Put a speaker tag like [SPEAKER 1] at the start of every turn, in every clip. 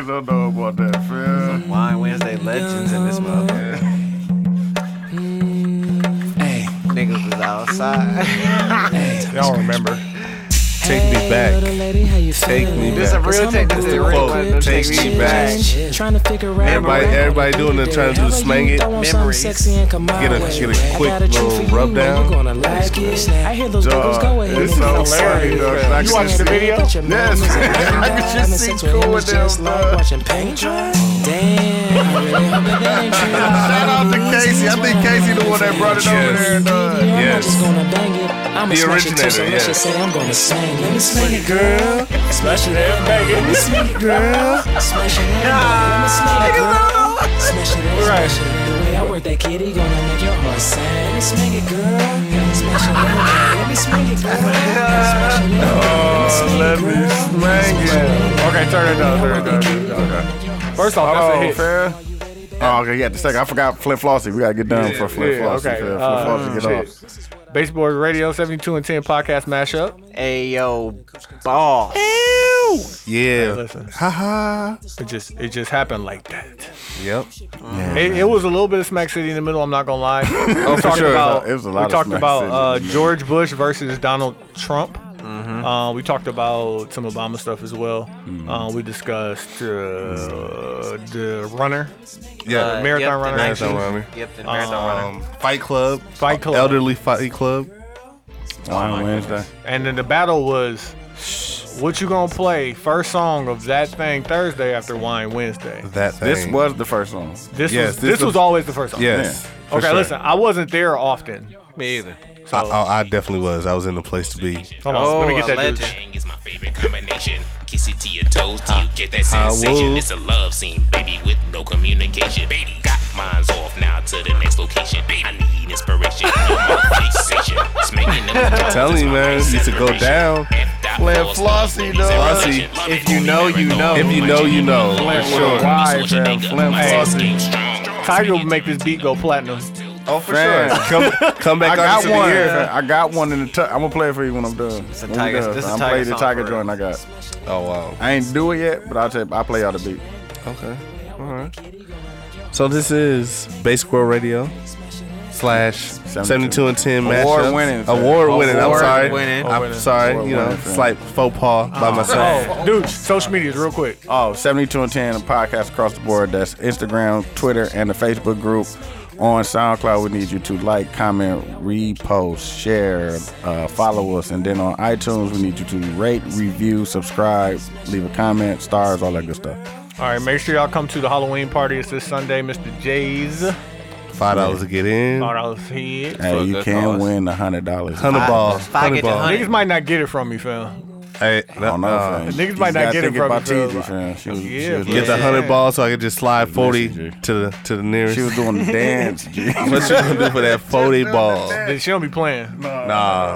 [SPEAKER 1] motherfuckers don't know about that, fam.
[SPEAKER 2] Wine Wednesday legends in this motherfucker.
[SPEAKER 3] Hey,
[SPEAKER 2] Niggas was outside.
[SPEAKER 4] Y'all remember. Take me back. Take me
[SPEAKER 2] This a
[SPEAKER 4] back.
[SPEAKER 2] real take. This is a real
[SPEAKER 4] Quote,
[SPEAKER 2] one. Don't
[SPEAKER 4] takes me back.
[SPEAKER 3] Trying to figure out
[SPEAKER 4] Everybody- everybody doing it, trying to do the slang it.
[SPEAKER 2] Memories.
[SPEAKER 3] Get
[SPEAKER 4] Get a- get a quick little rub down.
[SPEAKER 3] I hear those
[SPEAKER 1] Dog,
[SPEAKER 3] doggos go ahead.
[SPEAKER 1] it's so scary, dog. 'cause I
[SPEAKER 4] You
[SPEAKER 1] can
[SPEAKER 4] watched the
[SPEAKER 1] see-
[SPEAKER 4] video?
[SPEAKER 1] Yes, I can just see cool with them, dog.
[SPEAKER 3] Watching paint dry. Damn, I really hope that that ain't true.
[SPEAKER 1] Shout out to Casey. I think Casey the one that brought it over there, dog.
[SPEAKER 3] I'm not
[SPEAKER 4] Yes.
[SPEAKER 3] just gonna bang it. I'm
[SPEAKER 4] The
[SPEAKER 3] a smash it too, so
[SPEAKER 4] originator,
[SPEAKER 3] let's
[SPEAKER 4] yeah.
[SPEAKER 3] just say I'm gonna sing. Let me sing it, girl.
[SPEAKER 4] Girl, smash it and bang it. It's me, girl.
[SPEAKER 3] Smash it out. Let me smash it, girl. Smash it out. Smash it out. The way I work that kitty gonna make your heart sing. Let me swing it, girl. Smash it out. Let me swing it, girl. Smash it out.
[SPEAKER 1] Let me
[SPEAKER 3] girl.
[SPEAKER 1] slang it.
[SPEAKER 4] Okay, turn it down, turn it down.
[SPEAKER 1] Okay, okay.
[SPEAKER 4] First off, that's a
[SPEAKER 1] Oh,
[SPEAKER 4] hit.
[SPEAKER 1] fam. Oh, okay, yeah, the second. I forgot Flip Flossie. We gotta get done for Flip
[SPEAKER 4] yeah,
[SPEAKER 1] Flossie.
[SPEAKER 4] okay.
[SPEAKER 1] fam. Flip
[SPEAKER 4] Uh,
[SPEAKER 1] Flossie, get off.
[SPEAKER 4] Shit. Baseboard Radio 72 and 10 podcast mashup.
[SPEAKER 2] Ayo, ball.
[SPEAKER 1] Yeah.
[SPEAKER 4] Listen,
[SPEAKER 1] Ha ha.
[SPEAKER 4] it just it just happened like that.
[SPEAKER 1] Yep.
[SPEAKER 4] It, it was a little bit of Smack City in the middle. I'm not gonna lie. Oh, we
[SPEAKER 1] for
[SPEAKER 4] talked
[SPEAKER 1] sure.
[SPEAKER 4] about
[SPEAKER 1] It was a lot
[SPEAKER 4] we
[SPEAKER 1] of
[SPEAKER 4] talked
[SPEAKER 1] Smack
[SPEAKER 4] about
[SPEAKER 1] City Mm-hmm. in
[SPEAKER 4] uh,
[SPEAKER 1] the middle.
[SPEAKER 4] George Bush versus Donald Trump. Uh, we talked about some Obama stuff as well.
[SPEAKER 1] Mm-hmm.
[SPEAKER 4] Uh, we discussed uh, the runner,
[SPEAKER 2] Uh,
[SPEAKER 4] marathon
[SPEAKER 2] yep, the
[SPEAKER 4] runner.
[SPEAKER 2] 19
[SPEAKER 4] Marathon
[SPEAKER 1] runner.
[SPEAKER 2] Yep, the marathon runner.
[SPEAKER 1] Um, Fight Club.
[SPEAKER 4] Fight Club,
[SPEAKER 1] Elderly Fight Club. On Wednesday.
[SPEAKER 4] and then the battle was what you gonna play first song of that thing Thursday after Wine Wednesday.
[SPEAKER 1] That
[SPEAKER 5] thing.
[SPEAKER 1] This was the first song.
[SPEAKER 4] This
[SPEAKER 5] Yes,
[SPEAKER 4] was
[SPEAKER 5] this
[SPEAKER 4] this was
[SPEAKER 5] was-
[SPEAKER 4] always the first song.
[SPEAKER 5] Yes. for
[SPEAKER 4] Okay,
[SPEAKER 5] sure.
[SPEAKER 4] listen, I wasn't there often.
[SPEAKER 2] Me either.
[SPEAKER 4] So
[SPEAKER 5] I, Oh, I, I definitely was. I was in the place to be.
[SPEAKER 4] hold on,
[SPEAKER 2] Oh,
[SPEAKER 4] let me get
[SPEAKER 2] a
[SPEAKER 4] that
[SPEAKER 2] legend.
[SPEAKER 4] dude.
[SPEAKER 6] Bang is my favorite combination. Kiss it to your toes till you get that sensation.
[SPEAKER 5] will.
[SPEAKER 6] It's a love scene, baby, with no communication. Baby, got mines off now to the next location. I need inspiration. You're my fixation. Smacking them jaws
[SPEAKER 5] Telling
[SPEAKER 6] is
[SPEAKER 5] you,
[SPEAKER 6] my
[SPEAKER 5] man,
[SPEAKER 6] main
[SPEAKER 5] you should go
[SPEAKER 6] separation.
[SPEAKER 5] down.
[SPEAKER 6] F dot
[SPEAKER 1] Play
[SPEAKER 6] four
[SPEAKER 1] Flossie,
[SPEAKER 6] stars,
[SPEAKER 1] dog.
[SPEAKER 5] Flossie,
[SPEAKER 6] ladies, revelation.
[SPEAKER 5] if you know, you
[SPEAKER 6] Marathon.
[SPEAKER 5] know.
[SPEAKER 6] Love
[SPEAKER 5] If
[SPEAKER 6] it
[SPEAKER 5] you
[SPEAKER 6] when
[SPEAKER 5] know, you know.
[SPEAKER 6] Flip
[SPEAKER 5] For
[SPEAKER 6] Flossie,
[SPEAKER 5] sure.
[SPEAKER 1] Why,
[SPEAKER 6] Soldier
[SPEAKER 1] fam?
[SPEAKER 6] nigga,
[SPEAKER 1] Flim
[SPEAKER 6] my sex
[SPEAKER 1] Flossie.
[SPEAKER 6] game strong.
[SPEAKER 4] Tiger will make this beat go platinum.
[SPEAKER 1] Oh, for
[SPEAKER 5] Man, come, come
[SPEAKER 1] I
[SPEAKER 5] back up
[SPEAKER 1] got
[SPEAKER 5] to
[SPEAKER 1] one.
[SPEAKER 5] the air.
[SPEAKER 1] I got one in the. i I'm gonna play it for you when I'm done.
[SPEAKER 2] It's a
[SPEAKER 1] When we
[SPEAKER 2] Tiger-
[SPEAKER 1] done,
[SPEAKER 2] this is
[SPEAKER 1] I'm
[SPEAKER 2] Tiger
[SPEAKER 1] playing the
[SPEAKER 2] song
[SPEAKER 1] Tiger
[SPEAKER 2] for
[SPEAKER 1] joint I got.
[SPEAKER 5] Oh wow.
[SPEAKER 1] I ain't do it yet, but I'll tell you, I'll play y'all the beat.
[SPEAKER 5] Okay. All right. So this is Base Squirrel Radio slash 72 and 10 mashup.
[SPEAKER 1] Award-winning, sir.
[SPEAKER 5] Award winning. I'm sorry.
[SPEAKER 2] Award-winning.
[SPEAKER 5] I'm sorry. You know,
[SPEAKER 1] Award-winning, sir.
[SPEAKER 5] slight faux pas by myself.
[SPEAKER 4] Oh, dude, social medias real quick.
[SPEAKER 1] Oh, 72 and 10, a podcast across the board. That's Instagram, Twitter, and the Facebook group. On SoundCloud, we need you to like, comment, repost, share, uh, follow us. And then on iTunes, we need you to rate, review, subscribe, leave a comment, stars, all that good stuff.
[SPEAKER 4] All right, make sure y'all come to the Halloween party. It's this Sunday, Mr. J's. Thought
[SPEAKER 5] Five dollars to get in.
[SPEAKER 4] I was here.
[SPEAKER 1] Hey, you
[SPEAKER 2] good
[SPEAKER 1] can
[SPEAKER 2] cause.
[SPEAKER 1] win the $100.
[SPEAKER 5] Hundred balls.
[SPEAKER 2] if I
[SPEAKER 5] Hundred
[SPEAKER 2] get to
[SPEAKER 5] balls.
[SPEAKER 2] hundred-
[SPEAKER 4] Niggas might not get it from me, fam.
[SPEAKER 5] Hey,
[SPEAKER 1] I don't know,
[SPEAKER 5] uh,
[SPEAKER 1] fam.
[SPEAKER 4] niggas
[SPEAKER 1] You
[SPEAKER 4] might
[SPEAKER 1] gotta
[SPEAKER 4] not get it
[SPEAKER 1] think
[SPEAKER 4] from
[SPEAKER 1] about
[SPEAKER 4] me, bro.
[SPEAKER 1] TG, fam. She was, she
[SPEAKER 4] Yeah,
[SPEAKER 1] was,
[SPEAKER 4] bro.
[SPEAKER 5] Get the hundred balls so I can just slide forty
[SPEAKER 1] Listen, G.
[SPEAKER 5] to the to the nearest.
[SPEAKER 1] she was doing the dance. G.
[SPEAKER 5] what you gonna do for that forty ball? Nah,
[SPEAKER 4] Then she don't be playing. No. All
[SPEAKER 5] nah.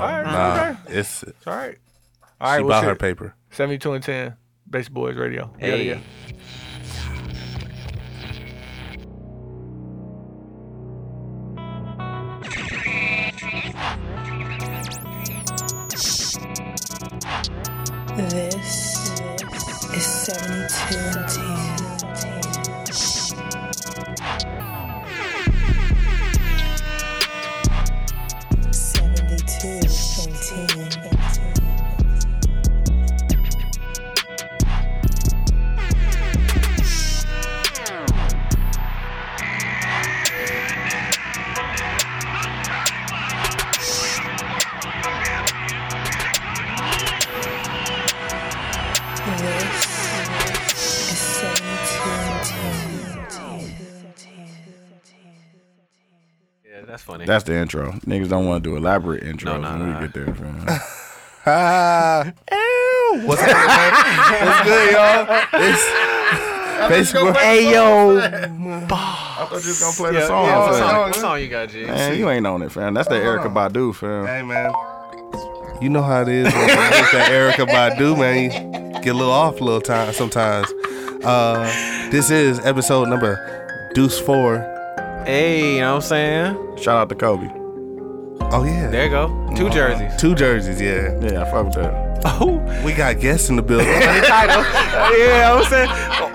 [SPEAKER 4] right,
[SPEAKER 5] It's she
[SPEAKER 4] It's all right. All right, well,
[SPEAKER 5] bought her
[SPEAKER 4] shit.
[SPEAKER 5] paper.
[SPEAKER 4] 72 and 10, Base Boys Radio. Yeah,
[SPEAKER 2] Hey.
[SPEAKER 4] yeah.
[SPEAKER 7] This is 72 and 10. Seventy-two and ten. This is seventy-two and ten.
[SPEAKER 2] Yeah, that's funny.
[SPEAKER 1] That's the intro. Niggas don't want to do elaborate intros
[SPEAKER 2] no,
[SPEAKER 1] when
[SPEAKER 2] no.
[SPEAKER 1] we get there, fam.
[SPEAKER 5] Ah, ew. What's good, man? What's good, y'all? It's baseball. Hey, yo.
[SPEAKER 1] I thought you was gonna play the
[SPEAKER 4] Yeah,
[SPEAKER 1] song.
[SPEAKER 4] yeah,
[SPEAKER 1] I was
[SPEAKER 4] what
[SPEAKER 1] like,
[SPEAKER 2] Song-
[SPEAKER 1] oh,
[SPEAKER 2] what song you got, G?
[SPEAKER 1] Man, you ain't on it, fam. That's the Erica Badu, fam.
[SPEAKER 5] Hey, man. You know how it is. when you with that Erica Badu, man. You get a little off a little time sometimes. Uh, this is episode number Deuce Four.
[SPEAKER 2] Hey, you know what I'm saying?
[SPEAKER 1] Shout out to Kobe.
[SPEAKER 5] Oh yeah,
[SPEAKER 2] There you go. Two jerseys.
[SPEAKER 5] two jerseys. Yeah,
[SPEAKER 1] Yeah, I fuck with that.
[SPEAKER 2] Oh,
[SPEAKER 5] We got guests in the building.
[SPEAKER 2] title. yeah, I was saying,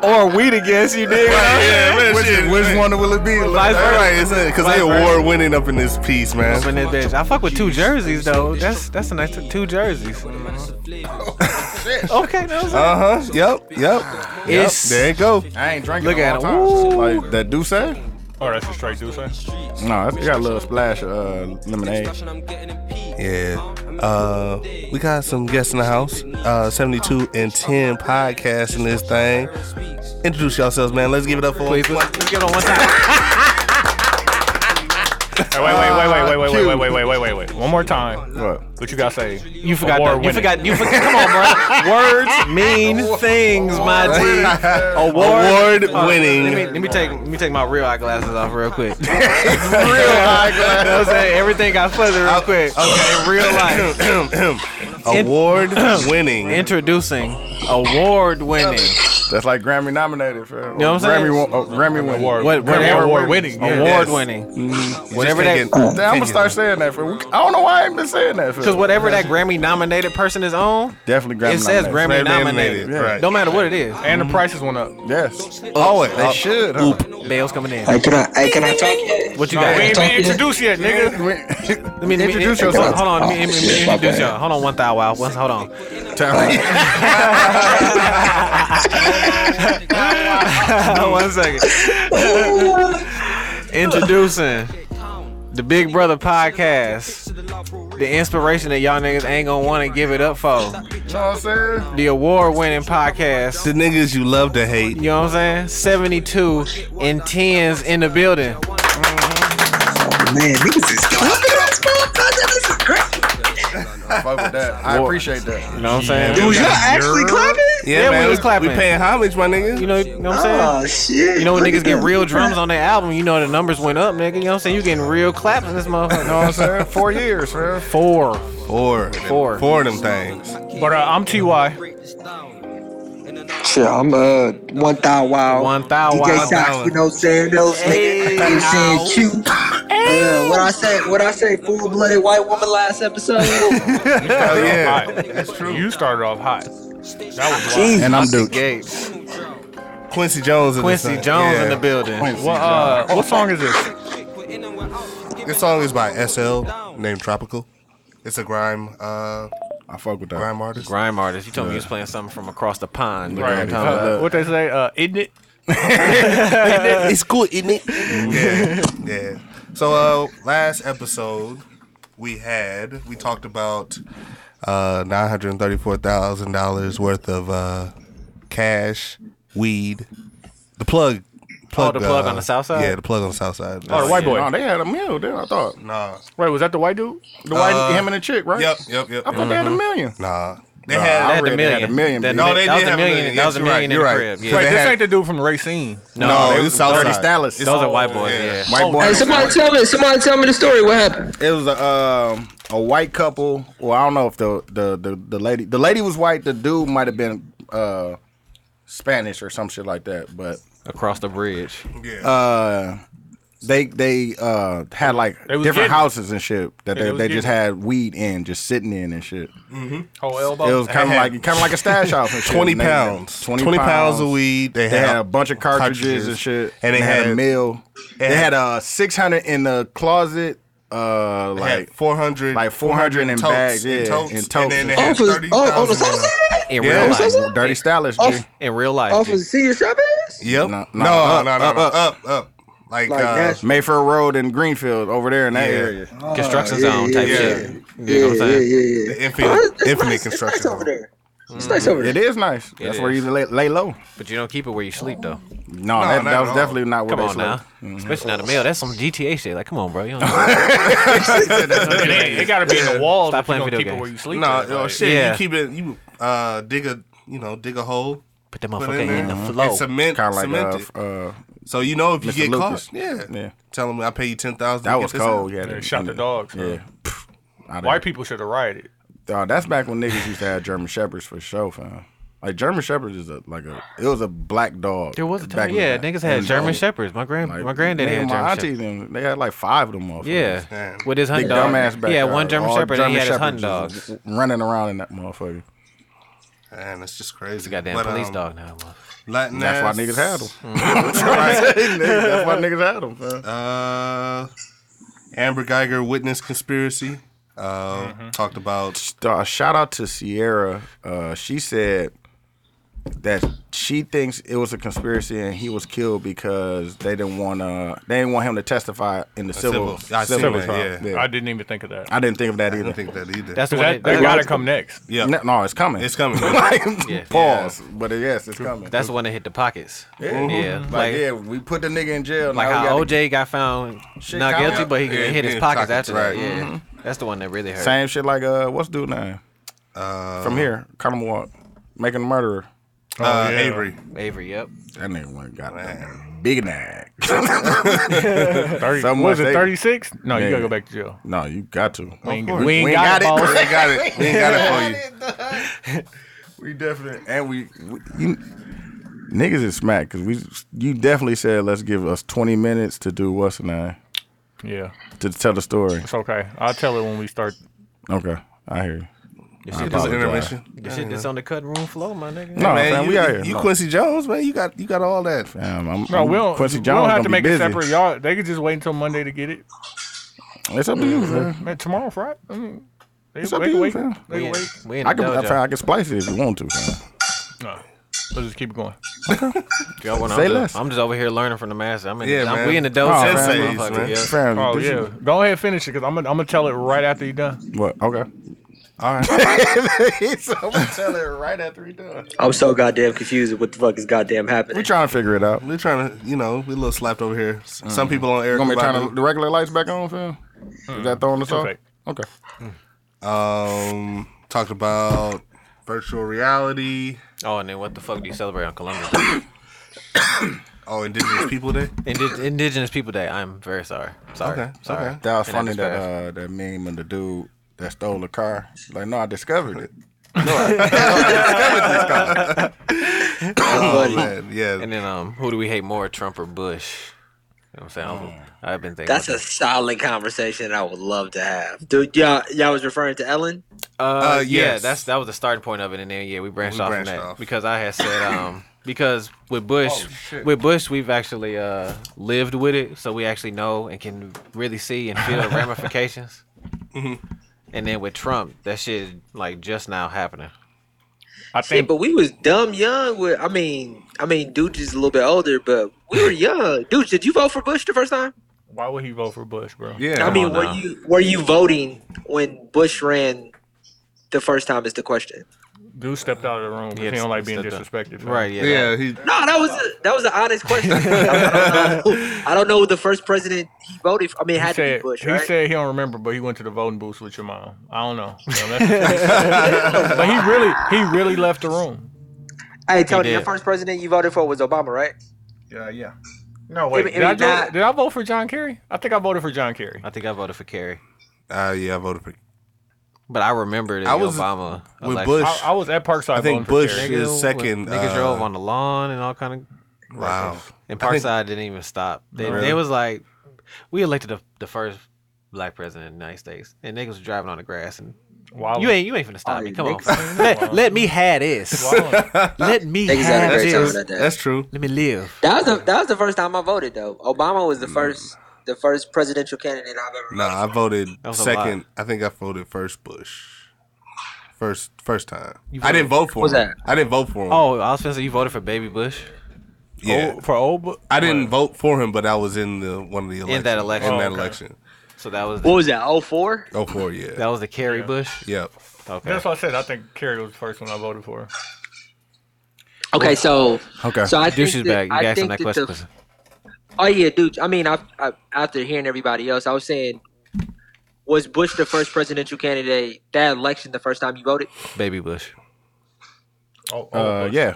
[SPEAKER 2] or we the guess you did.
[SPEAKER 5] yeah, man,
[SPEAKER 1] Which,
[SPEAKER 5] shit,
[SPEAKER 1] which
[SPEAKER 5] man.
[SPEAKER 1] one will it be?
[SPEAKER 2] Vice versa.
[SPEAKER 5] because they
[SPEAKER 2] Vice versa.
[SPEAKER 5] award winning up in this piece, man.
[SPEAKER 2] Open that bitch. I fuck with two jerseys though. That's that's a nice two jerseys. okay, that was it.
[SPEAKER 5] Uh huh. Yep. Yep. Yep.
[SPEAKER 2] It's-
[SPEAKER 5] There you go.
[SPEAKER 1] I ain't drinking
[SPEAKER 2] Look
[SPEAKER 1] in a
[SPEAKER 2] at
[SPEAKER 1] long
[SPEAKER 2] him.
[SPEAKER 1] time. Like that do say?
[SPEAKER 4] Oh, that's a straight dude, say.
[SPEAKER 1] No, it got a little splash of uh, lemonade.
[SPEAKER 5] Yeah. Uh, we got some guests in the house. Uh, 72 and 10 podcast in this thing. Introduce yourselves, man. Let's give it up for
[SPEAKER 2] Please, let's, let's give it on one time.
[SPEAKER 4] Hey, wait, wait, wait, wait, wait, wait, wait, wait, wait, wait, wait, wait. One more time.
[SPEAKER 1] What?
[SPEAKER 4] What you gotta say?
[SPEAKER 2] Ah, You forgot. The,
[SPEAKER 4] Award
[SPEAKER 2] you
[SPEAKER 4] winning.
[SPEAKER 2] forgot. You forgot. Come on, bro. Words mean things, my G. Award.
[SPEAKER 5] award
[SPEAKER 2] Uh, Let me,
[SPEAKER 5] winning.
[SPEAKER 2] let me take let me take my real eye glasses off real quick. real eye glasses. I'm saying everything got fuzzy real quick. Okay, real life.
[SPEAKER 5] award winning.
[SPEAKER 2] Introducing award winning.
[SPEAKER 1] That's like Grammy nominated for. You
[SPEAKER 2] know what I'm saying?
[SPEAKER 1] Grammy, wa- uh, Grammy winning. Mm-hmm.
[SPEAKER 4] Award-
[SPEAKER 2] What?
[SPEAKER 4] Grammy
[SPEAKER 2] Whatever.
[SPEAKER 4] award winning. yeah.
[SPEAKER 2] Award
[SPEAKER 5] Yes.
[SPEAKER 2] winning. Whatever that.
[SPEAKER 1] Damn, I'm gonna start saying that for. I don't know why I ain't been saying that for.
[SPEAKER 2] Because whatever that Grammy nominated person is on,
[SPEAKER 1] Definitely Grammy.
[SPEAKER 2] it says
[SPEAKER 1] nominated.
[SPEAKER 2] Grammy
[SPEAKER 5] Grammy nominated,
[SPEAKER 2] nominated.
[SPEAKER 5] yeah. Right.
[SPEAKER 2] Don't matter what it is.
[SPEAKER 4] And the prices went up.
[SPEAKER 1] Yes.
[SPEAKER 5] Oh,
[SPEAKER 1] They should. Huh?
[SPEAKER 2] Bale's coming in.
[SPEAKER 8] Hey, can I, hey, can I talk yet?
[SPEAKER 2] What you
[SPEAKER 4] We
[SPEAKER 2] got?
[SPEAKER 4] ain't been introduced yet, nigga.
[SPEAKER 2] Let me, let me-
[SPEAKER 1] Introduce
[SPEAKER 2] eh,
[SPEAKER 1] yourself.
[SPEAKER 2] Hold on. Let me, let me- let me
[SPEAKER 8] shit, my
[SPEAKER 2] introduce
[SPEAKER 8] bad.
[SPEAKER 2] y'all. Hold on one thou wow. One- Hold on. one second. Introducing the Big Brother podcast. The inspiration that y'all niggas ain't gonna want to give it up
[SPEAKER 1] You
[SPEAKER 2] for.
[SPEAKER 1] know what I'm saying?
[SPEAKER 2] The award winning podcast.
[SPEAKER 5] The niggas you love to hate.
[SPEAKER 2] You know what I'm saying? 72 and 10s in the building.
[SPEAKER 8] Man, niggas is look at us, bro. This is great.
[SPEAKER 1] I fuck with that. I appreciate that.
[SPEAKER 2] You know what I'm saying?
[SPEAKER 8] Was y'all actually clapping?
[SPEAKER 5] Yeah,
[SPEAKER 2] Yeah, we
[SPEAKER 5] man.
[SPEAKER 2] was clapping.
[SPEAKER 5] We paying homage, my nigga.
[SPEAKER 2] You know, you know what I'm saying?
[SPEAKER 8] Oh shit.
[SPEAKER 2] You know when
[SPEAKER 8] Look
[SPEAKER 2] niggas
[SPEAKER 8] at
[SPEAKER 2] get
[SPEAKER 8] them.
[SPEAKER 2] real drums on their album, you know the numbers went up, nigga. You know what I'm saying? You getting real claps in this motherfucker.
[SPEAKER 1] You know what I'm saying? Four years, man.
[SPEAKER 2] Four.
[SPEAKER 5] Four.
[SPEAKER 2] Four.
[SPEAKER 5] Four of them things.
[SPEAKER 4] But uh, I'm Ty.
[SPEAKER 8] Shit, I'm uh one thou wow.
[SPEAKER 2] One thou
[SPEAKER 8] DJ
[SPEAKER 2] wow.
[SPEAKER 8] Socks, you know what I'm saying? Those nigga. You know what I'm saying? Cute. Uh, what I say, what I say, full blooded white woman last episode.
[SPEAKER 5] Oh
[SPEAKER 4] Hot.
[SPEAKER 5] yeah.
[SPEAKER 4] That's true. You started off hot. That was wild.
[SPEAKER 8] Jeez.
[SPEAKER 1] And I'm Duke.
[SPEAKER 2] Gates.
[SPEAKER 5] Quincy Jones. in this
[SPEAKER 2] Quincy
[SPEAKER 5] thing.
[SPEAKER 2] Jones
[SPEAKER 5] Yeah.
[SPEAKER 2] in the building.
[SPEAKER 4] What, uh, what song is this?
[SPEAKER 5] This song is by SL named Tropical. It's a grime uh
[SPEAKER 1] I fuck with that.
[SPEAKER 5] grime artist.
[SPEAKER 2] Grime artist. You told me you was playing something from across the pond. You know what I'm
[SPEAKER 4] Right.
[SPEAKER 2] talking about?
[SPEAKER 4] Uh, what they say? Uh, isn't it?
[SPEAKER 5] it's cool, isn't it? yeah. Yeah. So uh last episode we had we talked about uh nine hundred and thirty four thousand dollars worth of uh cash, weed, the plug uh,
[SPEAKER 2] the plug on the south side?
[SPEAKER 5] Yeah, the plug on the south side.
[SPEAKER 4] Oh, the white boy.
[SPEAKER 1] No, they had a meal there. I thought
[SPEAKER 5] Nah.
[SPEAKER 4] Wait, was that the white dude?
[SPEAKER 1] the white him and the chick, right?
[SPEAKER 5] Yep, yep, yep.
[SPEAKER 1] I thought they had a
[SPEAKER 4] Mm-hmm.
[SPEAKER 1] million.
[SPEAKER 5] Nah. They
[SPEAKER 2] They
[SPEAKER 5] had
[SPEAKER 2] had the
[SPEAKER 1] read they had
[SPEAKER 2] million.
[SPEAKER 1] a million.
[SPEAKER 2] That,
[SPEAKER 1] No,
[SPEAKER 5] they
[SPEAKER 2] that
[SPEAKER 5] did
[SPEAKER 2] was a
[SPEAKER 5] have a
[SPEAKER 2] million.
[SPEAKER 5] million.
[SPEAKER 2] That was a
[SPEAKER 5] Yes, you're
[SPEAKER 2] million in the
[SPEAKER 5] right,
[SPEAKER 2] crib.
[SPEAKER 5] you're
[SPEAKER 2] Yeah.
[SPEAKER 5] right.
[SPEAKER 4] Wait,
[SPEAKER 5] They
[SPEAKER 4] this
[SPEAKER 5] had-
[SPEAKER 4] ain't the dude from Racine.
[SPEAKER 2] No,
[SPEAKER 5] No,
[SPEAKER 2] they-
[SPEAKER 5] it was south
[SPEAKER 1] Dirty
[SPEAKER 5] side.
[SPEAKER 1] Stylist.
[SPEAKER 2] those are white boys.
[SPEAKER 5] yeah.
[SPEAKER 2] Yeah.
[SPEAKER 1] White boy.
[SPEAKER 8] hey, somebody tell me, somebody tell me the story. What happened?
[SPEAKER 1] Oh. It was a um, a white couple. Well, I don't know if the the the, the lady the lady was white. The dude might have been uh, Spanish or some shit like that. But
[SPEAKER 2] Across the bridge.
[SPEAKER 1] uh, they they uh, had like
[SPEAKER 4] They was
[SPEAKER 1] different
[SPEAKER 4] getting-
[SPEAKER 1] houses and shit that
[SPEAKER 4] they
[SPEAKER 1] they,
[SPEAKER 4] was
[SPEAKER 1] they just
[SPEAKER 4] getting-
[SPEAKER 1] had weed in, just sitting in and shit.
[SPEAKER 4] Whole
[SPEAKER 1] It
[SPEAKER 4] Oh, elbow.
[SPEAKER 1] was kind of
[SPEAKER 5] had
[SPEAKER 1] like kind of like a stash house. And shit.
[SPEAKER 5] twenty
[SPEAKER 1] And they-
[SPEAKER 5] pounds.
[SPEAKER 1] Twenty,
[SPEAKER 5] pounds of weed. They,
[SPEAKER 1] They had a bunch of cartridges, and shit,
[SPEAKER 5] And they, had,
[SPEAKER 1] a meal. They
[SPEAKER 5] had-
[SPEAKER 1] had, uh six hundred in the closet. Uh,
[SPEAKER 5] They had
[SPEAKER 1] like
[SPEAKER 5] four hundred,
[SPEAKER 1] like 400 in bags, yeah, in
[SPEAKER 5] and
[SPEAKER 1] totes.
[SPEAKER 5] then they
[SPEAKER 1] Oh,
[SPEAKER 5] had
[SPEAKER 8] Off of,
[SPEAKER 5] thirty
[SPEAKER 8] oh, on the south
[SPEAKER 5] thousand.
[SPEAKER 8] side?
[SPEAKER 2] In
[SPEAKER 5] Yeah.
[SPEAKER 2] real
[SPEAKER 5] Is
[SPEAKER 2] life.
[SPEAKER 1] dirty stylist. G.
[SPEAKER 8] Off-
[SPEAKER 2] In real life.
[SPEAKER 8] Off of Senior Chavez?
[SPEAKER 5] Yep.
[SPEAKER 1] No, no,
[SPEAKER 5] No, no, no,
[SPEAKER 1] up,
[SPEAKER 5] no,
[SPEAKER 1] up,
[SPEAKER 5] up,
[SPEAKER 1] up.
[SPEAKER 5] up, up, Like,
[SPEAKER 8] Like
[SPEAKER 5] uh,
[SPEAKER 8] that.
[SPEAKER 1] Mayfair Road in Greenfield over there in that
[SPEAKER 5] Yeah.
[SPEAKER 1] area.
[SPEAKER 2] Construction
[SPEAKER 8] yeah,
[SPEAKER 2] zone type
[SPEAKER 5] yeah,
[SPEAKER 2] shit. You
[SPEAKER 8] Yeah,
[SPEAKER 2] know what I'm
[SPEAKER 8] yeah, yeah,
[SPEAKER 2] saying?
[SPEAKER 8] yeah.
[SPEAKER 5] the infinite,
[SPEAKER 8] Oh, it's- it's
[SPEAKER 5] infinite
[SPEAKER 8] nice-
[SPEAKER 5] construction.
[SPEAKER 8] It's nice over there. It's nice over there.
[SPEAKER 1] It is nice. That's where you
[SPEAKER 2] is.
[SPEAKER 1] lay, lay low.
[SPEAKER 2] But you don't keep it where you sleep though.
[SPEAKER 1] No,
[SPEAKER 5] No,
[SPEAKER 1] that,
[SPEAKER 5] not
[SPEAKER 1] that
[SPEAKER 5] at
[SPEAKER 1] was
[SPEAKER 5] all.
[SPEAKER 1] definitely not where
[SPEAKER 2] Come
[SPEAKER 1] they
[SPEAKER 2] on
[SPEAKER 1] slept.
[SPEAKER 2] now. Especially not a male. That's some GTA shit. Like, come on, bro. You don't
[SPEAKER 4] it, ain't- it gotta be in the wall.
[SPEAKER 2] Stop
[SPEAKER 4] if you
[SPEAKER 2] playing
[SPEAKER 4] gonna
[SPEAKER 2] video
[SPEAKER 4] keep
[SPEAKER 2] games.
[SPEAKER 4] It where you sleep.
[SPEAKER 5] No,
[SPEAKER 4] at,
[SPEAKER 5] oh,
[SPEAKER 4] like-
[SPEAKER 5] shit.
[SPEAKER 2] Yeah.
[SPEAKER 5] You keep it. You uh, dig a, you know, dig a hole.
[SPEAKER 2] put that
[SPEAKER 5] Put
[SPEAKER 2] motherfucker
[SPEAKER 5] it in,
[SPEAKER 2] in
[SPEAKER 5] there,
[SPEAKER 2] the
[SPEAKER 5] and
[SPEAKER 2] flow.
[SPEAKER 5] cement,
[SPEAKER 1] Kind of
[SPEAKER 5] cement
[SPEAKER 1] like
[SPEAKER 5] it.
[SPEAKER 1] uh, uh,
[SPEAKER 5] So you know if you
[SPEAKER 1] Mr.
[SPEAKER 5] get
[SPEAKER 1] Lucas.
[SPEAKER 5] caught, yeah,
[SPEAKER 1] Yeah.
[SPEAKER 5] Tell them I pay you ten thousand.
[SPEAKER 1] that was cold. Yeah,
[SPEAKER 4] They shot the dogs,
[SPEAKER 1] Yeah,
[SPEAKER 4] bro.
[SPEAKER 1] Pfft, I
[SPEAKER 4] White
[SPEAKER 1] didn't-
[SPEAKER 4] people should have rioted.
[SPEAKER 1] Dawg, that's back when niggas used to have German shepherds for show, fam. Like German shepherds is a like a it was a black dog.
[SPEAKER 2] There was a
[SPEAKER 1] back
[SPEAKER 2] time.
[SPEAKER 1] in
[SPEAKER 2] Yeah,
[SPEAKER 1] the day.
[SPEAKER 2] niggas had
[SPEAKER 1] And,
[SPEAKER 2] German
[SPEAKER 1] like,
[SPEAKER 2] shepherds. My grand, my granddaddy
[SPEAKER 1] nigga,
[SPEAKER 2] had
[SPEAKER 1] my
[SPEAKER 2] German
[SPEAKER 1] auntie
[SPEAKER 2] shepherds.
[SPEAKER 1] them. They had like five of them. motherfuckers.
[SPEAKER 2] Yeah,
[SPEAKER 5] Damn.
[SPEAKER 2] with his hunting
[SPEAKER 1] Big
[SPEAKER 2] dog.
[SPEAKER 1] dumbass back
[SPEAKER 2] yeah,
[SPEAKER 1] there.
[SPEAKER 2] one German
[SPEAKER 1] All
[SPEAKER 2] shepherd and he had his
[SPEAKER 1] German
[SPEAKER 2] hunting
[SPEAKER 1] shepherds
[SPEAKER 2] dogs.
[SPEAKER 1] just Running around in that motherfucker.
[SPEAKER 5] Man, that's just crazy.
[SPEAKER 2] It's a goddamn
[SPEAKER 5] But,
[SPEAKER 2] police
[SPEAKER 5] um,
[SPEAKER 2] dog now.
[SPEAKER 5] Latin
[SPEAKER 1] That's why niggas had them. That's why niggas had them. son.
[SPEAKER 5] Uh, Amber Geiger witness conspiracy. Uh,
[SPEAKER 2] Mm-hmm.
[SPEAKER 5] Talked about
[SPEAKER 1] Uh, shout out to Sierra. Uh, she said that she thinks it was a conspiracy and he was killed because they didn't want to. They didn't want him to testify in the civil
[SPEAKER 5] civil- I seen that,
[SPEAKER 1] trial.
[SPEAKER 5] yeah.
[SPEAKER 4] I didn't even think of that.
[SPEAKER 1] I didn't think of that
[SPEAKER 5] I
[SPEAKER 1] either.
[SPEAKER 5] don't think that either.
[SPEAKER 2] That's the
[SPEAKER 4] So
[SPEAKER 2] one.
[SPEAKER 4] that, that
[SPEAKER 2] that-
[SPEAKER 4] gotta come next.
[SPEAKER 5] yeah,
[SPEAKER 1] No, no, it's coming.
[SPEAKER 5] it's coming.
[SPEAKER 1] like,
[SPEAKER 2] Yeah.
[SPEAKER 1] pause. But uh, yes, it's coming.
[SPEAKER 2] That's the one that hit the pockets. Yeah,
[SPEAKER 1] like,
[SPEAKER 2] like
[SPEAKER 1] yeah, we put the nigga in jail.
[SPEAKER 2] like
[SPEAKER 1] now we
[SPEAKER 2] how
[SPEAKER 1] gotta-
[SPEAKER 2] OJ got found
[SPEAKER 1] Shit
[SPEAKER 2] not
[SPEAKER 1] count.
[SPEAKER 2] guilty, but he
[SPEAKER 5] Yeah,
[SPEAKER 2] hit
[SPEAKER 5] yeah,
[SPEAKER 2] his pockets
[SPEAKER 5] pockets,
[SPEAKER 2] after
[SPEAKER 5] right.
[SPEAKER 2] that. Yeah, that's the one that really hurt.
[SPEAKER 1] Same shit like uh, what's dude name
[SPEAKER 5] Uh,
[SPEAKER 1] from here? Come walk, making a murderer.
[SPEAKER 5] uh,
[SPEAKER 4] yeah.
[SPEAKER 5] Avery.
[SPEAKER 2] Avery, yep.
[SPEAKER 1] That nigga went got
[SPEAKER 5] Man.
[SPEAKER 1] big nag.
[SPEAKER 4] 30,
[SPEAKER 1] So
[SPEAKER 4] what
[SPEAKER 1] much
[SPEAKER 4] was it
[SPEAKER 1] they-
[SPEAKER 4] 36? No,
[SPEAKER 1] Yeah.
[SPEAKER 4] you gotta go back to jail.
[SPEAKER 1] no, you got to.
[SPEAKER 4] We ain't,
[SPEAKER 5] course.
[SPEAKER 4] we ain't
[SPEAKER 1] We
[SPEAKER 4] got,
[SPEAKER 1] ain't
[SPEAKER 4] it.
[SPEAKER 5] We ain't got it. We ain't got it for you.
[SPEAKER 1] We definitely and we, we you, niggas is smack because we you definitely said let's give us twenty minutes to do what's now
[SPEAKER 4] boss. Yeah,
[SPEAKER 1] to tell the story.
[SPEAKER 4] it's okay. I'll tell it when we start.
[SPEAKER 1] Okay, I hear you.
[SPEAKER 2] Your
[SPEAKER 1] I
[SPEAKER 2] shit,
[SPEAKER 1] apologize.
[SPEAKER 5] Just an intermission.
[SPEAKER 2] your Oh, shit that's on the cutting room floor, my nigga.
[SPEAKER 1] No,
[SPEAKER 5] man,
[SPEAKER 1] fam,
[SPEAKER 5] you,
[SPEAKER 1] we out here.
[SPEAKER 5] you
[SPEAKER 1] no.
[SPEAKER 5] Quincy Jones, man. You got you got all that.
[SPEAKER 1] Fam, I'm,
[SPEAKER 4] No,
[SPEAKER 1] I'm-
[SPEAKER 4] we don't.
[SPEAKER 1] Quincy
[SPEAKER 4] we
[SPEAKER 1] Jones
[SPEAKER 4] don't have
[SPEAKER 1] gonna
[SPEAKER 4] to make
[SPEAKER 1] be
[SPEAKER 4] it
[SPEAKER 1] busy.
[SPEAKER 4] separate. Y'all, they could just wait until Monday to get it.
[SPEAKER 1] It's up to you, fam.
[SPEAKER 4] Man, tomorrow, Friday. I mean, they,
[SPEAKER 1] It's
[SPEAKER 4] they
[SPEAKER 1] up to
[SPEAKER 4] can
[SPEAKER 1] you,
[SPEAKER 4] wait.
[SPEAKER 1] fam.
[SPEAKER 4] They
[SPEAKER 2] We
[SPEAKER 4] can
[SPEAKER 2] in,
[SPEAKER 4] wait.
[SPEAKER 2] we in
[SPEAKER 1] I
[SPEAKER 2] the
[SPEAKER 1] can,
[SPEAKER 2] dojo.
[SPEAKER 1] fam, I can splice it if you want to. Fam.
[SPEAKER 4] No, let's just keep it going.
[SPEAKER 2] Y'all want-
[SPEAKER 1] Say
[SPEAKER 2] I'm,
[SPEAKER 1] less.
[SPEAKER 2] Just, I'm just over here learning from the master. I'm in.
[SPEAKER 5] Yeah,
[SPEAKER 2] the, I'm,
[SPEAKER 5] man.
[SPEAKER 2] we in the
[SPEAKER 1] Oh,
[SPEAKER 2] dojo.
[SPEAKER 5] man.
[SPEAKER 2] motherfucker,
[SPEAKER 5] Man.
[SPEAKER 2] yeah.
[SPEAKER 1] Fam,
[SPEAKER 4] Oh
[SPEAKER 1] this
[SPEAKER 4] yeah,
[SPEAKER 1] is-
[SPEAKER 4] go ahead and finish it because I'm gonna I'm gonna tell it right after you done.
[SPEAKER 1] What? Okay.
[SPEAKER 5] All right.
[SPEAKER 1] so I'm gonna tell it right after he done.
[SPEAKER 9] I'm so goddamn confused with what the fuck is goddamn
[SPEAKER 1] We
[SPEAKER 9] happening.
[SPEAKER 1] trying to figure it out.
[SPEAKER 5] We're trying to, you know, we a little slapped over here. S-
[SPEAKER 2] Mm-hmm.
[SPEAKER 5] Some people on
[SPEAKER 1] You
[SPEAKER 5] Eric.
[SPEAKER 1] gonna be
[SPEAKER 5] Badu.
[SPEAKER 1] turning the regular lights back on, fam? Is that throwing us off?
[SPEAKER 4] Okay.
[SPEAKER 1] Okay.
[SPEAKER 5] Um, talked about virtual reality.
[SPEAKER 2] Oh, and then what the fuck do you celebrate on Columbus Day?
[SPEAKER 5] Oh, Indigenous People Day.
[SPEAKER 2] Indi- Indigenous People Day. I'm very sorry. Sorry.
[SPEAKER 5] Okay,
[SPEAKER 2] Sorry.
[SPEAKER 5] okay.
[SPEAKER 1] That was
[SPEAKER 2] And I
[SPEAKER 1] funny that
[SPEAKER 2] just
[SPEAKER 1] uh, that meme of the dude that stole the car. Like, no, I discovered it.
[SPEAKER 5] Oh man, yeah.
[SPEAKER 2] And then um, who do we hate more, Trump or Bush? You know what I'm saying? I've been thinking.
[SPEAKER 9] That's a solid conversation I would love to have. Dude, y'all, y'all was referring to Ellen?
[SPEAKER 2] Uh,
[SPEAKER 5] Uh,
[SPEAKER 2] yeah,
[SPEAKER 5] yes.
[SPEAKER 2] that's that was the starting point of it, and then yeah, we branched
[SPEAKER 5] We
[SPEAKER 2] off
[SPEAKER 5] branched
[SPEAKER 2] from that
[SPEAKER 5] off. Oh,
[SPEAKER 2] because I had said um because with Bush with Bush we've actually uh lived with it, so we actually know and can really see and feel the ramifications.
[SPEAKER 5] Mm-hmm.
[SPEAKER 2] And then with Trump, that shit like just now happening.
[SPEAKER 4] I
[SPEAKER 9] Yeah,
[SPEAKER 4] think
[SPEAKER 9] but we was dumb young. With I mean, I mean, Dooch is a little bit older, but we were young. Dooch, did you vote for Bush the first time?
[SPEAKER 4] why would he vote for Bush, bro?
[SPEAKER 5] Yeah.
[SPEAKER 9] I mean,
[SPEAKER 2] on
[SPEAKER 9] were
[SPEAKER 2] now.
[SPEAKER 9] you were you voting when Bush ran the first time? Is the question?
[SPEAKER 4] Dude stepped out of the room because
[SPEAKER 2] Yeah,
[SPEAKER 4] he don't like being
[SPEAKER 2] stepped out.
[SPEAKER 4] disrespected. fam.
[SPEAKER 2] Right? Yeah.
[SPEAKER 5] yeah. He,
[SPEAKER 9] No, that was a, that was an honest question. I, don't know, I don't know who the first president he voted. For. I mean, it
[SPEAKER 4] He
[SPEAKER 9] had to
[SPEAKER 4] said,
[SPEAKER 9] be Bush,
[SPEAKER 4] he
[SPEAKER 9] right?
[SPEAKER 4] said he don't remember, but he went to the voting booth with your mom. I don't know. So that's- but he really, he really left the room.
[SPEAKER 9] hey, Tony, your
[SPEAKER 2] did.
[SPEAKER 9] first president you voted for was Obama, right?
[SPEAKER 4] Yeah, yeah. No wait,
[SPEAKER 9] It- it
[SPEAKER 4] did, I
[SPEAKER 9] was
[SPEAKER 4] do,
[SPEAKER 9] not-
[SPEAKER 4] did I vote for John Kerry? I think I voted for John Kerry.
[SPEAKER 2] I think I voted for Kerry,
[SPEAKER 5] uh, yeah, I voted for.
[SPEAKER 2] but I remember the
[SPEAKER 5] I was
[SPEAKER 2] Obama
[SPEAKER 5] with
[SPEAKER 2] election.
[SPEAKER 5] Bush.
[SPEAKER 4] I, I was at Parkside.
[SPEAKER 5] I
[SPEAKER 4] voting
[SPEAKER 5] think
[SPEAKER 4] for
[SPEAKER 5] Bush
[SPEAKER 4] Kerry.
[SPEAKER 5] is
[SPEAKER 2] Niggas
[SPEAKER 5] second.
[SPEAKER 2] Niggas
[SPEAKER 5] uh,
[SPEAKER 2] drove on the lawn and all kind of
[SPEAKER 5] Wow.
[SPEAKER 2] And
[SPEAKER 5] I think-
[SPEAKER 2] Parkside didn't even stop. They, they was like, we elected the, the first black president of the United States, and niggas was driving on the grass. And
[SPEAKER 4] Wow.
[SPEAKER 2] you ain't you ain't finna stop me. Come on,
[SPEAKER 9] niggas.
[SPEAKER 2] fam. let, let me have this. let me
[SPEAKER 9] Niggas had a
[SPEAKER 2] have
[SPEAKER 9] great time
[SPEAKER 2] this.
[SPEAKER 9] that day.
[SPEAKER 5] That's true.
[SPEAKER 2] Let me live.
[SPEAKER 9] That was the that was the first time I voted though. Obama was the
[SPEAKER 2] Mm.
[SPEAKER 9] first the first presidential candidate I've ever.
[SPEAKER 5] No, I voted
[SPEAKER 2] was a
[SPEAKER 5] second. I think I voted first Bush. First, first time. I
[SPEAKER 2] voted-
[SPEAKER 5] didn't vote for
[SPEAKER 9] What's
[SPEAKER 5] him.
[SPEAKER 9] that?
[SPEAKER 5] I didn't vote for him.
[SPEAKER 2] Oh, I was finna say you voted for Baby Bush
[SPEAKER 5] yeah.
[SPEAKER 4] for old. Bu-
[SPEAKER 5] I didn't vote for him, but I was in the one of the elections.
[SPEAKER 2] that election.
[SPEAKER 5] In
[SPEAKER 2] Oh,
[SPEAKER 5] that
[SPEAKER 4] okay.
[SPEAKER 5] election.
[SPEAKER 2] so that was
[SPEAKER 9] What
[SPEAKER 2] the,
[SPEAKER 9] was that? Oh four.
[SPEAKER 5] Oh, four, yeah.
[SPEAKER 2] that was the Kerry Bush.
[SPEAKER 5] yep.
[SPEAKER 2] Okay,
[SPEAKER 4] That's what I said. I think Kerry was the first one I voted for.
[SPEAKER 9] Okay, so
[SPEAKER 1] Okay.
[SPEAKER 9] so I think
[SPEAKER 2] douche is back.
[SPEAKER 9] that-
[SPEAKER 2] You
[SPEAKER 9] I
[SPEAKER 2] asked him
[SPEAKER 9] think
[SPEAKER 2] that
[SPEAKER 9] the-
[SPEAKER 2] question. Chris.
[SPEAKER 9] Oh yeah, dude. I mean, I, I after hearing everybody else, I was saying, was Bush the first presidential candidate that election the first time you voted?
[SPEAKER 2] Baby Bush.
[SPEAKER 4] Oh, old
[SPEAKER 1] Uh,
[SPEAKER 4] Bush.
[SPEAKER 1] yeah.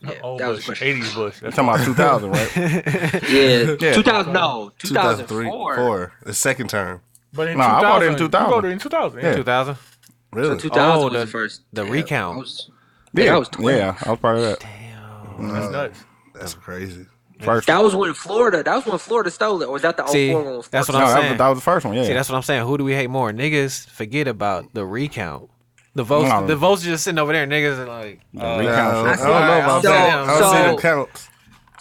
[SPEAKER 9] Yeah,
[SPEAKER 4] Old
[SPEAKER 9] that was
[SPEAKER 4] Bush. 80s Bush.
[SPEAKER 1] You're
[SPEAKER 4] That's
[SPEAKER 1] talking about 2000, right?
[SPEAKER 9] yeah, two thousand no, two thousand
[SPEAKER 5] 2003.
[SPEAKER 9] four.
[SPEAKER 5] Four. The second term.
[SPEAKER 4] But in
[SPEAKER 1] No,
[SPEAKER 4] 2000,
[SPEAKER 1] I voted in
[SPEAKER 4] You
[SPEAKER 1] 2000.
[SPEAKER 4] voted in 2000.
[SPEAKER 1] Yeah.
[SPEAKER 4] Yeah.
[SPEAKER 2] Two thousand.
[SPEAKER 5] Really?
[SPEAKER 9] Two thousand
[SPEAKER 2] Oh,
[SPEAKER 9] was the first.
[SPEAKER 2] the
[SPEAKER 9] yeah,
[SPEAKER 2] recount.
[SPEAKER 9] I was-
[SPEAKER 1] Yeah,
[SPEAKER 9] that was 20.
[SPEAKER 1] yeah, I was part of that.
[SPEAKER 4] That's nuts.
[SPEAKER 5] That's crazy.
[SPEAKER 1] First,
[SPEAKER 9] That was when Florida. That was when Florida stole it. Or was that the
[SPEAKER 2] See,
[SPEAKER 9] 04 one?
[SPEAKER 2] that's what
[SPEAKER 1] no,
[SPEAKER 2] I'm
[SPEAKER 1] that was,
[SPEAKER 2] saying.
[SPEAKER 1] that was the first one. Yeah,
[SPEAKER 2] See, that's what I'm saying. Who do we hate more? Niggas forget about the recount. The votes,
[SPEAKER 1] No.
[SPEAKER 2] the votes just sitting over there. Niggas are like,
[SPEAKER 1] The
[SPEAKER 5] I don't,
[SPEAKER 1] recount.
[SPEAKER 5] I
[SPEAKER 9] I
[SPEAKER 5] don't
[SPEAKER 9] see-
[SPEAKER 5] know about
[SPEAKER 9] so-
[SPEAKER 5] that. I don't see
[SPEAKER 9] so-
[SPEAKER 5] the counts.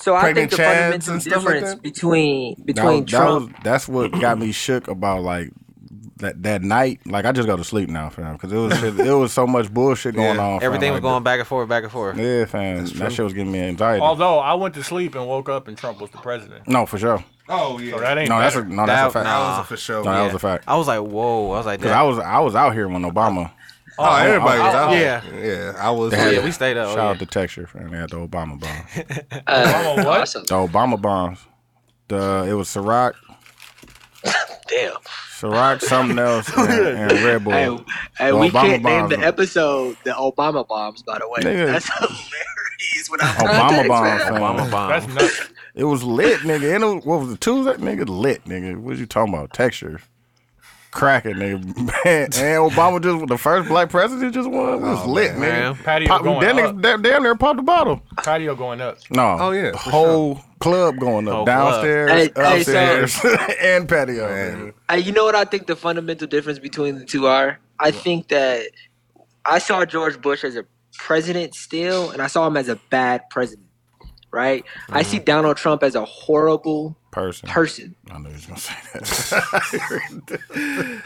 [SPEAKER 9] So I
[SPEAKER 5] Pregnant
[SPEAKER 9] think the
[SPEAKER 5] Chads
[SPEAKER 9] fundamental
[SPEAKER 5] and stuff like
[SPEAKER 9] difference
[SPEAKER 5] that?
[SPEAKER 9] between
[SPEAKER 1] That
[SPEAKER 9] between
[SPEAKER 1] was- that
[SPEAKER 9] Trump.
[SPEAKER 1] was- that's what got me shook about like that that night. Like I just go to sleep now, fam, because it was it was so much bullshit going
[SPEAKER 5] Yeah.
[SPEAKER 1] on. fam,
[SPEAKER 2] everything was
[SPEAKER 1] like,
[SPEAKER 2] going back and forth, back and forth.
[SPEAKER 1] Yeah, fam, that shit was giving me anxiety.
[SPEAKER 4] Although I went to sleep and woke up and Trump was the president.
[SPEAKER 1] no, for sure.
[SPEAKER 5] Oh yeah,
[SPEAKER 4] So that ain't
[SPEAKER 1] No, that's a,
[SPEAKER 4] better.
[SPEAKER 1] no, that's a
[SPEAKER 2] That-
[SPEAKER 1] fact.
[SPEAKER 5] that
[SPEAKER 2] nah.
[SPEAKER 5] was a for sure.
[SPEAKER 1] No, that was
[SPEAKER 2] Yeah.
[SPEAKER 1] a fact.
[SPEAKER 2] I was like, whoa. I was like,
[SPEAKER 1] Cause
[SPEAKER 2] that.
[SPEAKER 1] I was I was out here when Obama.
[SPEAKER 5] Oh, everybody was out.
[SPEAKER 2] yeah.
[SPEAKER 5] yeah. I was.
[SPEAKER 2] Oh, yeah,
[SPEAKER 5] Yeah,
[SPEAKER 2] we stayed up.
[SPEAKER 1] Shout
[SPEAKER 2] oh,
[SPEAKER 1] out to Texture, fam. They had the Obama bomb.
[SPEAKER 9] Uh,
[SPEAKER 4] what?
[SPEAKER 9] awesome.
[SPEAKER 1] The Obama bombs. The it was Ciroc,
[SPEAKER 9] Damn.
[SPEAKER 1] Ciroc, something else,
[SPEAKER 4] Oh,
[SPEAKER 1] and, and Red Bull.
[SPEAKER 9] Hey, hey,
[SPEAKER 1] The
[SPEAKER 9] we
[SPEAKER 1] Obama
[SPEAKER 9] can't name
[SPEAKER 1] bombs
[SPEAKER 9] the
[SPEAKER 1] are-
[SPEAKER 9] episode the Obama bombs. By the way,
[SPEAKER 1] Nigga.
[SPEAKER 9] that's hilarious. Without
[SPEAKER 1] Obama
[SPEAKER 9] context,
[SPEAKER 1] bombs,
[SPEAKER 9] man.
[SPEAKER 1] fam.
[SPEAKER 2] Obama bomb.
[SPEAKER 4] That's nuts.
[SPEAKER 1] It was lit, nigga. And it was, what was it Tuesday, nigga? Lit, nigga. What you talking about? Texture, cracking, nigga. Man, and Obama just the first black president just won. It was
[SPEAKER 4] Oh,
[SPEAKER 1] lit,
[SPEAKER 2] man.
[SPEAKER 1] nigga.
[SPEAKER 4] Patio
[SPEAKER 1] Pop,
[SPEAKER 4] going
[SPEAKER 1] that
[SPEAKER 4] up.
[SPEAKER 1] nigga da- damn near popped the bottle.
[SPEAKER 4] Patio going up.
[SPEAKER 1] No.
[SPEAKER 5] Oh, yeah, for
[SPEAKER 1] Whole club going up,
[SPEAKER 2] Whole club.
[SPEAKER 1] downstairs,
[SPEAKER 9] Hey, hey, so-
[SPEAKER 1] upstairs, and patio. nigga.
[SPEAKER 9] Hey, you know what I think the fundamental difference between the two are? I think that I saw George Bush as a president still, and I saw him as a bad president. Right? I see Donald Trump as a horrible
[SPEAKER 1] Person.
[SPEAKER 9] person.
[SPEAKER 1] I knew he was gonna say that.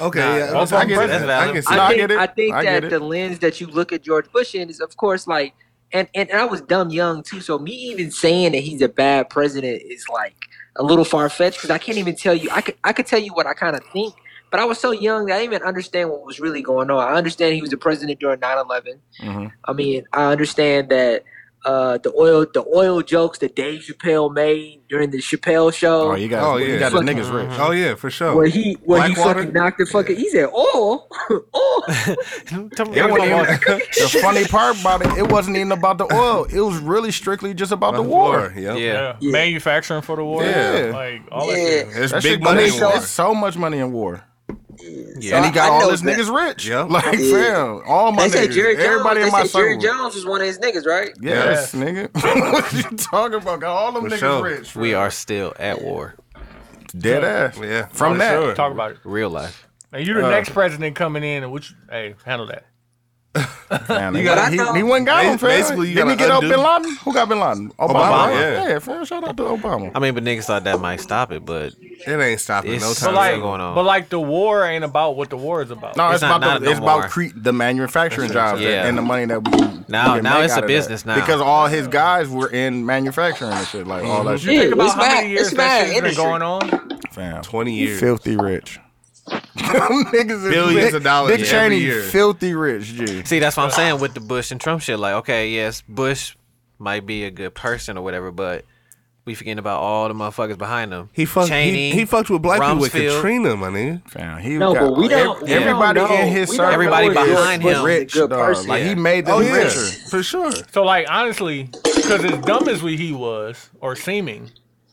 [SPEAKER 5] Okay,
[SPEAKER 2] Nah,
[SPEAKER 5] yeah,
[SPEAKER 2] both
[SPEAKER 5] I
[SPEAKER 2] of them
[SPEAKER 5] get
[SPEAKER 2] presidents.
[SPEAKER 5] that. I can
[SPEAKER 2] That's
[SPEAKER 5] see
[SPEAKER 1] No,
[SPEAKER 9] I
[SPEAKER 1] I
[SPEAKER 5] that.
[SPEAKER 9] think,
[SPEAKER 1] get it.
[SPEAKER 9] I think
[SPEAKER 1] I
[SPEAKER 9] that
[SPEAKER 1] get it.
[SPEAKER 9] the lens that you look at George Bush in is, of course, like, and, and, and I was dumb young too. So me even saying that he's a bad president is like a little far fetched because I can't even tell you. I could I could tell you what I kind of think, but I was so young that I didn't even understand what was really going on. I understand he was the president during 9-11.
[SPEAKER 1] Mhm.
[SPEAKER 9] I mean, I understand that. Uh, the oil, the oil jokes that Dave Chappelle made during the Chappelle show,
[SPEAKER 1] Oh, you got,
[SPEAKER 5] Oh,
[SPEAKER 1] you
[SPEAKER 5] yeah.
[SPEAKER 1] got the
[SPEAKER 9] Fucking-
[SPEAKER 1] niggas rich.
[SPEAKER 5] Oh yeah, for sure.
[SPEAKER 9] where he, where he
[SPEAKER 5] Blackwater?
[SPEAKER 9] fucking knocked the fucking, he said, "Oh, oh,
[SPEAKER 2] Tell me-
[SPEAKER 1] It
[SPEAKER 2] tell me
[SPEAKER 1] wasn't
[SPEAKER 2] about-
[SPEAKER 1] even, the funny part about it, it wasn't even about the oil. It was really strictly just about the war.
[SPEAKER 5] Yep.
[SPEAKER 2] Yeah.
[SPEAKER 4] Yeah.
[SPEAKER 9] Yeah.
[SPEAKER 4] Manufacturing for the war.
[SPEAKER 5] Yeah.
[SPEAKER 4] Like all that
[SPEAKER 9] yeah."
[SPEAKER 4] shit.
[SPEAKER 5] There's
[SPEAKER 1] That
[SPEAKER 5] big
[SPEAKER 1] shit
[SPEAKER 5] money
[SPEAKER 1] goes-
[SPEAKER 5] in war.
[SPEAKER 1] There's so much money in war.
[SPEAKER 9] So
[SPEAKER 1] and he
[SPEAKER 9] I-
[SPEAKER 1] got
[SPEAKER 9] I
[SPEAKER 1] all
[SPEAKER 9] know
[SPEAKER 1] his
[SPEAKER 9] that.
[SPEAKER 1] niggas rich.
[SPEAKER 5] Yeah.
[SPEAKER 1] Like,
[SPEAKER 9] Yeah.
[SPEAKER 1] fam, all my
[SPEAKER 9] They said
[SPEAKER 1] niggas.
[SPEAKER 9] Jerry Jones.
[SPEAKER 1] everybody
[SPEAKER 9] they
[SPEAKER 1] in my
[SPEAKER 9] said Jerry
[SPEAKER 1] circle.
[SPEAKER 9] Jones was one of his niggas, right?
[SPEAKER 1] Yes, nigga. what you talking about? Got all them
[SPEAKER 5] For
[SPEAKER 1] niggas
[SPEAKER 5] sure.
[SPEAKER 1] rich.
[SPEAKER 2] We are still at war.
[SPEAKER 1] Dead ass.
[SPEAKER 5] Yeah.
[SPEAKER 1] From
[SPEAKER 5] For
[SPEAKER 1] that.
[SPEAKER 5] sure.
[SPEAKER 4] Talk about it.
[SPEAKER 2] Real life.
[SPEAKER 4] And you the next president coming in, and which hey, handle that.
[SPEAKER 1] Man,
[SPEAKER 5] You
[SPEAKER 1] he,
[SPEAKER 5] gotta-
[SPEAKER 1] he,
[SPEAKER 9] But I
[SPEAKER 1] he wasn't got
[SPEAKER 5] thought-
[SPEAKER 1] him, fam.
[SPEAKER 5] Basically, you
[SPEAKER 1] Didn't he
[SPEAKER 5] gotta
[SPEAKER 1] get out
[SPEAKER 5] undo-
[SPEAKER 1] Bin Laden? Who got Bin Laden? Obama.
[SPEAKER 5] Obama,
[SPEAKER 1] right?
[SPEAKER 5] yeah.
[SPEAKER 1] fam, shout out to Obama.
[SPEAKER 2] I mean, but niggas thought that might stop it, but
[SPEAKER 5] It ain't stopping
[SPEAKER 2] It's
[SPEAKER 5] no
[SPEAKER 2] so
[SPEAKER 5] time.
[SPEAKER 4] But like,
[SPEAKER 2] what's going on?
[SPEAKER 4] but like the war ain't about what the war is about.
[SPEAKER 1] No, it's,
[SPEAKER 2] It's not-
[SPEAKER 1] about
[SPEAKER 2] not
[SPEAKER 1] the,
[SPEAKER 2] no
[SPEAKER 1] it's about
[SPEAKER 2] more.
[SPEAKER 1] cre- the manufacturing jobs
[SPEAKER 2] Yeah.
[SPEAKER 1] and the money that we we
[SPEAKER 2] Now-
[SPEAKER 1] can
[SPEAKER 2] now
[SPEAKER 1] make
[SPEAKER 2] it's a
[SPEAKER 1] out of that.
[SPEAKER 2] business now.
[SPEAKER 1] because all his guys were in manufacturing and shit like all that
[SPEAKER 5] Mm-hmm.
[SPEAKER 4] You
[SPEAKER 1] shit.
[SPEAKER 4] think about
[SPEAKER 9] it's
[SPEAKER 4] how
[SPEAKER 9] bad.
[SPEAKER 4] many years
[SPEAKER 9] It's
[SPEAKER 4] that
[SPEAKER 9] bad
[SPEAKER 4] shit's been
[SPEAKER 9] industry.
[SPEAKER 4] going on.
[SPEAKER 1] Fam,
[SPEAKER 5] 20 years.
[SPEAKER 1] filthy rich. Niggas is
[SPEAKER 5] Billions
[SPEAKER 1] Dick-
[SPEAKER 5] of dollars
[SPEAKER 1] Dick
[SPEAKER 5] every
[SPEAKER 1] Cheney,
[SPEAKER 5] year.
[SPEAKER 1] filthy rich. G.
[SPEAKER 2] see, that's what I'm saying with the Bush and Trump shit. Like, okay, yes, Bush might be a good person or whatever, but we forgetting about all the motherfuckers behind him.
[SPEAKER 5] He fucked.
[SPEAKER 2] Cheney,
[SPEAKER 5] he, he fucked with black people with
[SPEAKER 2] Rumsfeld.
[SPEAKER 5] Katrina, my nigga.
[SPEAKER 1] Fam, he
[SPEAKER 9] No,
[SPEAKER 1] got
[SPEAKER 9] but we don't-
[SPEAKER 1] ev-
[SPEAKER 9] we don't
[SPEAKER 1] everybody
[SPEAKER 9] know-
[SPEAKER 1] in his
[SPEAKER 9] we don't
[SPEAKER 1] circle.
[SPEAKER 2] Everybody
[SPEAKER 1] was
[SPEAKER 2] behind him.
[SPEAKER 1] rich,
[SPEAKER 9] Good
[SPEAKER 1] dog.
[SPEAKER 9] person.
[SPEAKER 1] Like he made them
[SPEAKER 5] Oh yeah,
[SPEAKER 1] richer.
[SPEAKER 5] for sure.
[SPEAKER 4] So like honestly, because as dumb as we he was, or seeming,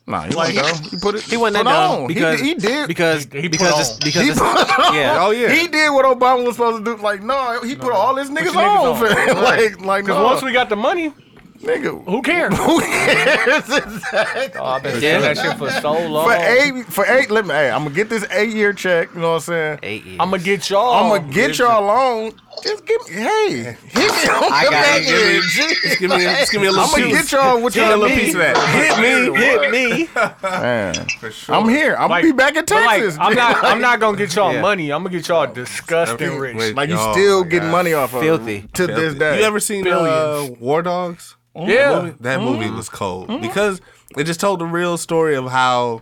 [SPEAKER 1] Nah, he
[SPEAKER 4] Like-
[SPEAKER 1] wasn't dumb. He put it.
[SPEAKER 2] he wasn't that
[SPEAKER 1] put
[SPEAKER 2] dumb
[SPEAKER 1] on.
[SPEAKER 2] because
[SPEAKER 1] he, he did.
[SPEAKER 2] because
[SPEAKER 4] He- he put
[SPEAKER 2] because it's,
[SPEAKER 4] on.
[SPEAKER 2] because
[SPEAKER 1] He
[SPEAKER 2] it's,
[SPEAKER 1] put on.
[SPEAKER 2] yeah.
[SPEAKER 5] Oh yeah.
[SPEAKER 1] He did what Obama was supposed to do. Like, no, he put all his niggas
[SPEAKER 4] your
[SPEAKER 1] on,
[SPEAKER 4] niggas on.
[SPEAKER 1] fam. Like, like,
[SPEAKER 4] because
[SPEAKER 1] no,
[SPEAKER 4] once we Oh. got the money,
[SPEAKER 1] nigga,
[SPEAKER 4] who cares?
[SPEAKER 1] who cares? Exactly.
[SPEAKER 4] Oh, I've been
[SPEAKER 2] Yeah.
[SPEAKER 4] saying that shit for so long.
[SPEAKER 1] For eight, for eight, let me. Hey, I'm gonna get this eight year check. You know what I'm saying?
[SPEAKER 2] Eight years.
[SPEAKER 4] I'm gonna get y'all.
[SPEAKER 1] I'm gonna get y'all loan. Just give me, hey, hit me on
[SPEAKER 2] I
[SPEAKER 1] the
[SPEAKER 2] got
[SPEAKER 1] back
[SPEAKER 2] it.
[SPEAKER 1] end,
[SPEAKER 5] Just give me, just give me a little
[SPEAKER 1] I'm gonna
[SPEAKER 5] piece.
[SPEAKER 1] get y'all with
[SPEAKER 5] Give me
[SPEAKER 1] y'all
[SPEAKER 5] a little piece of that.
[SPEAKER 4] hit me, hit me.
[SPEAKER 1] Man,
[SPEAKER 5] For sure.
[SPEAKER 1] I'm here. I'm
[SPEAKER 4] Like-
[SPEAKER 1] gonna be back in
[SPEAKER 4] but, like,
[SPEAKER 1] Texas.
[SPEAKER 4] I'm not. I'm not gonna get y'all
[SPEAKER 2] Yeah.
[SPEAKER 4] money. I'm gonna get y'all disgusting
[SPEAKER 5] Everything-
[SPEAKER 4] rich.
[SPEAKER 5] wait.
[SPEAKER 1] Like you
[SPEAKER 5] Oh,
[SPEAKER 1] still
[SPEAKER 5] my
[SPEAKER 1] getting
[SPEAKER 5] God.
[SPEAKER 1] money off of it
[SPEAKER 2] Filthy.
[SPEAKER 1] to this day.
[SPEAKER 5] You ever seen uh,
[SPEAKER 4] Billions.
[SPEAKER 5] War Dogs?
[SPEAKER 4] Oh, Yeah.
[SPEAKER 5] movie? that movie was cold because it just told the real story of how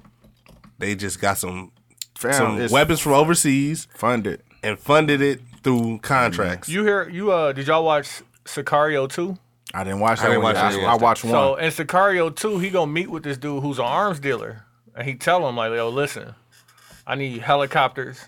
[SPEAKER 5] they just got some
[SPEAKER 1] Fam,
[SPEAKER 5] some
[SPEAKER 1] it's
[SPEAKER 5] weapons from overseas
[SPEAKER 1] funded?
[SPEAKER 5] and funded it through contracts.
[SPEAKER 4] You hear you uh did y'all watch Sicario 2?
[SPEAKER 1] I didn't watch that.
[SPEAKER 5] didn't
[SPEAKER 1] one.
[SPEAKER 5] watch
[SPEAKER 1] I,
[SPEAKER 5] that
[SPEAKER 1] I watched one.
[SPEAKER 4] So in Sicario 2, he gonna meet with this dude who's an arms dealer. And he tell him like, yo, listen, I need helicopters.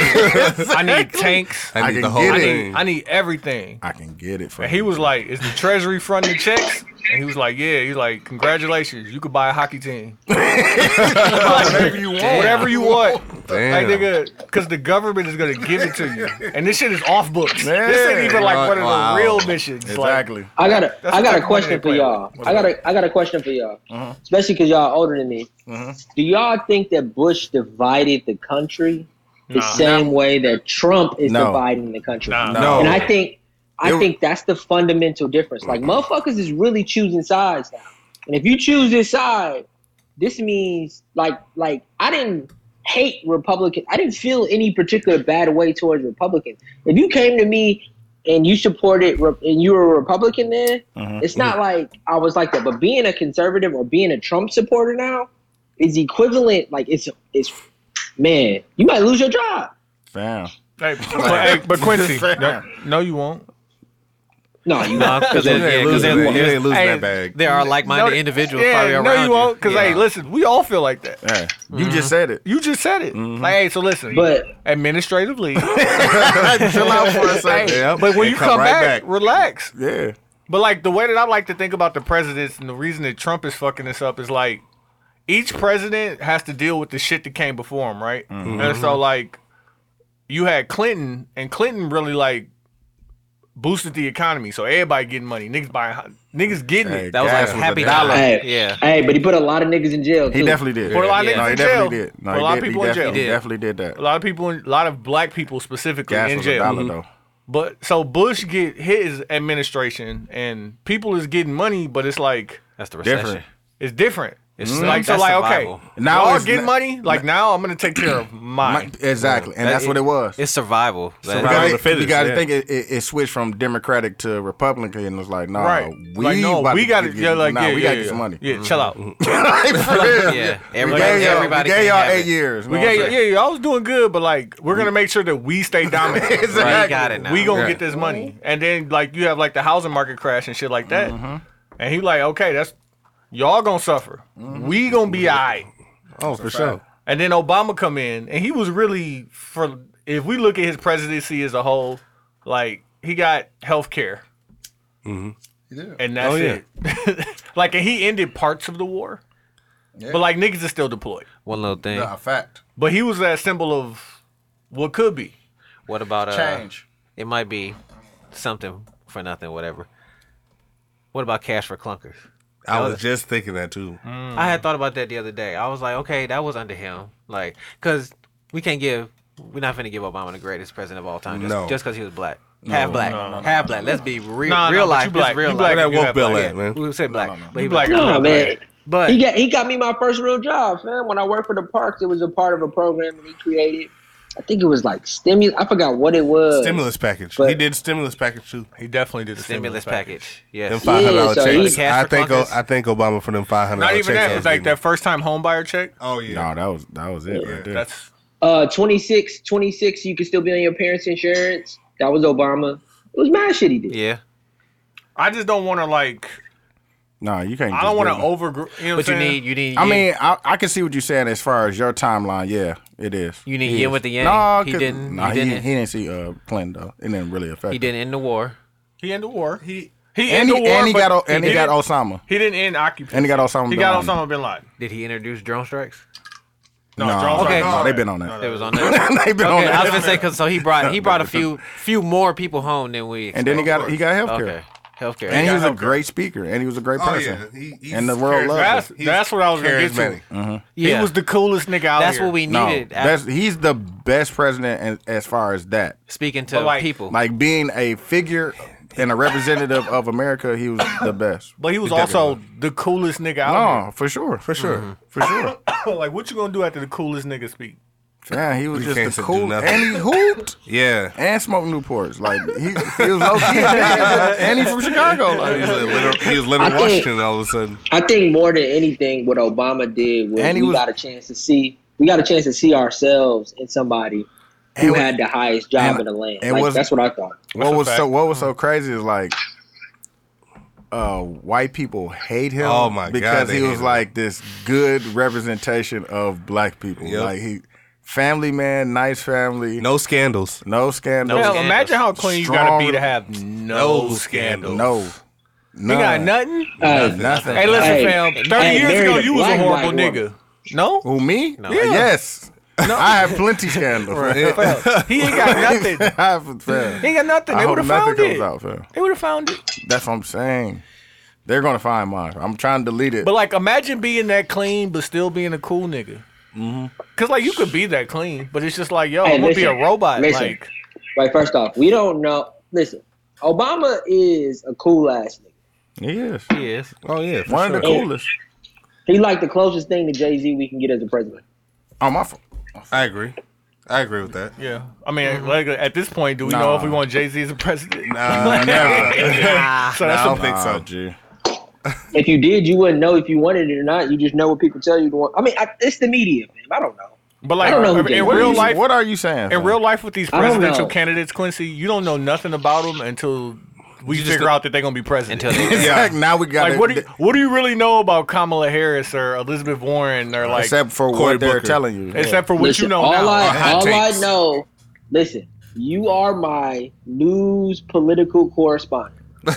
[SPEAKER 4] I need tanks.
[SPEAKER 5] I, need
[SPEAKER 1] can
[SPEAKER 5] the whole
[SPEAKER 1] get it.
[SPEAKER 5] thing.
[SPEAKER 4] I need everything.
[SPEAKER 1] I can get it. Fam.
[SPEAKER 4] And he was like, is the treasury fronting the checks? And he was like, yeah. He's like, congratulations, you could buy a hockey team. whatever you want. Whatever you want.
[SPEAKER 5] Damn.
[SPEAKER 4] Like, nigga, because the government is going to give it to you. And this shit is off books. This ain't
[SPEAKER 1] Yeah.
[SPEAKER 4] even like one of
[SPEAKER 5] Wow.
[SPEAKER 4] the real missions. Like,
[SPEAKER 1] exactly.
[SPEAKER 9] I got a,
[SPEAKER 4] That's
[SPEAKER 9] I
[SPEAKER 4] the
[SPEAKER 9] got
[SPEAKER 4] type
[SPEAKER 9] a
[SPEAKER 4] of
[SPEAKER 9] question
[SPEAKER 4] money
[SPEAKER 9] for
[SPEAKER 4] they play
[SPEAKER 9] y'all.
[SPEAKER 4] with.
[SPEAKER 9] I got a, I got a question for y'all,
[SPEAKER 4] Mm-hmm.
[SPEAKER 9] especially because y'all older than me. Do y'all think that Bush divided the country, the same way that Trump is
[SPEAKER 1] No.
[SPEAKER 9] dividing the country.
[SPEAKER 4] Nah.
[SPEAKER 1] No.
[SPEAKER 9] And I think I
[SPEAKER 1] It-
[SPEAKER 9] think that's the fundamental difference. Like motherfuckers is really choosing sides now. And if you choose this side, this means like like I didn't hate Republicans. I didn't feel any particular bad way towards Republicans. If you came to me and you supported Re- and you were a Republican then, it's not like I was like that. But being a conservative or being a Trump supporter now is equivalent. Like it's it's man, you might lose your job.
[SPEAKER 1] Fam.
[SPEAKER 4] Hey, but, hey, but Quincy,
[SPEAKER 1] Fam.
[SPEAKER 4] no, no, you won't.
[SPEAKER 9] No, you
[SPEAKER 2] No, because
[SPEAKER 5] You ain't losing that- you ain't losing
[SPEAKER 4] Hey,
[SPEAKER 5] that bag.
[SPEAKER 2] there are like-minded
[SPEAKER 4] No,
[SPEAKER 2] individuals
[SPEAKER 4] yeah,
[SPEAKER 2] probably around
[SPEAKER 4] no, you won't. Because
[SPEAKER 2] Yeah.
[SPEAKER 4] hey, listen, we all feel like that.
[SPEAKER 1] Yeah.
[SPEAKER 4] Mm-hmm.
[SPEAKER 1] You just said it.
[SPEAKER 4] You just said it.
[SPEAKER 1] Mm-hmm.
[SPEAKER 4] Like, hey, so listen,
[SPEAKER 9] But
[SPEAKER 4] administratively,
[SPEAKER 5] Chill out for a second. Yep.
[SPEAKER 4] but when
[SPEAKER 5] And
[SPEAKER 4] you come,
[SPEAKER 5] right
[SPEAKER 4] back, relax.
[SPEAKER 1] Yeah.
[SPEAKER 4] But like the way that I like to think about the presidents and the reason that Trump is fucking this up is like each president has to deal with the shit that came before him, right?
[SPEAKER 1] Mm-hmm.
[SPEAKER 4] And so like you had Clinton and Clinton really like boosted the economy. So everybody getting money. Niggas buying niggas getting
[SPEAKER 1] Hey,
[SPEAKER 4] it.
[SPEAKER 2] That was
[SPEAKER 1] Gas
[SPEAKER 2] like
[SPEAKER 1] was a
[SPEAKER 2] happy
[SPEAKER 1] dollar.
[SPEAKER 2] dollar.
[SPEAKER 9] Hey.
[SPEAKER 2] Yeah.
[SPEAKER 9] hey, but he put a lot of niggas in jail.
[SPEAKER 1] He
[SPEAKER 9] too.
[SPEAKER 1] definitely did.
[SPEAKER 4] Put a lot of
[SPEAKER 1] no,
[SPEAKER 4] niggas
[SPEAKER 1] he
[SPEAKER 4] in
[SPEAKER 1] definitely
[SPEAKER 4] jail.
[SPEAKER 1] did. No,
[SPEAKER 4] Put
[SPEAKER 1] he
[SPEAKER 4] a lot of
[SPEAKER 1] did. He
[SPEAKER 4] people in
[SPEAKER 1] definitely-
[SPEAKER 4] jail.
[SPEAKER 1] He definitely did that.
[SPEAKER 4] A lot of people a lot of black people specifically
[SPEAKER 1] Gas
[SPEAKER 4] in
[SPEAKER 1] was a
[SPEAKER 4] jail. Mm-hmm.
[SPEAKER 1] dollar though.
[SPEAKER 4] But so Bush get his administration and people is getting money, but it's like
[SPEAKER 2] That's the recession.
[SPEAKER 1] Different.
[SPEAKER 4] it's different.
[SPEAKER 2] It's
[SPEAKER 4] Like so,
[SPEAKER 2] that's
[SPEAKER 4] like
[SPEAKER 2] survival.
[SPEAKER 4] okay,
[SPEAKER 1] Mm-hmm. Now
[SPEAKER 4] now I
[SPEAKER 1] it's
[SPEAKER 4] get
[SPEAKER 1] not-
[SPEAKER 4] money. Like now, I'm gonna take care of
[SPEAKER 1] My-
[SPEAKER 4] mine.
[SPEAKER 1] exactly, and
[SPEAKER 2] That-
[SPEAKER 1] that's what it was.
[SPEAKER 2] It's survival. That-
[SPEAKER 1] You gotta-
[SPEAKER 10] Survival of the
[SPEAKER 1] you got to
[SPEAKER 10] fittest,
[SPEAKER 1] think it, it, it switched from Democratic to Republican, and it was like, nah,
[SPEAKER 4] right?
[SPEAKER 1] uh, we
[SPEAKER 4] like no,
[SPEAKER 1] about
[SPEAKER 4] we
[SPEAKER 1] to
[SPEAKER 4] got to
[SPEAKER 1] get-
[SPEAKER 4] yeah, like
[SPEAKER 1] nah,
[SPEAKER 4] yeah,
[SPEAKER 1] we
[SPEAKER 4] yeah,
[SPEAKER 1] got to
[SPEAKER 4] yeah.
[SPEAKER 1] get some money.
[SPEAKER 4] Yeah, chill out.
[SPEAKER 1] Like, for real.
[SPEAKER 2] Yeah,
[SPEAKER 1] we
[SPEAKER 2] everybody.
[SPEAKER 1] gave y'all,
[SPEAKER 2] everybody
[SPEAKER 1] we gave
[SPEAKER 2] can
[SPEAKER 1] y'all
[SPEAKER 2] have
[SPEAKER 1] eight
[SPEAKER 2] it.
[SPEAKER 1] years. know
[SPEAKER 4] We
[SPEAKER 1] what I'm
[SPEAKER 4] got, yeah,
[SPEAKER 1] saying?
[SPEAKER 4] yeah, I was doing good, but like we're gonna make sure that we stay dominant.
[SPEAKER 1] Exactly.
[SPEAKER 2] We got it now.
[SPEAKER 4] We gonna
[SPEAKER 5] Right.
[SPEAKER 4] get this money, and then like you have like the housing market crash and shit like that,
[SPEAKER 1] Mm-hmm.
[SPEAKER 4] and he like okay, that's y'all gonna suffer.
[SPEAKER 1] Mm-hmm.
[SPEAKER 4] We gonna be alright.
[SPEAKER 5] Oh, for sure.
[SPEAKER 4] And then Obama come in, and he was really for if we look at his presidency as a whole, like he got health care,
[SPEAKER 5] Mm-hmm.
[SPEAKER 4] and that's
[SPEAKER 10] Oh, yeah.
[SPEAKER 4] it. like and he ended parts of the war, but like niggas is still deployed.
[SPEAKER 2] One little thing.
[SPEAKER 5] Nah, fact.
[SPEAKER 4] But he was that symbol of what could be.
[SPEAKER 2] What about uh,
[SPEAKER 1] Change.
[SPEAKER 2] It might be something for nothing, whatever. What about cash for clunkers?
[SPEAKER 5] I was just thinking that too.
[SPEAKER 2] I had thought about that the other day. I was like, okay, that was under him, like, cause we can't give, we're not finna give Obama the greatest president of all time, just
[SPEAKER 5] No.
[SPEAKER 2] just cause he was black, half black, half black. Let's be real,
[SPEAKER 4] Nah, nah,
[SPEAKER 2] real
[SPEAKER 4] but
[SPEAKER 2] life,
[SPEAKER 4] you
[SPEAKER 2] just
[SPEAKER 4] black.
[SPEAKER 2] real
[SPEAKER 4] You
[SPEAKER 2] life.
[SPEAKER 4] black.
[SPEAKER 5] Where that
[SPEAKER 4] You
[SPEAKER 5] woke
[SPEAKER 4] have
[SPEAKER 5] bill
[SPEAKER 4] black.
[SPEAKER 5] at, man?
[SPEAKER 2] We would say black, but he
[SPEAKER 4] You black.
[SPEAKER 2] black.
[SPEAKER 9] No, man.
[SPEAKER 2] But
[SPEAKER 9] He got he got me my first real job, fam. When I worked for the parks, it was a part of a program that he created. I think it was like stimulus. I forgot what it was.
[SPEAKER 5] Stimulus package.
[SPEAKER 9] But-
[SPEAKER 5] he did stimulus package too.
[SPEAKER 4] He definitely did the
[SPEAKER 2] stimulus package,
[SPEAKER 5] Them
[SPEAKER 2] yes.
[SPEAKER 5] five hundred dollar
[SPEAKER 9] so he-
[SPEAKER 5] checks.
[SPEAKER 2] Cash
[SPEAKER 5] I
[SPEAKER 2] for
[SPEAKER 5] think
[SPEAKER 2] clunkers.
[SPEAKER 5] I think Obama for them five hundred
[SPEAKER 4] Not
[SPEAKER 5] dollar checks.
[SPEAKER 4] even that. It
[SPEAKER 5] I was
[SPEAKER 4] was like
[SPEAKER 5] getting.
[SPEAKER 4] that first time homebuyer check.
[SPEAKER 5] Oh yeah.
[SPEAKER 1] No, that was that was it right there.
[SPEAKER 4] That's
[SPEAKER 9] Uh, 26, 26, You could still be on your parents' insurance. That was Obama. It was mad shit he did.
[SPEAKER 2] yeah.
[SPEAKER 4] I just don't want to like.
[SPEAKER 1] nah, you can't.
[SPEAKER 4] I
[SPEAKER 1] just
[SPEAKER 4] don't want to
[SPEAKER 1] give it-
[SPEAKER 4] over. You know what
[SPEAKER 2] But you
[SPEAKER 4] I'm saying?
[SPEAKER 2] need, you need.
[SPEAKER 1] I
[SPEAKER 2] yin.
[SPEAKER 1] mean, I, I can see what you're saying as far as your timeline. Yeah, it is.
[SPEAKER 2] You need
[SPEAKER 1] It
[SPEAKER 2] yin
[SPEAKER 1] is.
[SPEAKER 2] with the yang.
[SPEAKER 1] Nah,
[SPEAKER 2] He
[SPEAKER 1] 'cause-
[SPEAKER 2] didn't-
[SPEAKER 1] Nah,
[SPEAKER 2] he
[SPEAKER 1] he,
[SPEAKER 2] didn't.
[SPEAKER 1] he didn't see uh, Clinton though. It didn't really affect.
[SPEAKER 2] he
[SPEAKER 1] him.
[SPEAKER 2] didn't end the war.
[SPEAKER 4] He ended the war. He he
[SPEAKER 1] And
[SPEAKER 4] ended
[SPEAKER 1] he,
[SPEAKER 4] the war.
[SPEAKER 1] and he
[SPEAKER 4] but
[SPEAKER 1] got O- and he, got
[SPEAKER 4] didn't-
[SPEAKER 1] Osama.
[SPEAKER 4] He didn't end occupation.
[SPEAKER 1] And he got Osama.
[SPEAKER 4] He
[SPEAKER 1] bin
[SPEAKER 4] got
[SPEAKER 1] Laden.
[SPEAKER 4] Osama bin Laden.
[SPEAKER 2] Did he introduce drone strikes?
[SPEAKER 4] No,
[SPEAKER 1] No,
[SPEAKER 4] Charles
[SPEAKER 2] Okay.
[SPEAKER 4] Osama-
[SPEAKER 1] no, they've been on that.
[SPEAKER 2] It was on that.
[SPEAKER 1] they've been on
[SPEAKER 2] Okay, I was
[SPEAKER 1] that.
[SPEAKER 2] gonna say because so he brought he brought a few few more people home than we.
[SPEAKER 1] And then he got he got healthcare.
[SPEAKER 2] okay healthcare.
[SPEAKER 1] And he
[SPEAKER 5] got
[SPEAKER 1] was a
[SPEAKER 5] healthcare.
[SPEAKER 1] great speaker, and he was a great
[SPEAKER 5] Oh
[SPEAKER 1] person.
[SPEAKER 5] yeah. He, he's
[SPEAKER 1] And the world loved
[SPEAKER 4] That's,
[SPEAKER 5] He's
[SPEAKER 4] that's what I was gonna get to.
[SPEAKER 5] charismatic.
[SPEAKER 2] yeah,
[SPEAKER 4] He was the coolest nigga out
[SPEAKER 2] that's
[SPEAKER 4] here.
[SPEAKER 2] what we
[SPEAKER 1] No,
[SPEAKER 2] needed. at-
[SPEAKER 1] that's he's the best president as, as far as that.
[SPEAKER 2] speaking to
[SPEAKER 4] But, like-
[SPEAKER 2] people.
[SPEAKER 1] Like being a figure and a representative of America, he was the best.
[SPEAKER 4] But he was also the coolest nigga out
[SPEAKER 1] No, for sure, for sure, for sure.
[SPEAKER 4] here. like, what you gonna do after the coolest nigga speak?
[SPEAKER 1] Yeah, he was
[SPEAKER 5] We can't
[SPEAKER 1] just the
[SPEAKER 5] do
[SPEAKER 1] cool,
[SPEAKER 5] nothing.
[SPEAKER 1] and he hooped
[SPEAKER 5] Yeah.
[SPEAKER 1] and smoked Newports. Like he, he was low key, and he's from Chicago.
[SPEAKER 5] He
[SPEAKER 1] Like,
[SPEAKER 5] was like little, he was little
[SPEAKER 9] I think-
[SPEAKER 5] Washington all of a sudden.
[SPEAKER 9] I think more than anything, what Obama did was
[SPEAKER 1] And he
[SPEAKER 9] we
[SPEAKER 1] was-
[SPEAKER 9] got a chance to see we got a chance to see ourselves in somebody who
[SPEAKER 1] And-
[SPEAKER 9] had the highest job
[SPEAKER 1] and-
[SPEAKER 9] in the land.
[SPEAKER 1] and
[SPEAKER 9] Like,
[SPEAKER 1] was-
[SPEAKER 9] that's what I thought.
[SPEAKER 1] what
[SPEAKER 4] a
[SPEAKER 1] was so
[SPEAKER 4] fact.
[SPEAKER 1] what was so crazy is like, uh, white people hate him.
[SPEAKER 5] Oh my God,
[SPEAKER 1] because
[SPEAKER 5] they
[SPEAKER 1] he
[SPEAKER 5] hate
[SPEAKER 1] was
[SPEAKER 5] him.
[SPEAKER 1] like this good representation of black people.
[SPEAKER 5] Yep.
[SPEAKER 1] Like he, family man, nice family, no,
[SPEAKER 5] No scandals.
[SPEAKER 1] no scandal,
[SPEAKER 4] Hell,
[SPEAKER 2] scandals.
[SPEAKER 4] imagine how clean you gotta be
[SPEAKER 1] Strong-
[SPEAKER 4] to have no,
[SPEAKER 5] No
[SPEAKER 4] scandal.
[SPEAKER 5] scandals.
[SPEAKER 1] no,
[SPEAKER 4] You
[SPEAKER 1] none,
[SPEAKER 4] got nothing.
[SPEAKER 9] Hey,
[SPEAKER 1] nothing.
[SPEAKER 4] Hey, listen,
[SPEAKER 9] Hey,
[SPEAKER 4] fam. Thirty
[SPEAKER 9] hey,
[SPEAKER 4] years ago,
[SPEAKER 9] married a
[SPEAKER 4] you was a
[SPEAKER 9] black
[SPEAKER 4] horrible
[SPEAKER 9] white
[SPEAKER 4] nigga. No,
[SPEAKER 1] Who me?
[SPEAKER 2] No.
[SPEAKER 1] Yeah. Yes, I have plenty scandals.
[SPEAKER 4] he ain't got nothing.
[SPEAKER 1] I have, fam.
[SPEAKER 4] He ain't got nothing.
[SPEAKER 1] I
[SPEAKER 4] They
[SPEAKER 1] hope
[SPEAKER 4] would
[SPEAKER 1] nothing
[SPEAKER 4] have found
[SPEAKER 1] comes
[SPEAKER 4] it.
[SPEAKER 1] out, fam.
[SPEAKER 4] They would have found it.
[SPEAKER 1] That's what I'm saying. They're gonna find mine. I'm trying to delete it.
[SPEAKER 4] But like, imagine being that clean, but still being a cool nigga. Cause like you could be that clean, but it's just like, yo,
[SPEAKER 9] Hey,
[SPEAKER 4] I'm gonna be a
[SPEAKER 9] listen,
[SPEAKER 4] robot.
[SPEAKER 9] listen.
[SPEAKER 4] Like,
[SPEAKER 9] Right, first off, we don't know. Listen, Obama is a cool ass nigga.
[SPEAKER 1] He is.
[SPEAKER 2] He is.
[SPEAKER 5] Oh yeah, for
[SPEAKER 1] One of the
[SPEAKER 5] sure.
[SPEAKER 9] Yeah.
[SPEAKER 1] coolest.
[SPEAKER 9] He like the closest thing to Jay Z we can get as a president.
[SPEAKER 1] Oh, my fault.
[SPEAKER 5] I agree. I agree with that.
[SPEAKER 4] yeah. I mean, like at this point, do we know
[SPEAKER 1] Nah.
[SPEAKER 4] if we want Jay Z as a president?
[SPEAKER 5] Nah, never.
[SPEAKER 4] so
[SPEAKER 5] I
[SPEAKER 4] that's
[SPEAKER 5] don't
[SPEAKER 4] a,
[SPEAKER 5] think so.
[SPEAKER 1] G.
[SPEAKER 9] If you did, you wouldn't know if you wanted it or not. You just know what people tell you to want. I mean, I, it's the media, man. I don't know.
[SPEAKER 4] but like
[SPEAKER 9] I don't know who Jay
[SPEAKER 4] in
[SPEAKER 9] Z
[SPEAKER 1] What
[SPEAKER 4] real
[SPEAKER 1] are you-
[SPEAKER 4] life,
[SPEAKER 1] what are you saying?
[SPEAKER 4] in
[SPEAKER 1] fam?
[SPEAKER 4] real life with these
[SPEAKER 9] I don't
[SPEAKER 4] presidential
[SPEAKER 9] know.
[SPEAKER 4] candidates, Quincy, you don't know nothing about them until we
[SPEAKER 5] You just
[SPEAKER 4] figure
[SPEAKER 5] go-
[SPEAKER 4] out that they're gonna be president.
[SPEAKER 2] Until they-
[SPEAKER 5] Yeah.
[SPEAKER 1] Exactly. Now we got
[SPEAKER 4] like,
[SPEAKER 1] it.
[SPEAKER 4] what do you, what do you really know about Kamala Harris or Elizabeth Warren or like, except,
[SPEAKER 1] except for
[SPEAKER 5] Cory
[SPEAKER 1] what they're
[SPEAKER 5] Booker.
[SPEAKER 1] telling you.
[SPEAKER 4] for what
[SPEAKER 9] listen,
[SPEAKER 4] you know
[SPEAKER 9] all
[SPEAKER 4] now?
[SPEAKER 5] Our hot
[SPEAKER 9] I, all I
[SPEAKER 5] takes.
[SPEAKER 9] know, listen, you are my news political correspondent.
[SPEAKER 1] yeah.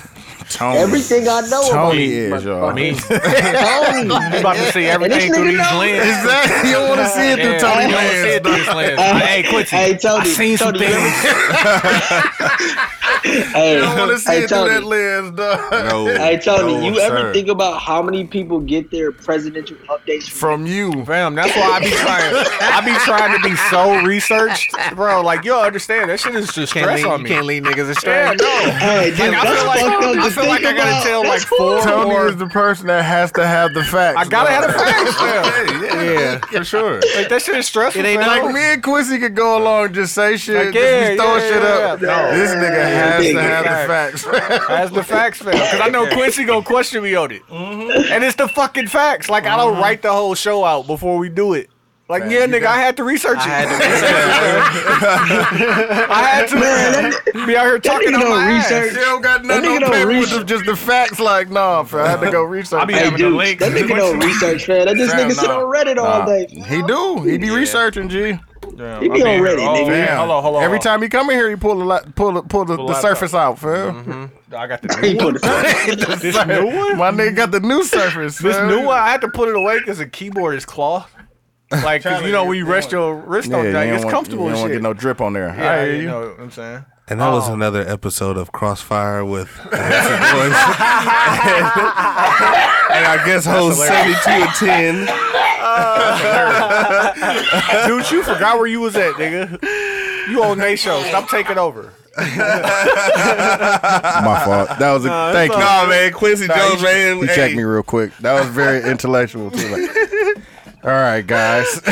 [SPEAKER 1] Tony.
[SPEAKER 9] Everything I know about
[SPEAKER 1] Tony
[SPEAKER 9] you,
[SPEAKER 1] is, y'all.
[SPEAKER 9] motherfucker.
[SPEAKER 4] Me,
[SPEAKER 9] Tony.
[SPEAKER 4] you about to see everything
[SPEAKER 9] nigga
[SPEAKER 4] through these
[SPEAKER 9] know-
[SPEAKER 4] lenses.
[SPEAKER 5] Exactly. You don't want to see it
[SPEAKER 4] Yeah,
[SPEAKER 5] through Tony
[SPEAKER 4] you don't see
[SPEAKER 5] Lance.
[SPEAKER 4] it through this lens. Hey, Quincy,
[SPEAKER 9] Hey, Tony.
[SPEAKER 2] I seen some
[SPEAKER 9] Tony, you remember-
[SPEAKER 2] things.
[SPEAKER 9] Hey,
[SPEAKER 5] You don't want to see
[SPEAKER 9] hey,
[SPEAKER 5] it through that
[SPEAKER 9] Tony.
[SPEAKER 5] lens, dog.
[SPEAKER 1] No.
[SPEAKER 9] Hey, Tony,
[SPEAKER 1] No,
[SPEAKER 9] you
[SPEAKER 1] sir.
[SPEAKER 9] ever think about how many people get their presidential updates from
[SPEAKER 1] from you?
[SPEAKER 4] Fam, that's why I be trying. I be trying to be so researched, bro. Like you understand that shit is just
[SPEAKER 2] Can't
[SPEAKER 4] stress
[SPEAKER 2] leave,
[SPEAKER 4] on
[SPEAKER 2] you
[SPEAKER 4] me.
[SPEAKER 2] can't leave niggas
[SPEAKER 4] yeah,
[SPEAKER 2] astray.
[SPEAKER 4] no.
[SPEAKER 9] Hey, dude,
[SPEAKER 4] Like, I
[SPEAKER 9] that's
[SPEAKER 4] feel like
[SPEAKER 9] fucked up to
[SPEAKER 4] I feel like I
[SPEAKER 9] think
[SPEAKER 4] gotta
[SPEAKER 9] about.
[SPEAKER 4] tell like
[SPEAKER 9] That's
[SPEAKER 4] four.
[SPEAKER 1] Tony
[SPEAKER 4] more-
[SPEAKER 1] is the person that has to have the facts.
[SPEAKER 4] I gotta have the
[SPEAKER 1] dog.
[SPEAKER 4] facts. fam.
[SPEAKER 5] yeah, yeah, for sure.
[SPEAKER 4] Like that shit is stressful.
[SPEAKER 2] It ain't
[SPEAKER 4] fam.
[SPEAKER 1] Like me and Quincy could go along, just say shit,
[SPEAKER 4] Like,
[SPEAKER 1] just
[SPEAKER 4] yeah,
[SPEAKER 1] be throwing
[SPEAKER 4] yeah,
[SPEAKER 1] shit
[SPEAKER 4] yeah,
[SPEAKER 1] up.
[SPEAKER 4] yeah.
[SPEAKER 1] This nigga has
[SPEAKER 9] Yeah,
[SPEAKER 1] to have
[SPEAKER 4] facts.
[SPEAKER 1] the facts.
[SPEAKER 4] That's the facts, fam. Because I know Quincy gonna question me on it, and it's the fucking facts. Like I don't write the whole show out before we do it. Like yeah, nigga, I had to research it. I
[SPEAKER 2] had
[SPEAKER 4] had to, be out here talking
[SPEAKER 9] nigga
[SPEAKER 4] on
[SPEAKER 9] don't
[SPEAKER 4] my
[SPEAKER 9] research.
[SPEAKER 4] research.
[SPEAKER 1] They don't got nothing
[SPEAKER 9] nigga
[SPEAKER 1] on
[SPEAKER 9] don't
[SPEAKER 1] paper with
[SPEAKER 9] research.
[SPEAKER 1] the- just the facts. Like, nah, fam, I had to go research.
[SPEAKER 4] I be
[SPEAKER 9] Hey,
[SPEAKER 4] having the
[SPEAKER 9] dude,
[SPEAKER 4] link.
[SPEAKER 9] that nigga no research, man. That this
[SPEAKER 1] Fam,
[SPEAKER 9] nigga sit
[SPEAKER 1] nah.
[SPEAKER 9] on Reddit
[SPEAKER 1] Nah,
[SPEAKER 9] all day.
[SPEAKER 1] Uh, He do. He be researching, G.
[SPEAKER 4] Damn,
[SPEAKER 9] He be
[SPEAKER 4] I mean,
[SPEAKER 9] on Reddit,
[SPEAKER 4] oh,
[SPEAKER 9] nigga.
[SPEAKER 4] man, Hold on, hold on.
[SPEAKER 1] Every
[SPEAKER 4] hold on.
[SPEAKER 1] time he come in here, he pull a lot, pull a, pull the,
[SPEAKER 4] Pull
[SPEAKER 1] the
[SPEAKER 4] out
[SPEAKER 1] surface out, fam.
[SPEAKER 4] I got the
[SPEAKER 9] He
[SPEAKER 4] new one.
[SPEAKER 9] put it-
[SPEAKER 4] This
[SPEAKER 1] Mm-hmm.
[SPEAKER 4] new one.
[SPEAKER 1] My nigga got the new surface.
[SPEAKER 4] This
[SPEAKER 1] fam.
[SPEAKER 4] new one, I had to put it away because the keyboard is cloth. Like, 'cause you know, when you rest your wrist
[SPEAKER 1] Yeah,
[SPEAKER 4] on
[SPEAKER 1] you
[SPEAKER 4] that,
[SPEAKER 1] don't
[SPEAKER 4] it's
[SPEAKER 1] want-
[SPEAKER 4] comfortable
[SPEAKER 1] You
[SPEAKER 4] and
[SPEAKER 1] don't want to
[SPEAKER 4] shit.
[SPEAKER 1] get no drip on there.
[SPEAKER 4] yeah,
[SPEAKER 1] I hear
[SPEAKER 4] you
[SPEAKER 1] you.
[SPEAKER 4] know what I'm saying.
[SPEAKER 5] And that was another episode of Crossfire with the Message Boys. and I guess host 72 and 10.
[SPEAKER 4] Dude, you forgot where you was at, nigga. You on Nate show. Stop taking over.
[SPEAKER 1] My fault. That was a thank you.
[SPEAKER 5] Nah, man, Quincy Jones, man.
[SPEAKER 1] He
[SPEAKER 5] hey,
[SPEAKER 1] checked me real quick. That was very intellectual too. Like, All right, guys.
[SPEAKER 9] my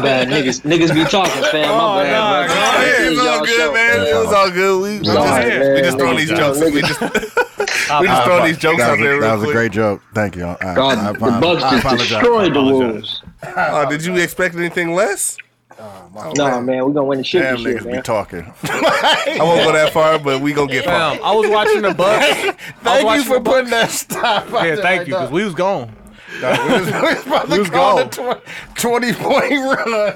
[SPEAKER 9] bad, niggas. Niggas be talking, fam. My bad, bro.
[SPEAKER 5] Oh, yeah, it's all good, man. It was all good. We, we
[SPEAKER 9] Sorry,
[SPEAKER 5] just, we
[SPEAKER 9] man.
[SPEAKER 5] just throwing these
[SPEAKER 9] Niggas-
[SPEAKER 5] jokes. We just, we just throwing these jokes
[SPEAKER 1] that
[SPEAKER 5] out
[SPEAKER 1] was, a-
[SPEAKER 5] there
[SPEAKER 1] that
[SPEAKER 5] real
[SPEAKER 1] was a
[SPEAKER 5] quick.
[SPEAKER 1] great joke. Thank you. I, I, I
[SPEAKER 9] God, the
[SPEAKER 1] apologize.
[SPEAKER 9] Bucks
[SPEAKER 1] I
[SPEAKER 9] just
[SPEAKER 1] apologize.
[SPEAKER 9] destroyed the Wolves.
[SPEAKER 5] Oh, did you expect anything less?
[SPEAKER 4] Oh,
[SPEAKER 9] Nah, man, we gonna win the
[SPEAKER 1] Damn
[SPEAKER 9] championship,
[SPEAKER 1] niggas be
[SPEAKER 9] man.
[SPEAKER 1] talking.
[SPEAKER 5] I won't go that far, but we gonna get far.
[SPEAKER 4] Damn, I was watching the Bucks.
[SPEAKER 1] Thank you
[SPEAKER 4] watching
[SPEAKER 1] for
[SPEAKER 4] the Bucks.
[SPEAKER 1] putting that stop. out
[SPEAKER 4] Yeah,
[SPEAKER 1] there
[SPEAKER 4] thank
[SPEAKER 1] like
[SPEAKER 4] you, because
[SPEAKER 1] that.
[SPEAKER 4] we was gone.
[SPEAKER 1] No, we was, we was about to
[SPEAKER 4] was
[SPEAKER 1] call the 20, 20 point run.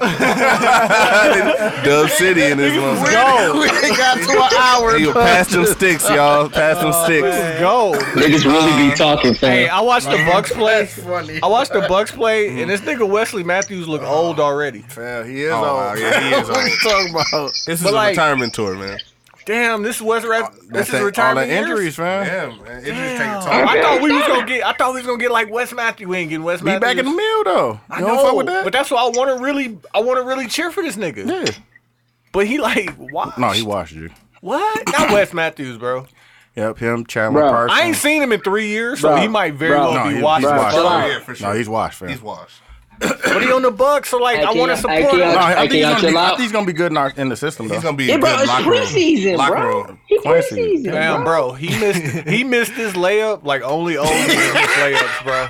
[SPEAKER 5] Dub City in this one.
[SPEAKER 1] we ain't got to an hour.
[SPEAKER 5] You pass them sticks, y'all. Pass them
[SPEAKER 4] Oh,
[SPEAKER 5] sticks.
[SPEAKER 4] Go.
[SPEAKER 9] Niggas really be talking,
[SPEAKER 4] Hey,
[SPEAKER 9] fam.
[SPEAKER 4] I watched the Bucks play. I watched the Bucks play, and this nigga Wesley Matthews look old already.
[SPEAKER 1] Oh, Fam, he is
[SPEAKER 5] Oh,
[SPEAKER 1] old.
[SPEAKER 5] wow, yeah, he is
[SPEAKER 1] what you talking about?
[SPEAKER 5] This is
[SPEAKER 4] But
[SPEAKER 5] a
[SPEAKER 4] like-
[SPEAKER 5] retirement tour, man.
[SPEAKER 4] Damn, this was rap. This
[SPEAKER 1] That's
[SPEAKER 4] is
[SPEAKER 1] all
[SPEAKER 4] retirement
[SPEAKER 1] the injuries, fam.
[SPEAKER 4] injuries.
[SPEAKER 5] Yeah, man. It just
[SPEAKER 4] Damn.
[SPEAKER 5] takes
[SPEAKER 4] I
[SPEAKER 5] time.
[SPEAKER 4] thought we was gonna get. I thought we was gonna get like Wes Matthews. We ain't getting Wes
[SPEAKER 1] Be
[SPEAKER 4] Matthews.
[SPEAKER 1] back in the mill though. You
[SPEAKER 4] I
[SPEAKER 1] don't
[SPEAKER 4] know,
[SPEAKER 1] fuck with that.
[SPEAKER 4] but that's why I want to really, I want to really cheer for this nigga.
[SPEAKER 1] yeah.
[SPEAKER 4] But he like, why?
[SPEAKER 1] No, he watched you.
[SPEAKER 4] What? Not Wes Matthews, bro.
[SPEAKER 1] Yep, him, Chandler
[SPEAKER 9] Bruh,
[SPEAKER 1] Parsons.
[SPEAKER 4] I ain't seen him in three years, so
[SPEAKER 9] Bro,
[SPEAKER 4] he might very
[SPEAKER 9] bro.
[SPEAKER 4] well
[SPEAKER 1] no,
[SPEAKER 4] be
[SPEAKER 1] he,
[SPEAKER 4] watching.
[SPEAKER 1] he's
[SPEAKER 9] Bro,
[SPEAKER 1] washed.
[SPEAKER 9] chill
[SPEAKER 5] out. Oh, Yeah, for
[SPEAKER 1] No,
[SPEAKER 5] sure.
[SPEAKER 1] he's washed, fam.
[SPEAKER 5] He's washed.
[SPEAKER 4] But he on the Bucks, so like,
[SPEAKER 9] Hey,
[SPEAKER 4] I
[SPEAKER 9] can
[SPEAKER 4] want to
[SPEAKER 9] y'all- hey,
[SPEAKER 4] support
[SPEAKER 9] can
[SPEAKER 1] no,
[SPEAKER 4] him.
[SPEAKER 1] I,
[SPEAKER 9] y'all- Hey,
[SPEAKER 1] think he's
[SPEAKER 9] y'all
[SPEAKER 1] gonna
[SPEAKER 9] chill
[SPEAKER 1] be, I
[SPEAKER 9] out?
[SPEAKER 1] think he's gonna be good in, our, in the system though.
[SPEAKER 5] He's gonna be a
[SPEAKER 9] Yeah, bro,
[SPEAKER 5] good
[SPEAKER 9] it's
[SPEAKER 5] locker room.
[SPEAKER 9] preseason,
[SPEAKER 5] Locker
[SPEAKER 9] bro.
[SPEAKER 5] room.
[SPEAKER 9] He
[SPEAKER 1] Quincy.
[SPEAKER 9] preseason,
[SPEAKER 4] Damn,
[SPEAKER 9] bro.
[SPEAKER 4] bro, he missed he missed his layup like only old niggas miss layups, bro.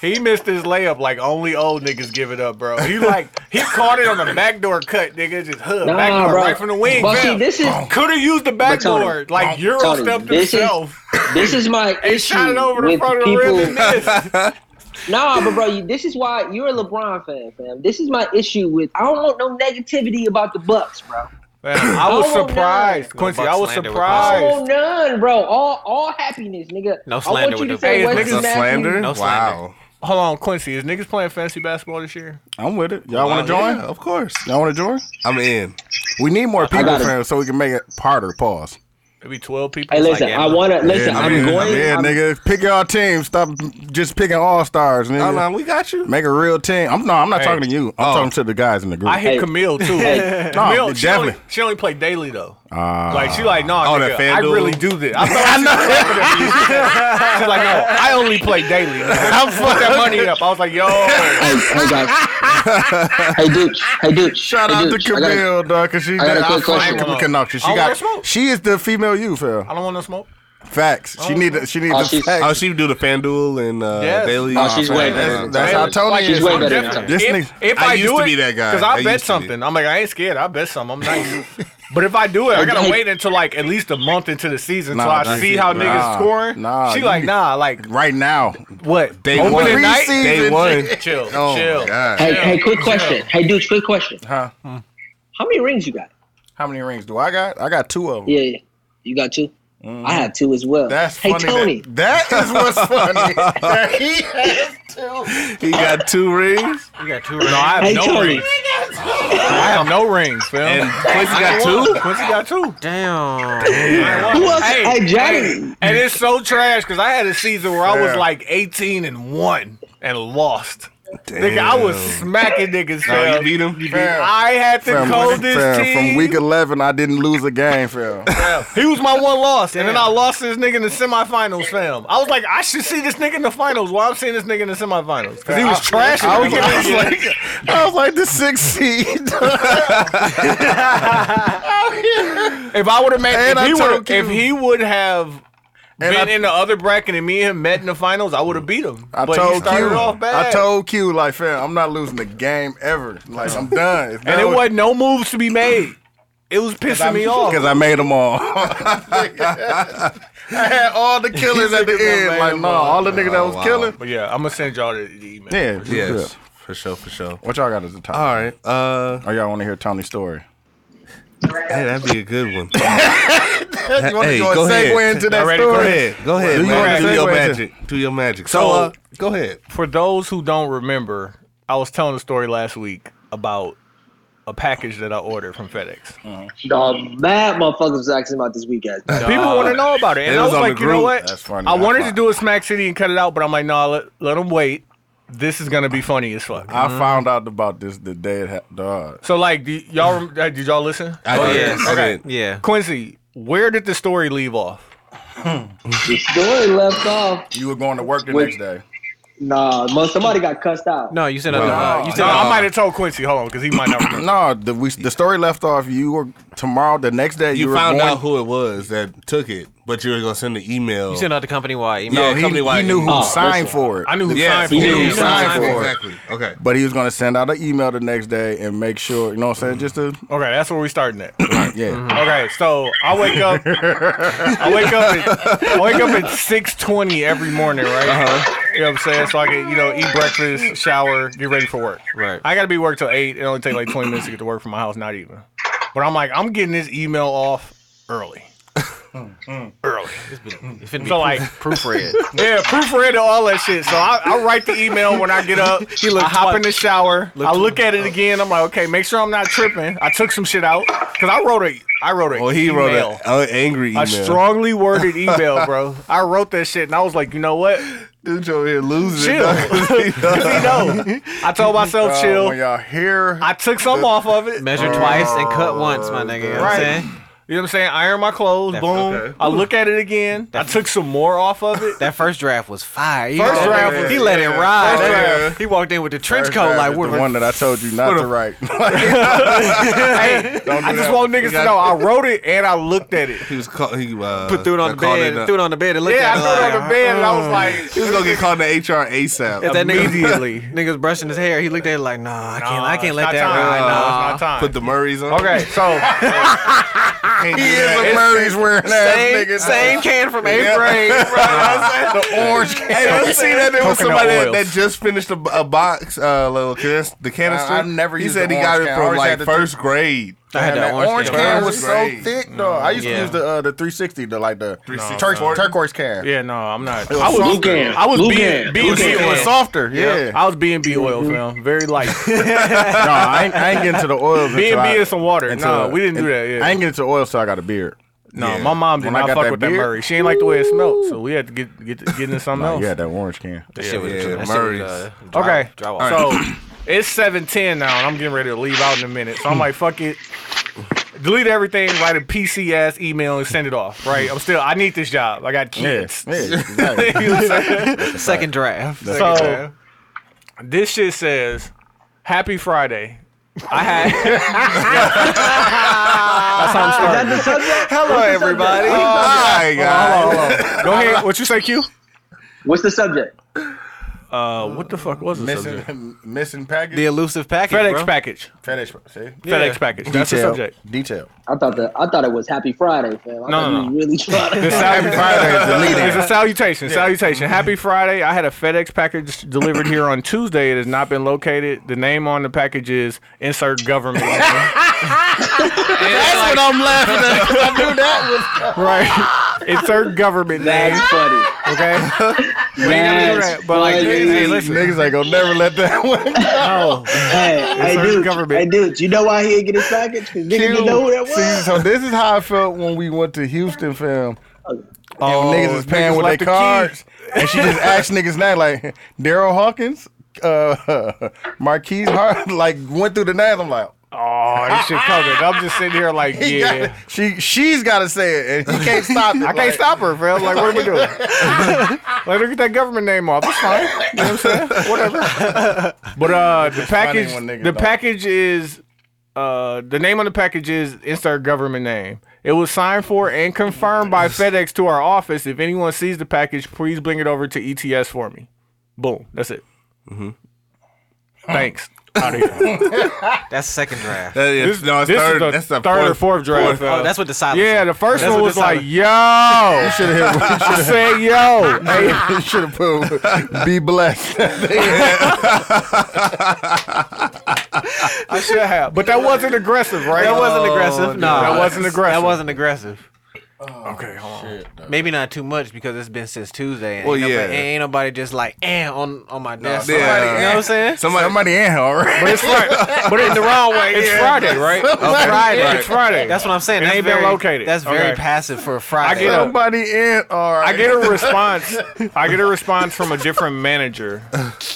[SPEAKER 4] He missed his layup like only old niggas give it up, bro. He like he caught it on the backdoor cut, nigga, just hood
[SPEAKER 9] Nah,
[SPEAKER 4] backdoor
[SPEAKER 9] bro.
[SPEAKER 4] right from the wing.
[SPEAKER 9] But see, this is
[SPEAKER 4] Could have used the
[SPEAKER 9] Tony,
[SPEAKER 4] backboard, like Euro
[SPEAKER 9] Tony,
[SPEAKER 4] stepped
[SPEAKER 9] this is-
[SPEAKER 4] himself.
[SPEAKER 9] this is my
[SPEAKER 4] He
[SPEAKER 9] issue
[SPEAKER 4] shot it over the
[SPEAKER 9] with
[SPEAKER 4] front of the rim and
[SPEAKER 9] people.
[SPEAKER 4] missed.
[SPEAKER 9] Nah, but bro, you, this is why you're a LeBron fan, fam. This is my issue with. I don't want no negativity about the Bucks, bro.
[SPEAKER 4] Man, I was
[SPEAKER 9] Oh, no.
[SPEAKER 4] surprised, Quincy. I was
[SPEAKER 2] Buck slander with
[SPEAKER 9] I
[SPEAKER 4] surprised.
[SPEAKER 9] want Oh, none, bro. All all happiness, nigga.
[SPEAKER 2] No
[SPEAKER 9] I
[SPEAKER 2] slander
[SPEAKER 9] want you
[SPEAKER 2] with
[SPEAKER 9] to
[SPEAKER 2] the
[SPEAKER 9] say
[SPEAKER 4] Hey,
[SPEAKER 9] Wesley
[SPEAKER 4] niggas-
[SPEAKER 5] No
[SPEAKER 9] Matthews.
[SPEAKER 5] slander?
[SPEAKER 2] No slander.
[SPEAKER 5] Wow.
[SPEAKER 4] Hold on, Quincy. Is niggas playing fantasy basketball this year?
[SPEAKER 1] I'm with it. Y'all wanna join?
[SPEAKER 5] Oh, Yeah, of course.
[SPEAKER 1] Y'all wanna join?
[SPEAKER 5] I'm in.
[SPEAKER 1] We need more people,
[SPEAKER 9] gotta-
[SPEAKER 1] fam, so we can make it harder. Pause.
[SPEAKER 4] Maybe twelve people.
[SPEAKER 9] Hey, listen,
[SPEAKER 2] like
[SPEAKER 9] I wanna listen.
[SPEAKER 1] yeah,
[SPEAKER 9] I'm
[SPEAKER 1] nigga,
[SPEAKER 9] going.
[SPEAKER 1] Yeah,
[SPEAKER 9] I'm-
[SPEAKER 1] nigga, pick y'all team. Stop just picking all stars, nigga.
[SPEAKER 5] Oh, no, we got you.
[SPEAKER 1] Make a real team. I'm no, I'm not
[SPEAKER 4] Hey.
[SPEAKER 1] talking to you. I'm
[SPEAKER 5] Oh.
[SPEAKER 1] talking to the guys in the group.
[SPEAKER 4] I hit
[SPEAKER 9] Hey.
[SPEAKER 4] Camille too.
[SPEAKER 9] Hey.
[SPEAKER 1] No,
[SPEAKER 4] Camille, she only,
[SPEAKER 1] definitely.
[SPEAKER 4] she only played daily though.
[SPEAKER 1] Ah.
[SPEAKER 4] like she like, no,
[SPEAKER 5] Oh,
[SPEAKER 4] nigga,
[SPEAKER 5] that
[SPEAKER 4] I
[SPEAKER 5] FanDuel?
[SPEAKER 4] really do this. I, thought she was rapping at me. She's like, no, I only play daily. I'm fuck that money up. I was like, yo,
[SPEAKER 9] Hey, hey guys. hey, dude. Hey, dude.
[SPEAKER 1] Shout
[SPEAKER 9] hey,
[SPEAKER 1] out to
[SPEAKER 9] Dooch. I gotta-
[SPEAKER 1] Camille, dog, cause she
[SPEAKER 9] I got a
[SPEAKER 1] I
[SPEAKER 9] quick
[SPEAKER 1] fuck
[SPEAKER 9] question.
[SPEAKER 1] with Camille Knox. She
[SPEAKER 4] I wanna
[SPEAKER 1] got
[SPEAKER 4] smoke.
[SPEAKER 1] she is the female you,
[SPEAKER 4] I
[SPEAKER 1] Phil.
[SPEAKER 4] don't want no smoke.
[SPEAKER 1] Facts. She need the- she need
[SPEAKER 9] Oh,
[SPEAKER 1] the
[SPEAKER 9] she's-
[SPEAKER 5] Oh,
[SPEAKER 1] facts.
[SPEAKER 5] she do the FanDuel and uh,
[SPEAKER 4] Yes.
[SPEAKER 5] daily.
[SPEAKER 9] Oh, she's way better.
[SPEAKER 1] That's, that's how
[SPEAKER 4] Like,
[SPEAKER 1] Tony
[SPEAKER 9] she's
[SPEAKER 1] is.
[SPEAKER 9] way
[SPEAKER 1] I'm
[SPEAKER 9] better
[SPEAKER 1] just-
[SPEAKER 9] than
[SPEAKER 1] This
[SPEAKER 4] if,
[SPEAKER 1] nigga,
[SPEAKER 4] if
[SPEAKER 5] I
[SPEAKER 4] I,
[SPEAKER 5] used
[SPEAKER 4] do
[SPEAKER 5] to
[SPEAKER 4] it,
[SPEAKER 5] be that guy.
[SPEAKER 4] because
[SPEAKER 5] I
[SPEAKER 4] I,
[SPEAKER 5] used
[SPEAKER 4] bet
[SPEAKER 5] to be.
[SPEAKER 4] something. I'm like, I ain't scared. I bet something. I'm nice. but if I do it, I gotta
[SPEAKER 9] Hey,
[SPEAKER 4] wait until like at least a month into the season,
[SPEAKER 1] Nah,
[SPEAKER 4] so I
[SPEAKER 1] nah,
[SPEAKER 4] see how
[SPEAKER 1] nah,
[SPEAKER 4] niggas scoring.
[SPEAKER 1] nah,
[SPEAKER 4] she
[SPEAKER 1] you-
[SPEAKER 4] like, nah, like
[SPEAKER 1] right now.
[SPEAKER 4] what?
[SPEAKER 5] Day
[SPEAKER 4] Open
[SPEAKER 5] one.
[SPEAKER 4] at night.
[SPEAKER 1] Preseason.
[SPEAKER 5] Day one.
[SPEAKER 4] Chill,
[SPEAKER 5] Oh
[SPEAKER 4] chill.
[SPEAKER 5] my god.
[SPEAKER 9] Hey,
[SPEAKER 4] Yeah,
[SPEAKER 9] hey, quick
[SPEAKER 4] yeah.
[SPEAKER 9] question. Hey, dude, quick question.
[SPEAKER 1] Huh? hmm.
[SPEAKER 9] How many rings you got?
[SPEAKER 1] How many rings do I got? I got two of them.
[SPEAKER 9] Yeah, yeah. you got 2 I have two as well.
[SPEAKER 1] Mm-hmm. That's
[SPEAKER 9] hey,
[SPEAKER 1] funny.
[SPEAKER 9] Tony.
[SPEAKER 1] That, that is what's funny. That he has two.
[SPEAKER 5] He got two rings.
[SPEAKER 2] You got two
[SPEAKER 4] No, I have
[SPEAKER 9] Hey,
[SPEAKER 4] no
[SPEAKER 9] Tony.
[SPEAKER 4] rings. I have no rings, Phil.
[SPEAKER 5] And Quincy got two.
[SPEAKER 4] Quincy got two.
[SPEAKER 2] Damn.
[SPEAKER 9] Who else? Hey, Johnny.
[SPEAKER 4] and it's so trash because I had a season where I was
[SPEAKER 1] Yeah.
[SPEAKER 4] like 18 and one and lost. Nigga, I was smacking niggas.
[SPEAKER 5] Oh, you
[SPEAKER 4] fam.
[SPEAKER 5] beat him. You beat him.
[SPEAKER 1] Fam,
[SPEAKER 4] I had the coldest
[SPEAKER 1] fam,
[SPEAKER 4] team.
[SPEAKER 1] from week 11, I didn't lose a game, Phil.
[SPEAKER 4] He was my one loss, and then I lost to this nigga in the semifinals, fam. I was like, I should see this nigga in the finals. Why I'm seeing this nigga in the semifinals? Because he was trash.
[SPEAKER 1] I was, I was like, I was like the sixth seed.
[SPEAKER 4] if I would have met,
[SPEAKER 1] And
[SPEAKER 4] if
[SPEAKER 1] I
[SPEAKER 4] he,
[SPEAKER 1] told
[SPEAKER 4] would, if
[SPEAKER 1] you.
[SPEAKER 4] he would have
[SPEAKER 1] And
[SPEAKER 4] been
[SPEAKER 1] I-
[SPEAKER 4] in the other bracket and me and him met in the finals, I would have beat him.
[SPEAKER 1] I
[SPEAKER 4] but he
[SPEAKER 1] told
[SPEAKER 4] started
[SPEAKER 1] Q,
[SPEAKER 4] off bad.
[SPEAKER 1] I told Q, like, fam, I'm not losing the game ever. Like, I'm done. It's
[SPEAKER 4] and it wasn't no moves to be made. It was pissing me off.
[SPEAKER 1] because I made them all. I had all the killers at the
[SPEAKER 4] Niggas done
[SPEAKER 1] end.
[SPEAKER 4] made
[SPEAKER 1] Like,
[SPEAKER 4] them
[SPEAKER 1] no,
[SPEAKER 4] all.
[SPEAKER 1] all the niggas that was
[SPEAKER 5] wow.
[SPEAKER 1] killing.
[SPEAKER 4] But yeah, I'm gonna send y'all the, the email.
[SPEAKER 1] Yeah,
[SPEAKER 5] Yes, for sure, for sure.
[SPEAKER 1] What y'all got as the top?
[SPEAKER 5] All right. Uh,
[SPEAKER 1] Oh, y'all want to hear Tony's story?
[SPEAKER 5] hey, that'd be a good one.
[SPEAKER 1] you want
[SPEAKER 5] hey,
[SPEAKER 1] to go
[SPEAKER 5] go
[SPEAKER 1] and segue
[SPEAKER 5] ahead.
[SPEAKER 1] into that
[SPEAKER 4] Y'all ready?
[SPEAKER 1] story?
[SPEAKER 5] Go ahead. Go ahead.
[SPEAKER 1] Do you
[SPEAKER 5] man.
[SPEAKER 1] wanna
[SPEAKER 5] Do
[SPEAKER 1] segue
[SPEAKER 5] your
[SPEAKER 1] into-
[SPEAKER 5] magic. Do your magic. So,
[SPEAKER 4] So-
[SPEAKER 5] uh, go ahead.
[SPEAKER 4] For those who don't remember, I was telling a story last week about a package that I ordered from FedEx.
[SPEAKER 9] The mad motherfuckers was asking about this week, guys.
[SPEAKER 4] People want to know about it, and
[SPEAKER 5] It
[SPEAKER 4] I
[SPEAKER 5] was
[SPEAKER 4] was
[SPEAKER 5] on
[SPEAKER 4] like,
[SPEAKER 5] the
[SPEAKER 4] you know
[SPEAKER 5] group.
[SPEAKER 4] what?
[SPEAKER 1] That's funny.
[SPEAKER 4] I
[SPEAKER 1] That's
[SPEAKER 4] wanted to
[SPEAKER 1] fine.
[SPEAKER 4] do a Smack City and cut it out, but I'm like, nah, let, let them wait. This is gonna be funny as fuck.
[SPEAKER 1] I found out about this the uh, day it happened. Dog.
[SPEAKER 4] so like, do y'all rem- uh, did y'all listen?
[SPEAKER 5] I
[SPEAKER 2] Oh,
[SPEAKER 5] did.
[SPEAKER 2] yes.
[SPEAKER 5] I
[SPEAKER 4] Okay.
[SPEAKER 5] did.
[SPEAKER 2] Yeah.
[SPEAKER 4] Quincy, where did the story leave off?
[SPEAKER 9] The story left off.
[SPEAKER 1] You were going to work the
[SPEAKER 9] Wait.
[SPEAKER 1] next day.
[SPEAKER 9] Nah, most somebody got cussed out.
[SPEAKER 2] No, you said other.
[SPEAKER 1] Wow.
[SPEAKER 2] uh, you
[SPEAKER 4] No,
[SPEAKER 2] said
[SPEAKER 4] I might have told Quincy. Hold on, because he might not remember.
[SPEAKER 1] No, the we, the story left off. You were tomorrow, the next day. You,
[SPEAKER 5] You
[SPEAKER 1] were
[SPEAKER 5] found
[SPEAKER 1] going,
[SPEAKER 5] out who it was that took it, but you were gonna send the email.
[SPEAKER 2] you said other company wide email.
[SPEAKER 1] No,
[SPEAKER 5] Yeah,
[SPEAKER 1] he, he
[SPEAKER 5] company-wide
[SPEAKER 1] knew who
[SPEAKER 9] email.
[SPEAKER 1] signed
[SPEAKER 9] Oh,
[SPEAKER 1] for it.
[SPEAKER 4] I knew who
[SPEAKER 5] Yes,
[SPEAKER 4] signed for
[SPEAKER 5] you
[SPEAKER 4] it.
[SPEAKER 5] knew
[SPEAKER 1] Yeah,
[SPEAKER 5] who signed
[SPEAKER 1] signed
[SPEAKER 5] for
[SPEAKER 1] for
[SPEAKER 5] it.
[SPEAKER 1] it.
[SPEAKER 5] Exactly. Okay.
[SPEAKER 1] but he was going to send out an email the next day and make sure. You know what I'm saying? Just to
[SPEAKER 4] Okay, that's where we starting at.
[SPEAKER 1] yeah.
[SPEAKER 4] Okay, so I wake up. I wake up. At, I wake up at six twenty every morning, right?
[SPEAKER 5] Uh-huh.
[SPEAKER 4] You know what I'm saying? So I can, you know, eat breakfast, shower, get ready for work.
[SPEAKER 2] Right.
[SPEAKER 4] I gotta be work till eight. It only take like twenty minutes to get to work from my house, not even. But I'm like, I'm getting this email off early. early.
[SPEAKER 2] It's finna be
[SPEAKER 4] So like.
[SPEAKER 2] proofread.
[SPEAKER 4] Yeah, proofread and all that shit. So I, I write the email when I get up. I hop in the shower. I look at
[SPEAKER 5] oh.
[SPEAKER 4] it again. I'm like, okay, make sure I'm not tripping. I took some shit out because I wrote a, I wrote a
[SPEAKER 5] Well, he
[SPEAKER 4] email.
[SPEAKER 5] wrote an angry email.
[SPEAKER 4] A strongly worded email, bro. I wrote that shit and I was like, you know what?
[SPEAKER 5] dude over here losing.
[SPEAKER 4] Chill. No. I told myself,
[SPEAKER 5] Oh,
[SPEAKER 1] Uh,
[SPEAKER 4] chill.
[SPEAKER 1] When y'all hear,
[SPEAKER 4] I took some off of it.
[SPEAKER 2] Measure twice and cut once, my nigga. You know what I'm
[SPEAKER 4] Right.
[SPEAKER 2] saying?
[SPEAKER 4] You know what I'm saying? Iron my clothes,
[SPEAKER 2] That's-
[SPEAKER 4] boom.
[SPEAKER 5] okay.
[SPEAKER 4] I look at it again. I took some more off of it.
[SPEAKER 2] That first draft was fire. You
[SPEAKER 4] First
[SPEAKER 2] know?
[SPEAKER 4] draft was-
[SPEAKER 2] he let it ride.
[SPEAKER 4] First
[SPEAKER 2] nigga.
[SPEAKER 1] draft.
[SPEAKER 2] He walked in with the trench
[SPEAKER 1] First
[SPEAKER 2] coat
[SPEAKER 1] draft
[SPEAKER 2] like
[SPEAKER 1] is
[SPEAKER 2] we're
[SPEAKER 1] the one that I told you not to write.
[SPEAKER 4] hey,
[SPEAKER 1] Don't do
[SPEAKER 4] I just
[SPEAKER 1] that.
[SPEAKER 4] want
[SPEAKER 5] You
[SPEAKER 4] niggas
[SPEAKER 5] got-
[SPEAKER 4] to know I wrote it and I looked at it.
[SPEAKER 5] He was call, he uh,
[SPEAKER 2] put through it on the
[SPEAKER 5] got called
[SPEAKER 2] bed,
[SPEAKER 5] in
[SPEAKER 2] threw it on the bed and looked
[SPEAKER 4] Yeah, I
[SPEAKER 2] at it.
[SPEAKER 4] threw it
[SPEAKER 2] like,
[SPEAKER 4] on the bed and I was
[SPEAKER 5] He
[SPEAKER 4] like,
[SPEAKER 5] was gonna get called in HR ASAP.
[SPEAKER 2] If that
[SPEAKER 4] Immediately.
[SPEAKER 2] nigga, nigga's brushing his hair, he looked at it like, nah, I can't, I can't let that ride.
[SPEAKER 4] No,
[SPEAKER 2] Nah.
[SPEAKER 4] it's not time.
[SPEAKER 5] Put the Murrays on.
[SPEAKER 4] okay, so
[SPEAKER 5] Can't do
[SPEAKER 1] he is
[SPEAKER 5] that.
[SPEAKER 1] a Murray's wearing ass
[SPEAKER 2] Same,
[SPEAKER 1] nigga.
[SPEAKER 2] same can from eighth
[SPEAKER 1] Yeah.
[SPEAKER 2] grade.
[SPEAKER 1] the orange.
[SPEAKER 5] Hey, have you seen that? There was
[SPEAKER 4] Coconut
[SPEAKER 5] somebody that, that
[SPEAKER 4] oils.
[SPEAKER 5] just finished a, a box, uh, little can- the canister.
[SPEAKER 1] I've never
[SPEAKER 5] He
[SPEAKER 1] used
[SPEAKER 5] said
[SPEAKER 1] the
[SPEAKER 5] he
[SPEAKER 1] orange
[SPEAKER 5] got it
[SPEAKER 1] can. I
[SPEAKER 5] from
[SPEAKER 1] always
[SPEAKER 5] like
[SPEAKER 1] had the
[SPEAKER 5] first grade.
[SPEAKER 2] I had that
[SPEAKER 1] That orange
[SPEAKER 2] orange
[SPEAKER 1] can
[SPEAKER 5] can.
[SPEAKER 1] was so
[SPEAKER 5] Great.
[SPEAKER 1] thick, though. I used to
[SPEAKER 2] Yeah.
[SPEAKER 1] use the uh, the 360, the like the tur-
[SPEAKER 5] 360.
[SPEAKER 1] turquoise can.
[SPEAKER 4] yeah, no, I'm not. I
[SPEAKER 1] was
[SPEAKER 4] was,
[SPEAKER 9] Lugan.
[SPEAKER 4] I was being,
[SPEAKER 9] Lugan.
[SPEAKER 4] being
[SPEAKER 9] Lugan.
[SPEAKER 4] it
[SPEAKER 1] It was
[SPEAKER 4] was
[SPEAKER 1] softer, yeah.
[SPEAKER 4] I was B and B oil, fam. Very light.
[SPEAKER 1] no, I ain't, I ain't getting to the oils.
[SPEAKER 4] B
[SPEAKER 1] until
[SPEAKER 4] and B
[SPEAKER 1] I-
[SPEAKER 4] is some water.
[SPEAKER 1] until-
[SPEAKER 4] No, we didn't do that.
[SPEAKER 1] I
[SPEAKER 4] Yeah.
[SPEAKER 1] ain't getting to oil, so I got a beard.
[SPEAKER 4] No,
[SPEAKER 5] Yeah.
[SPEAKER 4] my mom did
[SPEAKER 1] When I
[SPEAKER 4] not
[SPEAKER 1] got
[SPEAKER 4] fuck
[SPEAKER 1] that
[SPEAKER 4] with that
[SPEAKER 1] beard-
[SPEAKER 4] Murray. She ain't like the way it smelled, so we had to get get get into something
[SPEAKER 1] Nah,
[SPEAKER 4] else.
[SPEAKER 1] you had that orange can.
[SPEAKER 2] That shit was,
[SPEAKER 5] yeah,
[SPEAKER 2] that shit was,
[SPEAKER 5] Murray's.
[SPEAKER 2] uh,
[SPEAKER 4] Okay.
[SPEAKER 2] Dry, dry
[SPEAKER 4] So it's seven ten now, and I'm getting ready to leave out in a minute. So I'm like, fuck it. Delete everything, write a PC ass email, and send it off. Right? I'm still. I need this job. I got
[SPEAKER 1] Yeah,
[SPEAKER 4] kids.
[SPEAKER 1] yeah, exactly.
[SPEAKER 4] You know what I'm saying?
[SPEAKER 2] Second draft.
[SPEAKER 4] So this shit says, "Happy Friday." I had. That's how I'm starting.
[SPEAKER 9] the subject?
[SPEAKER 2] Hello, everybody.
[SPEAKER 5] my God.
[SPEAKER 4] Go ahead. What you say, Q?
[SPEAKER 9] What's the subject?
[SPEAKER 4] Uh, what the fuck was the subject?
[SPEAKER 5] Missing, missing package.
[SPEAKER 2] the elusive package.
[SPEAKER 4] FedEx
[SPEAKER 2] bro.
[SPEAKER 4] package.
[SPEAKER 5] FedEx. See?
[SPEAKER 4] FedEx package. That's the
[SPEAKER 1] Detail.
[SPEAKER 4] subject.
[SPEAKER 1] Detail.
[SPEAKER 9] I thought that I thought it was Happy Friday, fam.
[SPEAKER 4] No,
[SPEAKER 9] I thought
[SPEAKER 4] no, no.
[SPEAKER 9] you was really trying
[SPEAKER 4] The
[SPEAKER 9] to
[SPEAKER 4] Happy
[SPEAKER 5] Friday is
[SPEAKER 4] It's a salutation. Salutation. Happy Friday. I had a FedEx package delivered here on Tuesday. It has not been located. The name on the package is insert government.
[SPEAKER 2] That's what I'm laughing at.
[SPEAKER 4] right. Insert government name.
[SPEAKER 9] That's funny.
[SPEAKER 4] Okay.
[SPEAKER 9] That's
[SPEAKER 4] But like,
[SPEAKER 9] funny.
[SPEAKER 4] hey, listen.
[SPEAKER 5] Niggas ain't gonna never let that one. Oh.
[SPEAKER 9] Hey, hey,
[SPEAKER 4] our
[SPEAKER 9] dude,
[SPEAKER 4] government.
[SPEAKER 9] hey, dude, you know why he didn't get his package? Because nigga didn't know who that
[SPEAKER 5] See,
[SPEAKER 9] was.
[SPEAKER 5] so this is how I felt when we went to Houston, fam.
[SPEAKER 4] Oh,
[SPEAKER 5] niggas is paying with
[SPEAKER 4] left
[SPEAKER 5] their
[SPEAKER 4] the
[SPEAKER 5] cards,
[SPEAKER 4] keys.
[SPEAKER 5] and she just asked niggas now, like Daryl Hawkins, uh, Marquise Hart, like went through the names. I'm like,
[SPEAKER 4] Oh, this shit coming. I'm just sitting here like,
[SPEAKER 5] he
[SPEAKER 4] yeah.
[SPEAKER 5] got she she's got to say it, and he can't stop it.
[SPEAKER 4] I can't stop her, bro. Like, what are we doing? like, look at that government name off. It's fine. You know what I'm saying? Whatever. But uh, the package,
[SPEAKER 5] when niggas
[SPEAKER 4] the
[SPEAKER 5] don't.
[SPEAKER 4] package is, uh, the name on the package is insert government name. It was signed for and confirmed by FedEx to our office. If anyone sees the package, please bring it over to ETS for me. Boom. That's it.
[SPEAKER 5] Mm-hmm.
[SPEAKER 4] Thanks. Outta here.
[SPEAKER 2] That's second draft.
[SPEAKER 4] This, this is the third or fourth draft.
[SPEAKER 2] Oh, that's what the silence.
[SPEAKER 4] yeah, the first
[SPEAKER 2] That's
[SPEAKER 4] one
[SPEAKER 2] what
[SPEAKER 4] was
[SPEAKER 2] this
[SPEAKER 4] like,
[SPEAKER 2] sounded-
[SPEAKER 4] yo. I
[SPEAKER 5] Should have
[SPEAKER 4] said, yo. Hey,
[SPEAKER 5] should have put be blessed.
[SPEAKER 4] I should have. But that wasn't aggressive, right? Oh,
[SPEAKER 2] That wasn't aggressive. No,
[SPEAKER 4] That wasn't aggressive. Oh,
[SPEAKER 2] That wasn't aggressive.
[SPEAKER 4] Okay, hold on.
[SPEAKER 2] Maybe not too much because it's been since Tuesday. And
[SPEAKER 5] Well,
[SPEAKER 2] ain't
[SPEAKER 5] yeah.
[SPEAKER 2] Nobody, ain't nobody just like eh, on on my desk.
[SPEAKER 5] somebody-
[SPEAKER 2] You know what
[SPEAKER 4] eh.
[SPEAKER 2] I'm saying?
[SPEAKER 5] Somebody, somebody in her, all right?
[SPEAKER 4] But it's Friday. but in the wrong way. It's Friday, right?
[SPEAKER 2] It's Friday.
[SPEAKER 4] It's Friday.
[SPEAKER 2] That's what I'm saying. That's
[SPEAKER 4] ain't been
[SPEAKER 2] very,
[SPEAKER 4] located.
[SPEAKER 2] That's very
[SPEAKER 4] eh. Okay.
[SPEAKER 2] passive for a Friday.
[SPEAKER 4] get up.
[SPEAKER 5] Somebody in, all
[SPEAKER 4] I
[SPEAKER 5] right?
[SPEAKER 4] get a response. I get a response from a different manager,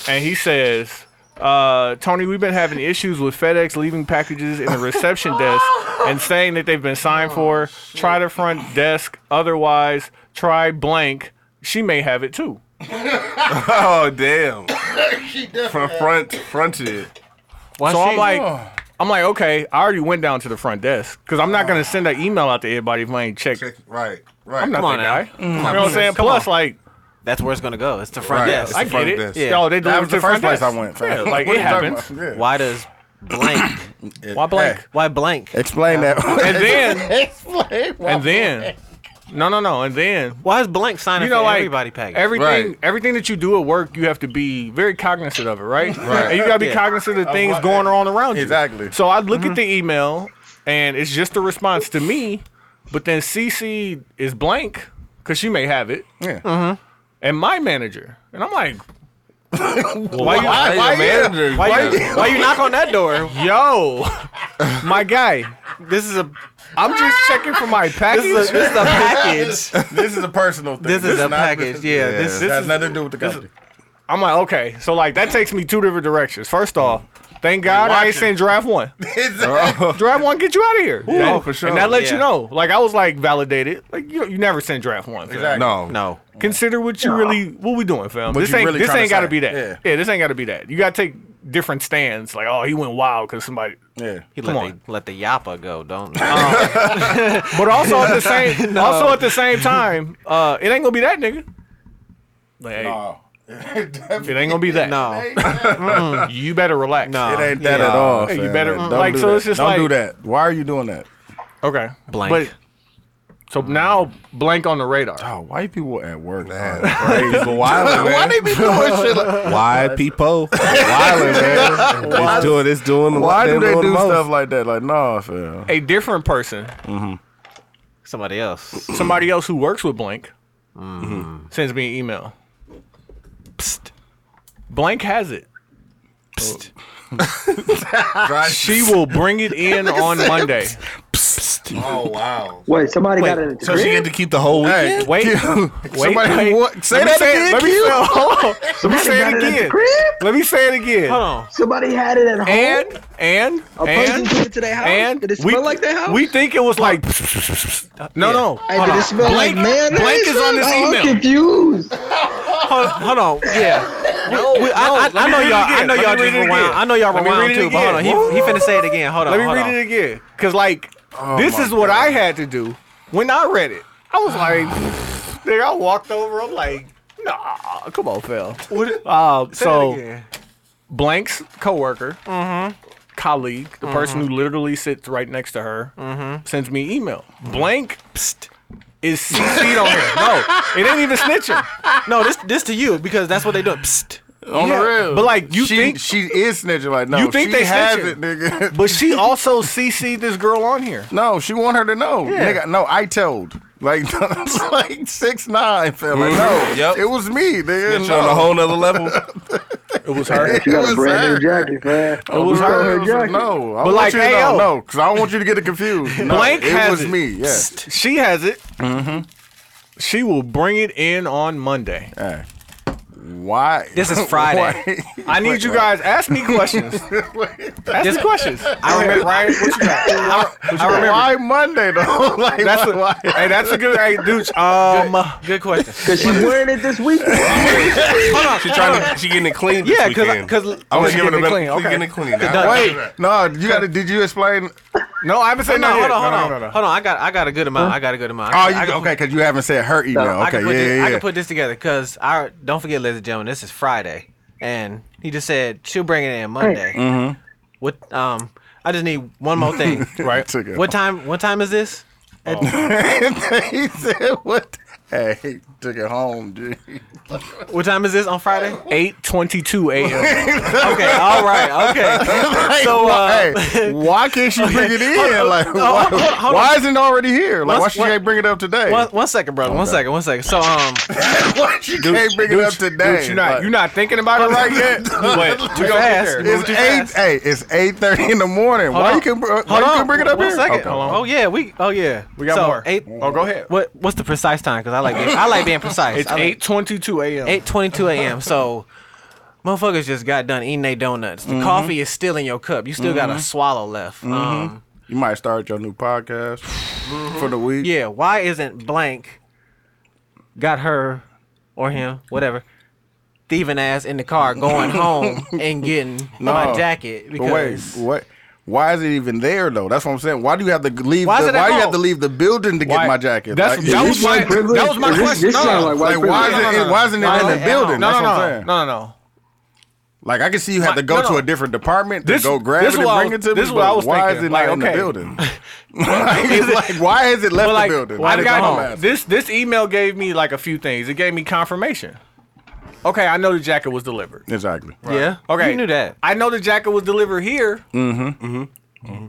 [SPEAKER 4] and he says, uh, "Tony, we've been having issues with FedEx leaving packages in the reception desk and saying that they've been signed
[SPEAKER 1] Oh,
[SPEAKER 4] for. Try the front desk. Otherwise, try blank. She may have it too."
[SPEAKER 5] Oh damn! From front fronted.
[SPEAKER 2] Why
[SPEAKER 4] So I'm
[SPEAKER 2] she-
[SPEAKER 4] like, I'm like, okay, I already went down to the front desk because I'm not gonna send that email out to everybody if I ain't checked.
[SPEAKER 5] Right, right.
[SPEAKER 4] I'm not
[SPEAKER 2] Oh. Come on
[SPEAKER 4] that
[SPEAKER 2] now.
[SPEAKER 4] guy. You know what I'm saying?
[SPEAKER 2] Come
[SPEAKER 4] Plus,
[SPEAKER 2] on.
[SPEAKER 4] like,
[SPEAKER 2] that's where it's gonna go. It's the front
[SPEAKER 5] Right.
[SPEAKER 2] desk.
[SPEAKER 5] It's
[SPEAKER 4] I
[SPEAKER 5] the
[SPEAKER 4] get
[SPEAKER 5] front
[SPEAKER 4] it.
[SPEAKER 5] desk.
[SPEAKER 4] Yeah. Yo, they
[SPEAKER 1] That
[SPEAKER 4] delivered
[SPEAKER 1] was the
[SPEAKER 4] to
[SPEAKER 1] first place
[SPEAKER 4] front
[SPEAKER 1] I
[SPEAKER 4] desk.
[SPEAKER 1] went.
[SPEAKER 4] Yeah,
[SPEAKER 1] fam.
[SPEAKER 4] like
[SPEAKER 5] What
[SPEAKER 4] it Eh.
[SPEAKER 5] are you talking
[SPEAKER 4] happens.
[SPEAKER 5] about? Yeah.
[SPEAKER 2] Why does blank?
[SPEAKER 4] Why blank?
[SPEAKER 2] Why blank?
[SPEAKER 1] Explain that.
[SPEAKER 4] And then,
[SPEAKER 1] Explain why.
[SPEAKER 4] and then, no, no, no, and then.
[SPEAKER 2] Why is blank signing
[SPEAKER 4] You know,
[SPEAKER 2] for
[SPEAKER 4] like
[SPEAKER 2] everybody package?
[SPEAKER 4] everything,
[SPEAKER 5] Right.
[SPEAKER 4] everything that you do at work, you have to be very cognizant of it, right?
[SPEAKER 5] Right.
[SPEAKER 4] And you gotta be
[SPEAKER 2] Yeah.
[SPEAKER 4] cognizant of things
[SPEAKER 5] what-
[SPEAKER 4] going on around you.
[SPEAKER 5] Exactly.
[SPEAKER 4] So I look at the email, and it's just a response to me, but then CC is blank because she may have it.
[SPEAKER 5] Yeah.
[SPEAKER 4] and my manager. And I'm like,
[SPEAKER 5] Why,
[SPEAKER 4] why-
[SPEAKER 5] your manager?
[SPEAKER 2] why, you, why you knock on that door?
[SPEAKER 4] yo, my guy,
[SPEAKER 2] This is a
[SPEAKER 4] I'm just checking for my
[SPEAKER 2] this is a,
[SPEAKER 4] package.
[SPEAKER 2] this is a package.
[SPEAKER 5] this is a personal thing.
[SPEAKER 2] This is a
[SPEAKER 5] not-
[SPEAKER 2] package. Yeah, this-
[SPEAKER 5] it
[SPEAKER 2] this
[SPEAKER 5] has
[SPEAKER 4] is-
[SPEAKER 5] nothing to do with the company.
[SPEAKER 4] I'm like, okay. So, like, that takes me two different directions. First off, thank God I ain't
[SPEAKER 5] watching.
[SPEAKER 4] seen draft one.
[SPEAKER 5] Exactly.
[SPEAKER 4] Draft one get you out of here.
[SPEAKER 5] Yeah,
[SPEAKER 4] That-
[SPEAKER 5] for sure.
[SPEAKER 4] And that lets you
[SPEAKER 2] Yeah.
[SPEAKER 4] know. Like, I was like validated. Like, you you never sent draft one. fam.
[SPEAKER 5] Exactly. No,
[SPEAKER 2] No,
[SPEAKER 4] Consider what you really, what we doing, fam.
[SPEAKER 5] What
[SPEAKER 4] this
[SPEAKER 5] you
[SPEAKER 4] ain't,
[SPEAKER 5] really
[SPEAKER 4] this
[SPEAKER 5] tryna
[SPEAKER 4] ain't got to
[SPEAKER 5] say.
[SPEAKER 4] be that.
[SPEAKER 5] Yeah.
[SPEAKER 4] Yeah. this ain't got to be that. You got to take different stands. Like, oh, he went wild because somebody.
[SPEAKER 5] Yeah.
[SPEAKER 2] he
[SPEAKER 4] Come
[SPEAKER 2] let
[SPEAKER 4] on.
[SPEAKER 2] the let the yappa go. Don't.
[SPEAKER 4] But also at the same, also at the same time, uh, it ain't gonna be that nigga. Like, hey, It ain't gonna be that.
[SPEAKER 2] No.
[SPEAKER 4] You better relax.
[SPEAKER 2] No.
[SPEAKER 5] It ain't that
[SPEAKER 2] Yeah.
[SPEAKER 5] at all.
[SPEAKER 4] Hey, you
[SPEAKER 5] fam.
[SPEAKER 4] better-
[SPEAKER 5] Don't
[SPEAKER 4] like,
[SPEAKER 5] do
[SPEAKER 4] so
[SPEAKER 5] that.
[SPEAKER 4] it's just
[SPEAKER 5] don't
[SPEAKER 4] like-
[SPEAKER 5] do that. Why are you doing that?
[SPEAKER 4] Okay.
[SPEAKER 2] Blank.
[SPEAKER 4] so now blank on the radar.
[SPEAKER 1] Oh, white people at work.
[SPEAKER 5] Man,
[SPEAKER 1] are
[SPEAKER 5] crazy.
[SPEAKER 1] Why,
[SPEAKER 5] Why they
[SPEAKER 1] be doing shit like
[SPEAKER 10] Why people?
[SPEAKER 1] wilding, man?
[SPEAKER 10] it's doing. It's doing.
[SPEAKER 1] Why do they
[SPEAKER 10] doing the
[SPEAKER 1] do
[SPEAKER 10] most.
[SPEAKER 1] stuff like that? Like, nah, fam.
[SPEAKER 4] A different person,
[SPEAKER 2] Somebody else.
[SPEAKER 4] somebody else who works with blank, sends me an email. Psst. Blank has it.
[SPEAKER 5] Dry
[SPEAKER 4] She will bring it in on Monday.
[SPEAKER 1] nasty.
[SPEAKER 5] Oh wow.
[SPEAKER 9] Wait, somebody got it. At the
[SPEAKER 5] So she
[SPEAKER 9] crib?
[SPEAKER 5] had to keep the whole
[SPEAKER 4] Hey,
[SPEAKER 5] weekend.
[SPEAKER 4] wait,
[SPEAKER 5] Somebody
[SPEAKER 4] wait.
[SPEAKER 5] what? Say
[SPEAKER 4] Let me
[SPEAKER 5] that
[SPEAKER 4] say it-
[SPEAKER 5] again.
[SPEAKER 4] Let me,
[SPEAKER 5] Q.
[SPEAKER 4] say, hold on. Let me
[SPEAKER 9] Somebody
[SPEAKER 4] say
[SPEAKER 9] got
[SPEAKER 4] it
[SPEAKER 9] it at the
[SPEAKER 4] again.
[SPEAKER 9] crib.
[SPEAKER 4] Let me say it again.
[SPEAKER 2] Hold on.
[SPEAKER 9] Somebody had it at home.
[SPEAKER 4] And and
[SPEAKER 9] a person
[SPEAKER 4] and
[SPEAKER 9] took it to their house.
[SPEAKER 4] and
[SPEAKER 9] did it smell
[SPEAKER 4] we,
[SPEAKER 9] like their house?
[SPEAKER 4] We think it was like no no.
[SPEAKER 9] Hey,
[SPEAKER 4] hold
[SPEAKER 9] did
[SPEAKER 4] on.
[SPEAKER 9] it smell
[SPEAKER 4] Blake,
[SPEAKER 9] like mayonnaise?
[SPEAKER 4] Blake is on this
[SPEAKER 9] Oh,
[SPEAKER 4] email.
[SPEAKER 9] I'm confused.
[SPEAKER 2] Hold, hold on. Yeah. We- I, I, I know
[SPEAKER 4] read it
[SPEAKER 2] y'all. I
[SPEAKER 4] again.
[SPEAKER 2] know
[SPEAKER 4] Let me
[SPEAKER 2] y'all
[SPEAKER 4] read
[SPEAKER 2] just
[SPEAKER 4] it again.
[SPEAKER 2] rewound. I know y'all
[SPEAKER 4] Let me
[SPEAKER 2] rewound
[SPEAKER 4] read it
[SPEAKER 2] too. But hold on. He,
[SPEAKER 4] again.
[SPEAKER 2] he finna say it again. Hold on.
[SPEAKER 4] Let me
[SPEAKER 2] hold
[SPEAKER 4] read
[SPEAKER 2] on.
[SPEAKER 4] it again, cause like this
[SPEAKER 5] my
[SPEAKER 4] is what I had to do when I read it. I was like, nigga, I walked over. I'm like, nah, come on, Phil. Uh, so Blank's coworker, colleague, the person who literally sits right next to her, sends me email. Blank psst, is CC'd on here. No, it ain't even snitching.
[SPEAKER 2] No, this this to you because that's what they doing. Psst.
[SPEAKER 1] On
[SPEAKER 4] Yeah,
[SPEAKER 1] the real.
[SPEAKER 4] but, like, you
[SPEAKER 1] she,
[SPEAKER 4] think-
[SPEAKER 1] she is snitching? Like no,
[SPEAKER 4] You think
[SPEAKER 1] she
[SPEAKER 4] they
[SPEAKER 1] has
[SPEAKER 4] snitching.
[SPEAKER 1] it, nigga?
[SPEAKER 4] But she also CC'd this girl on here.
[SPEAKER 1] no, she want her to know, nigga. No, I told. Like, like six nine, fella. Like, no,
[SPEAKER 5] Yep.
[SPEAKER 1] it was me, nigga.
[SPEAKER 5] Bitch
[SPEAKER 1] no.
[SPEAKER 5] on a whole nother level.
[SPEAKER 4] It was her.
[SPEAKER 9] You got
[SPEAKER 1] was
[SPEAKER 9] a brand
[SPEAKER 1] her.
[SPEAKER 9] new jacket, man.
[SPEAKER 1] It was
[SPEAKER 9] You got
[SPEAKER 1] her. It was-
[SPEAKER 9] jacket.
[SPEAKER 1] no, I
[SPEAKER 4] But
[SPEAKER 1] want
[SPEAKER 4] like,
[SPEAKER 1] you to
[SPEAKER 4] hey,
[SPEAKER 1] know,
[SPEAKER 4] yo.
[SPEAKER 1] no, because I don't want you to get it confused. No,
[SPEAKER 4] Blank
[SPEAKER 1] it
[SPEAKER 4] has
[SPEAKER 1] was
[SPEAKER 4] it.
[SPEAKER 1] me. Yes.
[SPEAKER 4] She has it. Mm-hmm. She will bring it in on Monday.
[SPEAKER 1] Hey. Why?
[SPEAKER 2] This is Friday.
[SPEAKER 1] Why?
[SPEAKER 4] I need you guys ask me questions. ask me questions. I remember Ryan, what you got? I remember.
[SPEAKER 1] Why Monday though? like
[SPEAKER 4] That's
[SPEAKER 1] why,
[SPEAKER 4] a,
[SPEAKER 1] why?
[SPEAKER 4] hey, that's a good hey, dude. Um,
[SPEAKER 2] Good question.
[SPEAKER 9] Cause she's wearing it this weekend.
[SPEAKER 5] She trying to. She getting it clean.
[SPEAKER 4] yeah,
[SPEAKER 5] this weekend.
[SPEAKER 4] because because
[SPEAKER 5] I was giving
[SPEAKER 4] it
[SPEAKER 5] her
[SPEAKER 4] clean.
[SPEAKER 5] She
[SPEAKER 4] Okay.
[SPEAKER 5] getting it clean. Now,
[SPEAKER 1] Wait, no, you got to. Did you explain?
[SPEAKER 4] No, I haven't said
[SPEAKER 2] No,
[SPEAKER 4] no.
[SPEAKER 2] hold on, hold
[SPEAKER 4] no,
[SPEAKER 2] on,
[SPEAKER 4] no, no, no.
[SPEAKER 2] hold on. I got I got a good amount. I got a good amount.
[SPEAKER 1] Oh,
[SPEAKER 2] I,
[SPEAKER 1] you,
[SPEAKER 2] I can
[SPEAKER 1] okay, because you haven't said her email.
[SPEAKER 2] I
[SPEAKER 1] okay,
[SPEAKER 2] can put
[SPEAKER 1] yeah,
[SPEAKER 2] this,
[SPEAKER 1] yeah,
[SPEAKER 2] I
[SPEAKER 1] yeah.
[SPEAKER 2] can put this together because I don't forget, ladies and gentlemen, this is Friday, and he just said she'll bring it in Monday. What? Um, I just need one more thing.
[SPEAKER 1] right. Took it.
[SPEAKER 2] what time? What time is this?
[SPEAKER 1] he said what? Hey, he took it home, dude.
[SPEAKER 2] What time is this on Friday?
[SPEAKER 4] Eight twenty-two a.m.
[SPEAKER 2] Okay. All right. Okay.
[SPEAKER 1] Like,
[SPEAKER 2] So,
[SPEAKER 1] why,
[SPEAKER 2] uh,
[SPEAKER 1] hey, why can't she bring it in? Like, why,
[SPEAKER 2] hold- hold
[SPEAKER 1] why isn't it already here? Like, why
[SPEAKER 2] Once-
[SPEAKER 1] she
[SPEAKER 2] one-
[SPEAKER 1] can't bring it up today?
[SPEAKER 2] One, one second, brother. One second. One second. So, um,
[SPEAKER 1] why she can't bring it up today?
[SPEAKER 4] Dude, you're not
[SPEAKER 1] Like-
[SPEAKER 4] you're not thinking about it right yet.
[SPEAKER 1] Wait,
[SPEAKER 4] we gonna get there.
[SPEAKER 1] It's
[SPEAKER 2] too
[SPEAKER 1] eight.
[SPEAKER 2] fast.
[SPEAKER 1] Hey, it's eight thirty in the morning. why
[SPEAKER 2] on.
[SPEAKER 1] you can? Hold why
[SPEAKER 2] hold
[SPEAKER 1] you
[SPEAKER 2] on.
[SPEAKER 1] can bring it up
[SPEAKER 2] one
[SPEAKER 1] here?
[SPEAKER 2] second.
[SPEAKER 1] Okay.
[SPEAKER 2] Oh yeah, we. Oh yeah, we
[SPEAKER 4] got more.
[SPEAKER 2] Eight.
[SPEAKER 4] Oh, go ahead.
[SPEAKER 2] What? What's the precise time? Because I like being, I like being precise.
[SPEAKER 4] It's
[SPEAKER 2] I like-
[SPEAKER 4] eight twenty-two a.m.
[SPEAKER 2] Eight twenty-two a.m. So, motherfuckers just got done eating their donuts. The
[SPEAKER 1] Mm-hmm.
[SPEAKER 2] coffee is still in your cup. You still got a swallow left. Um,
[SPEAKER 1] You might start your new podcast for the week.
[SPEAKER 2] yeah. Why isn't blank got her or him, whatever, thieving ass in the car going home and getting my
[SPEAKER 1] No.
[SPEAKER 2] jacket?
[SPEAKER 1] But wait,
[SPEAKER 2] Because
[SPEAKER 1] what? Why is it even there though? That's what I'm saying. Why do you have to leave?
[SPEAKER 2] Why
[SPEAKER 1] Why, the,
[SPEAKER 2] is it at
[SPEAKER 1] why you have
[SPEAKER 2] home?
[SPEAKER 1] to leave the building to
[SPEAKER 4] Why-
[SPEAKER 1] get my jacket?
[SPEAKER 4] That's-
[SPEAKER 1] like,
[SPEAKER 4] that
[SPEAKER 1] is
[SPEAKER 4] was
[SPEAKER 1] this
[SPEAKER 4] my-
[SPEAKER 1] like-
[SPEAKER 4] that was my
[SPEAKER 9] This-
[SPEAKER 4] question.
[SPEAKER 9] This
[SPEAKER 4] No,
[SPEAKER 9] sound like white
[SPEAKER 1] Like why
[SPEAKER 9] privilege.
[SPEAKER 1] is it?
[SPEAKER 4] no, no.
[SPEAKER 1] Why isn't it
[SPEAKER 2] Why
[SPEAKER 1] in
[SPEAKER 2] is
[SPEAKER 1] the
[SPEAKER 2] it at
[SPEAKER 1] building?
[SPEAKER 2] home?
[SPEAKER 4] No,
[SPEAKER 1] That's
[SPEAKER 4] no,
[SPEAKER 1] what I'm
[SPEAKER 4] no,
[SPEAKER 1] saying.
[SPEAKER 4] no, no, no.
[SPEAKER 1] Like I can see you had to go
[SPEAKER 4] no,
[SPEAKER 1] to
[SPEAKER 4] no.
[SPEAKER 1] a different department
[SPEAKER 4] This-
[SPEAKER 1] to go grab
[SPEAKER 4] this
[SPEAKER 1] it
[SPEAKER 4] is
[SPEAKER 1] and
[SPEAKER 4] what I
[SPEAKER 1] bring
[SPEAKER 4] was-
[SPEAKER 1] it to me.
[SPEAKER 4] this is what
[SPEAKER 1] but
[SPEAKER 4] I was
[SPEAKER 1] why
[SPEAKER 4] thinking.
[SPEAKER 1] is it not
[SPEAKER 4] Like,
[SPEAKER 1] in
[SPEAKER 4] okay.
[SPEAKER 1] the building? like, it's like, why is it left
[SPEAKER 4] But like,
[SPEAKER 1] the building?
[SPEAKER 4] I
[SPEAKER 1] That's
[SPEAKER 4] got
[SPEAKER 1] what I'm asking.
[SPEAKER 4] this. This email gave me like a few things. It gave me confirmation. Okay, I know the jacket was delivered.
[SPEAKER 1] exactly.
[SPEAKER 2] yeah.
[SPEAKER 4] Okay,
[SPEAKER 2] You knew that.
[SPEAKER 4] I know the jacket was delivered here. Mm-hmm. Mm-hmm.
[SPEAKER 1] Mm-hmm.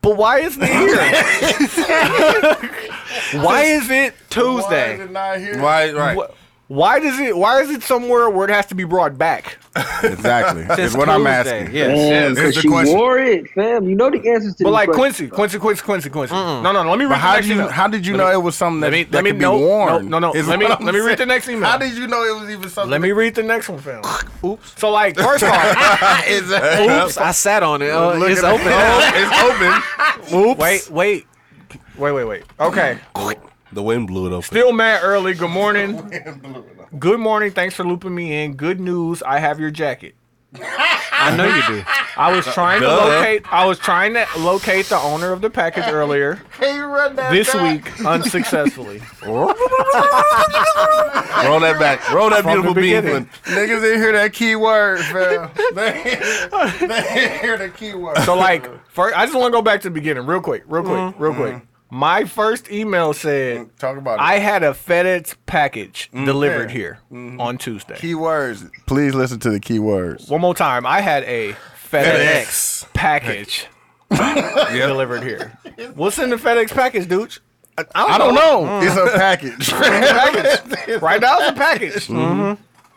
[SPEAKER 4] But why isn't it here? why is it
[SPEAKER 1] Why is
[SPEAKER 4] Tuesday?
[SPEAKER 1] it not here?
[SPEAKER 5] Why? Right.
[SPEAKER 4] Wh- Why does it? Why is it somewhere where it has to be brought back?
[SPEAKER 1] Exactly.
[SPEAKER 2] Since
[SPEAKER 1] Is what I'm
[SPEAKER 2] Tuesday,
[SPEAKER 1] asking.
[SPEAKER 2] yes.
[SPEAKER 9] Damn,
[SPEAKER 1] It's
[SPEAKER 9] cause
[SPEAKER 1] the
[SPEAKER 9] she
[SPEAKER 1] question.
[SPEAKER 9] wore it, fam. You know the answers to
[SPEAKER 4] But
[SPEAKER 9] these
[SPEAKER 4] like
[SPEAKER 9] questions.
[SPEAKER 4] Quincy, Quincy, Quincy, Quincy, Quincy. No, no, no. Let me read
[SPEAKER 1] But how
[SPEAKER 4] the next
[SPEAKER 1] did you
[SPEAKER 4] email.
[SPEAKER 1] how did you know it was something that,
[SPEAKER 4] let me-
[SPEAKER 1] that
[SPEAKER 4] let me-
[SPEAKER 1] could
[SPEAKER 4] no,
[SPEAKER 1] be
[SPEAKER 4] no,
[SPEAKER 1] worn?
[SPEAKER 4] no, no.
[SPEAKER 1] is
[SPEAKER 4] Let me-
[SPEAKER 1] what I'm
[SPEAKER 4] let me read
[SPEAKER 1] saying.
[SPEAKER 4] the next email.
[SPEAKER 1] How did you know it was even something?
[SPEAKER 4] Let me read the next one, fam. Oops. So like, first off,
[SPEAKER 2] Oops, I sat on it. Uh,
[SPEAKER 1] Look
[SPEAKER 2] it's
[SPEAKER 1] at
[SPEAKER 2] open.
[SPEAKER 1] it's open. Oops.
[SPEAKER 4] Wait, wait. Wait, wait, wait. Okay.
[SPEAKER 5] The wind blew it open.
[SPEAKER 4] Still mad early. Good morning. Good morning. Thanks for looping me in. Good news. I have your jacket.
[SPEAKER 2] I know you do.
[SPEAKER 4] I was trying to
[SPEAKER 5] Duh.
[SPEAKER 4] locate I was trying to locate the owner of the package earlier
[SPEAKER 1] Can you run that
[SPEAKER 4] this
[SPEAKER 1] back?
[SPEAKER 4] week unsuccessfully.
[SPEAKER 5] Roll that back. Roll that
[SPEAKER 4] From the
[SPEAKER 5] beautiful bean.
[SPEAKER 4] beginning.
[SPEAKER 1] Niggas didn't hear that key word, fam. They, didn't hear the key word.
[SPEAKER 4] So like first I just want to go back to the beginning real quick, real quick, real quick. My first email said
[SPEAKER 1] talk about it.
[SPEAKER 4] I had a FedEx package delivered
[SPEAKER 1] yeah.
[SPEAKER 4] here on Tuesday.
[SPEAKER 1] key words. Please listen to the key words.
[SPEAKER 4] One more time. I had a FedEx. package delivered here. What's in the FedEx package, dude? I,
[SPEAKER 1] I don't know. It's a package.
[SPEAKER 4] Package. Mm-hmm. right now, it's a package.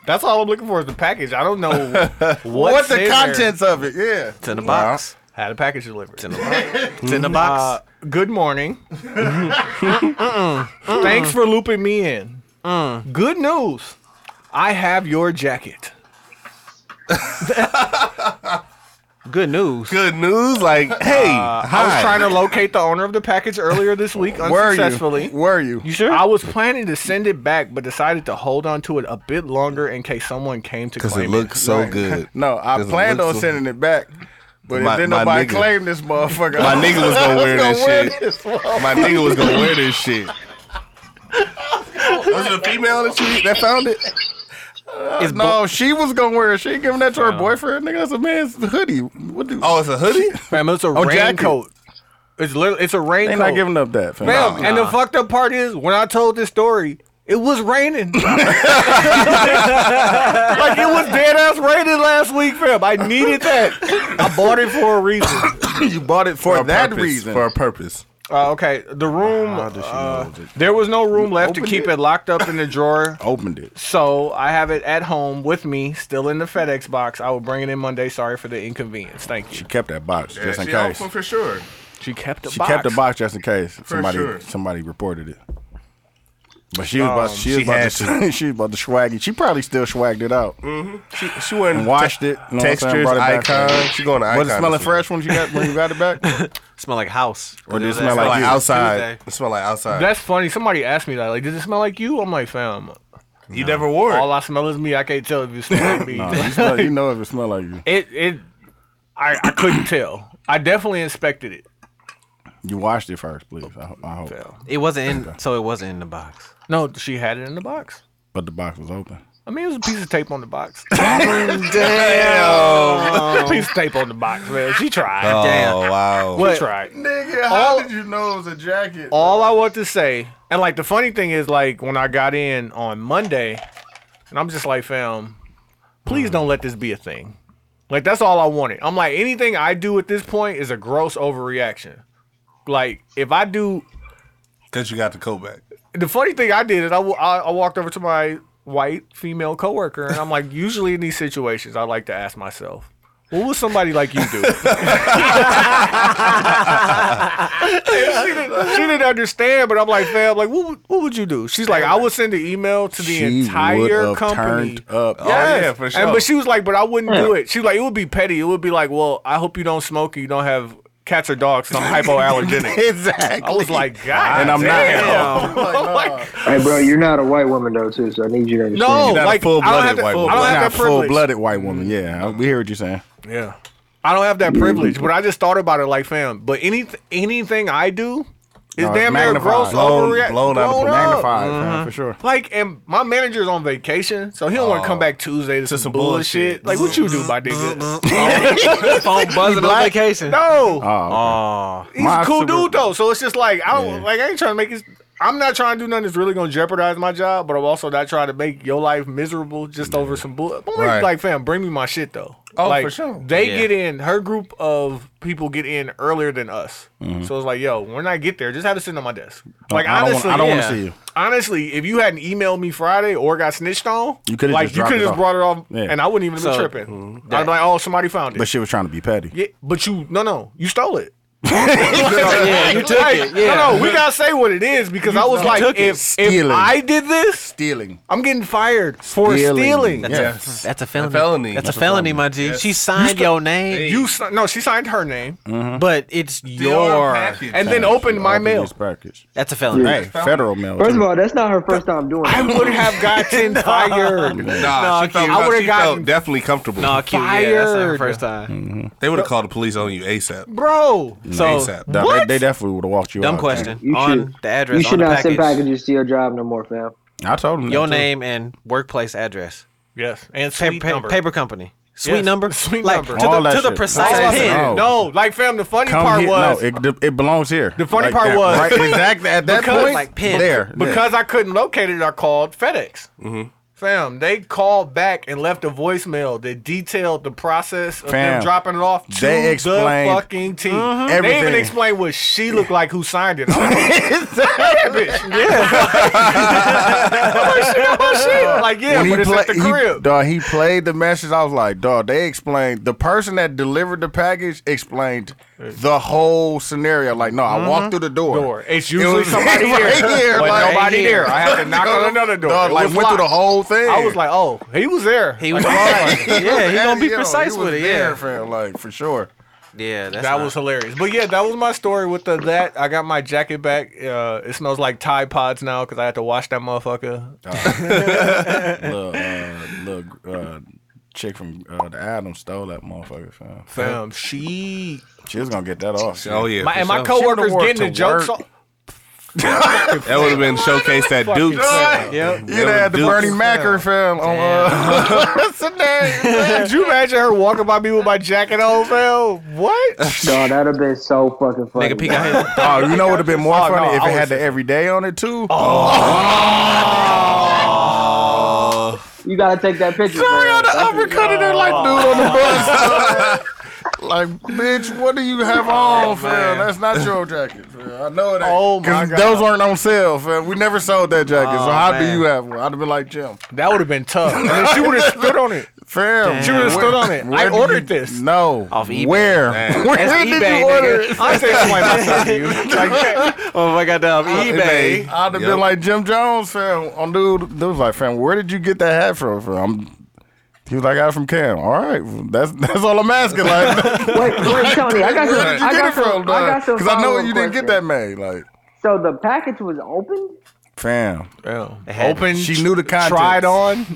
[SPEAKER 4] That's all I'm looking for is the package. I don't know what
[SPEAKER 1] What's
[SPEAKER 4] in
[SPEAKER 1] the
[SPEAKER 4] there.
[SPEAKER 1] contents of it? Yeah.
[SPEAKER 2] It's in the box.
[SPEAKER 4] Had a package delivered.
[SPEAKER 2] It's in the box.
[SPEAKER 4] Uh, good morning. Mm-mm. Thanks for looping me in. Good news. I have your jacket.
[SPEAKER 2] Good news.
[SPEAKER 5] Good news, like hey, hi.
[SPEAKER 4] I was trying to locate the owner of the package earlier this week
[SPEAKER 1] Were you?
[SPEAKER 4] unsuccessfully.
[SPEAKER 1] Were you?
[SPEAKER 2] You sure?
[SPEAKER 4] I was planning to send it back, but decided to hold on to it a bit longer in case someone came to
[SPEAKER 5] because
[SPEAKER 4] claim
[SPEAKER 5] it looks so good.
[SPEAKER 1] No, I
[SPEAKER 5] Doesn't
[SPEAKER 1] planned
[SPEAKER 5] look
[SPEAKER 1] on
[SPEAKER 5] so-
[SPEAKER 1] sending it back, but
[SPEAKER 5] My-
[SPEAKER 1] if then
[SPEAKER 5] my
[SPEAKER 1] nobody
[SPEAKER 5] nigga.
[SPEAKER 1] claimed this motherfucker,
[SPEAKER 5] My
[SPEAKER 1] I
[SPEAKER 5] nigga was gonna wear that shit.
[SPEAKER 1] this motherfucker.
[SPEAKER 5] My nigga was gonna wear this shit. Was it a female that she that found it?
[SPEAKER 2] It's bo-
[SPEAKER 1] No, she was gonna wear it. She ain't giving that to her boyfriend. Nigga, that's a man's hoodie. What do?
[SPEAKER 5] Oh, it's a hoodie.
[SPEAKER 4] Fam, it's a
[SPEAKER 1] jacket.
[SPEAKER 4] raincoat. It's literally, it's a
[SPEAKER 1] they
[SPEAKER 4] raincoat.
[SPEAKER 1] not giving up that. Fam.
[SPEAKER 4] Fam, and the fucked up part is when I told this story, it was raining. like it was dead ass raining last week, fam. I needed that. I bought it for a reason.
[SPEAKER 1] you bought it for,
[SPEAKER 5] a
[SPEAKER 1] that
[SPEAKER 5] purpose,
[SPEAKER 1] reason.
[SPEAKER 5] For a purpose.
[SPEAKER 4] Uh, okay, the room. uh, there was no room left to
[SPEAKER 1] opened
[SPEAKER 4] keep
[SPEAKER 1] it?
[SPEAKER 4] it. locked up in the drawer,
[SPEAKER 1] Opened it.
[SPEAKER 4] so I have it at home with me, still in the FedEx box. I will bring it in Monday. Sorry for the inconvenience. Thank
[SPEAKER 1] She
[SPEAKER 4] you.
[SPEAKER 1] kept that box just in
[SPEAKER 5] she
[SPEAKER 1] case.
[SPEAKER 5] open for sure.
[SPEAKER 4] She kept the
[SPEAKER 1] She
[SPEAKER 4] box.
[SPEAKER 1] kept the box just in case somebody
[SPEAKER 5] sure.
[SPEAKER 1] somebody reported it. But she was about Um, she was
[SPEAKER 5] she
[SPEAKER 1] about
[SPEAKER 5] had
[SPEAKER 1] to Mm. she was about to swag it. She probably still swagged it out
[SPEAKER 5] She she went
[SPEAKER 1] and washed it. you know what I'm saying,
[SPEAKER 5] textures
[SPEAKER 1] brought it back to her.
[SPEAKER 5] icon. She going to icon.
[SPEAKER 1] Was it smelling
[SPEAKER 5] this week.
[SPEAKER 1] fresh when you got when you got it back?
[SPEAKER 2] smell like house.
[SPEAKER 1] Or did it
[SPEAKER 2] That-
[SPEAKER 1] smell
[SPEAKER 5] Smell
[SPEAKER 1] like
[SPEAKER 5] like
[SPEAKER 1] you?
[SPEAKER 5] outside.
[SPEAKER 2] Tuesday.
[SPEAKER 5] It smell like outside.
[SPEAKER 4] That's funny. Somebody asked me that. Like, does it smell like you? I'm like, fam.
[SPEAKER 5] you never wore it.
[SPEAKER 4] All I smell is me. I can't tell if it smells like me.
[SPEAKER 1] No, you, smell- you know if it smelled like you.
[SPEAKER 4] It it I, I couldn't tell. I definitely inspected it.
[SPEAKER 1] You washed it first, please. I, ho- I hope.
[SPEAKER 2] It wasn't in, so it wasn't in the box.
[SPEAKER 4] No, she had it in the box.
[SPEAKER 1] But the box was open.
[SPEAKER 4] I mean, it was a piece of tape on the box.
[SPEAKER 5] Damn.
[SPEAKER 4] piece of tape on the box, man. She tried.
[SPEAKER 5] Oh wow.
[SPEAKER 4] She tried.
[SPEAKER 1] Nigga, how did you know it was a jacket?
[SPEAKER 4] All I want to say, and like the funny thing is, like when I got in on Monday, and I'm just like, fam, please don't let this be a thing. Like that's all I wanted. I'm like, anything I do at this point is a gross overreaction. Like if I do
[SPEAKER 5] Cause you got the coat back.
[SPEAKER 4] the funny thing I did is I, wa- I, I walked over to my white female coworker and I'm like, usually in these situations, I like to ask myself, what would somebody like you do? And she, didn't, she didn't understand, but I'm like, fam, like, what would, what would you do? She's like, I would send an email to the
[SPEAKER 1] She would
[SPEAKER 4] entire
[SPEAKER 1] have
[SPEAKER 4] company.
[SPEAKER 1] turned up. Oh,
[SPEAKER 4] Yes.
[SPEAKER 5] yeah, for sure.
[SPEAKER 4] And, but she was like, but I wouldn't do it. She was like, it would be petty. It would be like, well, I hope you don't smoke and you don't have cats or dogs. 'cause I'm hypoallergenic.
[SPEAKER 1] exactly.
[SPEAKER 4] I was like, God,
[SPEAKER 1] And I'm not.
[SPEAKER 4] damn. I'm like,
[SPEAKER 9] Hey, bro, you're not a white woman though, too. So I need you to understand.
[SPEAKER 4] No,
[SPEAKER 5] not a
[SPEAKER 4] like I
[SPEAKER 5] full-blooded
[SPEAKER 4] don't have that,
[SPEAKER 5] white woman.
[SPEAKER 4] I don't
[SPEAKER 1] Not
[SPEAKER 4] have that privilege.
[SPEAKER 1] full-blooded white woman. Yeah, I- we hear what you're saying.
[SPEAKER 4] Yeah, I don't have that privilege. But I just thought about it, like, fam. But any anything I do is
[SPEAKER 1] No, it's
[SPEAKER 4] damn near
[SPEAKER 1] magnified.
[SPEAKER 4] gross,
[SPEAKER 5] Blown-
[SPEAKER 4] overreact,
[SPEAKER 5] blown out of
[SPEAKER 4] blown
[SPEAKER 5] proportion.
[SPEAKER 4] up.
[SPEAKER 1] Magnified, fam, for sure.
[SPEAKER 4] Like, and my manager's on vacation, so he don't want to come back Tuesday to some,
[SPEAKER 5] Oh. some
[SPEAKER 4] bullshit.
[SPEAKER 5] bullshit.
[SPEAKER 4] Like, what you do, my nigga?
[SPEAKER 2] Phone buzzing on vacation.
[SPEAKER 4] no,
[SPEAKER 1] Oh,
[SPEAKER 4] he's
[SPEAKER 1] my
[SPEAKER 4] a cool
[SPEAKER 1] super-
[SPEAKER 4] dude though. So it's just like I don't like. I ain't trying to make it. I'm not trying to do nothing that's really gonna jeopardize my job, but I'm also not trying to make your life miserable just over some bull. I'm like,
[SPEAKER 5] Right.
[SPEAKER 4] like, fam, bring me my shit though.
[SPEAKER 5] Oh,
[SPEAKER 4] Like,
[SPEAKER 5] for sure.
[SPEAKER 4] They
[SPEAKER 2] Yeah.
[SPEAKER 4] get in. Her group of people get in earlier than us. So it's like, yo, when I get there, just have it sitting on my desk. like
[SPEAKER 1] Mm-hmm. I don't
[SPEAKER 4] honestly,
[SPEAKER 1] wanna, I don't
[SPEAKER 2] yeah.
[SPEAKER 1] want to see you.
[SPEAKER 4] honestly, if you hadn't emailed me Friday or got snitched on,
[SPEAKER 1] You coulda
[SPEAKER 4] like
[SPEAKER 1] just
[SPEAKER 4] you
[SPEAKER 1] dropped
[SPEAKER 4] could
[SPEAKER 1] it
[SPEAKER 4] have
[SPEAKER 1] off.
[SPEAKER 4] just brought it off,
[SPEAKER 1] Yeah.
[SPEAKER 4] and I wouldn't even
[SPEAKER 2] So- mm-hmm.
[SPEAKER 4] have been tripping. I'd be like, oh, somebody found it.
[SPEAKER 1] But she was trying to be petty.
[SPEAKER 4] yeah, but you, no, no, you stole it.
[SPEAKER 2] yeah, you took
[SPEAKER 4] Like,
[SPEAKER 2] it. Yeah.
[SPEAKER 4] No, no, we gotta say what it is because I was like,
[SPEAKER 2] took it.
[SPEAKER 4] if, if
[SPEAKER 1] Stealing.
[SPEAKER 4] I did this,
[SPEAKER 1] Stealing.
[SPEAKER 4] I'm getting fired for
[SPEAKER 1] Stealing.
[SPEAKER 4] stealing.
[SPEAKER 2] That's,
[SPEAKER 5] Yes.
[SPEAKER 2] a, that's a felony.
[SPEAKER 5] felony.
[SPEAKER 2] That's,
[SPEAKER 5] That's
[SPEAKER 2] a felony, my G. She signed your name,
[SPEAKER 4] You si- no, she signed her name
[SPEAKER 2] but it's
[SPEAKER 5] Your
[SPEAKER 2] your.
[SPEAKER 5] package.
[SPEAKER 4] and then opened my mail.
[SPEAKER 1] Package.
[SPEAKER 2] That's a felony.
[SPEAKER 1] Hey, federal mail.
[SPEAKER 9] First
[SPEAKER 1] too.
[SPEAKER 9] of all, that's not her first time doing
[SPEAKER 4] I
[SPEAKER 9] it.
[SPEAKER 4] would have gotten fired.
[SPEAKER 5] Nah, she felt,
[SPEAKER 4] I would've
[SPEAKER 5] she
[SPEAKER 4] gotten
[SPEAKER 5] felt definitely comfortable.
[SPEAKER 2] No, cute. Yeah, that's not her
[SPEAKER 4] Fired.
[SPEAKER 2] first time.
[SPEAKER 5] They would have called the police on you ASAP.
[SPEAKER 4] Bro,
[SPEAKER 2] So
[SPEAKER 5] ASAP.
[SPEAKER 1] Nah,
[SPEAKER 4] What?
[SPEAKER 1] They, they definitely would have walked you out.
[SPEAKER 2] dumb
[SPEAKER 1] man.
[SPEAKER 2] question
[SPEAKER 9] You
[SPEAKER 2] on
[SPEAKER 9] should-
[SPEAKER 2] the address.
[SPEAKER 9] You should
[SPEAKER 2] on the
[SPEAKER 9] not
[SPEAKER 2] package,
[SPEAKER 9] send packages to your job no more, fam.
[SPEAKER 1] I told him.
[SPEAKER 2] Your
[SPEAKER 1] that, too.
[SPEAKER 2] name and workplace address.
[SPEAKER 4] yes, and
[SPEAKER 2] Paper,
[SPEAKER 4] sweet
[SPEAKER 2] pa-
[SPEAKER 4] number.
[SPEAKER 2] paper company. Sweet
[SPEAKER 4] Yes.
[SPEAKER 2] number.
[SPEAKER 4] Sweet
[SPEAKER 2] like,
[SPEAKER 4] number.
[SPEAKER 2] To
[SPEAKER 1] All
[SPEAKER 2] the,
[SPEAKER 1] that
[SPEAKER 2] to the
[SPEAKER 1] shit.
[SPEAKER 4] That's what
[SPEAKER 2] precise
[SPEAKER 4] I said.
[SPEAKER 1] Oh.
[SPEAKER 2] pin.
[SPEAKER 4] No, like fam, the funny
[SPEAKER 1] Come
[SPEAKER 4] part
[SPEAKER 1] here.
[SPEAKER 4] was
[SPEAKER 1] no, it, it belongs here.
[SPEAKER 4] The funny
[SPEAKER 1] Like
[SPEAKER 4] part
[SPEAKER 1] that,
[SPEAKER 4] was-
[SPEAKER 1] right, exactly at that
[SPEAKER 4] Because-
[SPEAKER 1] point.
[SPEAKER 2] Like pin.
[SPEAKER 1] there, Mm-hmm.
[SPEAKER 4] because I couldn't locate it. I called FedEx. Fam, they called back and left a voicemail that detailed the process of
[SPEAKER 1] Fam,
[SPEAKER 4] them dropping it off to
[SPEAKER 1] they explained Mm-hmm.
[SPEAKER 4] the fucking team. They
[SPEAKER 1] everything.
[SPEAKER 4] even explained what she looked like who signed it. I'm like, that bitch. I'm like, she got my shit. Like, yeah,
[SPEAKER 1] Uh, When
[SPEAKER 4] but it's
[SPEAKER 1] play-
[SPEAKER 4] at the crib.
[SPEAKER 1] dawg, he played the message. I was like, dog, they explained the person that delivered the package explained the whole scenario. Like, no, I walked through the door.
[SPEAKER 4] Mm-hmm. Door. It's usually somebody
[SPEAKER 1] right
[SPEAKER 4] here,
[SPEAKER 1] here,
[SPEAKER 4] but
[SPEAKER 1] like-
[SPEAKER 4] nobody there. I had to knock on another door.
[SPEAKER 1] Dawg,
[SPEAKER 4] It
[SPEAKER 1] like
[SPEAKER 4] was
[SPEAKER 1] went through the
[SPEAKER 4] locked.
[SPEAKER 1] whole thing.
[SPEAKER 4] I was like, oh, he was there.
[SPEAKER 2] He was right. yeah, he gonna be
[SPEAKER 1] Yo, he
[SPEAKER 2] precise
[SPEAKER 1] was
[SPEAKER 2] with it.
[SPEAKER 1] there,
[SPEAKER 2] Yeah,
[SPEAKER 1] fam, like for sure.
[SPEAKER 2] yeah. That's
[SPEAKER 4] that
[SPEAKER 2] not-
[SPEAKER 4] was hilarious. But yeah, that was my story with the that. I got my jacket back. Uh, it smells like Tide Pods now because I had to wash that motherfucker.
[SPEAKER 1] little, uh, little uh, chick from uh, the Adam stole that motherfucker. Fam.
[SPEAKER 4] Fam, she.
[SPEAKER 1] She was gonna get that off.
[SPEAKER 5] Oh yeah,
[SPEAKER 4] My, and my
[SPEAKER 2] sure.
[SPEAKER 4] coworkers
[SPEAKER 1] She would've
[SPEAKER 4] getting the
[SPEAKER 1] worked to
[SPEAKER 4] jokes.
[SPEAKER 1] work.
[SPEAKER 4] off-
[SPEAKER 10] That would have been showcased at
[SPEAKER 4] Fucking
[SPEAKER 10] Duke's.
[SPEAKER 4] fam. Yep.
[SPEAKER 1] You done had the
[SPEAKER 10] Dude.
[SPEAKER 1] Bernie Macker Oh, film on uh, what's the name?
[SPEAKER 4] Could you imagine her walking by me with my jacket on, fam? What?
[SPEAKER 9] No, that'd have been so fucking funny.
[SPEAKER 2] Nigga, peek out his
[SPEAKER 1] Oh, you know what would have been more
[SPEAKER 4] Oh, no,
[SPEAKER 1] funny if
[SPEAKER 4] I
[SPEAKER 1] it had
[SPEAKER 4] was-
[SPEAKER 1] the everyday on it too.
[SPEAKER 9] You gotta take that picture.
[SPEAKER 1] Sorry,
[SPEAKER 9] bro.
[SPEAKER 1] on the
[SPEAKER 9] That's-
[SPEAKER 1] uppercut of that like dude on the bus. like, bitch, what do you have on, fam? That's not your jacket, fam. I know that.
[SPEAKER 4] Oh, my God.
[SPEAKER 1] those weren't on sale, fam. We never sold that jacket. so
[SPEAKER 4] Oh,
[SPEAKER 1] how
[SPEAKER 4] man.
[SPEAKER 1] do you have one? I'd have been like, Jim,
[SPEAKER 4] That would have been tough. And then she would have stood on it.
[SPEAKER 1] fam.
[SPEAKER 4] She would've
[SPEAKER 1] where-
[SPEAKER 4] stood on it. I
[SPEAKER 1] where do
[SPEAKER 4] ordered this.
[SPEAKER 1] No,
[SPEAKER 2] Off eBay.
[SPEAKER 1] where?
[SPEAKER 5] Man.
[SPEAKER 1] Where
[SPEAKER 2] That's
[SPEAKER 1] did
[SPEAKER 2] eBay,
[SPEAKER 1] you order
[SPEAKER 2] nigga.
[SPEAKER 1] it?
[SPEAKER 4] I said explain myself to you. Like, yeah.
[SPEAKER 2] Oh my god, um,
[SPEAKER 1] Uh,
[SPEAKER 2] eBay.
[SPEAKER 5] eBay.
[SPEAKER 1] I'd have
[SPEAKER 5] Yep.
[SPEAKER 1] been like Jim Jones, fam. On dude, dude was like, fam, where did you get that hat from? from? I'm, he was like, I got it from Cam. All right, that's that's all I'm asking. Like,
[SPEAKER 9] Wait, wait,
[SPEAKER 1] where
[SPEAKER 9] Tony, I got some.
[SPEAKER 1] did you
[SPEAKER 9] I
[SPEAKER 1] get
[SPEAKER 9] got
[SPEAKER 1] it from?
[SPEAKER 9] some. I got some.
[SPEAKER 1] Because uh, I, know
[SPEAKER 9] follow-up
[SPEAKER 1] you didn't get
[SPEAKER 9] questions.
[SPEAKER 1] that made. Like,
[SPEAKER 9] So the package was opened.
[SPEAKER 1] fam,
[SPEAKER 2] had-
[SPEAKER 4] Open.
[SPEAKER 1] she knew the content.
[SPEAKER 4] Tried on.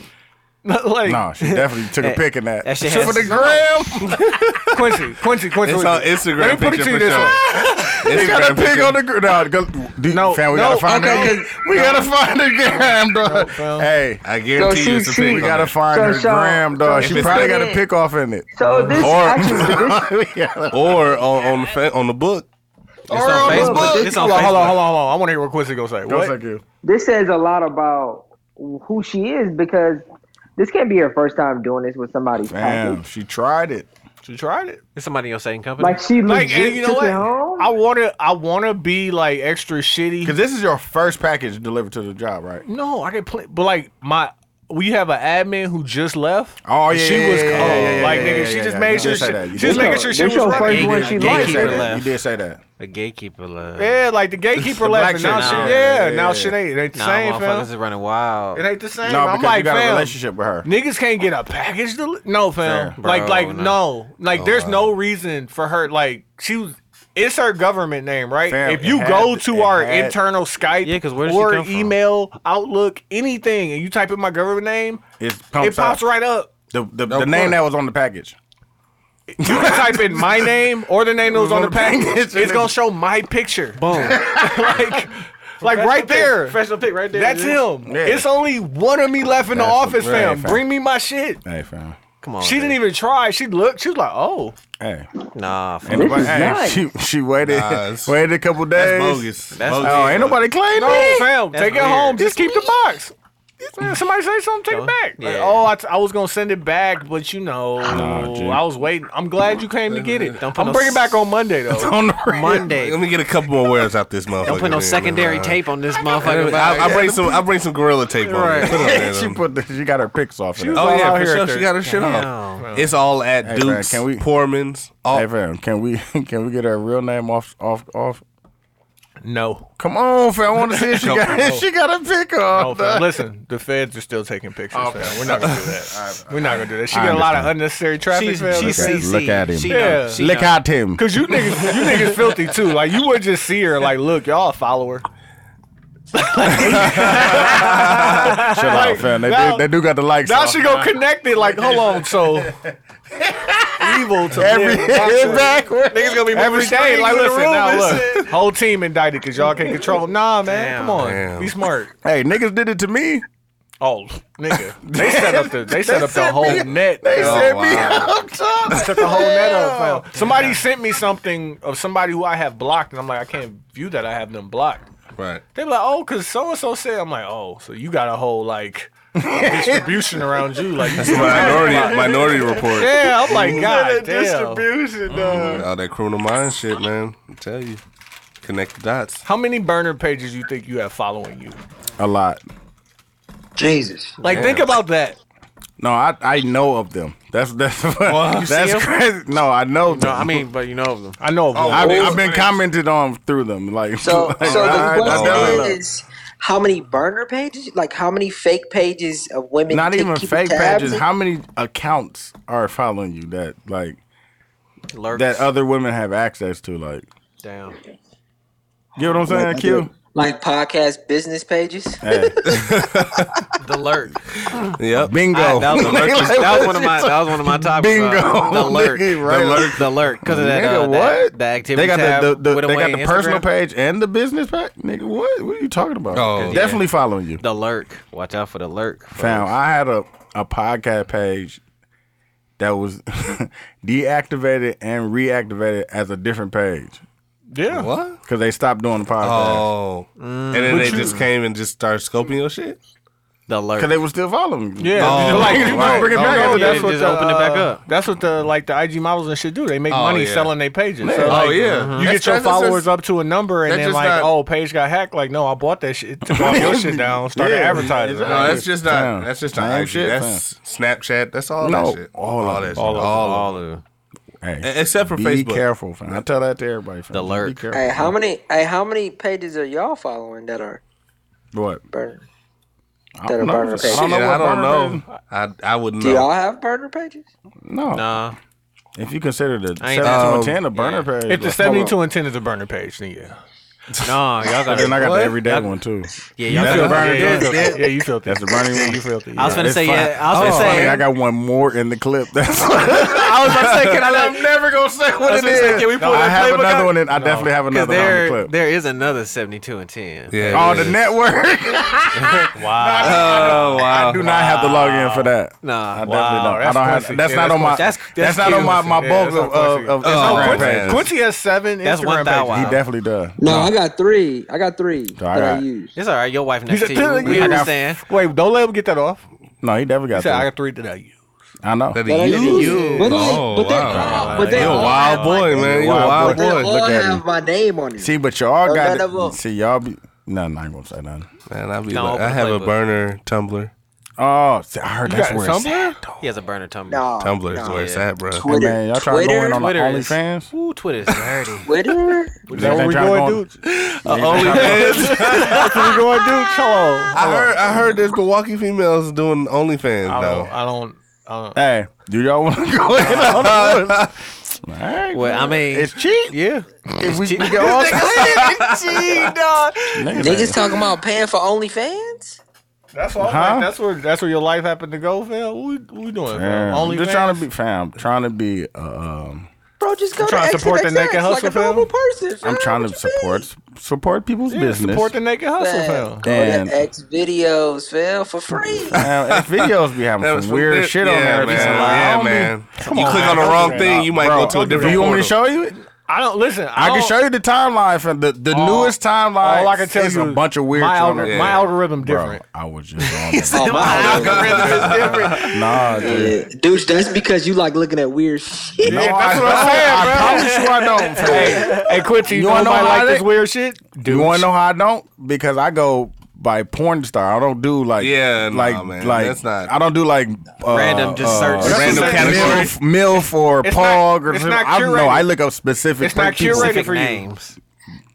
[SPEAKER 4] like
[SPEAKER 1] No, she definitely took a
[SPEAKER 2] That-
[SPEAKER 1] pic in that.
[SPEAKER 2] that shit
[SPEAKER 1] Shit for
[SPEAKER 2] has-
[SPEAKER 1] the gram.
[SPEAKER 4] Quincy, Quincy, Quincy.
[SPEAKER 5] It's on
[SPEAKER 4] Quincy. Let me
[SPEAKER 5] Instagram
[SPEAKER 4] put it
[SPEAKER 5] picture
[SPEAKER 4] to you
[SPEAKER 5] for
[SPEAKER 4] this
[SPEAKER 5] sure.
[SPEAKER 4] way.
[SPEAKER 1] They got a
[SPEAKER 5] Instagram
[SPEAKER 1] pig
[SPEAKER 5] picture.
[SPEAKER 1] on the gram. No, go- do-
[SPEAKER 4] No,
[SPEAKER 1] fam, we
[SPEAKER 4] no,
[SPEAKER 1] gotta find
[SPEAKER 9] okay,
[SPEAKER 1] it. We gotta find the gram, dog.
[SPEAKER 4] fam.
[SPEAKER 1] hey,
[SPEAKER 5] I guarantee
[SPEAKER 9] So
[SPEAKER 5] you
[SPEAKER 9] she-
[SPEAKER 5] it's a
[SPEAKER 9] she-
[SPEAKER 5] pig.
[SPEAKER 1] we
[SPEAKER 5] on
[SPEAKER 1] gotta
[SPEAKER 5] it.
[SPEAKER 1] find
[SPEAKER 9] So,
[SPEAKER 1] her
[SPEAKER 9] so-
[SPEAKER 1] gram, dog.
[SPEAKER 9] so
[SPEAKER 1] she
[SPEAKER 5] it's
[SPEAKER 1] probably
[SPEAKER 5] good.
[SPEAKER 1] got a pic off in it.
[SPEAKER 9] So this
[SPEAKER 5] Or-
[SPEAKER 9] actually, this,
[SPEAKER 1] We gotta-
[SPEAKER 5] or on on the fa- on the book.
[SPEAKER 2] It's on Facebook. It's on
[SPEAKER 4] Hold on, hold on,
[SPEAKER 2] Facebook.
[SPEAKER 4] hold on, hold on. I want to hear what Quincy gonna say.
[SPEAKER 1] Go
[SPEAKER 4] What?
[SPEAKER 1] suck you.
[SPEAKER 9] this says a lot about who she is because this can't be her first time doing this with somebody's
[SPEAKER 1] Damn,
[SPEAKER 9] package.
[SPEAKER 1] she tried it.
[SPEAKER 4] She tried it.
[SPEAKER 2] It's somebody in your same company.
[SPEAKER 9] Like she
[SPEAKER 4] Like,
[SPEAKER 9] legit
[SPEAKER 4] and you know
[SPEAKER 9] took
[SPEAKER 4] what?
[SPEAKER 9] it home.
[SPEAKER 4] I wanna, I wanna be like extra
[SPEAKER 1] Because
[SPEAKER 4] shitty.
[SPEAKER 1] this is your first package delivered to the job, right?
[SPEAKER 4] No, I can play, but like my, we have an admin who just left.
[SPEAKER 1] Oh,
[SPEAKER 4] and
[SPEAKER 1] yeah,
[SPEAKER 4] she
[SPEAKER 1] yeah,
[SPEAKER 4] was
[SPEAKER 1] yeah,
[SPEAKER 4] cold.
[SPEAKER 1] yeah, yeah,
[SPEAKER 4] like
[SPEAKER 1] yeah,
[SPEAKER 4] nigga,
[SPEAKER 1] yeah,
[SPEAKER 4] she
[SPEAKER 1] yeah,
[SPEAKER 4] just
[SPEAKER 1] yeah. You
[SPEAKER 4] made sure,
[SPEAKER 1] did
[SPEAKER 4] she,
[SPEAKER 1] say that. You
[SPEAKER 4] she
[SPEAKER 1] did
[SPEAKER 4] was
[SPEAKER 1] say
[SPEAKER 4] making
[SPEAKER 1] that.
[SPEAKER 4] sure she
[SPEAKER 9] This
[SPEAKER 4] was
[SPEAKER 9] your
[SPEAKER 4] right.
[SPEAKER 9] first one she
[SPEAKER 2] Gatekeeper
[SPEAKER 9] liked.
[SPEAKER 2] left.
[SPEAKER 1] You did say that.
[SPEAKER 2] the gatekeeper left.
[SPEAKER 4] Yeah, like the gatekeeper left, and
[SPEAKER 1] black
[SPEAKER 4] now
[SPEAKER 1] chick
[SPEAKER 4] she,
[SPEAKER 1] now.
[SPEAKER 4] yeah,
[SPEAKER 1] Yeah,
[SPEAKER 4] now
[SPEAKER 1] yeah,
[SPEAKER 4] shit
[SPEAKER 1] yeah.
[SPEAKER 4] ain't, it ain't the
[SPEAKER 2] Nah,
[SPEAKER 4] same,
[SPEAKER 2] motherfuckers
[SPEAKER 4] fam.
[SPEAKER 2] is running wild.
[SPEAKER 4] It ain't the same.
[SPEAKER 1] No,
[SPEAKER 4] I'm
[SPEAKER 1] because
[SPEAKER 4] like,
[SPEAKER 1] you got
[SPEAKER 4] fam,
[SPEAKER 1] a relationship with her.
[SPEAKER 4] Niggas can't get a package deli- No, fam.
[SPEAKER 1] Fair.
[SPEAKER 4] like,
[SPEAKER 2] Bro,
[SPEAKER 4] like
[SPEAKER 2] no.
[SPEAKER 4] no, like there's no reason for her. Like she was. It's her government name, right?
[SPEAKER 1] Fam,
[SPEAKER 4] if
[SPEAKER 1] it
[SPEAKER 4] you
[SPEAKER 1] had-
[SPEAKER 4] go
[SPEAKER 1] it
[SPEAKER 4] to our
[SPEAKER 1] had-
[SPEAKER 4] internal Skype
[SPEAKER 2] Yeah, 'cause where does she
[SPEAKER 4] or
[SPEAKER 2] come from?
[SPEAKER 4] email, Outlook, anything, and you type in my government name,
[SPEAKER 1] It pumps
[SPEAKER 4] it pops
[SPEAKER 1] up.
[SPEAKER 4] right up.
[SPEAKER 1] The, the, the name that was on the package.
[SPEAKER 4] You can type in my name or the name that was on the package. It's gonna show my picture. Boom. like, like right there.
[SPEAKER 2] Professional pick right there.
[SPEAKER 4] That's him.
[SPEAKER 1] Yeah.
[SPEAKER 4] It's only one of me left in the
[SPEAKER 1] That's
[SPEAKER 4] office,
[SPEAKER 1] right,
[SPEAKER 4] fam.
[SPEAKER 1] fam.
[SPEAKER 4] Bring me my shit.
[SPEAKER 1] Hey, fam.
[SPEAKER 2] Come on.
[SPEAKER 4] She didn't even try. She looked. She was like, "Oh,
[SPEAKER 1] Hey.
[SPEAKER 2] even. Nah. fuck.
[SPEAKER 1] Ain't nobody-
[SPEAKER 9] is
[SPEAKER 1] hey
[SPEAKER 9] nuts.
[SPEAKER 1] she, she waited
[SPEAKER 5] Nah, it's-
[SPEAKER 1] waited a couple days.
[SPEAKER 5] That's bogus.
[SPEAKER 2] That's-
[SPEAKER 5] bogus.
[SPEAKER 1] Oh, ain't nobody claimed
[SPEAKER 4] no,
[SPEAKER 1] it.
[SPEAKER 4] fam,
[SPEAKER 2] That's
[SPEAKER 4] take it
[SPEAKER 2] weird.
[SPEAKER 4] home. Just keep the box." Man, somebody say something, take it back. Like,
[SPEAKER 2] Yeah.
[SPEAKER 4] oh, I, t- I was gonna send it back, but you know,
[SPEAKER 1] G.
[SPEAKER 4] I was waiting. I'm glad you came to get it.
[SPEAKER 2] Don't put
[SPEAKER 4] I'm
[SPEAKER 2] no
[SPEAKER 4] bringing
[SPEAKER 2] s-
[SPEAKER 4] back on Monday though.
[SPEAKER 1] On the real.
[SPEAKER 2] Monday.
[SPEAKER 5] Let me get a couple more wears out this motherfucker.
[SPEAKER 2] Don't put no
[SPEAKER 5] man.
[SPEAKER 2] secondary
[SPEAKER 5] Uh,
[SPEAKER 2] tape on this motherfucker.
[SPEAKER 5] I, I bring some. I bring some gorilla tape on. Right.
[SPEAKER 1] she put the, she got her pics off. Of that.
[SPEAKER 5] Oh
[SPEAKER 4] all
[SPEAKER 5] yeah,
[SPEAKER 4] out
[SPEAKER 5] for
[SPEAKER 4] here
[SPEAKER 5] sure.
[SPEAKER 4] at
[SPEAKER 5] She
[SPEAKER 4] the-
[SPEAKER 5] got her shit off.
[SPEAKER 2] Damn.
[SPEAKER 5] It's all at
[SPEAKER 1] Hey, man,
[SPEAKER 5] Duke's,
[SPEAKER 1] can we-
[SPEAKER 5] Poorman's. All,
[SPEAKER 4] oh.
[SPEAKER 1] Hey fam, can we can we get her real name off off off?
[SPEAKER 4] no,
[SPEAKER 1] Come on, fam. I want to see if she got if she got a pick
[SPEAKER 4] no,
[SPEAKER 1] off.
[SPEAKER 4] Oh, fam.
[SPEAKER 1] dog.
[SPEAKER 4] Listen, the feds are still taking
[SPEAKER 2] Oh,
[SPEAKER 4] pictures. Fam. We're not gonna do that. We're not gonna do that. She got a lot of unnecessary traffic.
[SPEAKER 2] She's,
[SPEAKER 4] fam.
[SPEAKER 2] she's
[SPEAKER 1] Okay,
[SPEAKER 2] CC.
[SPEAKER 1] look at him.
[SPEAKER 2] She
[SPEAKER 4] Yeah.
[SPEAKER 2] know, she
[SPEAKER 1] Look
[SPEAKER 2] know.
[SPEAKER 1] out, Tim.
[SPEAKER 4] Cause you niggas, you niggas filthy too. Like you would just see her, like, look, y'all a follower.
[SPEAKER 1] Chill out, fam. They,
[SPEAKER 4] now-
[SPEAKER 1] do, they do got the likes.
[SPEAKER 4] Now
[SPEAKER 1] off.
[SPEAKER 4] she gonna connect it. Like, hold on, so evil to
[SPEAKER 1] every
[SPEAKER 4] live. That's right.
[SPEAKER 1] backward. Niggas gonna be
[SPEAKER 4] every day. Like, listen, now look, whole team indicted because y'all can't control. 'em. Nah, man,
[SPEAKER 2] Damn.
[SPEAKER 4] come on,
[SPEAKER 5] Damn.
[SPEAKER 4] be smart.
[SPEAKER 1] Hey, niggas did it to me.
[SPEAKER 4] Oh, nigga, they set up the they set up the
[SPEAKER 1] sent
[SPEAKER 4] whole
[SPEAKER 1] me-
[SPEAKER 4] net.
[SPEAKER 5] Oh,
[SPEAKER 1] They
[SPEAKER 4] fam.
[SPEAKER 1] sent me up top.
[SPEAKER 4] Set the whole net up, fam. Somebody sent me something of somebody who I have blocked, and I'm like, I can't view that. I have them blocked.
[SPEAKER 5] right.
[SPEAKER 4] They be like, oh, cause so and so said. I'm like, oh, so you got a whole like distribution around you. Like, you
[SPEAKER 5] Minority, minority report.
[SPEAKER 4] yeah, I'm like, oh God damn.
[SPEAKER 1] distribution, dog.
[SPEAKER 5] All that criminal mind shit, man. I tell you, connect the dots.
[SPEAKER 4] How many burner pages you think you have following you?
[SPEAKER 1] A lot.
[SPEAKER 9] Jesus.
[SPEAKER 4] Like, think about that.
[SPEAKER 1] No, I I know of them. That's that's
[SPEAKER 4] see 'em?
[SPEAKER 1] that's crazy. No, I know. Them.
[SPEAKER 2] No, I mean, but you know of them.
[SPEAKER 4] I know of them.
[SPEAKER 1] I've, I've been commented on through them. Like
[SPEAKER 9] So,
[SPEAKER 1] like,
[SPEAKER 9] so
[SPEAKER 1] I- I
[SPEAKER 9] the question
[SPEAKER 1] know them.
[SPEAKER 9] is, how many burner pages? Like, how many fake pages of women?
[SPEAKER 1] not
[SPEAKER 9] take-
[SPEAKER 1] even
[SPEAKER 9] keep
[SPEAKER 1] fake
[SPEAKER 9] tabs
[SPEAKER 1] pages.
[SPEAKER 9] in?
[SPEAKER 1] How many accounts are following you that like
[SPEAKER 2] Lurks.
[SPEAKER 1] that other women have access to? Like,
[SPEAKER 2] Damn.
[SPEAKER 1] you know what I'm saying, Q?
[SPEAKER 9] like podcast business pages?
[SPEAKER 1] Hey,
[SPEAKER 2] The lurk.
[SPEAKER 5] Yep.
[SPEAKER 1] bingo.
[SPEAKER 2] I- that, was the lurk. that was one of my. That was one of my topics.
[SPEAKER 1] Bingo.
[SPEAKER 2] the lurk.
[SPEAKER 1] Nigga, right.
[SPEAKER 2] The lurk. The lurk. Because of that.
[SPEAKER 1] Nigga,
[SPEAKER 2] uh, That,
[SPEAKER 1] what?
[SPEAKER 2] that activity
[SPEAKER 1] They got
[SPEAKER 2] tab.
[SPEAKER 1] the, the, the
[SPEAKER 2] with
[SPEAKER 1] they
[SPEAKER 2] away
[SPEAKER 1] got the
[SPEAKER 2] Instagram.
[SPEAKER 1] personal page and the business page. Nigga, what? What are you talking about?
[SPEAKER 11] Oh.
[SPEAKER 1] It's definitely following you.
[SPEAKER 2] The lurk. Watch out for the lurk. folks.
[SPEAKER 1] Fam, I had a a podcast page that was deactivated and reactivated as a different page
[SPEAKER 5] Oh.
[SPEAKER 4] Yeah.
[SPEAKER 11] What?
[SPEAKER 1] because they stopped doing the podcast
[SPEAKER 11] Oh,
[SPEAKER 5] And then they just came and just started scoping your shit.
[SPEAKER 2] The lurk.
[SPEAKER 1] because they were still following. me.
[SPEAKER 4] Yeah.
[SPEAKER 11] Oh,
[SPEAKER 4] like, you
[SPEAKER 11] right.
[SPEAKER 4] bring it
[SPEAKER 11] Oh,
[SPEAKER 4] back.
[SPEAKER 11] no,
[SPEAKER 4] up.
[SPEAKER 11] yeah,
[SPEAKER 4] that's
[SPEAKER 2] you
[SPEAKER 4] what
[SPEAKER 2] just
[SPEAKER 4] the,
[SPEAKER 2] open it back
[SPEAKER 4] uh,
[SPEAKER 2] up.
[SPEAKER 4] That's what the like the IG models and shit do. They make
[SPEAKER 11] Oh,
[SPEAKER 4] money
[SPEAKER 11] yeah.
[SPEAKER 4] selling their pages. So, like,
[SPEAKER 11] oh yeah.
[SPEAKER 4] You
[SPEAKER 11] That's-
[SPEAKER 4] get your
[SPEAKER 11] that's- that's-
[SPEAKER 4] followers up to a number, and
[SPEAKER 11] that's
[SPEAKER 4] then
[SPEAKER 11] just
[SPEAKER 4] like,
[SPEAKER 11] not-
[SPEAKER 4] oh, page got hacked. Like, no, I bought that shit. Took all your shit down. Started
[SPEAKER 1] Yeah,
[SPEAKER 4] advertising.
[SPEAKER 1] exactly.
[SPEAKER 11] No, that's just not.
[SPEAKER 1] Damn.
[SPEAKER 11] That's just not
[SPEAKER 1] Damn
[SPEAKER 11] IG.
[SPEAKER 1] shit,
[SPEAKER 11] that's Snapchat. That's all
[SPEAKER 1] No,
[SPEAKER 11] that shit.
[SPEAKER 1] all of
[SPEAKER 11] all
[SPEAKER 1] it.
[SPEAKER 11] that shit.
[SPEAKER 4] All of it.
[SPEAKER 11] all
[SPEAKER 2] All of
[SPEAKER 1] Hey,
[SPEAKER 5] E-, Except for
[SPEAKER 1] be
[SPEAKER 5] Facebook.
[SPEAKER 1] careful, fam. I tell that to everybody. Fam.
[SPEAKER 2] The lurk.
[SPEAKER 1] Be careful.
[SPEAKER 9] Hey, how many? Hey, how many pages are y'all following that are
[SPEAKER 1] What?
[SPEAKER 9] burner?
[SPEAKER 1] I
[SPEAKER 9] That a
[SPEAKER 1] don't know.
[SPEAKER 9] burner
[SPEAKER 1] I
[SPEAKER 9] page.
[SPEAKER 1] don't know.
[SPEAKER 5] Shit,
[SPEAKER 1] what
[SPEAKER 5] I don't
[SPEAKER 1] burner
[SPEAKER 5] know. I, I wouldn't
[SPEAKER 9] Do
[SPEAKER 5] know.
[SPEAKER 9] y'all have burner pages?
[SPEAKER 1] page- No.
[SPEAKER 2] it. Nah.
[SPEAKER 1] If you consider the
[SPEAKER 2] I ain't-
[SPEAKER 1] 72 and 10 a burner page,
[SPEAKER 4] If the
[SPEAKER 1] like, hold
[SPEAKER 4] 72 and 10 is a burner page, then yeah.
[SPEAKER 2] Nah. Y'all
[SPEAKER 1] on.
[SPEAKER 2] got.
[SPEAKER 1] Then I got
[SPEAKER 2] What?
[SPEAKER 1] the everyday one too.
[SPEAKER 2] Yeah. Y'all
[SPEAKER 1] That's
[SPEAKER 2] got.
[SPEAKER 1] a burner
[SPEAKER 4] yeah,
[SPEAKER 1] page.
[SPEAKER 4] yeah, yeah, you filthy.
[SPEAKER 1] That's the burner one.
[SPEAKER 4] You filthy.
[SPEAKER 2] I was
[SPEAKER 4] yeah.
[SPEAKER 2] gonna say
[SPEAKER 1] fine.
[SPEAKER 2] yeah. I was
[SPEAKER 1] It's
[SPEAKER 2] gonna
[SPEAKER 1] funny, I
[SPEAKER 2] say.
[SPEAKER 1] got one more in the clip. That's
[SPEAKER 2] I was gonna say. Can I let?
[SPEAKER 1] never gonna say what
[SPEAKER 2] it is. Can we pull
[SPEAKER 1] I
[SPEAKER 2] that
[SPEAKER 1] have
[SPEAKER 2] playbook
[SPEAKER 1] another
[SPEAKER 2] out?
[SPEAKER 1] one. In, I definitely have
[SPEAKER 2] Because
[SPEAKER 1] another one in the
[SPEAKER 2] there,
[SPEAKER 1] clip.
[SPEAKER 2] there is another seventy-two and ten.
[SPEAKER 5] Yeah,
[SPEAKER 1] on
[SPEAKER 5] it
[SPEAKER 1] the
[SPEAKER 5] is.
[SPEAKER 1] network.
[SPEAKER 4] wow.
[SPEAKER 5] Oh
[SPEAKER 1] I
[SPEAKER 5] wow.
[SPEAKER 1] do not have to log in for that. I
[SPEAKER 2] Nah.
[SPEAKER 1] definitely don't. I
[SPEAKER 4] that's
[SPEAKER 1] don't
[SPEAKER 4] pussy.
[SPEAKER 1] have. That's
[SPEAKER 4] Yeah,
[SPEAKER 1] not
[SPEAKER 4] that's
[SPEAKER 1] on my.
[SPEAKER 2] pussy.
[SPEAKER 1] That's,
[SPEAKER 2] That's- that's
[SPEAKER 1] not on my
[SPEAKER 4] pussy.
[SPEAKER 1] my
[SPEAKER 4] Yeah,
[SPEAKER 1] bulk
[SPEAKER 4] that's
[SPEAKER 1] of,
[SPEAKER 4] not
[SPEAKER 1] of,
[SPEAKER 4] pussy.
[SPEAKER 1] of
[SPEAKER 5] Oh,
[SPEAKER 1] Instagram
[SPEAKER 5] Quincy-
[SPEAKER 1] pages.
[SPEAKER 4] Quincy has seven
[SPEAKER 2] That's one
[SPEAKER 4] Instagram
[SPEAKER 2] thou
[SPEAKER 4] pages.
[SPEAKER 2] wow.
[SPEAKER 1] He definitely does.
[SPEAKER 9] No, I got three. I got three that I
[SPEAKER 1] right.
[SPEAKER 9] use.
[SPEAKER 2] It's all right. Your wife
[SPEAKER 4] He
[SPEAKER 2] next
[SPEAKER 4] said,
[SPEAKER 2] to you.
[SPEAKER 4] "Tell
[SPEAKER 2] We
[SPEAKER 4] you-
[SPEAKER 2] understand.
[SPEAKER 4] Wait, don't let him get that off.
[SPEAKER 1] No, he definitely
[SPEAKER 4] He
[SPEAKER 1] got
[SPEAKER 4] said, I
[SPEAKER 1] that.
[SPEAKER 4] got three that I use.
[SPEAKER 1] I know.
[SPEAKER 5] That
[SPEAKER 9] That I
[SPEAKER 5] he used.
[SPEAKER 9] use. But, like,
[SPEAKER 5] Oh,
[SPEAKER 9] but they're
[SPEAKER 5] wow.
[SPEAKER 9] all, but they're
[SPEAKER 5] You're a
[SPEAKER 9] all
[SPEAKER 5] wild
[SPEAKER 9] have my-
[SPEAKER 5] boy, man. You're a wild
[SPEAKER 9] They
[SPEAKER 5] boy.
[SPEAKER 9] all
[SPEAKER 1] Look at him.
[SPEAKER 9] have my name on it.
[SPEAKER 1] See, but y'all
[SPEAKER 9] Or
[SPEAKER 1] got
[SPEAKER 9] none of them.
[SPEAKER 1] it. See, y'all be. No, I'm not gonna say nothing.
[SPEAKER 5] Man, I be
[SPEAKER 2] No,
[SPEAKER 5] like, I
[SPEAKER 2] open the
[SPEAKER 5] have a
[SPEAKER 2] playbook.
[SPEAKER 5] burner Tumblr.
[SPEAKER 1] Oh, see, I heard that's
[SPEAKER 4] got
[SPEAKER 1] where it's
[SPEAKER 4] Tumblr?
[SPEAKER 1] at, though.
[SPEAKER 2] He has a burner tumbler.
[SPEAKER 9] No,
[SPEAKER 5] Tumblr is
[SPEAKER 9] no.
[SPEAKER 5] where it's at, bro.
[SPEAKER 1] Hey,
[SPEAKER 9] Twitter,
[SPEAKER 1] man, y'all trying to go
[SPEAKER 9] Twitter,
[SPEAKER 1] in on the
[SPEAKER 2] Twitter is-
[SPEAKER 1] OnlyFans?
[SPEAKER 2] Ooh, Twitter's dirty.
[SPEAKER 9] Twitter.
[SPEAKER 4] Is that what we
[SPEAKER 1] They tryna
[SPEAKER 4] going,
[SPEAKER 1] go on-
[SPEAKER 4] dude?
[SPEAKER 5] OnlyFans.
[SPEAKER 4] That's what we going, dude? Hello.
[SPEAKER 5] I heard. I heard there's Milwaukee females doing OnlyFans
[SPEAKER 4] I don't.
[SPEAKER 5] though.
[SPEAKER 4] I don't. I don't.
[SPEAKER 1] Hey, do y'all want to go in on the All right,
[SPEAKER 2] Well, I
[SPEAKER 1] man.
[SPEAKER 2] mean,
[SPEAKER 1] it's cheap.
[SPEAKER 2] yeah.
[SPEAKER 1] If we we go on, Niggas
[SPEAKER 9] Niggas
[SPEAKER 1] ain't-
[SPEAKER 9] talking about paying for OnlyFans?
[SPEAKER 4] That's what I'm
[SPEAKER 1] Huh?
[SPEAKER 4] like, That's where. That's where your life happened to go, Phil. What we, what we doing?
[SPEAKER 1] Damn,
[SPEAKER 5] Uh,
[SPEAKER 4] Only
[SPEAKER 1] I'm just trying to be fam. Trying to be. uh, Um,
[SPEAKER 9] Bro, just go
[SPEAKER 4] You
[SPEAKER 9] to
[SPEAKER 4] trying to support the
[SPEAKER 9] XXX
[SPEAKER 4] naked
[SPEAKER 9] like
[SPEAKER 4] hustle,
[SPEAKER 9] a normal person.
[SPEAKER 1] I'm
[SPEAKER 9] fam.
[SPEAKER 1] trying
[SPEAKER 9] What
[SPEAKER 1] to
[SPEAKER 9] you
[SPEAKER 1] support support people's
[SPEAKER 4] yeah,
[SPEAKER 1] business.
[SPEAKER 4] support the naked
[SPEAKER 9] mean?
[SPEAKER 4] hustle,
[SPEAKER 9] Fam,
[SPEAKER 4] Phil.
[SPEAKER 9] Go
[SPEAKER 1] Damn.
[SPEAKER 9] to X videos, fam, for free.
[SPEAKER 1] Fam, and videos be having
[SPEAKER 5] That
[SPEAKER 1] some,
[SPEAKER 5] was
[SPEAKER 1] weird shit on
[SPEAKER 5] yeah,
[SPEAKER 1] there.
[SPEAKER 5] Man.
[SPEAKER 1] It's like, I
[SPEAKER 5] Yeah,
[SPEAKER 1] don't
[SPEAKER 5] man. You
[SPEAKER 4] on,
[SPEAKER 5] click
[SPEAKER 4] man.
[SPEAKER 5] on the
[SPEAKER 4] Don't
[SPEAKER 5] wrong
[SPEAKER 4] do
[SPEAKER 5] thing,
[SPEAKER 4] that.
[SPEAKER 5] you might
[SPEAKER 1] Bro,
[SPEAKER 5] go to a
[SPEAKER 1] don't do
[SPEAKER 5] different.
[SPEAKER 1] that. You want me to
[SPEAKER 5] portal.
[SPEAKER 1] show you it?
[SPEAKER 4] I don't listen.
[SPEAKER 1] I
[SPEAKER 4] I, don't,
[SPEAKER 1] can show you the timeline from the, the newest timeline.
[SPEAKER 4] Oh. All I can tell
[SPEAKER 1] is
[SPEAKER 4] you
[SPEAKER 1] a bunch of weird
[SPEAKER 4] My,
[SPEAKER 1] shit on
[SPEAKER 4] algor-
[SPEAKER 1] there.
[SPEAKER 4] my algorithm
[SPEAKER 1] Bro,
[SPEAKER 4] different.
[SPEAKER 1] I was just on there.
[SPEAKER 9] Oh, my
[SPEAKER 1] Nah, dude.
[SPEAKER 9] Yeah. Dude, that's because you like looking at weird shit.
[SPEAKER 1] No,
[SPEAKER 4] that's
[SPEAKER 1] I
[SPEAKER 4] what I'm
[SPEAKER 1] don't.
[SPEAKER 4] saying,
[SPEAKER 1] I
[SPEAKER 4] bro.
[SPEAKER 1] promise you I don't. fam.
[SPEAKER 4] Hey, hey, Quincy, you
[SPEAKER 1] You wanna
[SPEAKER 4] nobody
[SPEAKER 1] know how
[SPEAKER 4] like
[SPEAKER 1] they-
[SPEAKER 4] this weird shit.
[SPEAKER 1] Do you want to know how I don't? Because I go by porn star. I don't do like
[SPEAKER 5] Yeah, nah,
[SPEAKER 1] like
[SPEAKER 5] man.
[SPEAKER 1] like
[SPEAKER 5] That's not-
[SPEAKER 1] I don't do like uh,
[SPEAKER 2] Random, just search.
[SPEAKER 1] uh,
[SPEAKER 5] Random category.
[SPEAKER 1] milf, milf or
[SPEAKER 4] It's
[SPEAKER 1] pog
[SPEAKER 4] not-
[SPEAKER 1] or
[SPEAKER 4] it's
[SPEAKER 1] something.
[SPEAKER 4] not
[SPEAKER 1] I don't know.
[SPEAKER 4] curated.
[SPEAKER 1] I look up specific.
[SPEAKER 4] It's not
[SPEAKER 1] people.
[SPEAKER 4] curated.
[SPEAKER 2] Specific
[SPEAKER 4] for you.
[SPEAKER 2] names.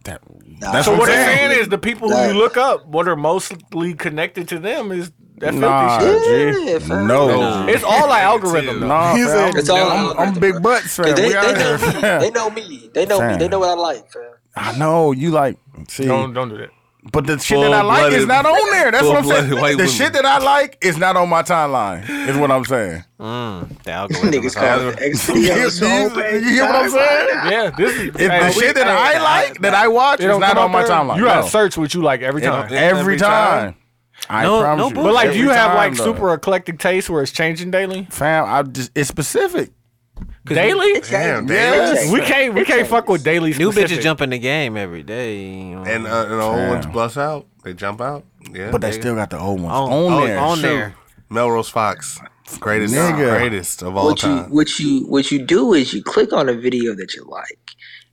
[SPEAKER 1] That- that's
[SPEAKER 4] So
[SPEAKER 1] what
[SPEAKER 4] what
[SPEAKER 1] I'm
[SPEAKER 4] it's
[SPEAKER 1] saying.
[SPEAKER 4] saying is the people who you look up, what are mostly connected to them is that filthy
[SPEAKER 1] Nah,
[SPEAKER 4] shit.
[SPEAKER 1] G.
[SPEAKER 9] Yeah, fam.
[SPEAKER 1] no,
[SPEAKER 4] It's all our algorithm. though.
[SPEAKER 1] Nah,
[SPEAKER 11] He
[SPEAKER 1] fam.
[SPEAKER 11] said-
[SPEAKER 9] It's all
[SPEAKER 1] I'm, I'm
[SPEAKER 9] algorithm,
[SPEAKER 1] big
[SPEAKER 9] bro.
[SPEAKER 1] butts,
[SPEAKER 9] They,
[SPEAKER 1] fam.
[SPEAKER 9] they,
[SPEAKER 1] We out
[SPEAKER 9] know
[SPEAKER 1] here,
[SPEAKER 9] me. They
[SPEAKER 1] fam.
[SPEAKER 9] know me. They know me. They know what I like, fam.
[SPEAKER 1] I know you like. See,
[SPEAKER 4] Don't don't do that.
[SPEAKER 1] but the shit that I like
[SPEAKER 5] Full-blooded-
[SPEAKER 1] is not on there. That's what I'm saying.
[SPEAKER 5] full-blooded white
[SPEAKER 1] The
[SPEAKER 5] women.
[SPEAKER 1] shit that I like is not on my timeline. Is what I'm saying.
[SPEAKER 2] The algorithm.
[SPEAKER 9] Niggas
[SPEAKER 2] is
[SPEAKER 9] call it X videos.
[SPEAKER 1] Do you-
[SPEAKER 9] homepage.
[SPEAKER 1] you hear what I'm saying?
[SPEAKER 4] Yeah, this is
[SPEAKER 1] If the shit that I like, that I watch, is
[SPEAKER 4] don't
[SPEAKER 1] not
[SPEAKER 4] come
[SPEAKER 1] on
[SPEAKER 4] up
[SPEAKER 1] my
[SPEAKER 4] there,
[SPEAKER 1] timeline.
[SPEAKER 4] You gotta
[SPEAKER 1] No.
[SPEAKER 4] search what you like every time.
[SPEAKER 1] Every, time. I
[SPEAKER 2] No-
[SPEAKER 1] promise
[SPEAKER 2] no
[SPEAKER 1] you.
[SPEAKER 2] bullshit.
[SPEAKER 4] but like, do
[SPEAKER 1] Every
[SPEAKER 4] you have
[SPEAKER 1] time,
[SPEAKER 4] like
[SPEAKER 1] though.
[SPEAKER 4] super eclectic taste where it's changing daily?
[SPEAKER 1] fam? I just it's specific.
[SPEAKER 4] Daily?
[SPEAKER 11] Damn,
[SPEAKER 1] Yes.
[SPEAKER 11] damn.
[SPEAKER 4] We can't we can't fuck with daily.
[SPEAKER 2] New
[SPEAKER 4] specific.
[SPEAKER 2] bitches jump in the game every day.
[SPEAKER 5] And uh, and the old
[SPEAKER 1] Damn.
[SPEAKER 5] ones bust out. They jump out. Yeah.
[SPEAKER 1] But they still got the old ones
[SPEAKER 2] On,
[SPEAKER 1] on,
[SPEAKER 2] on-
[SPEAKER 1] there.
[SPEAKER 2] Oh, on
[SPEAKER 1] Shoot.
[SPEAKER 2] there.
[SPEAKER 5] Melrose Fox, greatest,
[SPEAKER 1] Nigga.
[SPEAKER 5] greatest of all
[SPEAKER 9] what you
[SPEAKER 5] time.
[SPEAKER 9] what you what you do is you click on a video that you like,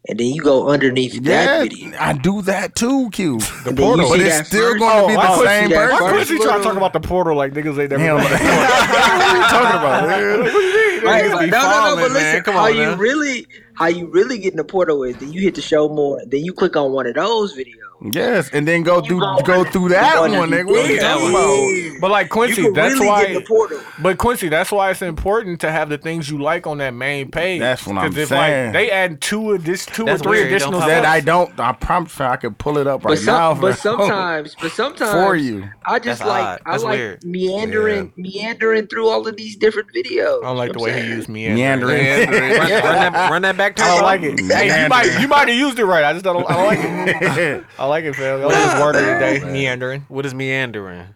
[SPEAKER 9] and then you go underneath that
[SPEAKER 1] Yeah,
[SPEAKER 9] video.
[SPEAKER 1] I do that too, Q.
[SPEAKER 9] And then you
[SPEAKER 5] But
[SPEAKER 9] see
[SPEAKER 5] it's
[SPEAKER 9] that
[SPEAKER 5] still
[SPEAKER 9] first-
[SPEAKER 5] going to be
[SPEAKER 4] Oh, I
[SPEAKER 5] the
[SPEAKER 4] put-
[SPEAKER 5] same
[SPEAKER 9] yeah,
[SPEAKER 5] person.
[SPEAKER 4] Why
[SPEAKER 9] First
[SPEAKER 4] Quincy trying
[SPEAKER 9] little-
[SPEAKER 4] to talk about the portal like niggas ain't never?
[SPEAKER 1] Damn. what are you talking about? man?
[SPEAKER 9] Right,
[SPEAKER 4] Niggas
[SPEAKER 9] but
[SPEAKER 4] be
[SPEAKER 9] no, no, no, but
[SPEAKER 4] falling, man.
[SPEAKER 9] listen,
[SPEAKER 4] Come
[SPEAKER 9] how
[SPEAKER 4] on,
[SPEAKER 9] you
[SPEAKER 4] man.
[SPEAKER 9] really how you really get in the portal is then you hit the show more, then you click on one of those videos.
[SPEAKER 1] Yes, and then go through
[SPEAKER 9] go-
[SPEAKER 1] go through that
[SPEAKER 9] go
[SPEAKER 1] one,
[SPEAKER 9] to the
[SPEAKER 1] nigga. What are you
[SPEAKER 9] big
[SPEAKER 1] talking
[SPEAKER 9] one.
[SPEAKER 1] about?
[SPEAKER 4] But like Quincy,
[SPEAKER 9] you can
[SPEAKER 4] that's
[SPEAKER 9] really
[SPEAKER 4] why.
[SPEAKER 9] get in the portal.
[SPEAKER 4] But Quincy, that's why it's important to have the things you like on that main page.
[SPEAKER 1] That's what I'm
[SPEAKER 4] 'Cause if,
[SPEAKER 1] saying.
[SPEAKER 4] Like, they add two of this, two
[SPEAKER 2] That's
[SPEAKER 4] or three
[SPEAKER 2] weird. It don't
[SPEAKER 4] additional.
[SPEAKER 2] pop
[SPEAKER 1] That
[SPEAKER 2] up.
[SPEAKER 1] I don't. I promise you I could pull it up right
[SPEAKER 9] But, some,
[SPEAKER 1] now.
[SPEAKER 9] but
[SPEAKER 1] bro.
[SPEAKER 9] sometimes, but sometimes
[SPEAKER 1] for you.
[SPEAKER 9] I just
[SPEAKER 2] That's odd.
[SPEAKER 9] like I
[SPEAKER 2] That's
[SPEAKER 9] like
[SPEAKER 2] weird.
[SPEAKER 9] meandering, meandering through all of these different videos.
[SPEAKER 4] I don't like the way he used me.
[SPEAKER 1] meandering.
[SPEAKER 2] Run, run that, run that back to
[SPEAKER 4] I don't
[SPEAKER 2] the-
[SPEAKER 4] like it. Hey, you might you might have used it right. I just don't. I don't like it. I like it, fam. That was his word of the day. Meandering.
[SPEAKER 2] What is meandering?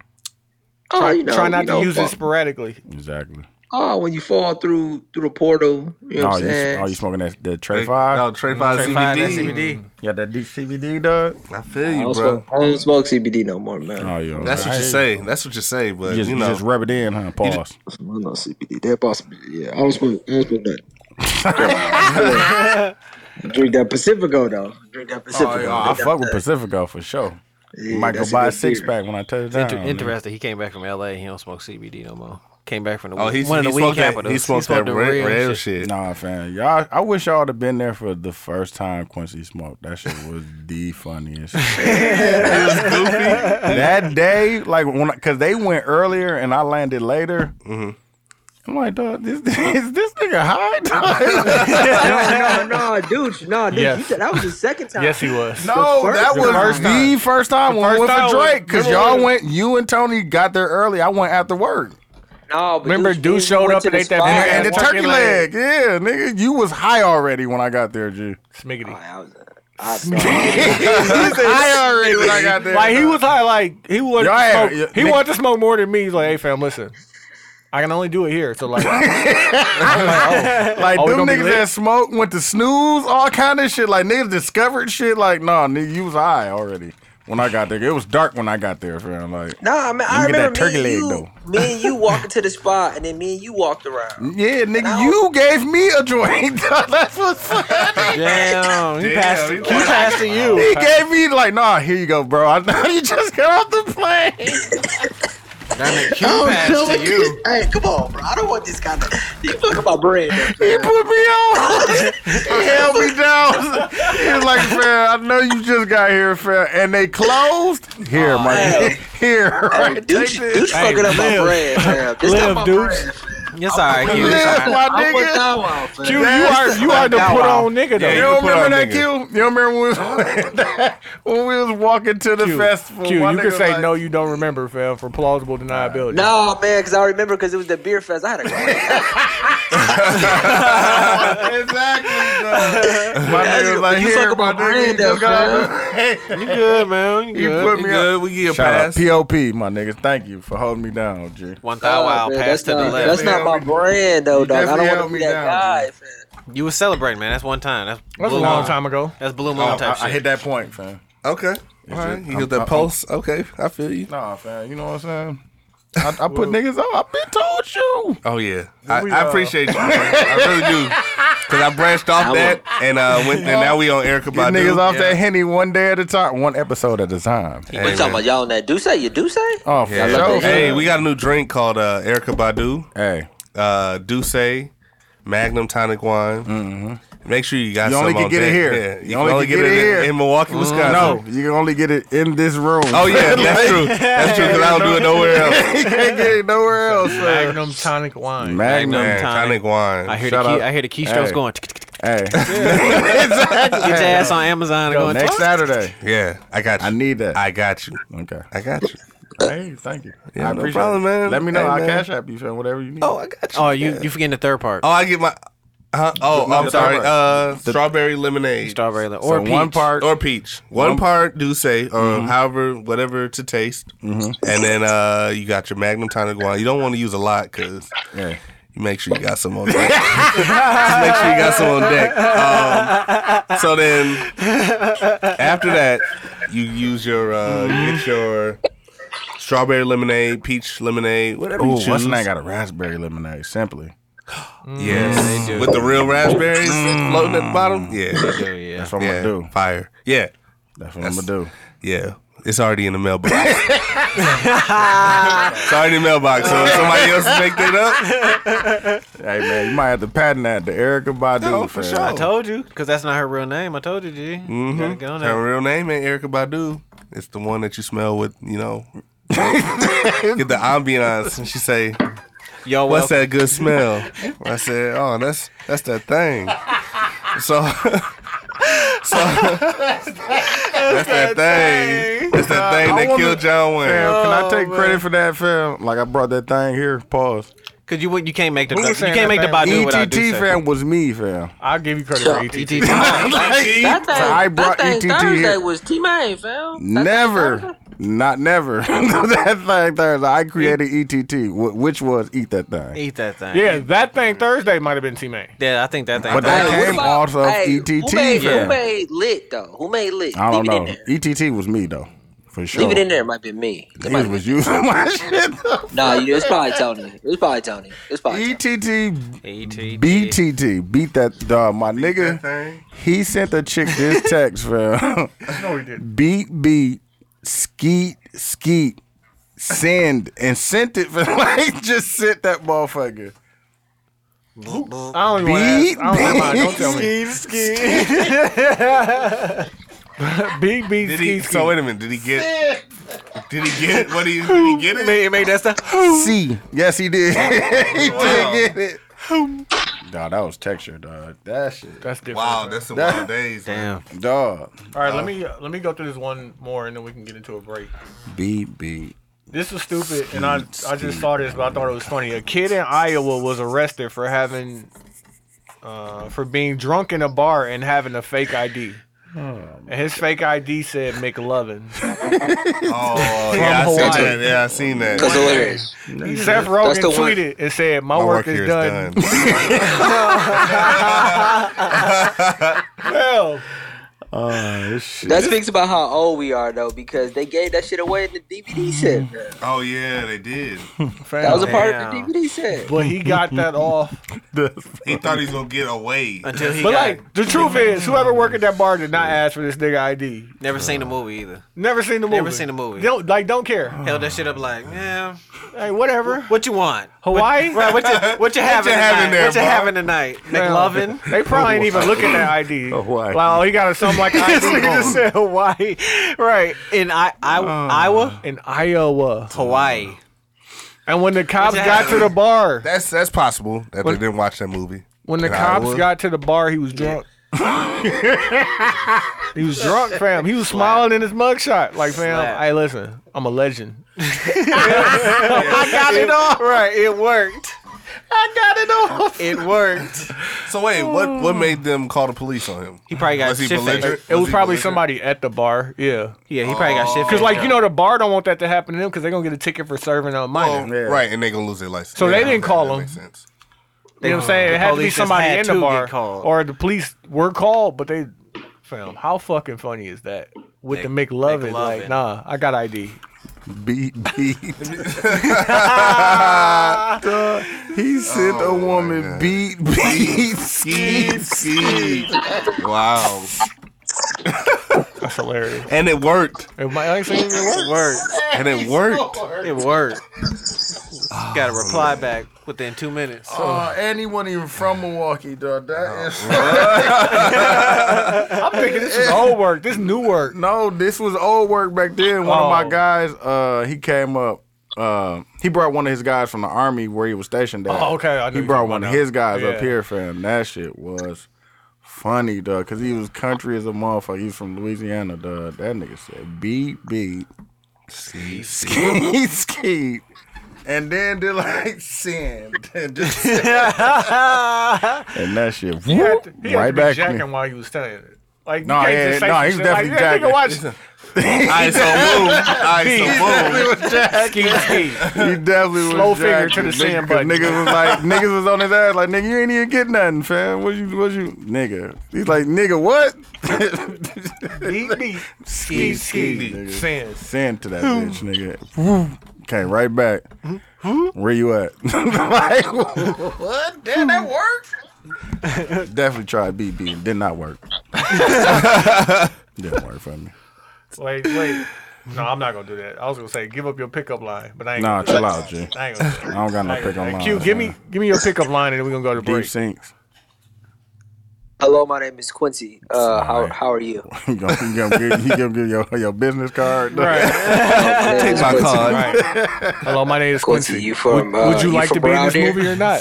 [SPEAKER 9] Oh,
[SPEAKER 4] Try,
[SPEAKER 9] you know,
[SPEAKER 4] try not
[SPEAKER 9] you
[SPEAKER 4] to
[SPEAKER 9] know,
[SPEAKER 4] use it
[SPEAKER 9] fuck.
[SPEAKER 4] sporadically.
[SPEAKER 1] exactly.
[SPEAKER 9] Oh, when you fall through through the portal, you know what
[SPEAKER 1] Oh,
[SPEAKER 9] I'm
[SPEAKER 1] you,
[SPEAKER 9] saying?
[SPEAKER 1] oh, you smoking that the Trey Five?
[SPEAKER 5] No, Trey Five
[SPEAKER 2] Trey Five, that
[SPEAKER 5] CBD.
[SPEAKER 2] CBD.
[SPEAKER 1] Yeah, that deep CBD, dog.
[SPEAKER 5] I feel
[SPEAKER 9] I
[SPEAKER 5] you, bro.
[SPEAKER 9] don't, smoke, I don't smoke CBD no more, man.
[SPEAKER 1] Oh, yeah.
[SPEAKER 5] That's what you
[SPEAKER 1] I-
[SPEAKER 5] say. That's what you say. But
[SPEAKER 1] You just,
[SPEAKER 5] you
[SPEAKER 1] you
[SPEAKER 5] know,
[SPEAKER 1] just rub it in, huh? Pause.
[SPEAKER 9] I don't know CBD. That boss, yeah. I don't smoke. I don't smoke that. Drink that Pacifico though. Drink that Pacifico.
[SPEAKER 1] Oh, I fuck with Pacifico for sure.
[SPEAKER 9] Yeah,
[SPEAKER 1] Might go
[SPEAKER 9] that's
[SPEAKER 1] buy a
[SPEAKER 9] good
[SPEAKER 1] six
[SPEAKER 9] beer.
[SPEAKER 1] pack when I touch it down.
[SPEAKER 2] Inter-
[SPEAKER 1] nigga.
[SPEAKER 2] interesting. He came back from L.A. He don't smoke CBD no more. Came back from the
[SPEAKER 5] oh,
[SPEAKER 2] weed-
[SPEAKER 5] he,
[SPEAKER 2] one of
[SPEAKER 5] he
[SPEAKER 2] the weed
[SPEAKER 5] smoked that.
[SPEAKER 2] capitals.
[SPEAKER 5] He smoked that
[SPEAKER 2] the
[SPEAKER 5] red,
[SPEAKER 2] real
[SPEAKER 5] red
[SPEAKER 2] shit.
[SPEAKER 5] shit.
[SPEAKER 1] Nah, fam. Y'all, I wish y'all would have been there for the first time Quincy smoked. That shit was the funniest. that day, like when, I- cause they went earlier and I landed later. I'm like, dog, this, is this nigga high? dog?"
[SPEAKER 9] No, no, no, dude, no, dude.
[SPEAKER 4] Yes.
[SPEAKER 9] You said that was the second time.
[SPEAKER 4] Yes, he was.
[SPEAKER 1] no,
[SPEAKER 9] first-
[SPEAKER 1] that
[SPEAKER 9] the
[SPEAKER 1] was
[SPEAKER 4] first time.
[SPEAKER 1] the first time when we
[SPEAKER 4] first
[SPEAKER 1] went
[SPEAKER 4] time was-
[SPEAKER 1] for Drake, cause
[SPEAKER 4] remember
[SPEAKER 1] y'all
[SPEAKER 4] when-
[SPEAKER 1] went. You and Tony got there early. I went after work.
[SPEAKER 9] No, but
[SPEAKER 4] Remember,
[SPEAKER 9] Deuce,
[SPEAKER 4] dude
[SPEAKER 9] we
[SPEAKER 4] showed
[SPEAKER 9] went
[SPEAKER 4] up
[SPEAKER 9] to
[SPEAKER 4] and
[SPEAKER 9] the
[SPEAKER 4] ate that
[SPEAKER 9] spot.
[SPEAKER 4] big
[SPEAKER 1] And,
[SPEAKER 4] ass
[SPEAKER 1] the turkey leg. yeah, nigga, you was high already when I got there, G.
[SPEAKER 9] Oh,
[SPEAKER 4] Smiggity.
[SPEAKER 9] that was a- I saw-
[SPEAKER 1] high already when I got there.
[SPEAKER 4] Like he was high. Like he wanted.
[SPEAKER 1] Y'all
[SPEAKER 4] To
[SPEAKER 1] had-
[SPEAKER 4] smoke,
[SPEAKER 1] yeah,
[SPEAKER 4] he
[SPEAKER 1] nigga-
[SPEAKER 4] wanted to smoke more than me. He's like, hey, fam, listen. I can only do it here. So like,
[SPEAKER 1] Like
[SPEAKER 4] Oh, we
[SPEAKER 1] them
[SPEAKER 4] gonna be
[SPEAKER 1] niggas
[SPEAKER 4] lit?
[SPEAKER 1] that smoke went to snooze, all kind of shit. Like niggas discovered shit. Like nah, nigga, you was high already when I got there. It was dark when I got there, fam. Like
[SPEAKER 9] Nah, man, I
[SPEAKER 1] Let me get that
[SPEAKER 9] remember
[SPEAKER 1] turkey
[SPEAKER 9] me, and
[SPEAKER 1] leg,
[SPEAKER 9] you, me and you walking to the spot, and then me and you walked around.
[SPEAKER 1] yeah, nigga,
[SPEAKER 9] Now-
[SPEAKER 1] you gave me a joint. That's what's funny.
[SPEAKER 2] Damn, he passed.
[SPEAKER 5] he
[SPEAKER 2] He passed to you.
[SPEAKER 1] He gave me like, nah, here you go, bro. I know you just got off the plane.
[SPEAKER 2] That nigga Q passed to you.
[SPEAKER 9] Hey, come on, bro. I don't want this kind of. You talk about bread.
[SPEAKER 1] He put me on. he held me down. He was like, fam, I know you just got here, fam. And they closed. Here, my
[SPEAKER 9] hell.
[SPEAKER 1] here, right?
[SPEAKER 9] Hey, dude,
[SPEAKER 1] Take
[SPEAKER 9] you-
[SPEAKER 1] this.
[SPEAKER 9] dude, you fucking up my bread, man. This not
[SPEAKER 4] live,
[SPEAKER 9] my
[SPEAKER 4] dude.
[SPEAKER 9] bread.
[SPEAKER 2] It's all right. Q.
[SPEAKER 1] Live,
[SPEAKER 2] It's all
[SPEAKER 1] my
[SPEAKER 2] right.
[SPEAKER 9] I put
[SPEAKER 1] nigga.
[SPEAKER 9] that one,
[SPEAKER 4] you,
[SPEAKER 9] man.
[SPEAKER 4] you are you are the put on nigga though.
[SPEAKER 1] You
[SPEAKER 5] can
[SPEAKER 1] don't
[SPEAKER 5] put
[SPEAKER 1] remember
[SPEAKER 5] on
[SPEAKER 1] that Q?
[SPEAKER 5] nigga.
[SPEAKER 1] You don't remember when, when we was walking to the
[SPEAKER 4] Q,
[SPEAKER 1] festival?
[SPEAKER 4] Q,
[SPEAKER 1] my
[SPEAKER 4] you can
[SPEAKER 1] nigga
[SPEAKER 4] say
[SPEAKER 1] like,
[SPEAKER 4] no, you don't remember, fam, for plausible deniability.
[SPEAKER 9] No, man, because I remember because it was the beer fest. I had a great
[SPEAKER 1] exactly. dog. my nigga was like,
[SPEAKER 9] You
[SPEAKER 1] here,
[SPEAKER 9] fuck
[SPEAKER 1] my
[SPEAKER 9] up my
[SPEAKER 1] nigga, you
[SPEAKER 9] brand
[SPEAKER 1] just
[SPEAKER 9] up,
[SPEAKER 1] got
[SPEAKER 9] man.
[SPEAKER 1] off the-
[SPEAKER 2] You good, man? You
[SPEAKER 1] He
[SPEAKER 2] good?
[SPEAKER 1] put
[SPEAKER 5] We
[SPEAKER 1] me up.
[SPEAKER 5] good. We get a
[SPEAKER 1] Shout out
[SPEAKER 5] pass.
[SPEAKER 1] POP, my niggas. Thank you for holding me down, G.
[SPEAKER 2] One thou wow
[SPEAKER 9] Oh, man,
[SPEAKER 2] pass
[SPEAKER 9] that's
[SPEAKER 2] to the
[SPEAKER 9] not, That's
[SPEAKER 2] left.
[SPEAKER 9] not my brand, though, dog. I
[SPEAKER 1] definitely
[SPEAKER 9] don't
[SPEAKER 1] held
[SPEAKER 9] want to
[SPEAKER 1] me
[SPEAKER 9] be that
[SPEAKER 1] down,
[SPEAKER 9] guy, fam.
[SPEAKER 2] You was celebrating, man. That's one time. That's,
[SPEAKER 4] That's a
[SPEAKER 2] blue
[SPEAKER 4] long
[SPEAKER 2] moon.
[SPEAKER 4] time ago.
[SPEAKER 2] That's blue moon
[SPEAKER 1] Oh, I,
[SPEAKER 2] type
[SPEAKER 1] I
[SPEAKER 2] shit.
[SPEAKER 1] hit that point, fam.
[SPEAKER 5] Okay. All right.
[SPEAKER 1] just-
[SPEAKER 5] You
[SPEAKER 1] I'm-
[SPEAKER 5] hit that
[SPEAKER 1] I'm-
[SPEAKER 5] pulse. Okay, I feel you.
[SPEAKER 1] Nah, fam. You know what I'm saying? I, I put niggas on. I've been told you.
[SPEAKER 5] Oh yeah, I,
[SPEAKER 4] we,
[SPEAKER 5] I
[SPEAKER 4] uh,
[SPEAKER 5] appreciate you. man. I really do. Cause I branched off that and uh, went and now we on Erica
[SPEAKER 1] Get
[SPEAKER 5] Badu.
[SPEAKER 1] niggas off that henny one day at a time, one episode at a time.
[SPEAKER 9] What you
[SPEAKER 5] Hey,
[SPEAKER 9] talking
[SPEAKER 5] man.
[SPEAKER 9] about? Y'all on that Duce? You Duce?
[SPEAKER 1] Oh, for
[SPEAKER 5] Yeah.
[SPEAKER 1] sure,
[SPEAKER 5] Hey,
[SPEAKER 1] fam.
[SPEAKER 5] we got a new drink called uh, Erica Badu,
[SPEAKER 1] Hey,
[SPEAKER 5] uh, Douce, Magnum Tonic Wine. Make sure you got.
[SPEAKER 1] Mm-hmm. You only
[SPEAKER 5] some
[SPEAKER 1] can
[SPEAKER 5] on
[SPEAKER 1] get it
[SPEAKER 5] deck.
[SPEAKER 1] here.
[SPEAKER 5] Yeah. You,
[SPEAKER 1] You
[SPEAKER 5] can
[SPEAKER 1] only
[SPEAKER 5] only,
[SPEAKER 1] can
[SPEAKER 5] get,
[SPEAKER 1] get
[SPEAKER 5] it,
[SPEAKER 1] it
[SPEAKER 5] in-
[SPEAKER 1] here.
[SPEAKER 5] in Milwaukee, Wisconsin.
[SPEAKER 1] no, you can only get it in this room.
[SPEAKER 5] Oh yeah, that's true. That's true. Cause I don't do it nowhere else.
[SPEAKER 1] you can't get it nowhere else. fam.
[SPEAKER 4] Magnum tonic wine.
[SPEAKER 1] Magnum.
[SPEAKER 2] Magnum.
[SPEAKER 5] Man,
[SPEAKER 2] Tonic.
[SPEAKER 5] tonic wine.
[SPEAKER 2] I hear the
[SPEAKER 1] Shout
[SPEAKER 2] key,
[SPEAKER 1] out.
[SPEAKER 2] I hear the keystrokes
[SPEAKER 1] Hey.
[SPEAKER 2] going.
[SPEAKER 1] Hey,
[SPEAKER 2] Get your ass on Amazon and
[SPEAKER 1] Yo,
[SPEAKER 2] going.
[SPEAKER 1] next Saturday.
[SPEAKER 5] Yeah, I got you.
[SPEAKER 1] oh, I need that.
[SPEAKER 5] I got you.
[SPEAKER 1] okay.
[SPEAKER 5] I got you.
[SPEAKER 1] Hey, thank you.
[SPEAKER 5] Yeah,
[SPEAKER 1] I
[SPEAKER 5] no
[SPEAKER 1] appreciate
[SPEAKER 5] problem,
[SPEAKER 1] it.
[SPEAKER 5] man.
[SPEAKER 1] Let me know.
[SPEAKER 5] Hey,
[SPEAKER 1] I'll
[SPEAKER 5] man.
[SPEAKER 1] cash app you, fam. Whatever you need.
[SPEAKER 5] Oh, I got you.
[SPEAKER 2] Oh, you you forgetting the third part?
[SPEAKER 5] Oh, I get my. Huh? Oh, I'm
[SPEAKER 1] the
[SPEAKER 5] sorry.
[SPEAKER 1] strawberry.
[SPEAKER 5] Uh, strawberry lemonade
[SPEAKER 2] Strawberry lemon.
[SPEAKER 1] So
[SPEAKER 2] or peach.
[SPEAKER 1] one part.
[SPEAKER 5] or peach. One
[SPEAKER 1] One-
[SPEAKER 5] part do say, or
[SPEAKER 1] Mm-hmm.
[SPEAKER 5] however, whatever to taste, and then uh, you got your Magnum tonic wine. You don't want to use a lot because
[SPEAKER 1] Yeah.
[SPEAKER 5] you make sure you got some on deck. Just make sure you got some on deck. Um, so then, after that, you use your uh, you get your strawberry lemonade, peach lemonade, whatever
[SPEAKER 1] Ooh,
[SPEAKER 5] you choose.
[SPEAKER 1] what's the name? Got a raspberry lemonade. Simply. Mm,
[SPEAKER 5] Yes, with the real raspberries floating at the bottom. Yeah,
[SPEAKER 2] Yeah, yeah.
[SPEAKER 1] That's what
[SPEAKER 5] yeah,
[SPEAKER 1] I'm gonna do.
[SPEAKER 5] fire. Yeah,
[SPEAKER 1] That's what I'm gonna do.
[SPEAKER 5] yeah. It's already in the mailbox. it's already in the mailbox. So if somebody else make that up,
[SPEAKER 1] Hey man, you might have to patent that to Erica Badu.
[SPEAKER 5] No, for
[SPEAKER 1] fam.
[SPEAKER 5] sure.
[SPEAKER 2] I told you, because that's not her real name. I told you, G. You gotta get on that.
[SPEAKER 5] her real name ain't Erica Badu. It's the one that you smell with, you know. get the ambiance, and she say,
[SPEAKER 2] Yo,
[SPEAKER 5] "What's
[SPEAKER 2] what's
[SPEAKER 5] that good smell?" I said, "Oh, that's that's that thing." So, so that's that thing. That's that thing
[SPEAKER 1] I
[SPEAKER 5] that
[SPEAKER 1] wanna-
[SPEAKER 5] killed John Wayne.
[SPEAKER 1] Fam, can
[SPEAKER 2] Oh,
[SPEAKER 1] I take credit for that, fam? Like I brought that thing here. Pause.
[SPEAKER 2] Because you wouldn't- you can't make the
[SPEAKER 4] was
[SPEAKER 2] you
[SPEAKER 4] saying
[SPEAKER 2] can't make
[SPEAKER 4] that
[SPEAKER 2] the
[SPEAKER 4] thing?
[SPEAKER 2] Badu without E
[SPEAKER 1] ETT
[SPEAKER 2] do
[SPEAKER 1] fam was me, fam.
[SPEAKER 4] I'll give you credit
[SPEAKER 9] Yeah.
[SPEAKER 4] for E ETT.
[SPEAKER 2] ETT.
[SPEAKER 9] That thing,
[SPEAKER 1] I brought
[SPEAKER 9] that thing
[SPEAKER 1] ETT
[SPEAKER 9] Thursday
[SPEAKER 1] here.
[SPEAKER 9] was T Main, fam. That thing Thursday?
[SPEAKER 1] Never, not never. that thing Thursday, I created ETT, wh- which was eat that thing.
[SPEAKER 2] Eat that thing.
[SPEAKER 4] Yeah, that thing Thursday might have been teammate.
[SPEAKER 2] Yeah, I think that thing.
[SPEAKER 1] But that
[SPEAKER 9] Hey, what
[SPEAKER 1] came
[SPEAKER 9] about-
[SPEAKER 1] off of
[SPEAKER 9] hey,
[SPEAKER 1] ETT,
[SPEAKER 9] Who made,
[SPEAKER 2] fam.
[SPEAKER 9] who made lit though? Who made lit?
[SPEAKER 1] I don't
[SPEAKER 9] Leave
[SPEAKER 1] know.
[SPEAKER 9] It in there.
[SPEAKER 1] ETT was me though, for sure.
[SPEAKER 9] Leave it in there. It might be me. It might
[SPEAKER 1] He was using my shit. though. E
[SPEAKER 9] No, you it's probably Tony. It's probably Tony. It's probably Tony.
[SPEAKER 1] ETT
[SPEAKER 2] ETT.
[SPEAKER 1] BTT beat that dog. My nigga,
[SPEAKER 5] That thing.
[SPEAKER 1] he sent the chick this text, fam.
[SPEAKER 4] No, he didn't.
[SPEAKER 1] beat beat skeet skeet send and sent it for like just sent that motherfucker.
[SPEAKER 4] I don't even want to
[SPEAKER 1] Beat
[SPEAKER 4] ask. I don't, never mind, don't
[SPEAKER 1] beat
[SPEAKER 4] tell me.
[SPEAKER 1] skeet skeet.
[SPEAKER 4] Beat, beat,
[SPEAKER 5] Did
[SPEAKER 4] ski,
[SPEAKER 5] he? So
[SPEAKER 4] ski.
[SPEAKER 5] wait a minute. Did he get? Did he get? What he? Did he get it?
[SPEAKER 2] It made that stuff.
[SPEAKER 1] C. Yes, he did. he
[SPEAKER 5] Wow.
[SPEAKER 1] did get it. Dog, that was texture, dog. That shit,
[SPEAKER 4] That's different.
[SPEAKER 5] Wow, that's some wild days. man.
[SPEAKER 2] Damn.
[SPEAKER 1] dog.
[SPEAKER 4] All right, let me let me go through this one more, and then we can get into a break.
[SPEAKER 1] Beat beat.
[SPEAKER 4] This was stupid, and I I just saw this, but I thought it was funny. A kid in Iowa was arrested for having, uh, for being drunk in a bar and having a fake ID. and his fake ID said McLovin.
[SPEAKER 5] Oh, yeah, I seen that. Yeah, I seen that.
[SPEAKER 9] That's hilarious.
[SPEAKER 4] Seth Rogen
[SPEAKER 9] the one-
[SPEAKER 4] tweeted and said, "My,
[SPEAKER 5] My
[SPEAKER 4] work, is done." Well,
[SPEAKER 1] Oh shit.
[SPEAKER 9] That speaks about how old we are though, because they gave that shit away in the
[SPEAKER 4] Mm,
[SPEAKER 9] DVD set. man.
[SPEAKER 5] oh yeah, they did.
[SPEAKER 9] That was a part of
[SPEAKER 2] Damn.
[SPEAKER 9] the DVD set.
[SPEAKER 4] but he got that off.
[SPEAKER 5] He thought he was gonna get away.
[SPEAKER 2] Until he
[SPEAKER 4] But
[SPEAKER 2] got,
[SPEAKER 4] like, the truth is, whoever worked at that bar did not ask for this nigga ID.
[SPEAKER 2] never seen the movie either.
[SPEAKER 4] Never seen the movie.
[SPEAKER 2] Never seen the movie.
[SPEAKER 4] Don't like, don't care.
[SPEAKER 2] Held that shit up like, man,
[SPEAKER 4] Hey, whatever.
[SPEAKER 2] what you want?
[SPEAKER 4] Hawaii.
[SPEAKER 2] Right, what you what you having
[SPEAKER 5] you
[SPEAKER 2] tonight?
[SPEAKER 5] having there,
[SPEAKER 2] what you
[SPEAKER 5] bro?
[SPEAKER 2] having tonight? McLovin.
[SPEAKER 4] They probably ain't even looking at ID.
[SPEAKER 1] Hawaii.
[SPEAKER 4] Wow, he got a something like ID.
[SPEAKER 2] This nigga just
[SPEAKER 4] said Hawaii
[SPEAKER 2] right in I, I Iowa,
[SPEAKER 4] in Iowa.
[SPEAKER 2] Hawaii.
[SPEAKER 4] And when the cops
[SPEAKER 2] What
[SPEAKER 4] got to the bar,
[SPEAKER 5] That's that's possible that they didn't watch that movie.
[SPEAKER 4] when the
[SPEAKER 5] In
[SPEAKER 4] cops
[SPEAKER 5] Iowa.
[SPEAKER 4] got to the bar, he was drunk. he was drunk, fam. He was smiling in his mugshot. Like, fam,
[SPEAKER 2] Slap.
[SPEAKER 4] hey, listen, I'm a legend.
[SPEAKER 2] I got it off. Right, it worked.
[SPEAKER 4] I got it off.
[SPEAKER 2] It worked.
[SPEAKER 5] So wait, what what made them call the police on him?
[SPEAKER 2] He probably got
[SPEAKER 5] Was he
[SPEAKER 2] shit faced.
[SPEAKER 5] belligerent?
[SPEAKER 4] It was
[SPEAKER 5] he
[SPEAKER 4] probably
[SPEAKER 5] belligerent?
[SPEAKER 4] somebody at the bar. Yeah.
[SPEAKER 2] Yeah, he probably got shit.
[SPEAKER 4] Because,
[SPEAKER 2] faced.
[SPEAKER 4] Oh. like, you know, the bar don't want that to happen to them because they're going to get a ticket for serving a minor.
[SPEAKER 5] Well,
[SPEAKER 1] Yeah.
[SPEAKER 5] Oh, Right, and they gonna lose their license.
[SPEAKER 4] So they didn't
[SPEAKER 5] that-
[SPEAKER 4] call
[SPEAKER 5] that
[SPEAKER 4] him.
[SPEAKER 5] makes sense.
[SPEAKER 4] You know what I'm saying?
[SPEAKER 2] The
[SPEAKER 4] It had to be
[SPEAKER 2] police just
[SPEAKER 4] somebody
[SPEAKER 2] had
[SPEAKER 4] in the
[SPEAKER 2] to
[SPEAKER 4] bar,
[SPEAKER 2] get called.
[SPEAKER 4] or the police were called, but they, fam, how fucking funny is that with the McLovin? Like,
[SPEAKER 2] McLovin.
[SPEAKER 4] nah, I got ID.
[SPEAKER 1] beat beat. Dog, he sent a woman beat beat skeet skeet.
[SPEAKER 5] Wow,
[SPEAKER 4] That's hilarious.
[SPEAKER 5] and it worked.
[SPEAKER 4] It might actually even work.
[SPEAKER 5] And it worked.
[SPEAKER 2] it worked. got to reply back within two minutes.
[SPEAKER 1] Uh, and he wasn't even from Milwaukee, dog. That is
[SPEAKER 4] I'm thinking this is old work. This new work.
[SPEAKER 1] No, this was old work back then. One of my
[SPEAKER 4] Oh.
[SPEAKER 1] guys, uh, he came up. Uh, he brought one of his guys from the army where he was stationed at.
[SPEAKER 4] Oh, okay, I know
[SPEAKER 1] He
[SPEAKER 4] you're
[SPEAKER 1] brought
[SPEAKER 4] talking
[SPEAKER 1] one
[SPEAKER 4] about
[SPEAKER 1] of
[SPEAKER 4] now.
[SPEAKER 1] his guys up
[SPEAKER 4] Yeah.
[SPEAKER 1] here, fam. That shit was funny, dog, because he was country as a motherfucker. He was from Louisiana, dog. That nigga said, beat, beat, skeet, skeet. And then did like send. And, just and that shit
[SPEAKER 4] He had to,
[SPEAKER 1] whoop,
[SPEAKER 4] he had to
[SPEAKER 1] right
[SPEAKER 4] be
[SPEAKER 1] back. to me.
[SPEAKER 4] jacking while he was telling it. Like, you
[SPEAKER 1] No,
[SPEAKER 4] can't
[SPEAKER 1] yeah,
[SPEAKER 4] just say
[SPEAKER 1] no,
[SPEAKER 4] some
[SPEAKER 1] he's
[SPEAKER 4] shit
[SPEAKER 1] definitely
[SPEAKER 4] like, yeah, nigga,
[SPEAKER 1] jacking.
[SPEAKER 4] watch
[SPEAKER 5] All right, so boom. All right, so boom.
[SPEAKER 4] ski ski.
[SPEAKER 1] You definitely
[SPEAKER 4] Slow
[SPEAKER 1] was
[SPEAKER 4] finger
[SPEAKER 1] jacking,
[SPEAKER 4] to the
[SPEAKER 1] nigga,
[SPEAKER 4] sand
[SPEAKER 1] 'cause
[SPEAKER 4] button.
[SPEAKER 1] Niggas was like, niggas was on his ass like, nigga, you ain't even get nothing, fam. What you, what you, nigga? He's like, nigga, what?
[SPEAKER 4] Beat me. Ski ski.
[SPEAKER 1] nigga.
[SPEAKER 4] Sand.
[SPEAKER 1] Send to that bitch, nigga. Okay, right back. Where you at? like, what? Damn, that worked. Definitely tried BB. It Did not work. Didn't work for me.
[SPEAKER 4] Wait, wait. No, I'm not gonna do that. I was gonna say, give up your pickup line, but I ain't.
[SPEAKER 1] Nah,
[SPEAKER 4] gonna do
[SPEAKER 1] chill
[SPEAKER 4] that.
[SPEAKER 1] out, G.
[SPEAKER 4] I ain't gonna. do
[SPEAKER 1] I
[SPEAKER 4] that.
[SPEAKER 1] don't got no
[SPEAKER 4] I ain't
[SPEAKER 1] pick
[SPEAKER 4] gonna
[SPEAKER 1] on
[SPEAKER 4] do that.
[SPEAKER 1] mine.
[SPEAKER 4] Q, give me, give me your pickup line, and then we're gonna go to
[SPEAKER 1] deep
[SPEAKER 4] break.
[SPEAKER 1] sinks.
[SPEAKER 8] Hello, my name is Quincy. Uh, how,
[SPEAKER 1] Alright.
[SPEAKER 8] how are you?
[SPEAKER 1] you gonna, you gonna give, you gonna give your, your business card?
[SPEAKER 4] Right.
[SPEAKER 8] Take
[SPEAKER 5] My card.
[SPEAKER 4] right. Hello, my name is
[SPEAKER 8] Quincy,
[SPEAKER 4] Quincy.
[SPEAKER 8] you from,
[SPEAKER 4] would, would
[SPEAKER 8] uh,
[SPEAKER 4] you
[SPEAKER 8] you
[SPEAKER 4] like
[SPEAKER 8] from
[SPEAKER 4] to be in
[SPEAKER 8] around
[SPEAKER 4] this
[SPEAKER 8] here?
[SPEAKER 4] movie or not?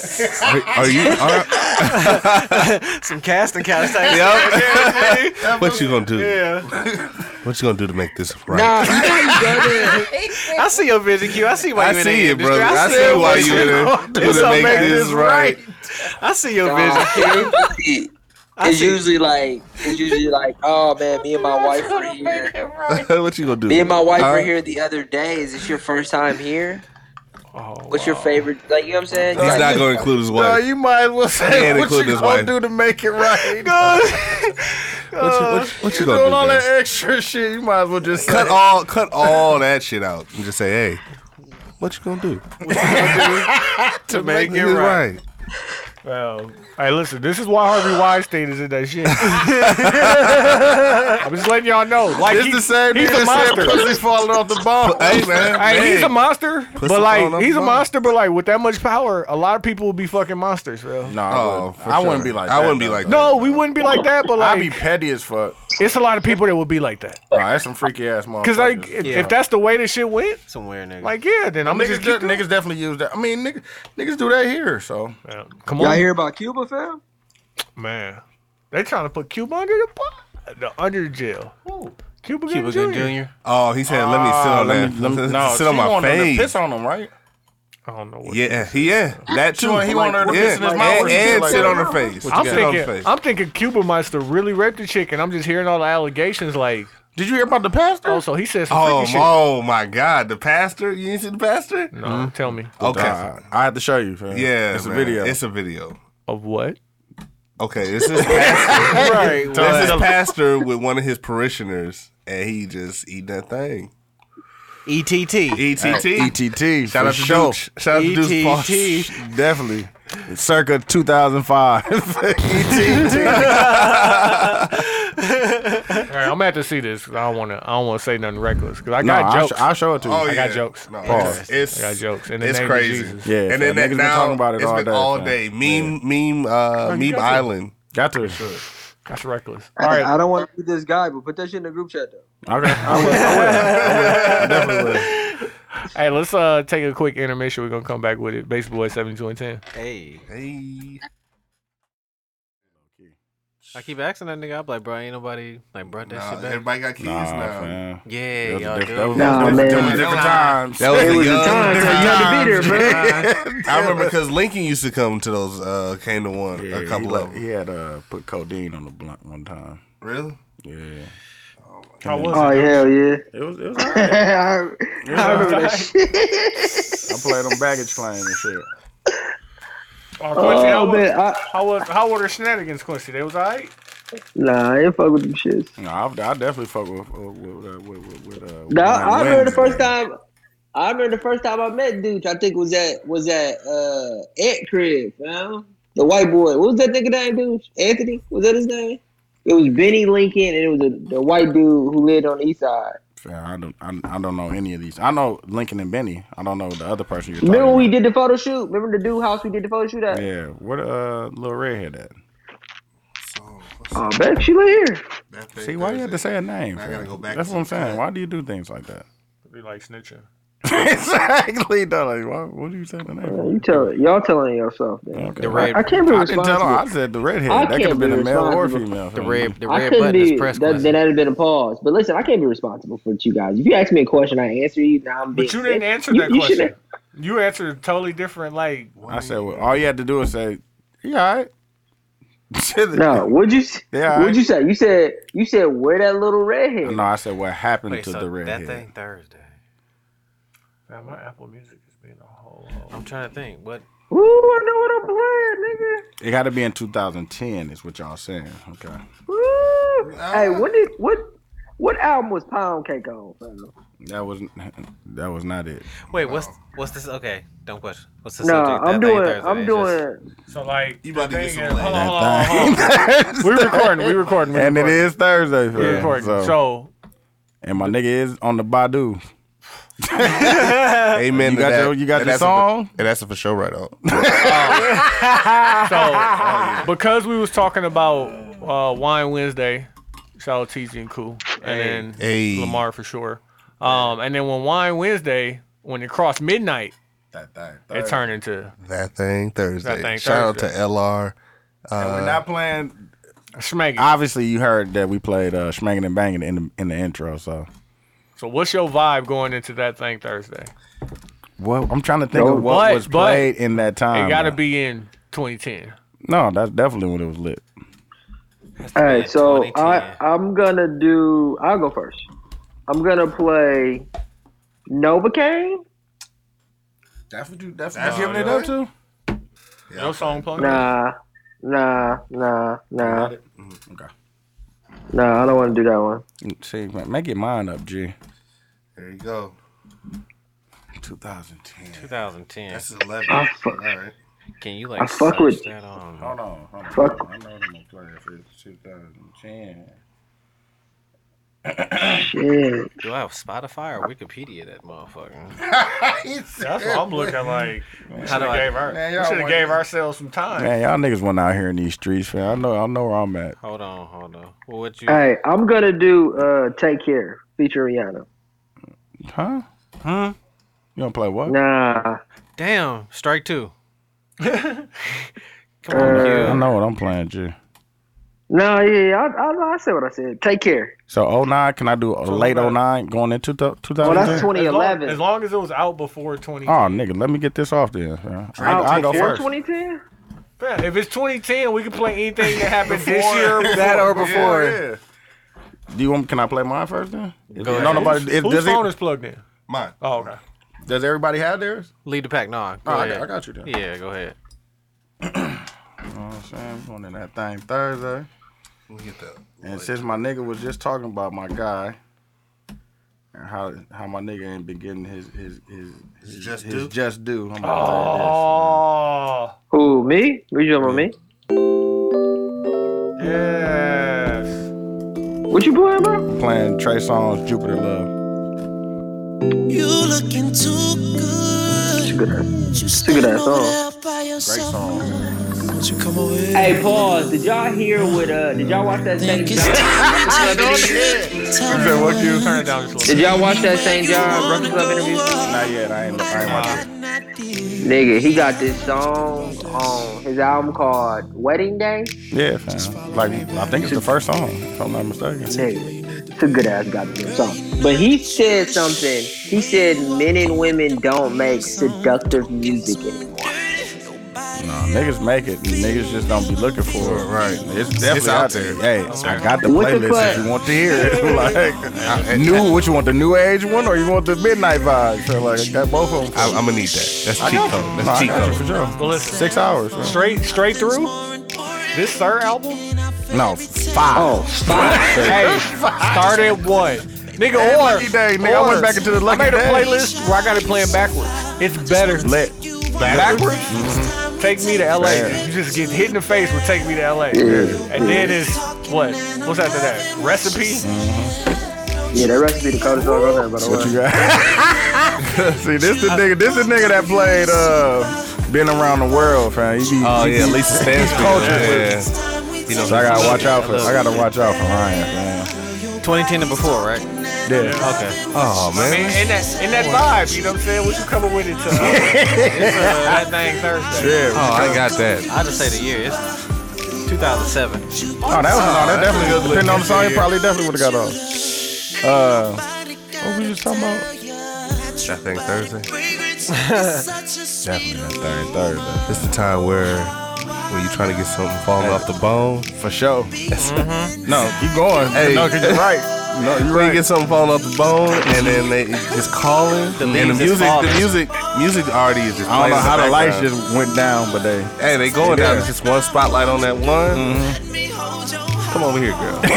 [SPEAKER 5] Are you? Are,
[SPEAKER 2] Some casting couch type.
[SPEAKER 5] what you gonna do?
[SPEAKER 4] yeah.
[SPEAKER 5] What you gonna do to make this right?
[SPEAKER 8] Nah, you know you go there.
[SPEAKER 2] I see your vision, Q. I see why you
[SPEAKER 5] I
[SPEAKER 2] in the
[SPEAKER 5] see it,
[SPEAKER 2] industry.
[SPEAKER 5] brother. I
[SPEAKER 2] it,
[SPEAKER 5] see why
[SPEAKER 2] boy.
[SPEAKER 5] you gonna do to make this right.
[SPEAKER 2] I see your vision.
[SPEAKER 8] Nah, it's usually- it's usually like it's usually like oh man, me and my wife are here.
[SPEAKER 5] What you gonna do?
[SPEAKER 8] Me and my wife
[SPEAKER 5] Huh?
[SPEAKER 8] were here the other day. Is this your first time here?
[SPEAKER 4] Oh,
[SPEAKER 8] What's your favorite? Like you know what I'm saying?
[SPEAKER 5] He's
[SPEAKER 8] Like,
[SPEAKER 5] not gonna include his
[SPEAKER 1] No,
[SPEAKER 5] wife.
[SPEAKER 1] you might as well say
[SPEAKER 5] And
[SPEAKER 1] what
[SPEAKER 5] include
[SPEAKER 1] you
[SPEAKER 5] his
[SPEAKER 1] gonna
[SPEAKER 5] wife.
[SPEAKER 1] do to make it right.
[SPEAKER 5] What you, what you- what you
[SPEAKER 1] Doing
[SPEAKER 5] gonna
[SPEAKER 1] all
[SPEAKER 5] do?
[SPEAKER 1] that
[SPEAKER 5] man?
[SPEAKER 1] extra shit, you might as well just
[SPEAKER 5] Cut
[SPEAKER 1] say,
[SPEAKER 5] all, cut all that shit out, and just say, hey. What you gonna do
[SPEAKER 4] To make it
[SPEAKER 5] This is
[SPEAKER 4] right.
[SPEAKER 5] right?
[SPEAKER 4] Well, hey, listen, this is why Harvey Weinstein is in that shit. I'm just letting y'all know. Like,
[SPEAKER 1] It's
[SPEAKER 4] he-
[SPEAKER 1] the same
[SPEAKER 4] he's
[SPEAKER 1] nigga
[SPEAKER 4] a
[SPEAKER 1] that
[SPEAKER 4] monster.
[SPEAKER 1] said pussy falling off the ball.
[SPEAKER 5] Hey man,
[SPEAKER 4] Hey,
[SPEAKER 5] hey.
[SPEAKER 4] he's a monster,
[SPEAKER 5] some
[SPEAKER 4] but
[SPEAKER 5] phone up
[SPEAKER 4] like he's a
[SPEAKER 5] above.
[SPEAKER 4] monster, but like with that much power, a lot of people would be fucking monsters, bro.
[SPEAKER 1] No, I,
[SPEAKER 5] Oh,
[SPEAKER 1] wouldn't.
[SPEAKER 5] for
[SPEAKER 1] I wouldn't
[SPEAKER 5] sure.
[SPEAKER 1] be like
[SPEAKER 5] I
[SPEAKER 1] that.
[SPEAKER 5] wouldn't be
[SPEAKER 1] though.
[SPEAKER 5] like that.
[SPEAKER 4] No, we wouldn't be like that, but
[SPEAKER 1] I'd be
[SPEAKER 4] like
[SPEAKER 1] petty as fuck.
[SPEAKER 4] it's a lot of people that would be like that.
[SPEAKER 1] Nah, that's some freaky ass motherfuckers.
[SPEAKER 4] Cause like if,
[SPEAKER 2] Yeah.
[SPEAKER 4] if that's the way this shit went,
[SPEAKER 2] Somewhere, nigga.
[SPEAKER 4] like yeah, then I'm
[SPEAKER 1] niggas,
[SPEAKER 4] gonna just
[SPEAKER 1] de-
[SPEAKER 4] keep
[SPEAKER 1] niggas definitely use that. I mean, niggas, niggas do that here. So
[SPEAKER 4] doing it. Come
[SPEAKER 8] Y'all
[SPEAKER 4] on,
[SPEAKER 8] hear about Cuba, fam?
[SPEAKER 4] man. They trying to put Cuba under the pot, the under jail. Cuba,
[SPEAKER 2] Cuba
[SPEAKER 4] Cuba
[SPEAKER 2] Gooding
[SPEAKER 4] Jr.
[SPEAKER 2] Jr.
[SPEAKER 5] Oh, he said, "Let me sit on
[SPEAKER 1] Ah, Uh, let
[SPEAKER 5] that.
[SPEAKER 1] me, let me, no,
[SPEAKER 5] sit on
[SPEAKER 1] she
[SPEAKER 5] my
[SPEAKER 1] want them to
[SPEAKER 5] face."
[SPEAKER 1] piss on them, right?
[SPEAKER 4] I don't know what.
[SPEAKER 5] Yeah, he yeah. That
[SPEAKER 1] She
[SPEAKER 5] too.
[SPEAKER 1] want- he want her to
[SPEAKER 5] yeah.
[SPEAKER 1] piss in his
[SPEAKER 5] and,
[SPEAKER 1] mouth or some shit
[SPEAKER 5] and
[SPEAKER 1] like
[SPEAKER 5] sit
[SPEAKER 1] that.
[SPEAKER 5] on her face.
[SPEAKER 4] I'm
[SPEAKER 5] Sit on her
[SPEAKER 4] thinking,
[SPEAKER 5] face.
[SPEAKER 4] I'm thinking Cuba Meister really raped the chick, and I'm just hearing all the allegations. Like,
[SPEAKER 1] Did you hear about the pastor?
[SPEAKER 4] oh, so he said some
[SPEAKER 5] Oh,
[SPEAKER 4] freaky shit.
[SPEAKER 5] oh my God, the pastor! You didn't see the pastor?
[SPEAKER 4] No, tell me
[SPEAKER 5] Okay,
[SPEAKER 1] Nah, I have to show you. fam.
[SPEAKER 5] yeah,
[SPEAKER 1] it's
[SPEAKER 5] man.
[SPEAKER 1] a video.
[SPEAKER 5] It's a video.
[SPEAKER 4] of what?
[SPEAKER 5] Okay, this is pastor.
[SPEAKER 4] Right.
[SPEAKER 5] this is pastor with one of his parishioners, and he just eat that thing.
[SPEAKER 2] E ETT.
[SPEAKER 5] ETT.
[SPEAKER 1] ETT.
[SPEAKER 5] Shout
[SPEAKER 1] E for
[SPEAKER 5] out to E
[SPEAKER 1] sure.
[SPEAKER 5] Deuce. Shout out to Deuce Paul.
[SPEAKER 2] ETT.
[SPEAKER 1] Definitely. Circa 2005. ETT.
[SPEAKER 4] All right, I'm gonna have to see this. 'cause I don't want to. I don't want to say nothing reckless because I
[SPEAKER 1] No,
[SPEAKER 4] got
[SPEAKER 1] I'll,
[SPEAKER 4] jokes.
[SPEAKER 1] I'll show it to you.
[SPEAKER 5] Oh,
[SPEAKER 4] I got
[SPEAKER 5] yeah.
[SPEAKER 4] jokes.
[SPEAKER 5] No,
[SPEAKER 1] Pause.
[SPEAKER 5] it's, it's,
[SPEAKER 4] I got jokes. In the
[SPEAKER 5] it's
[SPEAKER 4] name of
[SPEAKER 5] crazy.
[SPEAKER 4] Jesus.
[SPEAKER 1] Yeah,
[SPEAKER 5] and
[SPEAKER 1] fam.
[SPEAKER 5] then that
[SPEAKER 1] Niggas been
[SPEAKER 5] now
[SPEAKER 1] talking about it
[SPEAKER 5] it's
[SPEAKER 1] all
[SPEAKER 5] been
[SPEAKER 1] day,
[SPEAKER 5] all
[SPEAKER 1] fam.
[SPEAKER 5] day. Meme, meme, uh, meme island.
[SPEAKER 1] Got to.
[SPEAKER 4] That's reckless.
[SPEAKER 8] I,
[SPEAKER 4] All right.
[SPEAKER 8] I don't want to be this guy, but put that shit in the group chat though.
[SPEAKER 1] Okay. I will. I will. I definitely will.
[SPEAKER 4] Hey, let's uh take a quick intermission. We're gonna come back with it. Baseball boy seventy two and ten.
[SPEAKER 2] Hey.
[SPEAKER 5] Hey.
[SPEAKER 2] I keep asking that nigga. I'm like, bro, ain't nobody like brought that
[SPEAKER 5] Nah,
[SPEAKER 2] shit back.
[SPEAKER 5] everybody got keys
[SPEAKER 1] Nah,
[SPEAKER 5] now.
[SPEAKER 1] fam. That
[SPEAKER 2] Yeah,
[SPEAKER 1] was a
[SPEAKER 2] y'all
[SPEAKER 1] different-
[SPEAKER 2] do.
[SPEAKER 1] that was-
[SPEAKER 9] Nah,
[SPEAKER 1] that was
[SPEAKER 9] man.
[SPEAKER 1] different- different times.
[SPEAKER 5] That was
[SPEAKER 9] It
[SPEAKER 5] a
[SPEAKER 9] was a
[SPEAKER 5] young,
[SPEAKER 9] time, so you had to be there, bro.
[SPEAKER 5] I remember because Lincoln used to come to those, uh, came to one,
[SPEAKER 1] Yeah,
[SPEAKER 5] a
[SPEAKER 1] he,
[SPEAKER 5] couple
[SPEAKER 1] like-
[SPEAKER 5] of them.
[SPEAKER 1] he had uh, put codeine on the blunt one time.
[SPEAKER 5] Really?
[SPEAKER 1] Yeah.
[SPEAKER 4] How was
[SPEAKER 9] Oh hell yeah!
[SPEAKER 1] It was. It was all right.
[SPEAKER 9] I, I remember that shit.
[SPEAKER 1] I played on baggage claim and shit.
[SPEAKER 4] Oh, Quincy, how,
[SPEAKER 9] oh
[SPEAKER 4] was,
[SPEAKER 9] man, I,
[SPEAKER 4] how was how were the shenanigans, Quincy? They was all right.
[SPEAKER 9] nah, I ain't fuck with them shits.
[SPEAKER 1] No, I, I definitely fuck with uh, with uh, with with. with, uh,
[SPEAKER 9] No,
[SPEAKER 1] Wayne
[SPEAKER 9] I remember the first
[SPEAKER 1] Wednesday.
[SPEAKER 9] time. I remember the first time I met Duke. I think was at was at uh Ant Crib, fam. The white boy. What was that nigga name, dude? Anthony? Was that his name? It was Benny Lincoln, and it was a, the white dude who lived on the east side.
[SPEAKER 1] Yeah, I don't. I, I don't know any of these. I know Lincoln and Benny. I don't know the other person you're talking.
[SPEAKER 9] Remember when we
[SPEAKER 1] about.
[SPEAKER 9] did the photo shoot? Remember the dude house we did the photo shoot at?
[SPEAKER 1] Yeah, where the uh, little redhead at?
[SPEAKER 9] Oh, babe, she live here.
[SPEAKER 1] See, why you had to say a name?
[SPEAKER 5] I gotta
[SPEAKER 1] fam?
[SPEAKER 5] go back
[SPEAKER 1] That's
[SPEAKER 5] to
[SPEAKER 1] what I'm
[SPEAKER 5] the
[SPEAKER 1] saying. Why do you do things like that?
[SPEAKER 4] Be like snitching.
[SPEAKER 1] exactly. Though, like, why, what do you say the name?
[SPEAKER 9] Yeah,
[SPEAKER 1] for?
[SPEAKER 9] You tell y'all telling yourself, man.
[SPEAKER 1] Okay.
[SPEAKER 2] The red,
[SPEAKER 9] I can't be
[SPEAKER 1] I can
[SPEAKER 9] responsible.
[SPEAKER 1] tell. I said the redhead.
[SPEAKER 9] I
[SPEAKER 1] that could
[SPEAKER 9] can't
[SPEAKER 1] have been
[SPEAKER 9] be
[SPEAKER 1] a male or
[SPEAKER 9] responsible.
[SPEAKER 1] female.
[SPEAKER 2] the
[SPEAKER 1] fam.
[SPEAKER 2] red, the
[SPEAKER 9] I
[SPEAKER 2] red
[SPEAKER 9] couldn't
[SPEAKER 2] button
[SPEAKER 9] be.
[SPEAKER 2] is pressed.
[SPEAKER 9] That, then
[SPEAKER 2] Quincy.
[SPEAKER 9] that'd have been a pause. But listen, I can't be responsible for what you guys. If you ask me a question, I answer you. Now I'm being.
[SPEAKER 4] But you didn't
[SPEAKER 9] sick.
[SPEAKER 4] answer
[SPEAKER 9] You-
[SPEAKER 4] that
[SPEAKER 9] you
[SPEAKER 4] question.
[SPEAKER 9] shouldn't-
[SPEAKER 4] You answered totally different. Like
[SPEAKER 1] I said, well, all you had to do is say, "You all right?"
[SPEAKER 9] No, what'd you s-
[SPEAKER 1] They all right.
[SPEAKER 9] what'd you say? You said you said where that little redhead?
[SPEAKER 1] No, I said what happened
[SPEAKER 2] Wait,
[SPEAKER 1] to
[SPEAKER 2] so
[SPEAKER 1] the redhead.
[SPEAKER 2] that thing Thursday.
[SPEAKER 4] Man, my Apple Music is being a whole. whole.
[SPEAKER 2] I'm trying to think. What?
[SPEAKER 9] Ooh, I know what I'm playing, nigga.
[SPEAKER 1] It got to be in 2010, is what y'all saying. Okay.
[SPEAKER 9] Woo. Hey, when did what what album was Pound Cake on? fam?
[SPEAKER 1] That was that was not it.
[SPEAKER 2] Wait, what's what's this? Okay, don't question. What's the
[SPEAKER 9] No,
[SPEAKER 2] subject? That
[SPEAKER 9] I'm
[SPEAKER 2] thing
[SPEAKER 9] doing
[SPEAKER 2] Thursday
[SPEAKER 9] I'm
[SPEAKER 2] is
[SPEAKER 9] doing
[SPEAKER 4] So like,
[SPEAKER 5] You
[SPEAKER 4] the
[SPEAKER 5] about to get
[SPEAKER 4] thing
[SPEAKER 5] some
[SPEAKER 4] is-
[SPEAKER 5] lame.
[SPEAKER 4] hold on, hold on, hold on.
[SPEAKER 1] That thing.
[SPEAKER 4] We recording, we recording, we
[SPEAKER 1] and it
[SPEAKER 4] recording.
[SPEAKER 1] is Thursday. For
[SPEAKER 4] We're
[SPEAKER 1] real,
[SPEAKER 4] recording.
[SPEAKER 1] so-
[SPEAKER 4] So
[SPEAKER 1] and my nigga is on the Badu.
[SPEAKER 5] Amen.
[SPEAKER 1] You
[SPEAKER 5] to
[SPEAKER 1] got
[SPEAKER 5] that.
[SPEAKER 1] your- you got your
[SPEAKER 5] And that's a-
[SPEAKER 1] song?
[SPEAKER 5] and that's a for sure right out.
[SPEAKER 4] So because we was talking about uh, Wine Wednesday, shout out TZ and Cool, and then
[SPEAKER 5] Hey.
[SPEAKER 4] Lamar for sure. Um, and then when Wine Wednesday, when it crossed midnight,
[SPEAKER 1] That thing.
[SPEAKER 4] it turned into
[SPEAKER 5] That thing Thursday.
[SPEAKER 4] That thing
[SPEAKER 5] Shout
[SPEAKER 4] Thursday.
[SPEAKER 5] out to LR.
[SPEAKER 1] we're not playing.
[SPEAKER 4] smeggy.
[SPEAKER 1] Uh, Obviously, you heard that we played uh, Schmangin' and Bangin' in the, in the intro. So,
[SPEAKER 4] so what's your vibe going into that thing Thursday?
[SPEAKER 1] what I'm trying to think of what
[SPEAKER 4] but-
[SPEAKER 1] was
[SPEAKER 4] but-
[SPEAKER 1] played in that time.
[SPEAKER 4] It got to
[SPEAKER 1] though.
[SPEAKER 4] be in 2010.
[SPEAKER 1] No, that's definitely when it was lit.
[SPEAKER 9] All right, so
[SPEAKER 2] 2010.
[SPEAKER 9] I I'm gonna do. I'll go first. I'm gonna play Novocaine.
[SPEAKER 1] That's what you. That's,
[SPEAKER 5] what you giving it up
[SPEAKER 1] to.
[SPEAKER 4] No song playing.
[SPEAKER 9] Nah, nah, nah, nah,
[SPEAKER 4] Mm-hmm,
[SPEAKER 1] Okay.
[SPEAKER 9] nah. I don't want to do that one.
[SPEAKER 1] See, man, make your mind up, G.
[SPEAKER 5] There you go.
[SPEAKER 1] 2010.
[SPEAKER 2] 2010.
[SPEAKER 5] That's 11.
[SPEAKER 9] I
[SPEAKER 5] All
[SPEAKER 9] Ah, fuck-
[SPEAKER 5] right.
[SPEAKER 2] Can you like
[SPEAKER 9] I fuck
[SPEAKER 2] search
[SPEAKER 9] with-
[SPEAKER 2] that um, on?
[SPEAKER 1] Hold on. Hold on.
[SPEAKER 9] Fuck.
[SPEAKER 1] I know them players. It's 2010.
[SPEAKER 9] Shit.
[SPEAKER 2] Do I have Spotify or Wikipedia? That motherfucker.
[SPEAKER 4] That's what I'm looking like. We
[SPEAKER 2] do
[SPEAKER 4] should have
[SPEAKER 2] I-
[SPEAKER 4] gave, our,
[SPEAKER 1] Man,
[SPEAKER 4] we
[SPEAKER 1] y'all
[SPEAKER 4] should've
[SPEAKER 1] want-
[SPEAKER 4] gave ourselves some time.
[SPEAKER 1] Man, y'all niggas went out here in these streets, man. I know, I know where I'm at.
[SPEAKER 2] Hold on, hold on. Well, what you?
[SPEAKER 9] All right, I'm gonna do uh, Take Care featuring Rihanna.
[SPEAKER 1] Huh? Huh? You gonna play what?
[SPEAKER 9] Nah,
[SPEAKER 2] Damn, strike two. Come
[SPEAKER 9] Uh,
[SPEAKER 2] on,
[SPEAKER 1] I
[SPEAKER 2] Q.
[SPEAKER 1] know what I'm playing, G.
[SPEAKER 9] nah, yeah, I, I, I said what I said. Take Care.
[SPEAKER 1] So 09, can I do a late
[SPEAKER 4] about-
[SPEAKER 1] 09 going into two-
[SPEAKER 9] Well,
[SPEAKER 1] 2010?
[SPEAKER 9] that's
[SPEAKER 4] Oh, As long,
[SPEAKER 9] 2011.
[SPEAKER 4] as long as it was out before 20.
[SPEAKER 1] Oh, nigga, let me get this off then. man. I, I go
[SPEAKER 9] Before
[SPEAKER 1] first.
[SPEAKER 9] 2010.
[SPEAKER 4] Yeah, if it's 2010, we can play anything that happened this year.
[SPEAKER 2] That or before.
[SPEAKER 1] Do you want? Can I play mine first then? If-
[SPEAKER 2] ahead.
[SPEAKER 1] No, nobody. if-
[SPEAKER 4] Whose
[SPEAKER 1] does,
[SPEAKER 4] phone
[SPEAKER 1] it,
[SPEAKER 4] is plugged in?
[SPEAKER 5] Mine.
[SPEAKER 4] Oh, okay.
[SPEAKER 1] does everybody have theirs?
[SPEAKER 2] Lead the pack. No, go
[SPEAKER 1] Oh, I,
[SPEAKER 2] ahead.
[SPEAKER 1] got, I got you then.
[SPEAKER 2] Yeah, go ahead.
[SPEAKER 1] You know what I'm saying? Going in that thing Thursday.
[SPEAKER 5] We'll get that.
[SPEAKER 1] And since my nigga was just talking about my guy and how how my nigga ain't been getting his his his, his
[SPEAKER 5] just
[SPEAKER 1] his
[SPEAKER 5] due?
[SPEAKER 1] just due. I'm gonna play
[SPEAKER 4] Oh,
[SPEAKER 9] Who me? What you talking about me?
[SPEAKER 4] yes.
[SPEAKER 9] What you playing, bro?
[SPEAKER 1] this. Playing Trey Songz Jupiter Love.
[SPEAKER 3] You looking too good.
[SPEAKER 9] It's a good ass.
[SPEAKER 3] You
[SPEAKER 9] a good
[SPEAKER 3] standing
[SPEAKER 9] ass
[SPEAKER 3] over
[SPEAKER 9] song.
[SPEAKER 3] there by
[SPEAKER 1] Great
[SPEAKER 3] yourself.
[SPEAKER 1] song.
[SPEAKER 3] Won't you come over here?
[SPEAKER 9] Hey, pause. Did y'all hear what? Uh, did y'all watch that Saint
[SPEAKER 3] Think it's
[SPEAKER 9] John?
[SPEAKER 3] time to take it. Tell me what you
[SPEAKER 4] Turn it down just a
[SPEAKER 9] Did
[SPEAKER 4] little.
[SPEAKER 9] y'all watch that Saint John Breakfast Club interview?
[SPEAKER 1] Not yet. I ain't I ain't watching. it.
[SPEAKER 9] Nigga, he got this song on his album called Wedding Day.
[SPEAKER 1] Yeah, fam. Like I think it's the first song, if I'm not mistaken.
[SPEAKER 9] Nigga, it's a good ass goddamn song. But he said something. He said men and women don't make seductive music anymore.
[SPEAKER 1] Nah, niggas make it. and Niggas just don't be looking for it. Right. It's definitely
[SPEAKER 5] It's out
[SPEAKER 1] out there. Hey, I got the
[SPEAKER 9] What the
[SPEAKER 1] playlist if
[SPEAKER 9] fuck?
[SPEAKER 1] you want to hear it. like new, what you want the new age one or you want the midnight vibe? So like I got both of them.
[SPEAKER 5] I, I'm gonna need that. That's
[SPEAKER 1] I
[SPEAKER 5] cheat
[SPEAKER 1] got
[SPEAKER 5] code.
[SPEAKER 1] you. No,
[SPEAKER 5] That's
[SPEAKER 1] I
[SPEAKER 5] cheat
[SPEAKER 1] got you
[SPEAKER 5] code.
[SPEAKER 1] for sure.
[SPEAKER 4] Well, listen,
[SPEAKER 1] Six hours. man.
[SPEAKER 4] straight, straight through. This third album.
[SPEAKER 1] No, five.
[SPEAKER 9] Oh, fuck.
[SPEAKER 4] Hey, start at one, nigga.
[SPEAKER 1] Hey,
[SPEAKER 4] or
[SPEAKER 1] Lucky Day, nigga. I went
[SPEAKER 4] or-
[SPEAKER 1] back into the Lucky
[SPEAKER 4] I made
[SPEAKER 1] Day.
[SPEAKER 4] a playlist where I got it playing backwards. It's better
[SPEAKER 1] Lit. Mm-hmm.
[SPEAKER 4] backwards. Take me to LA.
[SPEAKER 1] Fair.
[SPEAKER 4] You just get hit in the face with Take Me to LA. And then it's what? What's after that? Recipe?
[SPEAKER 9] yeah, that recipe the coldest song on there, by the
[SPEAKER 1] What
[SPEAKER 9] way.
[SPEAKER 1] you got? See, this the nigga. This the nigga that played. uh Been around the world, fam. He be,
[SPEAKER 5] Oh
[SPEAKER 1] he
[SPEAKER 5] yeah,
[SPEAKER 1] be-
[SPEAKER 5] Lisa Stansfield. Yeah. You know,
[SPEAKER 1] So I gotta watch out for. I gotta watch out for Ryan, fam.
[SPEAKER 2] 2010 and before, right?
[SPEAKER 1] Yeah.
[SPEAKER 2] Okay.
[SPEAKER 5] Oh
[SPEAKER 4] I mean,
[SPEAKER 5] man.
[SPEAKER 4] in that in that vibe, you know what I'm saying? What you coming with it to? It's, uh, that thing Thursday.
[SPEAKER 5] Oh,
[SPEAKER 1] Yeah.
[SPEAKER 5] I got that.
[SPEAKER 2] I just say the year. It's 2007.
[SPEAKER 1] Oh, that was no, that definitely
[SPEAKER 5] good
[SPEAKER 1] depending on the song. It
[SPEAKER 5] yeah.
[SPEAKER 1] probably definitely would have got off. Uh, what we just talking about?
[SPEAKER 5] That thing Thursday.
[SPEAKER 1] Definitely that third Thursday.
[SPEAKER 5] It's the time where When you trying to get something falling off the bone,
[SPEAKER 1] For sure. No, keep going.
[SPEAKER 5] Hey.
[SPEAKER 1] No, 'cause you're right. No, you're
[SPEAKER 5] when you
[SPEAKER 1] right.
[SPEAKER 5] get something falling off the bone, and then they it's calling,
[SPEAKER 2] The
[SPEAKER 5] and the
[SPEAKER 2] leaves is
[SPEAKER 5] music, the
[SPEAKER 2] falling.
[SPEAKER 5] music, music already is just.
[SPEAKER 1] I don't know
[SPEAKER 5] playing in
[SPEAKER 1] how the lights
[SPEAKER 5] background.
[SPEAKER 1] just went down, but they.
[SPEAKER 5] Hey, they going down. It's just one spotlight on that one. Come over here, girl.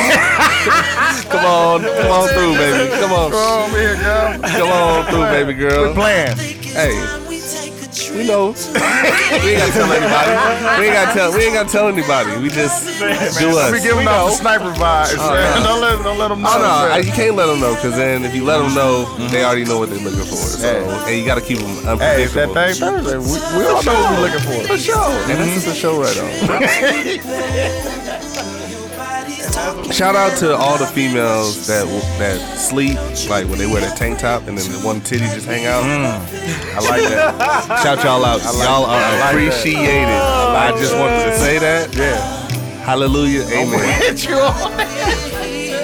[SPEAKER 5] come on, come on through, baby. Come on,
[SPEAKER 1] Oh, man, girl.
[SPEAKER 5] come on through, baby
[SPEAKER 1] We're
[SPEAKER 5] girl.
[SPEAKER 1] playing.
[SPEAKER 5] Hey, we know. we ain't gotta tell anybody. We ain't gotta tell. We ain't gotta tell anybody. We just do us.
[SPEAKER 1] We giving out the sniper vibes. man. Don't let don't let them know.
[SPEAKER 5] Oh no,
[SPEAKER 1] man.
[SPEAKER 5] you can't let them know because then if you let them know, they already know what they're looking for. So, and you gotta keep them unpredictable.
[SPEAKER 1] Hey, it's that thing Thursday. We, we all know what we're looking for.
[SPEAKER 5] For sure. And this is the show right on. Shout out to all the females that that sleep, like when they wear that tank top and then the one titty just hang out. I like that. Shout y'all out. y'all
[SPEAKER 1] like
[SPEAKER 5] are
[SPEAKER 1] that.
[SPEAKER 5] appreciated. I just wanted to say that.
[SPEAKER 1] Yeah.
[SPEAKER 5] Hallelujah. Amen.
[SPEAKER 1] Hit you on.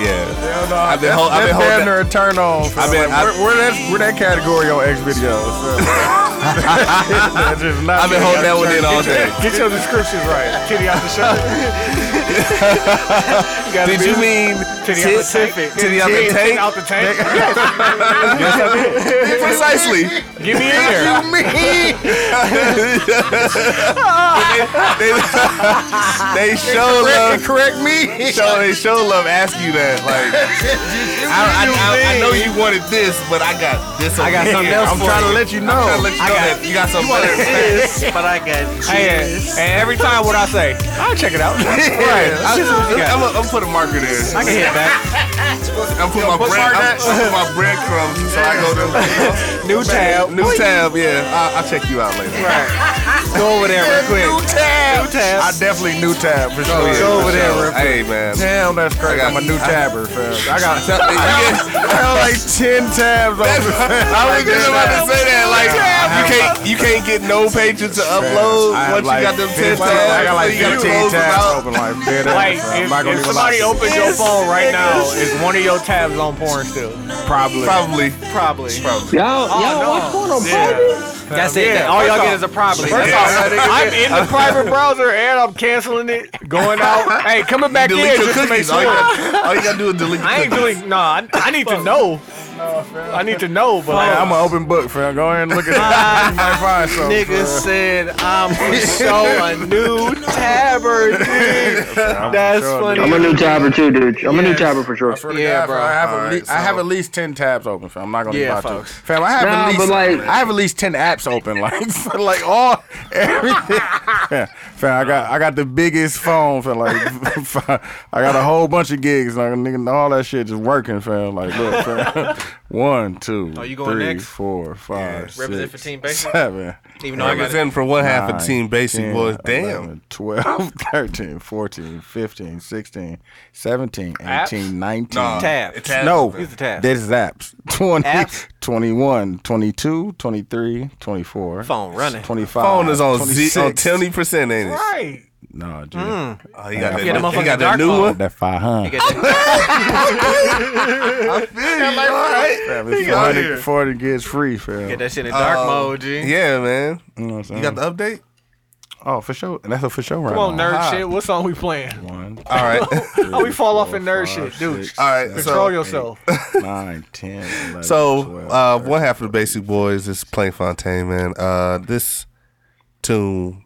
[SPEAKER 5] Yeah.
[SPEAKER 1] Hell no.
[SPEAKER 5] I've been
[SPEAKER 1] That's-
[SPEAKER 5] hold- I've been
[SPEAKER 1] that's
[SPEAKER 5] holding-
[SPEAKER 1] damn near a turn on. fam.
[SPEAKER 5] I've been-
[SPEAKER 1] Like,
[SPEAKER 5] I've-
[SPEAKER 1] where, where that where that category on X videos? fam? That's just not-
[SPEAKER 5] I've been holding that one in all
[SPEAKER 1] Get your-
[SPEAKER 5] day.
[SPEAKER 1] Get your descriptions right. Kitty out the shirt.
[SPEAKER 4] gotta
[SPEAKER 5] Did
[SPEAKER 4] be-
[SPEAKER 5] you mean
[SPEAKER 4] Titty
[SPEAKER 5] tit-
[SPEAKER 4] out the tank.
[SPEAKER 5] Titty out the
[SPEAKER 4] Titty
[SPEAKER 5] tank?
[SPEAKER 4] out the tank.
[SPEAKER 5] Precisely.
[SPEAKER 4] Get me in there.
[SPEAKER 5] They, they show love.
[SPEAKER 1] Correct me.
[SPEAKER 5] Show they show love. Ask you that. Like I, I, I, I know you wanted this, but I got this. Over I
[SPEAKER 2] got
[SPEAKER 5] here.
[SPEAKER 2] something else
[SPEAKER 5] I'm
[SPEAKER 2] for
[SPEAKER 5] trying to
[SPEAKER 2] you.
[SPEAKER 5] let you know. I'm trying to let you know that you got something better.
[SPEAKER 2] Yes, but I got
[SPEAKER 4] Hey, and every time what I say, I'll check it out. right. I'll see what you got.
[SPEAKER 5] I'm gonna put a marker there.
[SPEAKER 4] I can hit back.
[SPEAKER 5] I'm putting my bread. I'm, I'm putting my breadcrumbs. So I go to
[SPEAKER 4] New tab.
[SPEAKER 5] new tab. Yeah, I, I'll check you out later.
[SPEAKER 4] Go over there real quick.
[SPEAKER 1] New tab.
[SPEAKER 4] New tab.
[SPEAKER 1] I definitely new tab for sure.
[SPEAKER 5] Oh, yeah,
[SPEAKER 1] Go over
[SPEAKER 5] for
[SPEAKER 1] there.
[SPEAKER 5] sure.
[SPEAKER 1] real quick.
[SPEAKER 5] Hey man.
[SPEAKER 1] Damn, that's crazy.
[SPEAKER 5] got-
[SPEAKER 1] I'm a new
[SPEAKER 5] I-
[SPEAKER 1] tabber, fam. I got,
[SPEAKER 5] You get-
[SPEAKER 1] I got like ten tabs on.
[SPEAKER 5] I was just about to say that. Like you can't you can't get no pages to upload
[SPEAKER 1] I
[SPEAKER 5] once
[SPEAKER 1] have like
[SPEAKER 5] you got them ten
[SPEAKER 1] 15 I got like
[SPEAKER 5] tabs. so You gotta
[SPEAKER 1] 15
[SPEAKER 5] close them
[SPEAKER 1] tabs
[SPEAKER 5] out.
[SPEAKER 1] open. Like, dead ass,
[SPEAKER 4] Like,
[SPEAKER 1] bro. I'm
[SPEAKER 4] if,
[SPEAKER 1] not gonna
[SPEAKER 4] if
[SPEAKER 1] even lie to
[SPEAKER 4] somebody
[SPEAKER 1] you.
[SPEAKER 4] opens your phone right now, is one of your tabs on porn still?
[SPEAKER 1] probably.
[SPEAKER 5] Probably.
[SPEAKER 4] Probably. Oh,
[SPEAKER 5] Probably.
[SPEAKER 9] Y'all, y'all watch porn on
[SPEAKER 4] Yeah.
[SPEAKER 9] private?
[SPEAKER 2] That's it.
[SPEAKER 4] Yeah,
[SPEAKER 2] all y'all
[SPEAKER 4] first
[SPEAKER 2] get
[SPEAKER 4] off-
[SPEAKER 2] is a problem.
[SPEAKER 4] First
[SPEAKER 5] Yeah.
[SPEAKER 4] off, I'm in the private browser and I'm canceling it, going out. Hey, coming back in
[SPEAKER 5] Delete your
[SPEAKER 4] just to make
[SPEAKER 5] cookies. All you,
[SPEAKER 4] sure.
[SPEAKER 5] gotta, all you gotta do is delete
[SPEAKER 4] I
[SPEAKER 5] your
[SPEAKER 4] ain't
[SPEAKER 5] cookies.
[SPEAKER 4] doing. Nah, I, I need to know. I need to know, but
[SPEAKER 1] Hey,
[SPEAKER 4] like,
[SPEAKER 1] I'm an open book, fam. Go ahead and look at that. you might find something.
[SPEAKER 2] Nigga said I'm for sure a new tabber, dude.
[SPEAKER 1] I'm
[SPEAKER 2] That's
[SPEAKER 1] sure,
[SPEAKER 2] funny.
[SPEAKER 1] nigga.
[SPEAKER 9] I'm a new tabber too, dude. I'm a new tabber for sure.
[SPEAKER 1] I swear to
[SPEAKER 2] Yeah,
[SPEAKER 1] God,
[SPEAKER 2] bro.
[SPEAKER 1] fam, I have,
[SPEAKER 5] All
[SPEAKER 1] at
[SPEAKER 5] right,
[SPEAKER 1] least, I have
[SPEAKER 5] so-
[SPEAKER 1] at least ten tabs open, fam. I'm not gonna
[SPEAKER 2] Yeah,
[SPEAKER 1] lie to you,
[SPEAKER 2] folks.
[SPEAKER 1] fam. I have
[SPEAKER 9] Nah,
[SPEAKER 1] at least,
[SPEAKER 9] but like-
[SPEAKER 1] I have at least ten apps open, like, like all everything. fam, fam, I got, I got the biggest phone, fam. Like, fam, I got a whole bunch of gigs, like, nigga, all that shit just working, fam. Like, look, fam. One, two,
[SPEAKER 2] Oh, you going
[SPEAKER 1] three,
[SPEAKER 2] next?
[SPEAKER 1] four, five,
[SPEAKER 2] Represent
[SPEAKER 1] six,
[SPEAKER 2] for Team Basic?
[SPEAKER 1] seven,
[SPEAKER 2] Even though I got it.
[SPEAKER 5] Representing for one half of
[SPEAKER 1] nine,
[SPEAKER 5] Team Basic
[SPEAKER 1] 10,
[SPEAKER 5] boys. Damn.
[SPEAKER 1] 11, 12, 13, 14, 15, 16, 17, 18, 19.
[SPEAKER 2] Tab.
[SPEAKER 5] It's tab
[SPEAKER 1] No,
[SPEAKER 5] open.
[SPEAKER 2] Use the tab.
[SPEAKER 1] There's apps. 20,
[SPEAKER 2] Apps?
[SPEAKER 1] 21, 22, 23, 24.
[SPEAKER 2] Phone running.
[SPEAKER 1] 25.
[SPEAKER 5] Phone is on z-
[SPEAKER 1] 26.
[SPEAKER 5] on twenty percent, ain't it?
[SPEAKER 4] right.
[SPEAKER 1] No, dude.
[SPEAKER 5] Oh, you got
[SPEAKER 2] Yeah,
[SPEAKER 5] that,
[SPEAKER 2] the
[SPEAKER 5] you
[SPEAKER 2] motherfucking
[SPEAKER 5] got
[SPEAKER 2] dark
[SPEAKER 5] that new
[SPEAKER 2] phone.
[SPEAKER 4] Hmm.
[SPEAKER 5] one.
[SPEAKER 1] That 500.
[SPEAKER 2] You got that-
[SPEAKER 1] Fam, it's 400, 400 gets free, fam.
[SPEAKER 2] Get that shit in dark
[SPEAKER 1] Um,
[SPEAKER 5] Uh,
[SPEAKER 2] mode, G.
[SPEAKER 5] Yeah, man.
[SPEAKER 1] You know what I'm saying?
[SPEAKER 5] You got the update?
[SPEAKER 1] oh, for sure. And that's a for sure right
[SPEAKER 4] Come on, nerd
[SPEAKER 5] Aha.
[SPEAKER 4] shit. What song we playing?
[SPEAKER 1] One,
[SPEAKER 5] All right.
[SPEAKER 4] How we fall off in
[SPEAKER 1] four,
[SPEAKER 4] nerd
[SPEAKER 1] five,
[SPEAKER 4] shit, dude.
[SPEAKER 1] six,
[SPEAKER 5] All right.
[SPEAKER 4] Control
[SPEAKER 5] So,
[SPEAKER 4] yourself.
[SPEAKER 1] nine, 10, 11,
[SPEAKER 5] so
[SPEAKER 1] 12,
[SPEAKER 5] uh, one half of the Basic Boys is Plain Fontaine, man. Uh, this tune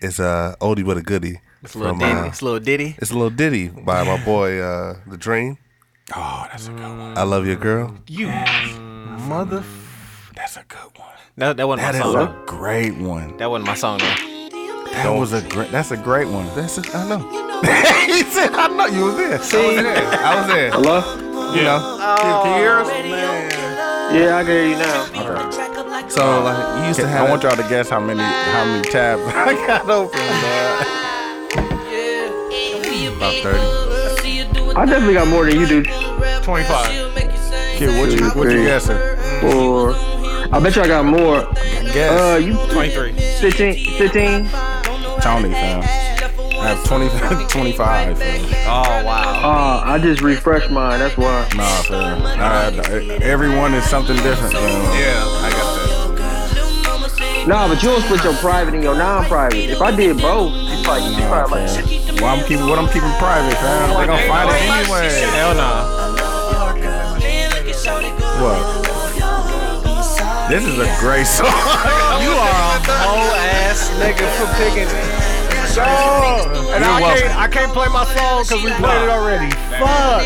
[SPEAKER 5] is a oldie but a goodie.
[SPEAKER 2] It's a little
[SPEAKER 5] uh,
[SPEAKER 2] ditty. It's a little ditty.
[SPEAKER 5] it's a little ditty by my boy uh, The Dream.
[SPEAKER 1] Oh, that's a good one.
[SPEAKER 5] I love your girl.
[SPEAKER 2] You mother.
[SPEAKER 1] That's a good one.
[SPEAKER 2] No, that wasn't
[SPEAKER 1] That is
[SPEAKER 2] my song.
[SPEAKER 1] a
[SPEAKER 2] though.
[SPEAKER 1] great one.
[SPEAKER 2] That wasn't my song. Though.
[SPEAKER 1] That was a great. That's a great one.
[SPEAKER 5] That's it. I know.
[SPEAKER 1] he said, "I know you was there."
[SPEAKER 5] I was there. I was there.
[SPEAKER 9] Hello?
[SPEAKER 5] You know.
[SPEAKER 9] Yeah, I can hear you now.
[SPEAKER 5] So like you used to have.
[SPEAKER 1] I want y'all to guess how many how many tabs I got open.
[SPEAKER 9] I definitely got more than you do.
[SPEAKER 4] 25.
[SPEAKER 1] Kid, what you what you guessing?
[SPEAKER 9] Or I bet you I got more. Uh,
[SPEAKER 1] Guess
[SPEAKER 9] you
[SPEAKER 2] 23.
[SPEAKER 9] 15, 15.
[SPEAKER 1] Tony fam. I have 20, 25 fam.
[SPEAKER 2] Oh wow.
[SPEAKER 9] Uh, I just refreshed mine. That's why.
[SPEAKER 1] Nah fam. I, everyone is something different. Fam.
[SPEAKER 5] Yeah, I got that.
[SPEAKER 9] Nah, but you don't split your private and your non-private. If I did both, it's like it's probably like
[SPEAKER 1] Well, I'm keeping what I'm keeping private, fam. They gonna find it anyway.
[SPEAKER 2] Hell no.
[SPEAKER 1] What? This is a great song.
[SPEAKER 2] You are a whole ass nigga for picking.
[SPEAKER 4] And I can't, I can't play my song because we played it already. Fuck.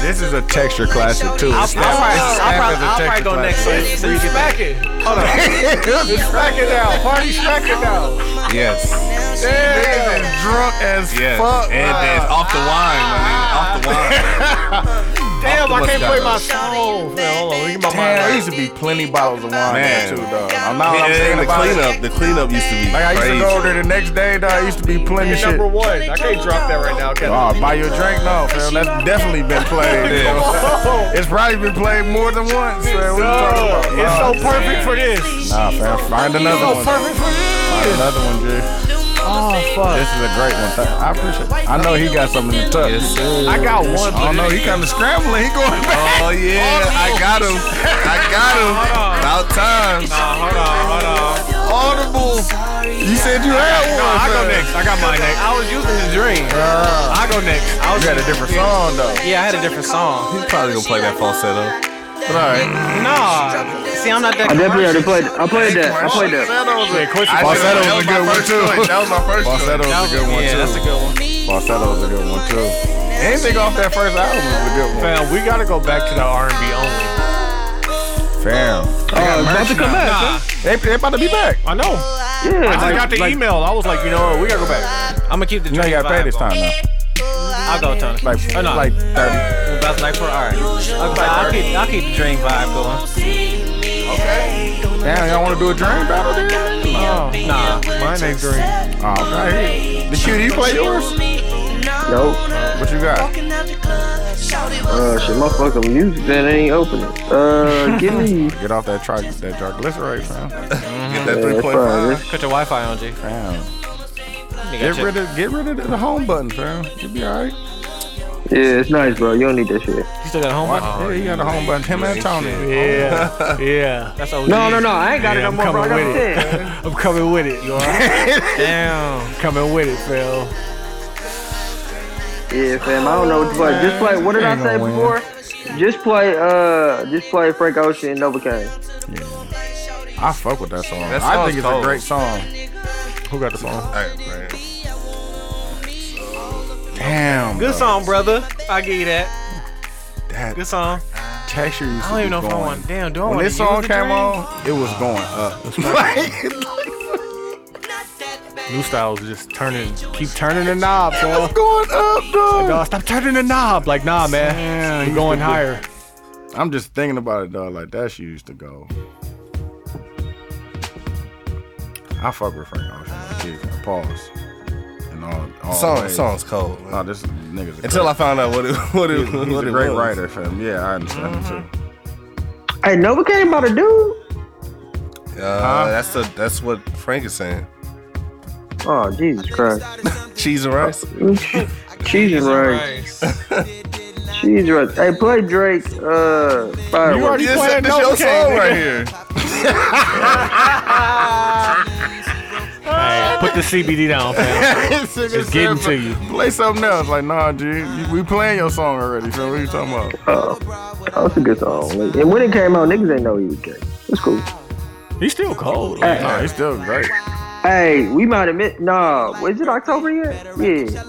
[SPEAKER 1] This is a texture classic too.
[SPEAKER 2] I'll, I'll,
[SPEAKER 1] Snap-
[SPEAKER 2] probably- I'll,
[SPEAKER 1] Snap
[SPEAKER 2] probably-
[SPEAKER 1] is a
[SPEAKER 2] I'll probably
[SPEAKER 1] texture
[SPEAKER 2] go next.
[SPEAKER 1] classic.
[SPEAKER 2] So you get back.
[SPEAKER 4] Smack it. Hold on. Smack it now. Party smack it now.
[SPEAKER 10] Yes.
[SPEAKER 4] Yeah.
[SPEAKER 1] Drunk as
[SPEAKER 10] Yes.
[SPEAKER 1] fuck.
[SPEAKER 10] and
[SPEAKER 1] man.
[SPEAKER 10] that's off the wine, my nigga. Off the wine.
[SPEAKER 4] Damn, I
[SPEAKER 10] Optimus
[SPEAKER 4] can't play my
[SPEAKER 10] Scott.
[SPEAKER 4] song. Man, hold on. Let me get my mind
[SPEAKER 1] Damn, there
[SPEAKER 4] right.
[SPEAKER 1] used to be plenty bottles of wine there
[SPEAKER 10] Man.
[SPEAKER 1] too, dog. I'm not I'm saying
[SPEAKER 10] and the
[SPEAKER 1] about it.
[SPEAKER 10] cleanup. The cleanup used to be
[SPEAKER 1] Like I used
[SPEAKER 10] crazy.
[SPEAKER 1] to go over there the next day, dog. It used to be plenty shit.
[SPEAKER 4] Number one. I can't drop that right now. Can I?
[SPEAKER 1] Oh, buy you a drink? No, fam. That's definitely been played.
[SPEAKER 4] Oh,
[SPEAKER 1] It's probably been played more than once. Man. What you
[SPEAKER 4] no.
[SPEAKER 10] uh,
[SPEAKER 1] talking
[SPEAKER 4] It's
[SPEAKER 1] about?
[SPEAKER 4] so perfect for this.
[SPEAKER 1] Nah, fam. Find another one.
[SPEAKER 4] Perfect for
[SPEAKER 1] Find
[SPEAKER 4] this.
[SPEAKER 1] another one, G.
[SPEAKER 4] Oh, fuck.
[SPEAKER 1] This is a great one. Th- I appreciate it. I know he got something to tuck.
[SPEAKER 4] I got one.
[SPEAKER 1] I don't know. He kind of scrambling. He going back.
[SPEAKER 10] Oh yeah, I got him. I got him. About time.
[SPEAKER 2] Hold on, hold on.
[SPEAKER 10] Audible.
[SPEAKER 1] You said you had one.
[SPEAKER 4] I go
[SPEAKER 1] fam.
[SPEAKER 4] next. I got mine next.
[SPEAKER 2] I was using the dream.
[SPEAKER 4] I go next. I was
[SPEAKER 1] You had a different song though.
[SPEAKER 2] Yeah, I had a different song.
[SPEAKER 10] He's probably gonna play that falsetto.
[SPEAKER 1] But all right.
[SPEAKER 2] Nah. See, I'm not that.
[SPEAKER 9] I definitely already
[SPEAKER 2] commercial.
[SPEAKER 9] played. I played that. I played that.
[SPEAKER 1] Falsetto
[SPEAKER 10] That
[SPEAKER 1] was a
[SPEAKER 10] my
[SPEAKER 1] good one
[SPEAKER 10] first
[SPEAKER 1] too.
[SPEAKER 10] choice. That was my first
[SPEAKER 1] Falsetto
[SPEAKER 10] choice.
[SPEAKER 1] was a good one
[SPEAKER 2] Yeah, that's a
[SPEAKER 1] too.
[SPEAKER 2] good one.
[SPEAKER 1] Falsetto was a good one too. Anything off that first album was a good one.
[SPEAKER 4] Man, we gotta go back to the R&B only.
[SPEAKER 1] Fam.
[SPEAKER 9] Oh, it's about to come back.
[SPEAKER 4] Nah,
[SPEAKER 1] They, they about to be back.
[SPEAKER 4] I know.
[SPEAKER 9] Yeah,
[SPEAKER 4] I just
[SPEAKER 9] like-
[SPEAKER 4] got the
[SPEAKER 9] like-
[SPEAKER 4] email. I was like, you know what? We gotta go back.
[SPEAKER 2] I'm gonna keep the
[SPEAKER 1] You
[SPEAKER 2] dream.
[SPEAKER 1] know you got to pay
[SPEAKER 2] vibe
[SPEAKER 1] this
[SPEAKER 2] going.
[SPEAKER 1] time now.
[SPEAKER 2] I'll go, Tony.
[SPEAKER 1] Like,
[SPEAKER 2] oh, no.
[SPEAKER 1] like 30.
[SPEAKER 2] That's like for alright. Okay, I'll keep I'll keep the dream vibe going.
[SPEAKER 1] Damn, y'all want to do a dream battle there?
[SPEAKER 4] Oh,
[SPEAKER 2] Nah.
[SPEAKER 4] mine ain't green.
[SPEAKER 1] Oh, okay. The shooter, you play yours?
[SPEAKER 9] Nope.
[SPEAKER 1] What you got?
[SPEAKER 9] Uh, shit, my fucking music that ain't opening. Uh, give me. uh,
[SPEAKER 1] Get off that tri- that triglyceride, fam.
[SPEAKER 10] Get that
[SPEAKER 9] Yeah,
[SPEAKER 10] three
[SPEAKER 9] it's
[SPEAKER 10] point
[SPEAKER 9] fine.
[SPEAKER 10] five.
[SPEAKER 9] This-
[SPEAKER 2] Put your Wi-Fi on, G. You
[SPEAKER 1] Fam.
[SPEAKER 2] got
[SPEAKER 1] Get
[SPEAKER 2] your-
[SPEAKER 1] rid of get rid of the home button, fam. You'll be all right.
[SPEAKER 9] Yeah, it's nice, bro. You don't need that shit.
[SPEAKER 2] you still got homework?
[SPEAKER 1] yeah, you got a home button. Him and Tony.
[SPEAKER 4] Yeah, yeah.
[SPEAKER 2] That's all.
[SPEAKER 9] No, no, no. I ain't got
[SPEAKER 4] Yeah,
[SPEAKER 9] it no
[SPEAKER 4] I'm
[SPEAKER 9] more, bro. I got
[SPEAKER 4] coming
[SPEAKER 9] the
[SPEAKER 4] with it.
[SPEAKER 9] 10.
[SPEAKER 4] I'm coming with it. You alright?
[SPEAKER 2] Damn.
[SPEAKER 4] coming with it, Phil.
[SPEAKER 9] Yeah, fam. I don't know what to play. Just play. What did I
[SPEAKER 1] Ain't gonna
[SPEAKER 9] say
[SPEAKER 1] win.
[SPEAKER 9] before? Just play. Uh, just play Frank Ocean and Novocaine.
[SPEAKER 1] I fuck with that song.
[SPEAKER 10] That
[SPEAKER 1] I
[SPEAKER 10] song's
[SPEAKER 1] think it's
[SPEAKER 10] cold.
[SPEAKER 1] a great song.
[SPEAKER 4] Who got the song?
[SPEAKER 10] All right, man.
[SPEAKER 1] Damn.
[SPEAKER 2] Good
[SPEAKER 1] bro.
[SPEAKER 2] song, brother. I give you that.
[SPEAKER 1] That
[SPEAKER 2] Good song.
[SPEAKER 1] texture used to
[SPEAKER 2] I don't
[SPEAKER 1] be
[SPEAKER 2] even know if I
[SPEAKER 1] going.
[SPEAKER 2] want. Damn, do I
[SPEAKER 1] When
[SPEAKER 2] want
[SPEAKER 1] this
[SPEAKER 2] to use
[SPEAKER 1] song
[SPEAKER 2] the
[SPEAKER 1] came
[SPEAKER 2] dream?
[SPEAKER 1] on, it was going up. Like,
[SPEAKER 4] New Style's just turning, keep turning the knob, Phil.
[SPEAKER 1] going up, dog.
[SPEAKER 4] No, stop turning the knob. Like, nah, man. We're going higher.
[SPEAKER 1] I'm just thinking about it, dog. Like that shit used to go. I fuck with Frank Ocean. Like, yeah, man. pause. And all, all
[SPEAKER 10] Song,
[SPEAKER 1] ways.
[SPEAKER 10] song's cold.
[SPEAKER 1] No, this nigga's a
[SPEAKER 10] Until I
[SPEAKER 1] great,
[SPEAKER 10] found out what it, what it,
[SPEAKER 1] he's, he's
[SPEAKER 10] what
[SPEAKER 1] a
[SPEAKER 10] it
[SPEAKER 1] great
[SPEAKER 10] was.
[SPEAKER 1] writer, fam. Yeah, I understand it too.
[SPEAKER 9] Hey, Novocaine about a dude.
[SPEAKER 10] Uh, That's the that's what Frank is saying.
[SPEAKER 9] Oh, Jesus Christ.
[SPEAKER 10] Cheese and rice.
[SPEAKER 9] Cheese and rice. Cheese and rice. Hey, play Drake. Uh, fireworks.
[SPEAKER 10] This,
[SPEAKER 4] playing
[SPEAKER 10] this your
[SPEAKER 4] Novocaine,
[SPEAKER 10] song right here.
[SPEAKER 4] Hey, put the CBD down, Phil.
[SPEAKER 1] This nigga
[SPEAKER 4] It's getting to
[SPEAKER 1] said,
[SPEAKER 4] you.
[SPEAKER 1] Play something else. Like, nah, G, you- we playing your song already, fam. What you talking about?
[SPEAKER 9] Oh, that was a good song. Like, And when it came out, niggas ain't know he was gay. It's cool.
[SPEAKER 4] He's still cold.
[SPEAKER 9] Hey,
[SPEAKER 1] Nah, he's still great.
[SPEAKER 9] hey, we might admit. Nah, is it October yet? Yeah.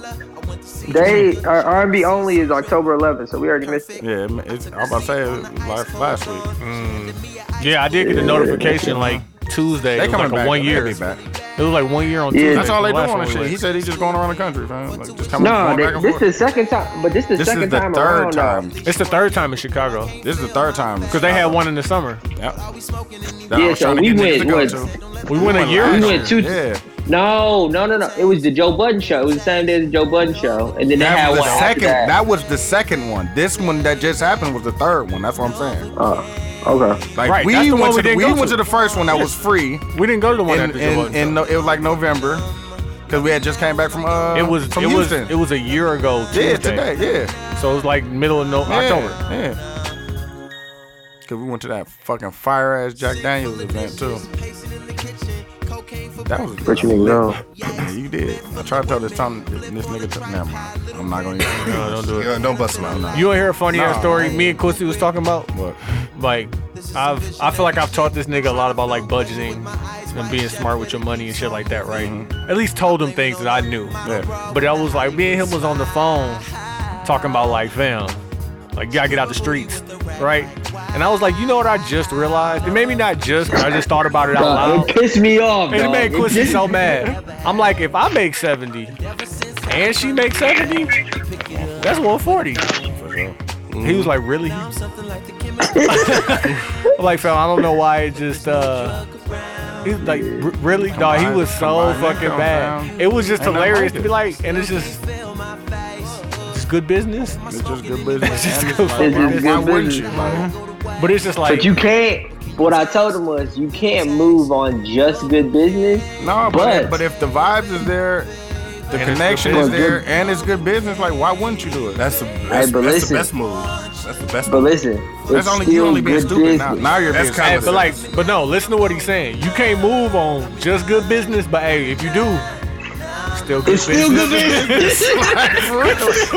[SPEAKER 9] They our R&B only is October 11th, so we already missed it.
[SPEAKER 1] Yeah, it- it's, I'm about to say it last, last week.
[SPEAKER 4] Yeah, I did get the notification like Tuesday.
[SPEAKER 1] They
[SPEAKER 4] It was
[SPEAKER 1] coming
[SPEAKER 4] like
[SPEAKER 1] back.
[SPEAKER 4] a one
[SPEAKER 1] They
[SPEAKER 4] year.
[SPEAKER 1] be back.
[SPEAKER 4] It was like one year on
[SPEAKER 9] Yeah.
[SPEAKER 4] Tuesday.
[SPEAKER 1] That's all they
[SPEAKER 4] The
[SPEAKER 1] doing
[SPEAKER 4] last
[SPEAKER 1] on
[SPEAKER 4] one
[SPEAKER 1] shit.
[SPEAKER 4] was.
[SPEAKER 1] He said he's just going around the country, fam. Like, just coming
[SPEAKER 9] No,
[SPEAKER 1] going
[SPEAKER 9] they,
[SPEAKER 1] back and
[SPEAKER 9] this
[SPEAKER 1] forth.
[SPEAKER 9] the second time, but this the
[SPEAKER 1] This
[SPEAKER 9] second
[SPEAKER 1] is the
[SPEAKER 9] time
[SPEAKER 1] third
[SPEAKER 9] around. now.
[SPEAKER 1] time.
[SPEAKER 4] It's the third time in Chicago
[SPEAKER 1] This is the third time.
[SPEAKER 4] because they had one in the summer.
[SPEAKER 9] Yeah, so we went- what-
[SPEAKER 4] We went a year.
[SPEAKER 9] We
[SPEAKER 4] ago.
[SPEAKER 9] went two.
[SPEAKER 1] Yeah.
[SPEAKER 9] No, no, no, no. It was the Joe Budden show. It was the same day as the Joe Budden show, and then they
[SPEAKER 1] That
[SPEAKER 9] had
[SPEAKER 1] was
[SPEAKER 9] one
[SPEAKER 1] the
[SPEAKER 9] after
[SPEAKER 1] second.
[SPEAKER 9] that.
[SPEAKER 1] That was the second one. This one that just happened was the third one. That's what I'm saying.
[SPEAKER 9] Oh, okay.
[SPEAKER 1] Like
[SPEAKER 4] Right,
[SPEAKER 1] we
[SPEAKER 4] that's the one
[SPEAKER 1] went
[SPEAKER 4] we
[SPEAKER 1] to the,
[SPEAKER 4] didn't
[SPEAKER 1] we
[SPEAKER 4] go
[SPEAKER 1] went
[SPEAKER 4] to.
[SPEAKER 1] to the first one that was free
[SPEAKER 4] We didn't go to the one
[SPEAKER 1] in
[SPEAKER 4] after the
[SPEAKER 1] in,
[SPEAKER 4] one.
[SPEAKER 1] in no, it was like November because we had just came back from uh
[SPEAKER 4] It was
[SPEAKER 1] from
[SPEAKER 4] it was
[SPEAKER 1] Houston.
[SPEAKER 4] it was a year ago
[SPEAKER 1] yeah,
[SPEAKER 4] Tuesday.
[SPEAKER 1] today. Yeah,
[SPEAKER 4] So it was like middle of no-
[SPEAKER 1] yeah,
[SPEAKER 4] October.
[SPEAKER 1] Yeah. Cause we went to that fucking fire ass Jack Daniels event too. That was
[SPEAKER 9] What you mean, no?
[SPEAKER 1] Yeah, you did. I tried to tell this time this nigga. T- never mind. I'm not gonna. Even,
[SPEAKER 4] No, don't do it.
[SPEAKER 5] Yeah, don't bust him out.
[SPEAKER 4] You want to hear a funny ass
[SPEAKER 1] Nah.
[SPEAKER 4] story? Me and Quincy was talking about.
[SPEAKER 1] what?
[SPEAKER 4] Like, I've I feel like I've taught this nigga a lot about like budgeting and being smart with your money and shit like that, right? At least told him things that I knew.
[SPEAKER 1] Yeah.
[SPEAKER 4] But I was like, me and him was on the phone talking about like, fam, like you gotta get out the streets, right? And I was like, you know what I just realized? It made me not just, but I just thought about it out
[SPEAKER 9] Dog,
[SPEAKER 4] loud.
[SPEAKER 9] it pissed me off.
[SPEAKER 4] And it
[SPEAKER 9] dog.
[SPEAKER 4] made
[SPEAKER 9] It
[SPEAKER 4] Quincy
[SPEAKER 9] pissed-
[SPEAKER 4] so mad. I'm like, if I make 70 and she makes 70, that's 140. He was like, really? I'm like, fam, I don't know why it just, uh, he's like, "R- really? Dog, he was so
[SPEAKER 1] Combine it,
[SPEAKER 4] fucking bad.
[SPEAKER 1] combine.
[SPEAKER 4] It was just
[SPEAKER 1] Ain't nothing like
[SPEAKER 4] hilarious to be
[SPEAKER 1] it.
[SPEAKER 4] like, and it's just, it's good business.
[SPEAKER 1] It's just good business.
[SPEAKER 4] It's
[SPEAKER 1] and
[SPEAKER 4] just
[SPEAKER 1] it's like,
[SPEAKER 9] good
[SPEAKER 1] why- why
[SPEAKER 9] business.
[SPEAKER 1] wouldn't you? Like,
[SPEAKER 4] But it's just like,
[SPEAKER 9] But you can't. What I told him was, you can't move on just good business.
[SPEAKER 1] no, but
[SPEAKER 9] But-
[SPEAKER 1] but, if the vibes is there, the
[SPEAKER 4] it's
[SPEAKER 1] connection
[SPEAKER 4] good
[SPEAKER 1] is
[SPEAKER 9] business.
[SPEAKER 1] there, and it's good business, like why wouldn't you do it?
[SPEAKER 5] That's the that's,
[SPEAKER 9] but
[SPEAKER 5] that's
[SPEAKER 9] listen.
[SPEAKER 5] the best move. That's the best.
[SPEAKER 9] But
[SPEAKER 5] move.
[SPEAKER 9] listen,
[SPEAKER 1] That's
[SPEAKER 9] it's
[SPEAKER 1] only
[SPEAKER 9] still
[SPEAKER 1] you only being
[SPEAKER 9] good
[SPEAKER 1] stupid now.
[SPEAKER 9] business.
[SPEAKER 1] Now you're
[SPEAKER 5] That's
[SPEAKER 1] being
[SPEAKER 5] kind
[SPEAKER 4] Hey,
[SPEAKER 1] stupid.
[SPEAKER 5] of
[SPEAKER 4] but like, but no, listen to what he's saying. You can't move on just good business, but hey, if you do, still good
[SPEAKER 9] It's
[SPEAKER 4] business.
[SPEAKER 9] still good business.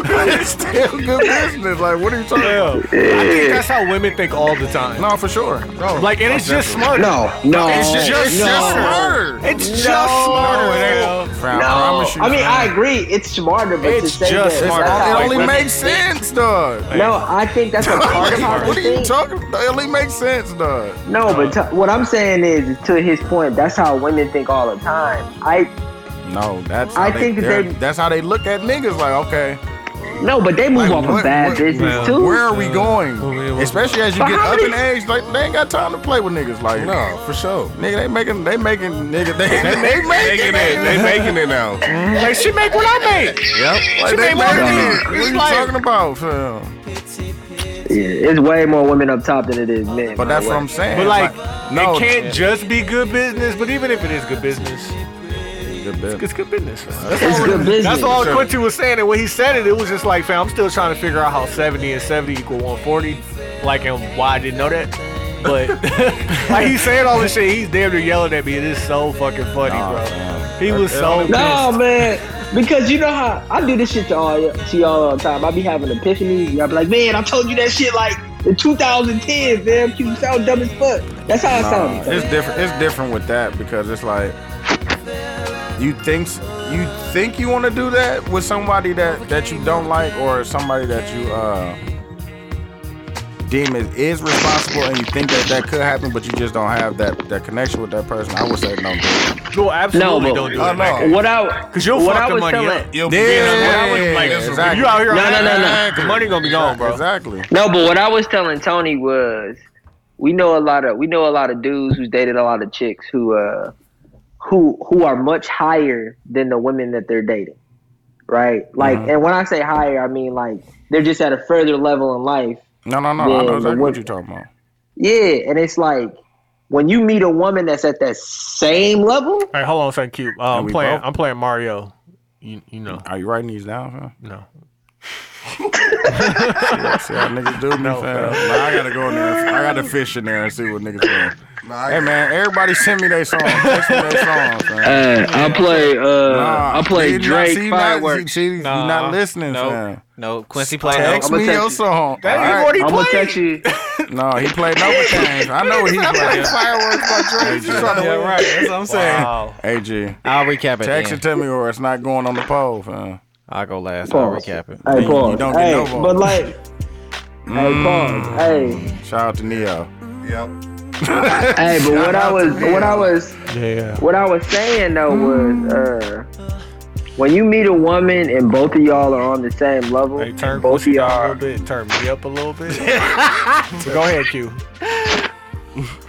[SPEAKER 1] it's still good business. Like what are you talking
[SPEAKER 4] Yeah.
[SPEAKER 1] about?
[SPEAKER 4] I think that's how women think all the time.
[SPEAKER 1] No, for sure. No.
[SPEAKER 4] Like, and it's just smart.
[SPEAKER 9] no, no,
[SPEAKER 1] It's just,
[SPEAKER 9] no.
[SPEAKER 1] just smarter.
[SPEAKER 4] It's
[SPEAKER 9] No.
[SPEAKER 4] just smarter.
[SPEAKER 1] No, it ain't. Fam,
[SPEAKER 9] No,
[SPEAKER 1] I
[SPEAKER 9] I,
[SPEAKER 1] promise you.
[SPEAKER 9] mean I agree. It's smarter, but
[SPEAKER 4] It's
[SPEAKER 9] to say
[SPEAKER 4] just
[SPEAKER 9] that,
[SPEAKER 4] smarter.
[SPEAKER 9] that's
[SPEAKER 1] It
[SPEAKER 9] how-
[SPEAKER 1] only makes sense, dog.
[SPEAKER 9] no, I think that's a part of how
[SPEAKER 1] what are
[SPEAKER 9] they
[SPEAKER 1] you
[SPEAKER 9] think.
[SPEAKER 1] talking about? It only makes sense, dog.
[SPEAKER 9] No, but t- what I'm saying is, to his point, that's how women think all the time. I
[SPEAKER 1] No, that's
[SPEAKER 9] I
[SPEAKER 1] how
[SPEAKER 9] think that
[SPEAKER 1] they're-
[SPEAKER 9] they-
[SPEAKER 1] that's how they look at niggas. Like, okay,
[SPEAKER 9] no, but they move
[SPEAKER 1] Like,
[SPEAKER 9] off of
[SPEAKER 1] what-
[SPEAKER 9] bad
[SPEAKER 1] what-
[SPEAKER 9] business too.
[SPEAKER 1] where are we going?
[SPEAKER 4] yeah, what-
[SPEAKER 1] Especially as you
[SPEAKER 9] But
[SPEAKER 1] get
[SPEAKER 9] how
[SPEAKER 1] up
[SPEAKER 9] many-
[SPEAKER 1] in age, like they ain't got time to play with niggas. Like,
[SPEAKER 5] No, for sure.
[SPEAKER 1] nigga, they making, they making, nigga, they, they, making it.
[SPEAKER 5] They making it now.
[SPEAKER 4] Like, she make what I make.
[SPEAKER 1] Yep, like,
[SPEAKER 4] She
[SPEAKER 1] they
[SPEAKER 4] made
[SPEAKER 1] making
[SPEAKER 4] money.
[SPEAKER 1] it. What
[SPEAKER 4] It's
[SPEAKER 1] you
[SPEAKER 4] like-
[SPEAKER 1] talking about, fam?
[SPEAKER 9] Yeah, it's way more women up top than it is men.
[SPEAKER 1] But
[SPEAKER 9] by
[SPEAKER 1] that's
[SPEAKER 9] the
[SPEAKER 1] what
[SPEAKER 9] way.
[SPEAKER 1] I'm saying.
[SPEAKER 4] But like,
[SPEAKER 1] no,
[SPEAKER 4] it can't just be good business. But even if it is good business, it's good business. That's
[SPEAKER 9] It's
[SPEAKER 4] all-
[SPEAKER 9] good business.
[SPEAKER 4] That's all Quincy was saying, and when he said it, it was just like, fam, I'm still trying to figure out how 70 and 70 equal 140, like, and why I didn't know that. But like he's saying all this shit, he's damn near yelling at me. It is so fucking funny, bro. He was so
[SPEAKER 9] No man, because you know how I do this shit to all y- to y'all all the time. I be having epiphanies. Y'all be like, man, I told you that shit like in 2010, man. You sound dumb as fuck. That's how I
[SPEAKER 1] Nah,
[SPEAKER 9] sound.
[SPEAKER 1] Um, it's different. It's different with that because it's like you think you think you want to do that with somebody that that you don't like or somebody that you uh deem is, is responsible, and you think that that could happen, but you just don't have that that connection with that person. I would say no.
[SPEAKER 4] No, absolutely
[SPEAKER 9] No,
[SPEAKER 4] don't
[SPEAKER 9] but-
[SPEAKER 4] do
[SPEAKER 5] Oh,
[SPEAKER 4] it.
[SPEAKER 5] no.
[SPEAKER 9] What I
[SPEAKER 4] Cause you'll
[SPEAKER 9] what
[SPEAKER 4] fuck
[SPEAKER 9] I
[SPEAKER 4] the
[SPEAKER 9] was
[SPEAKER 4] money
[SPEAKER 9] telling-
[SPEAKER 4] up.
[SPEAKER 5] You'll be
[SPEAKER 1] Yeah,
[SPEAKER 5] in a-
[SPEAKER 1] yeah,
[SPEAKER 5] like,
[SPEAKER 1] exactly.
[SPEAKER 4] You out here,
[SPEAKER 9] No, no, no, no.
[SPEAKER 4] the money gonna be gone, bro.
[SPEAKER 1] Exactly.
[SPEAKER 9] No, but what I was telling Tony was, we know a lot of we know a lot of dudes who's dated a lot of chicks who uh who who are much higher than the women that they're dating, right? Like,
[SPEAKER 4] Mm-hmm.
[SPEAKER 9] and when I say higher, I mean like they're just at a further level in life.
[SPEAKER 1] No, no, no.
[SPEAKER 9] Yeah,
[SPEAKER 1] I know
[SPEAKER 9] but
[SPEAKER 1] exactly
[SPEAKER 9] what-
[SPEAKER 1] what you're talking about.
[SPEAKER 9] Yeah, and it's like when you meet a woman that's at that same level,
[SPEAKER 4] All right, hold on a second, Cube. Uh, I'm
[SPEAKER 1] we
[SPEAKER 4] playing.
[SPEAKER 1] broke?
[SPEAKER 4] I'm playing Mario. You, you know,
[SPEAKER 1] Are you writing these down, fam?
[SPEAKER 4] no.
[SPEAKER 1] See how niggas do me, fam. Nah, I gotta go in there. I gotta fish in there and see what niggas doing.
[SPEAKER 5] Nah,
[SPEAKER 1] Hey man, everybody send me their song. Text me their songs, man.
[SPEAKER 9] uh, I play uh
[SPEAKER 1] Nah,
[SPEAKER 9] I play
[SPEAKER 1] you not-
[SPEAKER 9] Drake
[SPEAKER 1] see, you not-
[SPEAKER 9] fireworks.
[SPEAKER 1] see, you
[SPEAKER 4] Nah,
[SPEAKER 1] not listening,
[SPEAKER 2] No,
[SPEAKER 1] fam.
[SPEAKER 2] no, Quincy played
[SPEAKER 1] Text
[SPEAKER 9] I'ma
[SPEAKER 1] me
[SPEAKER 9] text
[SPEAKER 1] your
[SPEAKER 9] you.
[SPEAKER 1] song.
[SPEAKER 4] That ain't
[SPEAKER 1] All
[SPEAKER 4] what he
[SPEAKER 9] I'm gonna
[SPEAKER 4] played.
[SPEAKER 9] text you.
[SPEAKER 1] No, he played Nova Change. I know what he played.
[SPEAKER 4] Fireworks by Drake.
[SPEAKER 2] Yeah, right. That's what I'm saying.
[SPEAKER 4] Wow.
[SPEAKER 1] AG,
[SPEAKER 2] I'll recap it.
[SPEAKER 1] text
[SPEAKER 2] then.
[SPEAKER 1] it to me or it's not going on the poll, fam.
[SPEAKER 2] I'll go last.
[SPEAKER 9] Pause. Uh,
[SPEAKER 2] I'll recap it.
[SPEAKER 9] Hey,
[SPEAKER 1] You
[SPEAKER 9] pause.
[SPEAKER 1] don't get
[SPEAKER 9] hey,
[SPEAKER 1] no vote. Mm.
[SPEAKER 9] but like, hey, pause.
[SPEAKER 1] Shout out to Neo.
[SPEAKER 5] Yep.
[SPEAKER 9] Hey, hey, but what I was, what I was,
[SPEAKER 4] Yeah.
[SPEAKER 9] what I was saying though was,
[SPEAKER 1] Mm.
[SPEAKER 9] uh, when you meet a woman and both of y'all are on the same level,
[SPEAKER 4] Hey, turn
[SPEAKER 9] and both of
[SPEAKER 4] Quincy
[SPEAKER 9] y'all,
[SPEAKER 4] down a little bit. Turn me up a little bit. But go ahead, Q.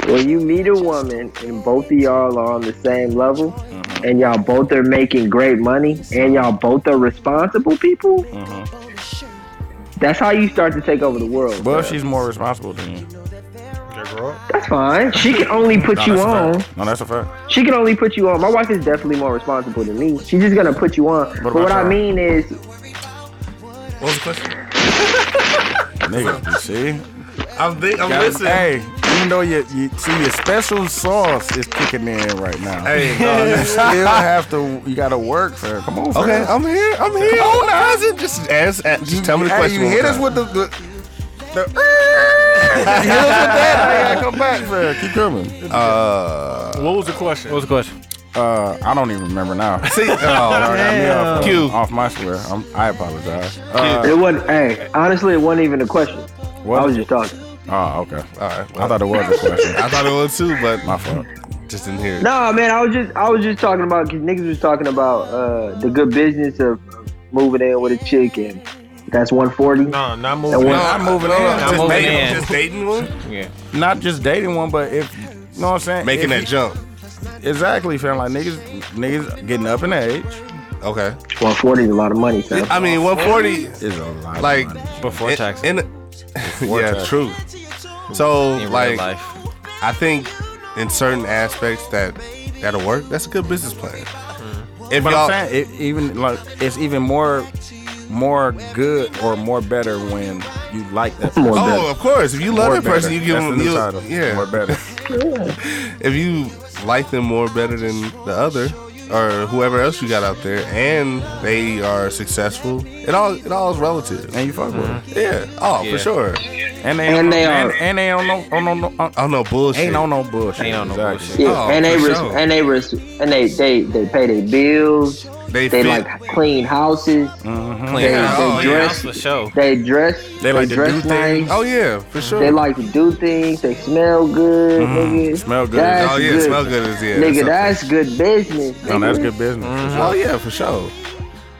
[SPEAKER 9] when you meet a woman and both of y'all are on the same level,
[SPEAKER 1] Mm-hmm.
[SPEAKER 9] and y'all both are making great money, and y'all both are responsible people,
[SPEAKER 1] Mm-hmm.
[SPEAKER 9] that's how you start to take over the world.
[SPEAKER 1] Well,
[SPEAKER 9] bro.
[SPEAKER 1] she's more responsible than you.
[SPEAKER 9] that's fine. She can only put
[SPEAKER 1] No,
[SPEAKER 9] you
[SPEAKER 1] that's a
[SPEAKER 9] on.
[SPEAKER 1] fact. No, that's a fact.
[SPEAKER 9] She can only put you on. My wife is definitely more responsible than me. She's just gonna put you on. but
[SPEAKER 1] about
[SPEAKER 9] what I
[SPEAKER 1] y'all?
[SPEAKER 9] mean is,
[SPEAKER 5] What was the question?
[SPEAKER 1] Nigga, you see?
[SPEAKER 5] I'm, think, I'm
[SPEAKER 1] Guys,
[SPEAKER 5] listening. Hey,
[SPEAKER 1] Hey, even though you, you see your special sauce is kicking in right now,
[SPEAKER 5] dog,
[SPEAKER 1] you still have to. You gotta work for. it. Come on,
[SPEAKER 5] Okay,
[SPEAKER 1] fam.
[SPEAKER 5] I'm here. I'm here. I'm present. Just ask. ask- Just tell me the
[SPEAKER 1] hey,
[SPEAKER 5] question.
[SPEAKER 1] You
[SPEAKER 5] one
[SPEAKER 1] hit
[SPEAKER 5] more
[SPEAKER 1] us
[SPEAKER 5] time.
[SPEAKER 1] with the. the, the you hit us with that. I gotta come back, fam. Keep coming.
[SPEAKER 5] Uh,
[SPEAKER 4] What was the question?
[SPEAKER 2] What was the question?
[SPEAKER 1] Uh, I don't even remember now.
[SPEAKER 5] see,
[SPEAKER 1] Y'all
[SPEAKER 5] oh,
[SPEAKER 1] got me off, uh,
[SPEAKER 5] Q.
[SPEAKER 1] off my square. I'm, I apologize. Uh,
[SPEAKER 9] It wasn't. Hey, honestly, it wasn't even a question. I was just talking.
[SPEAKER 1] oh, okay.
[SPEAKER 5] all right. Well,
[SPEAKER 1] I thought it was a question.
[SPEAKER 5] I thought it was too, but
[SPEAKER 1] My fault.
[SPEAKER 5] just didn't hear it.
[SPEAKER 9] No, man, I was just I was just talking about cause niggas was talking about uh, the good business of moving in with a chick and that's 140.
[SPEAKER 4] No, not
[SPEAKER 9] That
[SPEAKER 4] moving.
[SPEAKER 9] one-
[SPEAKER 4] on.
[SPEAKER 5] I'm moving
[SPEAKER 2] in.
[SPEAKER 5] on.
[SPEAKER 2] I'm
[SPEAKER 5] Just
[SPEAKER 2] moving
[SPEAKER 5] dating,
[SPEAKER 2] in.
[SPEAKER 5] just dating one,
[SPEAKER 2] Yeah.
[SPEAKER 1] Not just dating one, but if you know what I'm saying,
[SPEAKER 5] making
[SPEAKER 1] if
[SPEAKER 5] that jump.
[SPEAKER 1] you- exactly, fam. Like niggas, niggas getting up in age
[SPEAKER 5] Okay. Oh,
[SPEAKER 9] 140 is a lot of money. Son.
[SPEAKER 5] I mean, 140.
[SPEAKER 1] is a lot.
[SPEAKER 5] Like,
[SPEAKER 1] of money.
[SPEAKER 2] Before
[SPEAKER 5] in-
[SPEAKER 2] taxes.
[SPEAKER 5] in- yeah,
[SPEAKER 1] taxes.
[SPEAKER 5] true. So,
[SPEAKER 2] In real
[SPEAKER 5] like,
[SPEAKER 2] life.
[SPEAKER 5] I think in certain aspects that that'll work. That's a good business plan. If
[SPEAKER 1] But
[SPEAKER 5] y'all,
[SPEAKER 1] I'm saying it even like it's even more more good or more better when you like that. More
[SPEAKER 5] oh, of course. If you love that person, you give
[SPEAKER 1] That's
[SPEAKER 5] them,
[SPEAKER 1] the new
[SPEAKER 5] you-
[SPEAKER 1] title.
[SPEAKER 5] yeah.
[SPEAKER 1] more better.
[SPEAKER 5] if you like them more better than the other or whoever else you got out there and they are successful it all it all is relative
[SPEAKER 1] And you fuck with it.
[SPEAKER 5] yeah oh
[SPEAKER 2] Yeah.
[SPEAKER 5] for sure
[SPEAKER 1] And they,
[SPEAKER 9] And
[SPEAKER 1] on,
[SPEAKER 9] they
[SPEAKER 1] and,
[SPEAKER 9] are-
[SPEAKER 1] and they on no, on no, no on,
[SPEAKER 5] oh no bullshit
[SPEAKER 1] ain't on no bullshit.
[SPEAKER 2] Ain't on no bullshit.
[SPEAKER 9] Yeah,
[SPEAKER 5] Oh,
[SPEAKER 9] and they
[SPEAKER 5] for
[SPEAKER 9] res-
[SPEAKER 5] sure.
[SPEAKER 9] and they res- and they they they pay their bills.
[SPEAKER 5] they,
[SPEAKER 9] They
[SPEAKER 5] fit-
[SPEAKER 9] like clean houses.
[SPEAKER 1] Mm-hmm.
[SPEAKER 2] Clean
[SPEAKER 9] They,
[SPEAKER 2] house.
[SPEAKER 5] oh,
[SPEAKER 9] they
[SPEAKER 5] yeah.
[SPEAKER 2] House
[SPEAKER 9] dress.
[SPEAKER 2] for show.
[SPEAKER 9] They dress.
[SPEAKER 1] They like to
[SPEAKER 9] dress
[SPEAKER 1] do
[SPEAKER 9] nice.
[SPEAKER 1] things.
[SPEAKER 5] oh yeah for sure
[SPEAKER 9] They like to do things. They smell good. nigga.
[SPEAKER 1] Smell good.
[SPEAKER 9] That's
[SPEAKER 5] oh yeah
[SPEAKER 9] good.
[SPEAKER 5] smell good is yeah
[SPEAKER 9] Nigga,
[SPEAKER 5] something.
[SPEAKER 9] that's good business. Nigga.
[SPEAKER 1] No, that's good business.
[SPEAKER 5] oh yeah for sure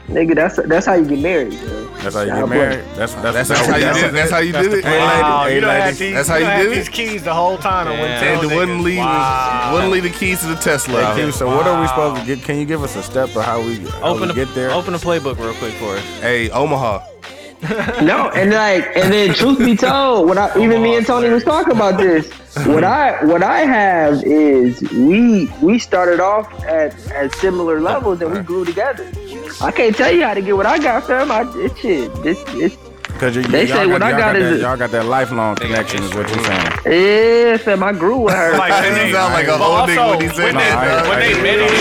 [SPEAKER 9] Nigga, that's that's how you get married. Bro.
[SPEAKER 1] That's how you
[SPEAKER 9] Nah,
[SPEAKER 1] get
[SPEAKER 9] boy.
[SPEAKER 1] married. That's that's,
[SPEAKER 5] that's how you did it that's how you did it
[SPEAKER 4] Wow, you
[SPEAKER 1] Hey,
[SPEAKER 4] done had
[SPEAKER 1] ladies,
[SPEAKER 4] these,
[SPEAKER 5] that's how
[SPEAKER 4] done
[SPEAKER 5] you
[SPEAKER 4] had
[SPEAKER 5] did it?
[SPEAKER 4] these keys the whole time and
[SPEAKER 2] Damn.
[SPEAKER 4] wouldn't
[SPEAKER 5] and
[SPEAKER 4] tell
[SPEAKER 5] the
[SPEAKER 4] niggas.
[SPEAKER 5] wouldn't leave
[SPEAKER 4] Wow.
[SPEAKER 5] wouldn't leave the keys to the tesla out
[SPEAKER 1] Thank you.
[SPEAKER 5] here.
[SPEAKER 1] So what are we supposed to get? Can you give us a step of how we, how
[SPEAKER 2] Open
[SPEAKER 1] we
[SPEAKER 2] the,
[SPEAKER 1] get there?
[SPEAKER 2] open the playbook real quick for us.
[SPEAKER 5] hey omaha
[SPEAKER 9] No, and like, and then truth be told, what I even me and Tony was talking about this. What I what I have is we we started off at at similar levels and we grew together. I can't tell you how to get what I got, fam. I it shit. This it's
[SPEAKER 1] Cause you,
[SPEAKER 9] They
[SPEAKER 1] y'all
[SPEAKER 9] say what I
[SPEAKER 1] y'all
[SPEAKER 9] got is
[SPEAKER 1] that,
[SPEAKER 9] a-
[SPEAKER 1] y'all got that lifelong connection, is what you're saying.
[SPEAKER 9] yeah, fam. I grew with her.
[SPEAKER 4] Like,
[SPEAKER 5] He
[SPEAKER 4] they-
[SPEAKER 5] sound like a
[SPEAKER 4] but
[SPEAKER 5] whole
[SPEAKER 4] also,
[SPEAKER 5] nigga when he
[SPEAKER 4] when
[SPEAKER 5] said
[SPEAKER 4] they,
[SPEAKER 1] that, dog.
[SPEAKER 4] when they
[SPEAKER 1] I-
[SPEAKER 4] met each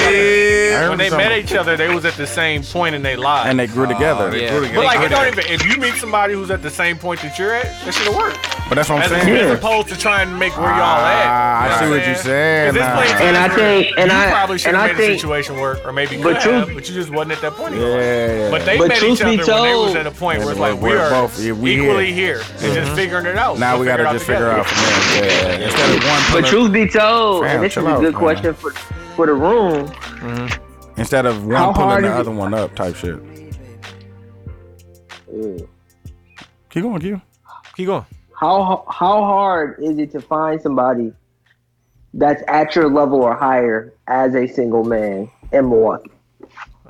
[SPEAKER 5] Yeah.
[SPEAKER 4] other, when they met each other, they was at the same point in their lives.
[SPEAKER 1] and they grew together.
[SPEAKER 2] yeah.
[SPEAKER 4] but like, it don't even. If you meet somebody who's at the same point that you're at, that should have worked.
[SPEAKER 1] But that's what I'm
[SPEAKER 4] As,
[SPEAKER 1] saying.
[SPEAKER 4] as opposed to trying to make where y'all
[SPEAKER 1] Ah,
[SPEAKER 4] at.
[SPEAKER 1] I see what you're saying
[SPEAKER 4] Because this
[SPEAKER 1] now.
[SPEAKER 4] place is
[SPEAKER 9] And I
[SPEAKER 4] where
[SPEAKER 9] think- and
[SPEAKER 4] you
[SPEAKER 9] I-
[SPEAKER 4] probably should
[SPEAKER 9] and I
[SPEAKER 4] have made the
[SPEAKER 9] think-
[SPEAKER 4] situation work, or maybe could
[SPEAKER 9] but
[SPEAKER 4] have,
[SPEAKER 9] truth-
[SPEAKER 4] but you just wasn't at that point. in your life.
[SPEAKER 1] Yeah.
[SPEAKER 4] But they
[SPEAKER 9] But
[SPEAKER 4] met each
[SPEAKER 9] truth be
[SPEAKER 4] other when they was
[SPEAKER 9] told- Mm-hmm.
[SPEAKER 4] at a point where it's
[SPEAKER 1] We're
[SPEAKER 4] like we are
[SPEAKER 1] both- yeah, we
[SPEAKER 4] equally here, and just figuring it out.
[SPEAKER 1] now we gotta just figure out from there. Yeah. Instead of one
[SPEAKER 9] But
[SPEAKER 1] pillar,
[SPEAKER 9] truth be told,
[SPEAKER 1] Fam,
[SPEAKER 9] and this is
[SPEAKER 1] chill
[SPEAKER 9] a
[SPEAKER 1] out,
[SPEAKER 9] good
[SPEAKER 1] man.
[SPEAKER 9] question for for the room.
[SPEAKER 1] instead of
[SPEAKER 9] How
[SPEAKER 1] one pulling
[SPEAKER 9] hard
[SPEAKER 1] the
[SPEAKER 9] is it-
[SPEAKER 1] other one up, type shit. Keep going, Q.
[SPEAKER 2] Keep going.
[SPEAKER 9] how how hard is it to find somebody that's at your level or higher as a single man in Milwaukee?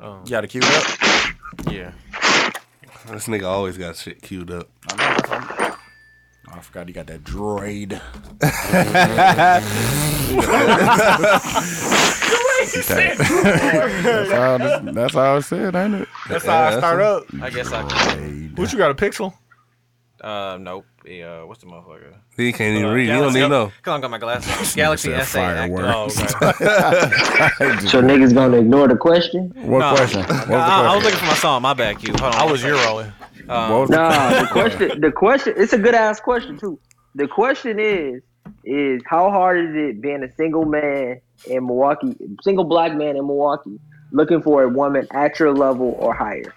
[SPEAKER 1] You gotta keep it up.
[SPEAKER 2] Yeah.
[SPEAKER 5] This nigga always got shit queued up.
[SPEAKER 1] Oh, I forgot you got that droid. that's, all, that's all I said, ain't it?
[SPEAKER 4] That's how I start up.
[SPEAKER 2] I guess I can.
[SPEAKER 4] What you got a pixel?
[SPEAKER 2] Uh, nope. Yeah, what's the motherfucker?
[SPEAKER 5] He can't even read. He don't even know.
[SPEAKER 2] Come on, got my glasses. Galaxy
[SPEAKER 1] said
[SPEAKER 2] S8 Active.
[SPEAKER 1] fireworks.
[SPEAKER 2] Oh, okay.
[SPEAKER 9] So niggas gonna ignore the question?
[SPEAKER 1] What
[SPEAKER 2] Nah.
[SPEAKER 1] question? What was the
[SPEAKER 2] I, I was
[SPEAKER 1] question?
[SPEAKER 2] looking for my song. My bad, Q. Hold on. I was
[SPEAKER 4] Zeroing.
[SPEAKER 1] What was the-
[SPEAKER 9] Nah, the question the question it's a good ass question too. The question is is how hard is it being a single man in Milwaukee, single black man in Milwaukee, looking for a woman at your level or higher?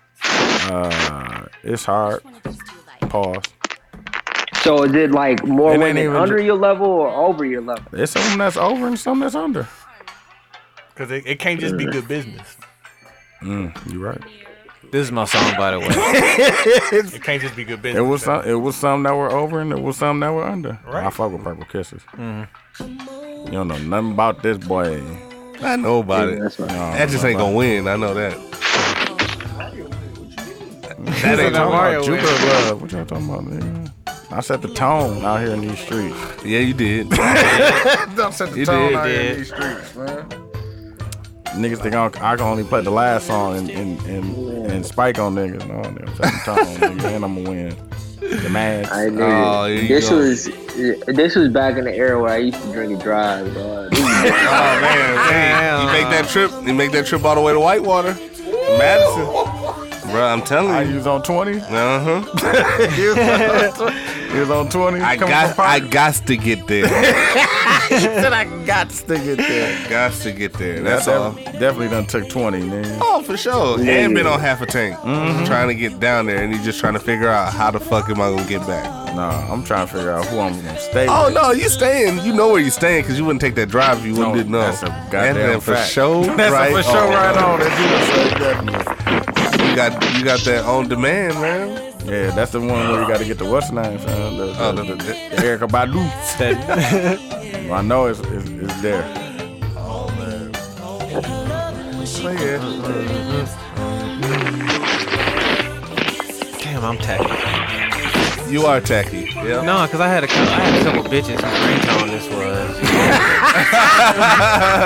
[SPEAKER 1] Uh, it's hard. Pause.
[SPEAKER 9] So is it like more
[SPEAKER 1] It ain't
[SPEAKER 9] women
[SPEAKER 1] even-
[SPEAKER 9] under your level or over your level?
[SPEAKER 1] It's something that's over and something that's under.
[SPEAKER 4] Because it, it can't just be good business.
[SPEAKER 1] Mm, you right.
[SPEAKER 2] This is my song, by the way.
[SPEAKER 4] It can't just be good business.
[SPEAKER 1] It was some. It was some that were over and it was some that were under.
[SPEAKER 4] Right.
[SPEAKER 1] I fuck with purple kisses. You don't know nothing about this boy.
[SPEAKER 5] I know about it.
[SPEAKER 9] That's right.
[SPEAKER 5] That just ain't gonna win. I know that. That
[SPEAKER 1] Talking
[SPEAKER 5] ain't gonna
[SPEAKER 1] about Jupiter love. What y'all talking about, nigga? I set the tone out here in these streets.
[SPEAKER 5] Yeah, you did.
[SPEAKER 4] Oh,
[SPEAKER 1] I set the
[SPEAKER 5] You tone did, out
[SPEAKER 2] here in did.
[SPEAKER 1] these streets, man. Niggas think I can, I can only play the last song and and, and, and spike on niggas. No, nigga, I'm setting the tone, nigga, and I'ma win. The mask.
[SPEAKER 9] I knew
[SPEAKER 10] Oh,
[SPEAKER 9] it.
[SPEAKER 10] there you
[SPEAKER 9] This
[SPEAKER 10] go.
[SPEAKER 9] was this was back in the era where I used to drink it dry. dog. This is-
[SPEAKER 5] Oh man, hey,
[SPEAKER 2] Damn.
[SPEAKER 5] you make that trip, you make that trip all the way to Whitewater, Madison, bro. I'm
[SPEAKER 1] I
[SPEAKER 5] telling you.
[SPEAKER 1] was on 20.
[SPEAKER 5] Uh huh.
[SPEAKER 1] He was on 20.
[SPEAKER 5] I
[SPEAKER 1] coming
[SPEAKER 5] got,
[SPEAKER 1] from
[SPEAKER 5] I
[SPEAKER 1] Park.
[SPEAKER 5] got to get there.
[SPEAKER 1] said I got to get there.
[SPEAKER 5] got to get there.
[SPEAKER 1] That's
[SPEAKER 5] That's all.
[SPEAKER 1] Definitely done took 20, man.
[SPEAKER 5] Oh, for sure. And been on half a tank, trying to get down there, and you just trying to figure out how the fuck am I gonna get back?
[SPEAKER 1] Nah, I'm trying to figure out who I'm going to stay
[SPEAKER 5] Oh
[SPEAKER 1] with.
[SPEAKER 5] no, you staying. You know where you staying because you wouldn't take that drive if you wouldn't
[SPEAKER 1] No,
[SPEAKER 5] do no.
[SPEAKER 1] that's a goddamn
[SPEAKER 5] That's a for
[SPEAKER 1] fact.
[SPEAKER 5] sure.
[SPEAKER 1] That's
[SPEAKER 5] right
[SPEAKER 1] for sure
[SPEAKER 5] on.
[SPEAKER 1] right on. That's you said,
[SPEAKER 5] You got, you got that on demand, man.
[SPEAKER 1] definitely. Yeah, that's the one where you got to get the what's her name, fam. The,
[SPEAKER 5] Oh,
[SPEAKER 1] the,
[SPEAKER 5] the-
[SPEAKER 1] the-
[SPEAKER 5] the-
[SPEAKER 1] the Erica Badu.
[SPEAKER 2] That-
[SPEAKER 1] I know it's, it's, it's there.
[SPEAKER 5] So Oh, yeah.
[SPEAKER 2] damn, I'm tacky.
[SPEAKER 5] You are tacky. Yeah.
[SPEAKER 2] No, cause I had a cou- I had a couple bitches whose ringtone this was.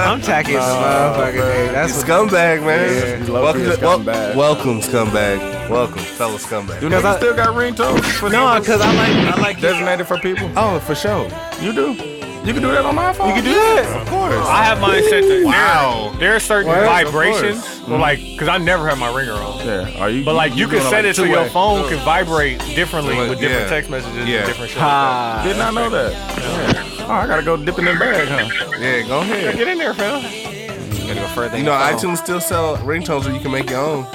[SPEAKER 2] I'm tacky as a
[SPEAKER 1] uh,
[SPEAKER 2] motherfucker, dude.
[SPEAKER 5] You
[SPEAKER 2] That's what.
[SPEAKER 5] scumbag, man.
[SPEAKER 1] Yeah.
[SPEAKER 5] Welcome,
[SPEAKER 1] Low-key
[SPEAKER 5] to,
[SPEAKER 1] a
[SPEAKER 5] wel-
[SPEAKER 1] scumbag.
[SPEAKER 5] welcome, scumbag. Welcome, fellow scumbag.
[SPEAKER 1] You niggas still got ringtones? for
[SPEAKER 2] No,
[SPEAKER 1] numbers
[SPEAKER 2] cause I like I like
[SPEAKER 1] designated for people?
[SPEAKER 5] Oh, for sure.
[SPEAKER 1] You do. You can do that on my phone. You can do
[SPEAKER 5] Of course.
[SPEAKER 4] I have mine set to
[SPEAKER 5] Wow.
[SPEAKER 4] There are certain
[SPEAKER 1] Well, of
[SPEAKER 4] vibrations, but like, cause I never have my ringer on.
[SPEAKER 1] Yeah. Are you?
[SPEAKER 4] But like, you can
[SPEAKER 1] doing,
[SPEAKER 4] set it so your
[SPEAKER 1] two-way?
[SPEAKER 4] phone can vibrate differently
[SPEAKER 5] Two-way,
[SPEAKER 4] with different
[SPEAKER 5] yeah.
[SPEAKER 4] text messages
[SPEAKER 5] Yeah.
[SPEAKER 4] and different shit.
[SPEAKER 2] Ah,
[SPEAKER 1] Did not know that. Yeah. Oh, I gotta go dip in the bag, huh?
[SPEAKER 5] Yeah, go ahead.
[SPEAKER 4] Get in there, fam.
[SPEAKER 2] gotta go further.
[SPEAKER 5] You know, iTunes still sell ringtones where you can make your own.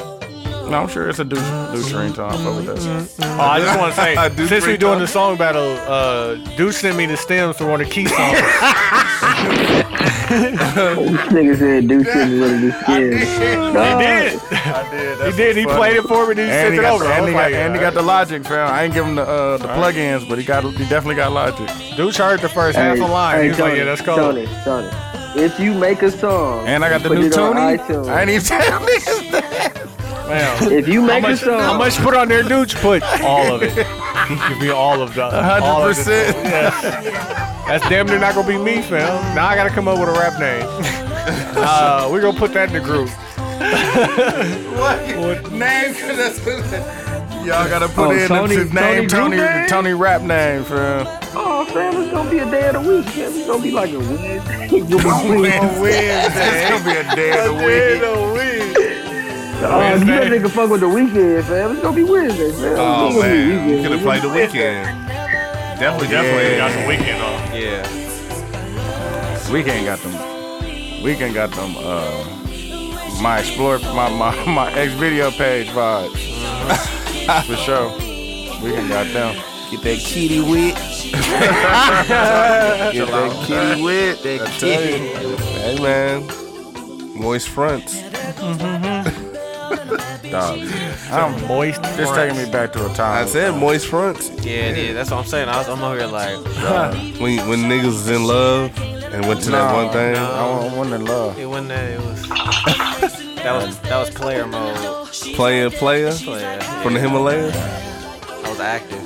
[SPEAKER 1] No, I'm sure it's a douche, douche ringtone. I fuck with that.
[SPEAKER 4] Oh, I just want to
[SPEAKER 5] I
[SPEAKER 4] say,
[SPEAKER 5] do
[SPEAKER 4] since we're
[SPEAKER 5] drink
[SPEAKER 4] doing
[SPEAKER 5] though.
[SPEAKER 4] the song battle, uh, Dude sent me the stems for one of the key songs.
[SPEAKER 9] This nigga said do shit with this kid.
[SPEAKER 4] he did.
[SPEAKER 1] I did.
[SPEAKER 4] He did. He played it for me, then he
[SPEAKER 1] And
[SPEAKER 4] sent
[SPEAKER 1] he,
[SPEAKER 4] it
[SPEAKER 1] got,
[SPEAKER 4] over.
[SPEAKER 1] and, he got, and he got
[SPEAKER 4] the
[SPEAKER 1] the logic, fam. I ain't give him the uh, the plugins, but he got he definitely got logic.
[SPEAKER 4] Dude heard the first half a line. He was like, yeah, that's cool.
[SPEAKER 9] Tony, Tony, if you make a song,
[SPEAKER 1] And I got the
[SPEAKER 9] put
[SPEAKER 1] new
[SPEAKER 9] it on
[SPEAKER 1] Tony.
[SPEAKER 9] iTunes.
[SPEAKER 1] I ain't even tell niggas that.
[SPEAKER 4] Man,
[SPEAKER 9] if you
[SPEAKER 4] how
[SPEAKER 9] make a
[SPEAKER 4] much,
[SPEAKER 9] song,
[SPEAKER 4] how much you put on there, dude? You put all of it. Give me all of the. all
[SPEAKER 1] Hundred
[SPEAKER 4] of it.
[SPEAKER 1] percent.
[SPEAKER 4] That's damn near not gonna be me, fam. Now I gotta come up with a rap name. uh, we're gonna put that in the group.
[SPEAKER 5] Name that's
[SPEAKER 1] Y'all gotta put
[SPEAKER 9] Oh,
[SPEAKER 1] in
[SPEAKER 9] Tony-
[SPEAKER 1] his name,
[SPEAKER 9] Tony
[SPEAKER 1] Tony, Tony,
[SPEAKER 9] Group
[SPEAKER 1] rap name, fam.
[SPEAKER 9] oh fam, it's gonna be a day of the week. fam. It's gonna be like a Wednesday. It's gonna be free.
[SPEAKER 1] On Wednesday, it's gonna be a day of the week.
[SPEAKER 9] Oh, you that nigga fuck with the weekend, fam. It's gonna be Wednesday, fam. It's
[SPEAKER 5] Oh
[SPEAKER 9] gonna be
[SPEAKER 5] man, you
[SPEAKER 9] weekend.
[SPEAKER 5] could have played the weekend. Definitely,
[SPEAKER 1] definitely got
[SPEAKER 5] the weekend off.
[SPEAKER 2] yeah.
[SPEAKER 1] Weekend got them. Weekend got them. Uh, my explore, my my my ex video page vibes for sure. Weekend got them.
[SPEAKER 5] Get that kitty wit. Get that kitty wit. That kitty. Hey man, moist fronts.
[SPEAKER 1] Dog. I'm,
[SPEAKER 4] Moist.
[SPEAKER 1] this taking me back to a time.
[SPEAKER 5] I said moist fronts.
[SPEAKER 2] Yeah, it is. That's what I'm saying. I was, I'm over here like,
[SPEAKER 5] When when niggas was in love and went to that
[SPEAKER 1] No,
[SPEAKER 5] one thing.
[SPEAKER 1] I want, I want to love.
[SPEAKER 2] it wasn't that. It was. That was that was player mode.
[SPEAKER 5] Player, player
[SPEAKER 2] Player.
[SPEAKER 5] from the Himalayas.
[SPEAKER 2] I was active.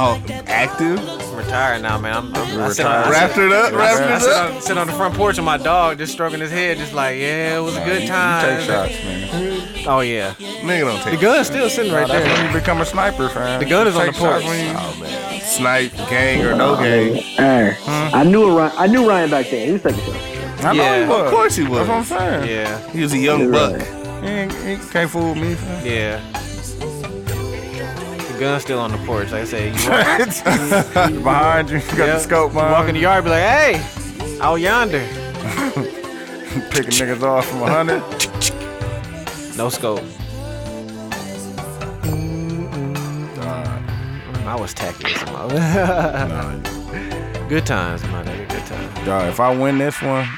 [SPEAKER 5] Oh, active.
[SPEAKER 2] I'm retired now, man. I'm, I'm I sit on, I sit-
[SPEAKER 5] Wrapped it up.
[SPEAKER 2] I
[SPEAKER 5] Wrapped it
[SPEAKER 2] sit,
[SPEAKER 5] up.
[SPEAKER 2] on, sit on the front porch with my dog, just stroking his head, just like, yeah, it was a
[SPEAKER 1] You-
[SPEAKER 2] good time.
[SPEAKER 1] You, take shots, man.
[SPEAKER 2] Oh yeah,
[SPEAKER 5] Nigga don't
[SPEAKER 2] the
[SPEAKER 5] take.
[SPEAKER 2] gun's still sitting right
[SPEAKER 1] That's
[SPEAKER 2] there.
[SPEAKER 1] when you become a sniper, fam.
[SPEAKER 2] The gun is on
[SPEAKER 1] Take
[SPEAKER 2] the porch.
[SPEAKER 1] shots when you-
[SPEAKER 5] Oh man, snipe, gang or no gang.
[SPEAKER 9] Hey, I knew Ryan. I knew Ryan back then. He was taking shots.
[SPEAKER 1] I know
[SPEAKER 2] Yeah.
[SPEAKER 1] he was.
[SPEAKER 5] Of course he was.
[SPEAKER 1] That's what I'm saying.
[SPEAKER 2] Yeah,
[SPEAKER 5] He was a young
[SPEAKER 9] You're
[SPEAKER 5] buck.
[SPEAKER 1] He, ain't, he can't fool me, fam.
[SPEAKER 2] yeah. The gun's still on the porch. Like I said, you walk,
[SPEAKER 1] Behind you, you got the
[SPEAKER 2] Yep.
[SPEAKER 1] scope,
[SPEAKER 2] you
[SPEAKER 1] man.
[SPEAKER 2] walk in the yard, be like, hey, out yonder.
[SPEAKER 1] picking niggas off from a hundred.
[SPEAKER 2] No scope. I was tacky as a mother. Good times, my nigga. Good times.
[SPEAKER 1] Dawg, if I win this one,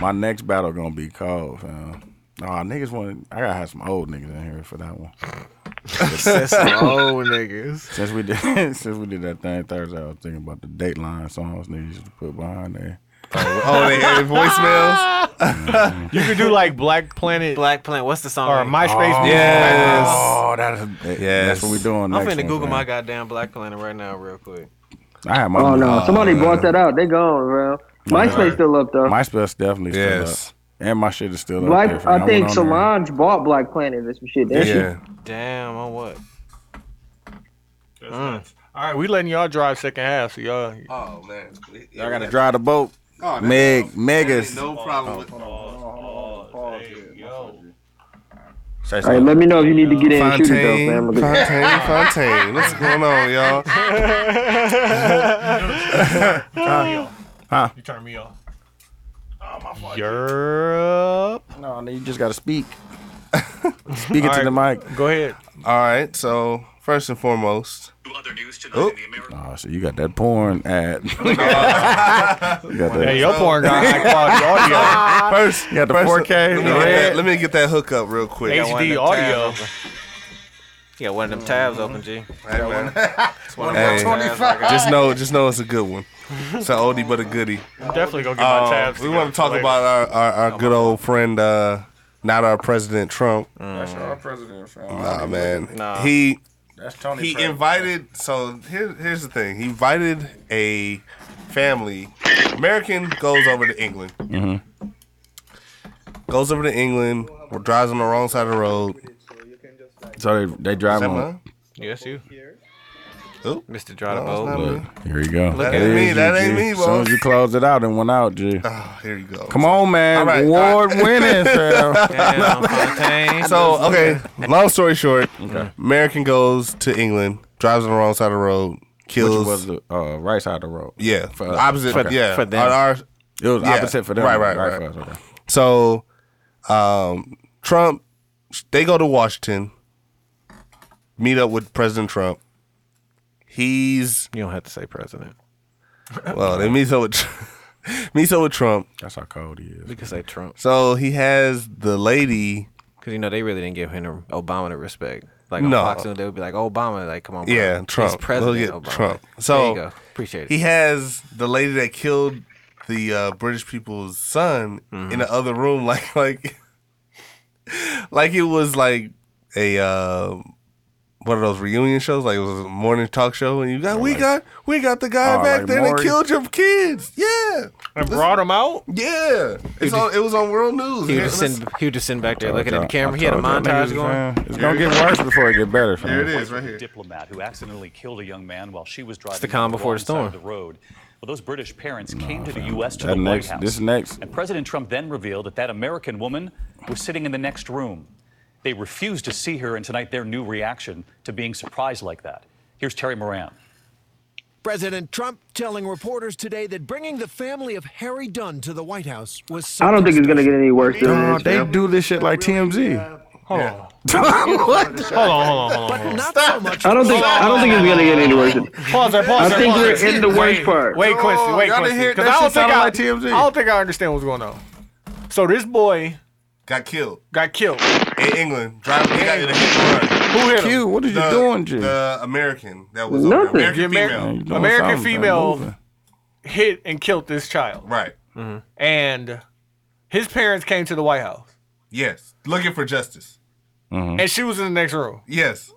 [SPEAKER 1] my next battle gonna be cold, fam. Nah, niggas want. I gotta have some old niggas in here for that one.
[SPEAKER 2] old niggas.
[SPEAKER 1] Since we did, since we did that thing Thursday, I was thinking about the Dateline songs niggas used to put behind there.
[SPEAKER 5] Oh, they had voicemails.
[SPEAKER 4] You could do like Black Planet
[SPEAKER 2] Black Plant. What's the song?
[SPEAKER 4] or MySpace. music.
[SPEAKER 5] Oh. Yes.
[SPEAKER 1] Oh, that is, that-
[SPEAKER 5] Yes.
[SPEAKER 1] that's what we doing.
[SPEAKER 2] I'm
[SPEAKER 1] next
[SPEAKER 2] finna
[SPEAKER 1] one,
[SPEAKER 2] Google
[SPEAKER 1] fam.
[SPEAKER 2] my goddamn Black Planet right now, real quick.
[SPEAKER 1] I had my. uh,
[SPEAKER 9] Oh no, somebody
[SPEAKER 5] man.
[SPEAKER 9] brought that out. They gone, bro. MySpace still up though.
[SPEAKER 1] MySpace definitely still
[SPEAKER 5] Yes.
[SPEAKER 1] up, and my shit is still
[SPEAKER 9] Black,
[SPEAKER 1] up. there, fam.
[SPEAKER 9] I
[SPEAKER 1] went
[SPEAKER 9] think
[SPEAKER 1] on there.
[SPEAKER 9] Solange bought Black Planet or some shit. That shit
[SPEAKER 5] Yeah.
[SPEAKER 2] Damn, on what?
[SPEAKER 5] That's
[SPEAKER 2] Mm.
[SPEAKER 5] nuts. All right,
[SPEAKER 4] We letting y'all drive second half, so y'all.
[SPEAKER 10] Oh man, y'all
[SPEAKER 1] I gotta drive the boat. Meg, Megas.
[SPEAKER 10] No problem with
[SPEAKER 1] Say
[SPEAKER 9] All right,
[SPEAKER 1] something.
[SPEAKER 9] let me know if you need to get in and shoot it though,
[SPEAKER 5] Fontaine,
[SPEAKER 9] fam. Look at that.
[SPEAKER 5] Fontaine, Fontaine. What's going on, y'all?
[SPEAKER 4] You turn me off. Oh, Yerp.
[SPEAKER 1] No, no, you just gotta speak. speak it to the mic.
[SPEAKER 4] Go ahead.
[SPEAKER 5] All right, so first and foremost, Oh.
[SPEAKER 1] Oh, so you got that porn ad. you got that.
[SPEAKER 4] Hey, your porn got high
[SPEAKER 5] first,
[SPEAKER 1] You got the
[SPEAKER 5] first-
[SPEAKER 1] 4K,
[SPEAKER 5] Let me,
[SPEAKER 1] the
[SPEAKER 5] get that,
[SPEAKER 1] red.
[SPEAKER 5] let me get that hook up real quick.
[SPEAKER 4] quality audio. HD audio.
[SPEAKER 2] You got one of them tabs open, G.
[SPEAKER 5] Hey, man. Hey, just know, just know it's a good one. It's an oldie but a goodie.
[SPEAKER 4] I'm definitely gonna get
[SPEAKER 5] Uh,
[SPEAKER 4] my tabs.
[SPEAKER 5] we
[SPEAKER 4] together
[SPEAKER 5] want to talk
[SPEAKER 4] later.
[SPEAKER 5] about our, our, our good old friend, uh, not our president Trump.
[SPEAKER 1] That's our president, fam.
[SPEAKER 5] Nah, man.
[SPEAKER 2] Nah.
[SPEAKER 5] He
[SPEAKER 1] That's Tony.
[SPEAKER 5] he invited. So here, here's the thing. He invited a family. American goes over to England.
[SPEAKER 1] Mm-hmm.
[SPEAKER 5] Goes over to England. Drives on the wrong side of the road.
[SPEAKER 1] So they, they drive
[SPEAKER 5] Is that
[SPEAKER 1] on.
[SPEAKER 5] mine?
[SPEAKER 2] Yes, you.
[SPEAKER 5] Oh.
[SPEAKER 2] Mr. Draw the
[SPEAKER 5] No, it's
[SPEAKER 2] Boat.
[SPEAKER 5] not
[SPEAKER 1] Look, here you go.
[SPEAKER 5] at me, that ain't me,
[SPEAKER 1] As soon
[SPEAKER 5] boss.
[SPEAKER 1] as you closed it out and went out, G.
[SPEAKER 5] Ah, here you go.
[SPEAKER 1] Come on, man.
[SPEAKER 5] All right, all
[SPEAKER 1] Award winning, fam.
[SPEAKER 2] Damn, Fontaine.
[SPEAKER 5] So okay, long story short, American goes to England, drives on the wrong side of the road, kills.
[SPEAKER 1] Which was the uh, right side of the road.
[SPEAKER 5] yeah,
[SPEAKER 1] for- uh,
[SPEAKER 5] opposite.
[SPEAKER 1] for-
[SPEAKER 5] yeah,
[SPEAKER 2] for them.
[SPEAKER 5] on our-
[SPEAKER 1] It was
[SPEAKER 5] Yeah.
[SPEAKER 1] opposite for them.
[SPEAKER 5] Right, right, right.
[SPEAKER 1] for us, okay.
[SPEAKER 5] so, um, Trump, they go to Washington, meet up with President Trump. He's
[SPEAKER 2] You don't have to say president.
[SPEAKER 5] well, they meet up with Tr- meets up with Trump.
[SPEAKER 1] That's how cold he is.
[SPEAKER 2] You can say Trump.
[SPEAKER 5] So he has the lady.
[SPEAKER 2] Because, you know, they really didn't give him Obama the respect. Like, on
[SPEAKER 5] No.
[SPEAKER 2] Fox News, they would be like, Obama, like, come on, bro.
[SPEAKER 5] Yeah, Trump.
[SPEAKER 2] He's president
[SPEAKER 5] Look at
[SPEAKER 2] Obama.
[SPEAKER 5] Trump.
[SPEAKER 2] there
[SPEAKER 5] So
[SPEAKER 2] you go. Appreciate it.
[SPEAKER 5] he has the lady that killed the uh, British people's son in the other room, like like like it was like a uh, one of those reunion shows, like it was a morning talk show, and you got we got we got the guy
[SPEAKER 1] Oh,
[SPEAKER 5] back
[SPEAKER 1] like
[SPEAKER 5] there that
[SPEAKER 1] Maury?
[SPEAKER 5] killed your kids, yeah,
[SPEAKER 4] And brought him out.
[SPEAKER 5] yeah. It's on, it was on world news.
[SPEAKER 2] He
[SPEAKER 5] Here,
[SPEAKER 2] would just
[SPEAKER 5] let's-
[SPEAKER 2] sitting, he would just sitting back there
[SPEAKER 1] I
[SPEAKER 2] looking at the
[SPEAKER 1] told-
[SPEAKER 2] camera.
[SPEAKER 1] I
[SPEAKER 2] He had a
[SPEAKER 1] told them
[SPEAKER 2] montage
[SPEAKER 1] niggas,
[SPEAKER 2] going.
[SPEAKER 1] man, It's gonna get worse before it get better. Fam.
[SPEAKER 5] here it is, right here.
[SPEAKER 12] diplomat who accidentally killed a young man while she was driving
[SPEAKER 2] the calm
[SPEAKER 12] on
[SPEAKER 2] before the
[SPEAKER 12] wrong side
[SPEAKER 2] storm.
[SPEAKER 12] of the road. Well, those British parents came to the U.S. to
[SPEAKER 1] That
[SPEAKER 12] the
[SPEAKER 1] next,
[SPEAKER 12] White House.
[SPEAKER 1] this next,
[SPEAKER 12] And President Trump then revealed that that American woman was sitting in the next room. They refused to see her, and tonight their new reaction to being surprised like that. Here's Terry Moran.
[SPEAKER 13] President Trump telling reporters today that bringing the family of Harry Dunn to the White House was.
[SPEAKER 9] I don't think it's gonna get any worse than
[SPEAKER 1] Dawg,
[SPEAKER 9] this.
[SPEAKER 1] Oh, they do this shit like TMZ.
[SPEAKER 4] Hold on, hold on, hold on.
[SPEAKER 13] But not so much.
[SPEAKER 9] I don't think I don't think it's gonna get any worse. Than
[SPEAKER 4] Pause that. Pause
[SPEAKER 9] I
[SPEAKER 4] that,
[SPEAKER 9] think
[SPEAKER 4] pause
[SPEAKER 9] we're
[SPEAKER 4] that.
[SPEAKER 9] in the worst
[SPEAKER 4] Wait,
[SPEAKER 9] part.
[SPEAKER 4] Wait, Quincy.
[SPEAKER 1] y'all
[SPEAKER 4] Wait,
[SPEAKER 1] didn't
[SPEAKER 4] Quincy.
[SPEAKER 1] hear-
[SPEAKER 4] Because
[SPEAKER 1] that
[SPEAKER 4] I don't
[SPEAKER 1] shit
[SPEAKER 4] think
[SPEAKER 1] sounded
[SPEAKER 4] I,
[SPEAKER 1] like TMZ.
[SPEAKER 4] I don't think I understand what's going on. So this boy
[SPEAKER 5] Got killed
[SPEAKER 4] got killed.
[SPEAKER 5] in England. Driving, he got in a hit and run.
[SPEAKER 4] Who hit him?
[SPEAKER 1] Q, what are you
[SPEAKER 5] The-
[SPEAKER 1] doing, G?
[SPEAKER 5] The American that was
[SPEAKER 9] Nothing.
[SPEAKER 5] over there. American
[SPEAKER 4] The Amer-
[SPEAKER 5] female,
[SPEAKER 1] Man, you doing
[SPEAKER 4] American
[SPEAKER 1] something, fam,
[SPEAKER 4] female.
[SPEAKER 1] moving.
[SPEAKER 4] Hit and killed this child.
[SPEAKER 5] right?
[SPEAKER 4] And his parents came to the White House,
[SPEAKER 5] Yes, looking for justice.
[SPEAKER 9] Mm-hmm.
[SPEAKER 4] and she was in the next room.
[SPEAKER 5] Yes.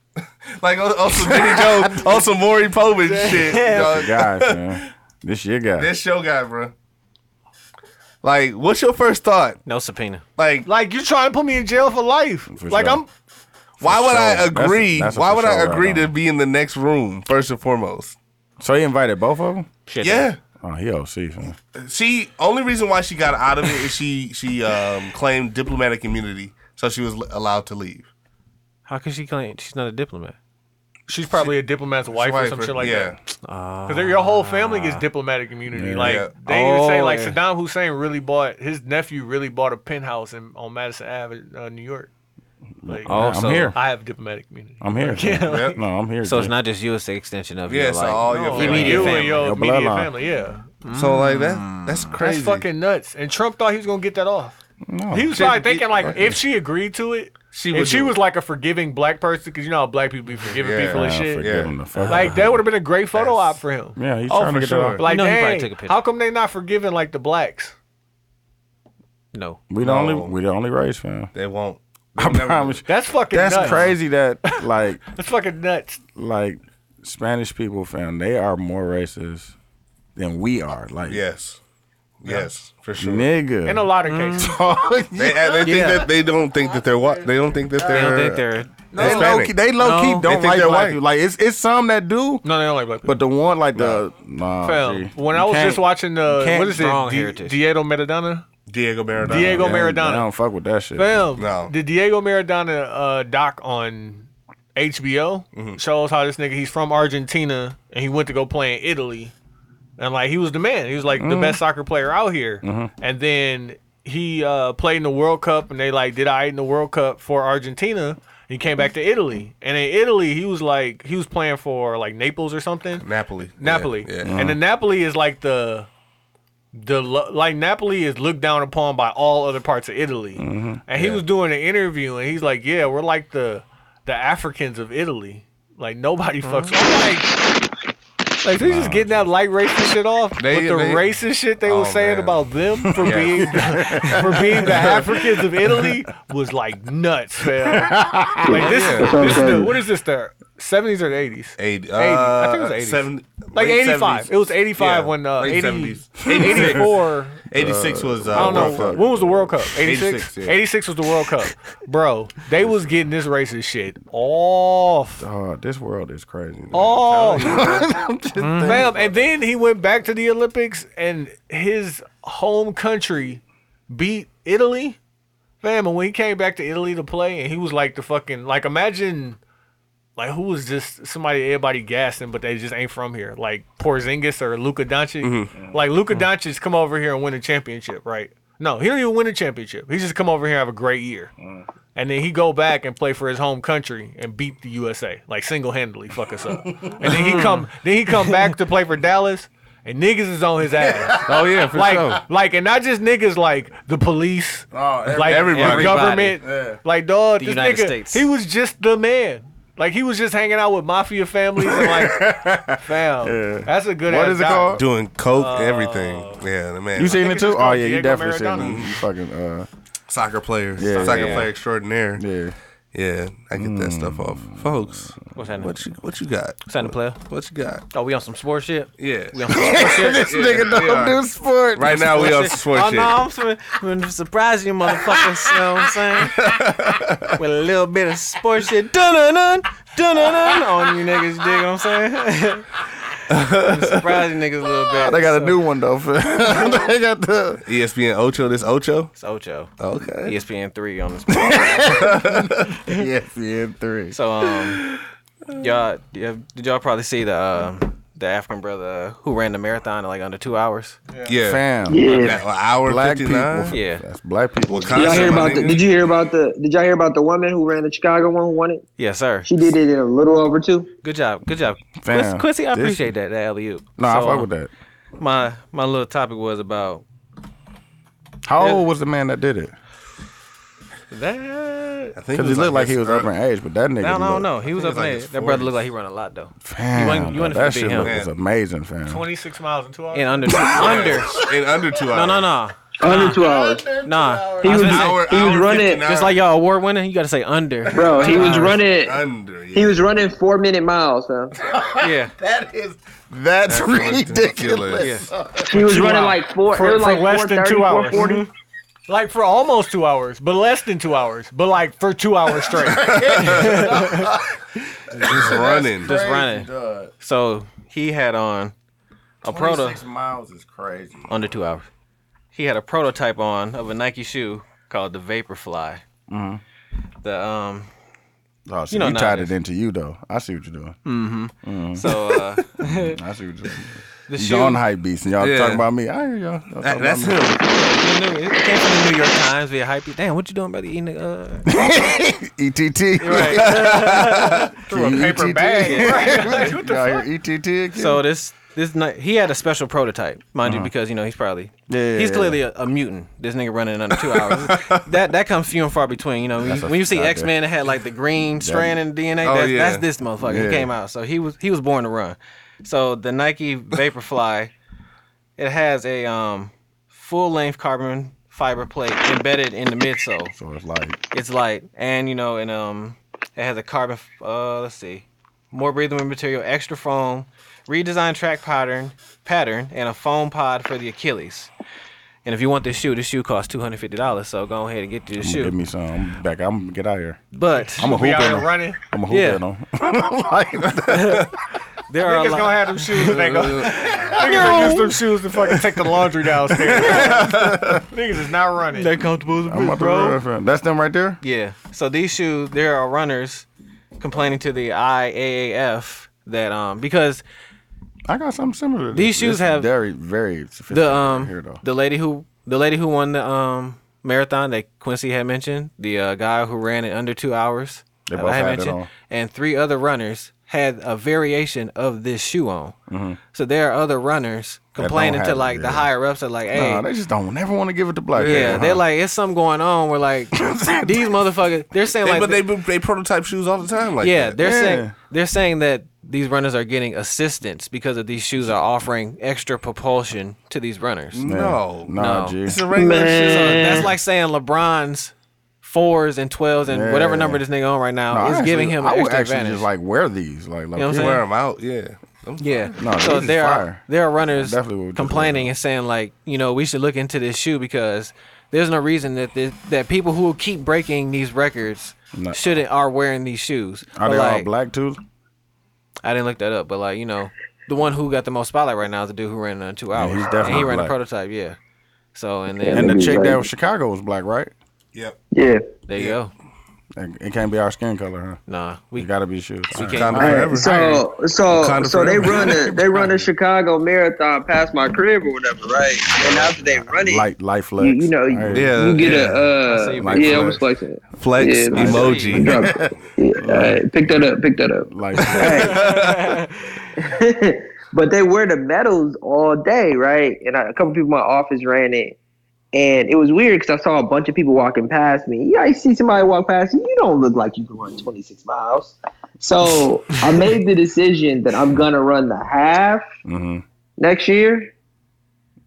[SPEAKER 5] like on, on some Jenny Jones, on some Maury Povich shit. dog.
[SPEAKER 1] guy, fam. This your guy.
[SPEAKER 5] That's your guy, bro. Like, what's your first thought?
[SPEAKER 2] No subpoena.
[SPEAKER 5] Like,
[SPEAKER 4] Like you trying to put me in jail for life?
[SPEAKER 1] For
[SPEAKER 4] like
[SPEAKER 1] sure.
[SPEAKER 4] I'm
[SPEAKER 5] why would I
[SPEAKER 1] sure. That's a-
[SPEAKER 5] agree?
[SPEAKER 1] that's a
[SPEAKER 5] why
[SPEAKER 1] for
[SPEAKER 5] would
[SPEAKER 1] sure
[SPEAKER 5] I
[SPEAKER 1] right
[SPEAKER 5] agree to
[SPEAKER 1] on.
[SPEAKER 5] be in the next room first and foremost?
[SPEAKER 1] so he invited both of them.
[SPEAKER 2] Shit.
[SPEAKER 5] Yeah.
[SPEAKER 1] Oh, he OC, fam.
[SPEAKER 5] She only reason why she got out of it is she she um, claimed diplomatic immunity, so she was l- allowed to leave.
[SPEAKER 2] How can she claim she's not a diplomat?
[SPEAKER 4] she's probably a diplomat's wife or some
[SPEAKER 5] Wife,
[SPEAKER 4] shit like
[SPEAKER 5] yeah.
[SPEAKER 4] that. Because your whole family gets diplomatic immunity. Like
[SPEAKER 5] Yeah.
[SPEAKER 4] they even say,
[SPEAKER 2] Oh,
[SPEAKER 4] like
[SPEAKER 2] yeah.
[SPEAKER 4] Saddam Hussein really bought his nephew really bought a penthouse in on Madison Ave, uh, New York. Like,
[SPEAKER 2] Oh,
[SPEAKER 1] I'm
[SPEAKER 2] so-
[SPEAKER 1] here.
[SPEAKER 4] I have diplomatic immunity.
[SPEAKER 1] I'm here.
[SPEAKER 4] Yeah,
[SPEAKER 1] fam.
[SPEAKER 4] like-
[SPEAKER 1] No, I'm here.
[SPEAKER 2] So
[SPEAKER 1] G.
[SPEAKER 2] it's not just you, it's the extension of
[SPEAKER 5] Yeah,
[SPEAKER 2] your
[SPEAKER 5] so
[SPEAKER 2] like,
[SPEAKER 5] all your
[SPEAKER 4] No,
[SPEAKER 5] family.
[SPEAKER 4] like,
[SPEAKER 2] Immediate
[SPEAKER 4] you and
[SPEAKER 2] family.
[SPEAKER 4] your
[SPEAKER 1] Your
[SPEAKER 4] immediate
[SPEAKER 1] bloodline.
[SPEAKER 4] family, yeah.
[SPEAKER 5] So like that, that's
[SPEAKER 1] Mm.
[SPEAKER 4] That's
[SPEAKER 5] crazy.
[SPEAKER 4] fucking nuts. And Trump thought he was gonna get that off.
[SPEAKER 1] No.
[SPEAKER 4] He was like thinking like if she agreed to it,
[SPEAKER 5] She would
[SPEAKER 4] if she
[SPEAKER 5] do
[SPEAKER 4] was
[SPEAKER 5] it.
[SPEAKER 4] like a forgiving black person, because you know how black people be forgiving
[SPEAKER 5] Yeah.
[SPEAKER 4] people and
[SPEAKER 1] Nah,
[SPEAKER 4] shit.
[SPEAKER 1] forgive
[SPEAKER 5] Yeah.
[SPEAKER 1] him the fuck.
[SPEAKER 4] Like that would have been a great photo
[SPEAKER 5] That's-
[SPEAKER 4] op for him.
[SPEAKER 1] Yeah, he's
[SPEAKER 5] Oh,
[SPEAKER 1] trying
[SPEAKER 5] for
[SPEAKER 1] to get
[SPEAKER 5] sure.
[SPEAKER 1] that.
[SPEAKER 4] Like,
[SPEAKER 2] You know he probably
[SPEAKER 4] dang,
[SPEAKER 2] took a picture.
[SPEAKER 4] how come they not forgiving like the blacks?
[SPEAKER 2] no.
[SPEAKER 1] We the
[SPEAKER 5] No.
[SPEAKER 1] only we the only race, fam.
[SPEAKER 5] They won't.
[SPEAKER 1] I promise. you.
[SPEAKER 4] That's fucking.
[SPEAKER 1] That's
[SPEAKER 4] nuts.
[SPEAKER 1] crazy. That like
[SPEAKER 4] That's fucking nuts.
[SPEAKER 1] like Spanish people, fam. They are more racist than we are. Like
[SPEAKER 5] Yes. Yes, for sure.
[SPEAKER 1] nigga.
[SPEAKER 4] In a lot of cases,
[SPEAKER 5] They, they think that they don't think that they're what they don't think that
[SPEAKER 2] They
[SPEAKER 5] they're,
[SPEAKER 2] don't think they're
[SPEAKER 1] they low key, they low key
[SPEAKER 4] No.
[SPEAKER 1] don't
[SPEAKER 4] They think
[SPEAKER 1] like
[SPEAKER 4] they're
[SPEAKER 1] black
[SPEAKER 4] white.
[SPEAKER 1] people. Like it's it's some that do.
[SPEAKER 4] No, they don't like black people.
[SPEAKER 1] But the one like the nah,
[SPEAKER 4] Fam,
[SPEAKER 1] G.
[SPEAKER 4] when
[SPEAKER 1] You
[SPEAKER 4] I was
[SPEAKER 1] can't-
[SPEAKER 4] just watching the
[SPEAKER 1] you can't-
[SPEAKER 4] what is it, Di- Diego Maradona?
[SPEAKER 5] Diego Maradona.
[SPEAKER 4] Diego
[SPEAKER 1] They don't-
[SPEAKER 4] Maradona.
[SPEAKER 1] They don't fuck with that shit.
[SPEAKER 4] Fam, the Diego Maradona uh, doc on HBO shows how this nigga he's from Argentina and he went to go play in Italy, and like he was the man. He was like the
[SPEAKER 2] Mhm.
[SPEAKER 4] best soccer player out here.
[SPEAKER 2] Mhm.
[SPEAKER 4] And then he uh, played in the World Cup, and they like did I in the World Cup for Argentina. He came back to Italy, and in Italy he was like he was playing for like Naples or something.
[SPEAKER 5] Napoli.
[SPEAKER 4] Napoli.
[SPEAKER 5] Yeah, yeah.
[SPEAKER 4] And the Napoli is like the the lo- like Napoli is looked down upon by all other parts of Italy.
[SPEAKER 5] Mm-hmm.
[SPEAKER 4] And he was doing an interview and he's like, "Yeah, we're like the the Africans of Italy. Like nobody
[SPEAKER 5] Mm-hmm.
[SPEAKER 4] fucks." I'm like, like they just getting that light racist shit off
[SPEAKER 5] They-
[SPEAKER 4] with the
[SPEAKER 5] they-
[SPEAKER 4] racist shit they were
[SPEAKER 5] Oh,
[SPEAKER 4] saying
[SPEAKER 5] man.
[SPEAKER 4] about them for
[SPEAKER 5] Yeah.
[SPEAKER 4] being for being the Africans of Italy was like nuts, man. Like this,
[SPEAKER 5] Yeah.
[SPEAKER 4] this is the, what is this? The seventies or the eighties?
[SPEAKER 5] Eighty.
[SPEAKER 4] I think it was
[SPEAKER 5] uh,
[SPEAKER 4] eighties.
[SPEAKER 5] seven-
[SPEAKER 4] like
[SPEAKER 5] late
[SPEAKER 4] eighty five.
[SPEAKER 5] 70s.
[SPEAKER 4] It was eighty five
[SPEAKER 5] Yeah,
[SPEAKER 4] when uh,
[SPEAKER 5] late
[SPEAKER 4] 80,
[SPEAKER 5] 70s.
[SPEAKER 4] 84.
[SPEAKER 5] 86 was, uh,
[SPEAKER 4] I don't know
[SPEAKER 5] World Cup.
[SPEAKER 4] when was the World Cup. 86?
[SPEAKER 5] 86,
[SPEAKER 4] 86,
[SPEAKER 5] yeah.
[SPEAKER 4] was the World Cup, bro. They was getting this racist shit off.
[SPEAKER 1] Oh, this world is crazy. man.
[SPEAKER 4] Oh,
[SPEAKER 1] I'm just thinking.
[SPEAKER 4] ma'am. And then he went back to the Olympics, and his home country beat Italy, fam. And when he came back to Italy to play, and he was like the fucking like imagine. Like who was just somebody everybody gassing, but they just ain't from here. Like Porzingis or Luka Doncic.
[SPEAKER 1] Mm-hmm.
[SPEAKER 5] Mhm.
[SPEAKER 4] Like Luka Doncic come over here and win a championship, right? No, he don't even win a championship. He just come over here and have a great year,
[SPEAKER 1] Mm.
[SPEAKER 4] and then he go back and play for his home country and beat the USA like single handedly, fuck us up. And then
[SPEAKER 1] Mm.
[SPEAKER 4] he come, then he come back to play for Dallas, and niggas is on his ass.
[SPEAKER 1] Oh, yeah, for
[SPEAKER 4] like
[SPEAKER 1] sure.
[SPEAKER 4] like and not just niggas like the police,
[SPEAKER 1] Oh, every-
[SPEAKER 4] like
[SPEAKER 1] everybody.
[SPEAKER 4] the government,
[SPEAKER 1] Everybody. Yeah.
[SPEAKER 4] like dog.
[SPEAKER 1] The
[SPEAKER 4] this
[SPEAKER 1] United
[SPEAKER 4] nigga,
[SPEAKER 1] States.
[SPEAKER 4] he was just the man. Like he was just hanging out with mafia families and like, fam, that's a good. ass doc.
[SPEAKER 5] Doing coke, everything. Yeah, the man.
[SPEAKER 1] You seen it too? Oh yeah, you
[SPEAKER 4] Diego
[SPEAKER 1] definitely
[SPEAKER 4] Maradona.
[SPEAKER 1] seen it. You fucking uh,
[SPEAKER 5] Soccer players.
[SPEAKER 1] Yeah,
[SPEAKER 5] Soccer
[SPEAKER 1] yeah.
[SPEAKER 5] player extraordinaire.
[SPEAKER 1] Yeah.
[SPEAKER 5] Yeah, I get that stuff off. Folks,
[SPEAKER 2] What's happening?
[SPEAKER 5] what you, what you got?
[SPEAKER 2] What's happening, player?
[SPEAKER 5] What you got?
[SPEAKER 2] Oh, we on some sports shit?
[SPEAKER 5] Yeah.
[SPEAKER 2] We on some sports shit?
[SPEAKER 5] This nigga don't
[SPEAKER 2] Yeah.
[SPEAKER 5] do sport. Right now, we on some sports
[SPEAKER 2] Oh,
[SPEAKER 5] shit.
[SPEAKER 2] no, I'm, sur- I'm surprising you motherfuckers, you know what I'm saying? With a little bit of sports shit. Dun-dun-dun, dun-dun-dun on you niggas, you dig what I'm saying? I'm surprising niggas a little bit.
[SPEAKER 1] they got a new one though. they got the
[SPEAKER 5] ESPN Ocho, this Ocho?
[SPEAKER 2] It's Ocho.
[SPEAKER 4] E
[SPEAKER 2] E
[SPEAKER 5] Okay.
[SPEAKER 2] ESPN 3 on this.
[SPEAKER 1] ESPN 3.
[SPEAKER 2] So, um, y'all, yeah, did y'all probably see the um, the African brother who ran the marathon in like under two hours?
[SPEAKER 5] Yeah.
[SPEAKER 1] Fam.
[SPEAKER 5] Like an hour
[SPEAKER 1] black
[SPEAKER 5] 59?
[SPEAKER 1] people.
[SPEAKER 2] Yeah.
[SPEAKER 1] That's black people.
[SPEAKER 9] Did y'all hear about the? Did you hear about the? Did y'all hear about the woman who ran the Chicago one who won it?
[SPEAKER 2] Yes, sir.
[SPEAKER 9] She did it in a little over two.
[SPEAKER 2] Good job. Good job.
[SPEAKER 9] Fam,
[SPEAKER 2] Quincy, Quincy, I
[SPEAKER 9] this-
[SPEAKER 2] appreciate that, that alley oop.
[SPEAKER 1] Nah, I fuck with that.
[SPEAKER 2] My my little topic was about
[SPEAKER 1] How old was the man that did it?
[SPEAKER 2] that.
[SPEAKER 1] Because he looked like he was up in age, but that nigga.
[SPEAKER 2] No, no,
[SPEAKER 1] looked-
[SPEAKER 2] no. He was up in there. That brother looked like he run a lot though.
[SPEAKER 1] Fam,
[SPEAKER 2] you want, you want
[SPEAKER 1] that
[SPEAKER 2] to
[SPEAKER 1] shit
[SPEAKER 2] beat him
[SPEAKER 1] was amazing, fam.
[SPEAKER 4] Twenty six miles in two hours.
[SPEAKER 2] in under two, under
[SPEAKER 5] in under two
[SPEAKER 2] No, no, no.
[SPEAKER 9] Under two hours.
[SPEAKER 2] Nah,
[SPEAKER 9] He
[SPEAKER 2] I
[SPEAKER 9] was,
[SPEAKER 2] gonna say-
[SPEAKER 9] he was running.
[SPEAKER 2] just like y'all award winning. You gotta say under,
[SPEAKER 9] bro. He
[SPEAKER 2] Two
[SPEAKER 9] was
[SPEAKER 2] hours.
[SPEAKER 9] running. He was running four minute miles, man.
[SPEAKER 2] Yeah,
[SPEAKER 1] that is that's,
[SPEAKER 5] ridiculous.
[SPEAKER 9] He was
[SPEAKER 4] Two
[SPEAKER 9] running
[SPEAKER 4] hours.
[SPEAKER 9] like four.
[SPEAKER 4] for,
[SPEAKER 9] it was
[SPEAKER 4] for
[SPEAKER 9] like
[SPEAKER 4] less than
[SPEAKER 9] 4:30,
[SPEAKER 4] two hours.
[SPEAKER 9] 4:40.
[SPEAKER 4] Like for almost two hours, but less than two hours, but like for two hours straight.
[SPEAKER 5] Just running.
[SPEAKER 2] just running. So he had on a proto
[SPEAKER 1] miles is crazy.
[SPEAKER 2] under two hours. He had a prototype on of a Nike shoe called the Vaporfly.
[SPEAKER 1] Mm-hmm.
[SPEAKER 2] The um,
[SPEAKER 1] Oh, so
[SPEAKER 2] You
[SPEAKER 1] you,
[SPEAKER 2] know
[SPEAKER 1] tied
[SPEAKER 2] nowadays.
[SPEAKER 1] it into you though. I see what you're doing.
[SPEAKER 2] Mhm.
[SPEAKER 1] Mhm.
[SPEAKER 2] So, uh,
[SPEAKER 1] Mhm, I see what you're doing.
[SPEAKER 2] The
[SPEAKER 1] you
[SPEAKER 2] shoe-
[SPEAKER 1] on hype beats and y'all
[SPEAKER 2] Yeah.
[SPEAKER 1] talking about me. I hear y'all. Y'all talking
[SPEAKER 2] that's
[SPEAKER 1] about
[SPEAKER 2] him.
[SPEAKER 1] me.
[SPEAKER 2] It came from the New York Times via hype. Damn, what you doing, buddy? Eating the, uh,
[SPEAKER 1] E ETT.
[SPEAKER 2] Right.
[SPEAKER 4] Through a paper
[SPEAKER 1] ETT.
[SPEAKER 4] bag. Right. What the
[SPEAKER 1] E Y'all hear ETT again?
[SPEAKER 2] So this this ni- he had a special prototype, mind you, because you know he's probably
[SPEAKER 1] Uh-huh. Yeah, yeah,
[SPEAKER 2] he's
[SPEAKER 1] yeah.
[SPEAKER 2] clearly a, a mutant. This nigga running in under two hours. that that comes few and far between. You know when
[SPEAKER 1] That's
[SPEAKER 2] you,
[SPEAKER 1] a
[SPEAKER 2] when you see
[SPEAKER 1] fact,
[SPEAKER 2] X Men that had like the green
[SPEAKER 1] Yeah.
[SPEAKER 2] strand in the DNA.
[SPEAKER 1] Oh,
[SPEAKER 2] that's,
[SPEAKER 1] yeah.
[SPEAKER 2] that's this motherfucker.
[SPEAKER 1] Yeah.
[SPEAKER 2] He came out, so he was he was born to run. So the Nike Vaporfly, it has a um full length carbon fiber plate embedded in the midsole.
[SPEAKER 1] So it's like
[SPEAKER 2] It's light, and you know, and um, it has a carbon. f- Uh, let's see, more breathable material, extra foam, redesigned track pattern, pattern, and a foam pod for the Achilles. And if you want this shoe, this shoe costs two hundred fifty dollars. So go ahead and get you
[SPEAKER 1] I'm
[SPEAKER 2] this
[SPEAKER 1] gonna
[SPEAKER 2] shoe.
[SPEAKER 1] Give me some. I'm back. I'm gonna get out of here.
[SPEAKER 2] But-
[SPEAKER 1] I'm a
[SPEAKER 2] We
[SPEAKER 1] hoop
[SPEAKER 2] out
[SPEAKER 1] in
[SPEAKER 2] here
[SPEAKER 1] them.
[SPEAKER 2] running?
[SPEAKER 1] I'm a hoop
[SPEAKER 2] Yeah.
[SPEAKER 1] in them.
[SPEAKER 2] there
[SPEAKER 4] Niggas
[SPEAKER 2] are a lot.
[SPEAKER 4] gonna have them shoes. and They go. Niggas
[SPEAKER 2] No.
[SPEAKER 4] gonna use them shoes to fucking take the laundry downstairs. Niggas is not running.
[SPEAKER 2] They comfortable as a
[SPEAKER 4] I'm
[SPEAKER 2] bitch,
[SPEAKER 4] about to
[SPEAKER 2] bro.
[SPEAKER 4] run.
[SPEAKER 1] That's them right there.
[SPEAKER 2] Yeah. So these shoes, there are runners complaining to the IAAF that um because
[SPEAKER 1] I got something similar. To
[SPEAKER 2] These
[SPEAKER 1] this.
[SPEAKER 2] shoes
[SPEAKER 1] It's
[SPEAKER 2] have-
[SPEAKER 1] very, very sophisticated
[SPEAKER 2] the um
[SPEAKER 1] here though.
[SPEAKER 2] the lady who the lady who won the um marathon that Quincy had mentioned, the uh, guy who ran in under two hours
[SPEAKER 1] They
[SPEAKER 2] that
[SPEAKER 1] both
[SPEAKER 2] I had
[SPEAKER 1] had it
[SPEAKER 2] mentioned,
[SPEAKER 1] on.
[SPEAKER 2] and three other runners had a variation of this shoe on.
[SPEAKER 1] Mhm.
[SPEAKER 2] So there are other runners
[SPEAKER 1] That don't
[SPEAKER 2] complaining
[SPEAKER 1] have
[SPEAKER 2] to
[SPEAKER 1] it,
[SPEAKER 2] like
[SPEAKER 1] yeah.
[SPEAKER 2] the higher ups are like, hey,
[SPEAKER 1] Nah, they just don't never want to give it to black.
[SPEAKER 2] yeah,
[SPEAKER 1] people,
[SPEAKER 2] they're
[SPEAKER 1] huh?
[SPEAKER 2] like, it's something going on. We're like, these motherfuckers. They're saying
[SPEAKER 5] They-
[SPEAKER 2] like,
[SPEAKER 5] but they they prototype shoes all the time. Like
[SPEAKER 2] yeah,
[SPEAKER 5] that.
[SPEAKER 2] they're saying they're saying that these runners are getting assistance because of these shoes are offering extra propulsion to these runners.
[SPEAKER 5] No.
[SPEAKER 1] Nah,
[SPEAKER 2] no,
[SPEAKER 1] G. It's
[SPEAKER 5] a regular shoe.
[SPEAKER 2] So that's like saying LeBron's fours and twelves and whatever
[SPEAKER 1] Yeah.
[SPEAKER 2] number this nigga on right now
[SPEAKER 1] Nah, I
[SPEAKER 2] is
[SPEAKER 1] actually-
[SPEAKER 2] giving him
[SPEAKER 1] I
[SPEAKER 2] an
[SPEAKER 1] would
[SPEAKER 2] extra
[SPEAKER 1] actually
[SPEAKER 2] advantage.
[SPEAKER 1] just like wear these, like, like
[SPEAKER 2] You know what I'm
[SPEAKER 1] yeah.
[SPEAKER 2] saying?
[SPEAKER 5] wear them out. Yeah.
[SPEAKER 2] yeah.
[SPEAKER 1] No,
[SPEAKER 2] so
[SPEAKER 1] these is
[SPEAKER 2] there
[SPEAKER 1] fire.
[SPEAKER 2] are there are runners
[SPEAKER 1] Definitely what we just
[SPEAKER 2] complaining and saying like, you know, we should look into this shoe because there's no reason that this, that people who keep breaking these records
[SPEAKER 1] No.
[SPEAKER 2] shouldn't are wearing these shoes.
[SPEAKER 1] Are
[SPEAKER 2] But,
[SPEAKER 1] they all
[SPEAKER 2] like,
[SPEAKER 1] black too?
[SPEAKER 2] I didn't look that up, but like you know, the one who got the most spotlight right now is the dude who ran in two hours.
[SPEAKER 1] he's
[SPEAKER 2] And
[SPEAKER 1] definitely
[SPEAKER 2] he ran
[SPEAKER 1] black.
[SPEAKER 2] a prototype, yeah. So and then
[SPEAKER 1] And the chick that was Chicago was black, right?
[SPEAKER 5] Yep.
[SPEAKER 4] Mm-hmm.
[SPEAKER 9] Yeah.
[SPEAKER 2] There you go.
[SPEAKER 1] It it can't be our skin color, huh?
[SPEAKER 2] Nah, we
[SPEAKER 1] gotta be Uh, shoes.
[SPEAKER 2] we can't-
[SPEAKER 1] All
[SPEAKER 2] Wakanda
[SPEAKER 1] right.
[SPEAKER 2] forever.
[SPEAKER 9] So so
[SPEAKER 1] Wakanda
[SPEAKER 9] so they
[SPEAKER 1] forever.
[SPEAKER 9] run the they run the Chicago marathon past my crib or whatever, right? And after they run it,
[SPEAKER 1] Light, life flex.
[SPEAKER 9] you, you know, you,
[SPEAKER 1] All right.
[SPEAKER 9] you get a uh,
[SPEAKER 1] Life
[SPEAKER 9] yeah, I
[SPEAKER 1] flex.
[SPEAKER 9] was flexing.
[SPEAKER 5] Flex
[SPEAKER 9] Yeah, I see.
[SPEAKER 5] emoji.
[SPEAKER 9] Drop it. Yeah, all right, pick that up. Pick that up.
[SPEAKER 1] Like,
[SPEAKER 9] but they wear the medals all day, right? And I, a couple people in my office ran it, and it was weird because I saw a bunch of people walking past me. Yeah, I see somebody walk past you. You don't look like you can run 26 miles. So I made the decision that I'm gonna run the half
[SPEAKER 1] hmm
[SPEAKER 9] next year.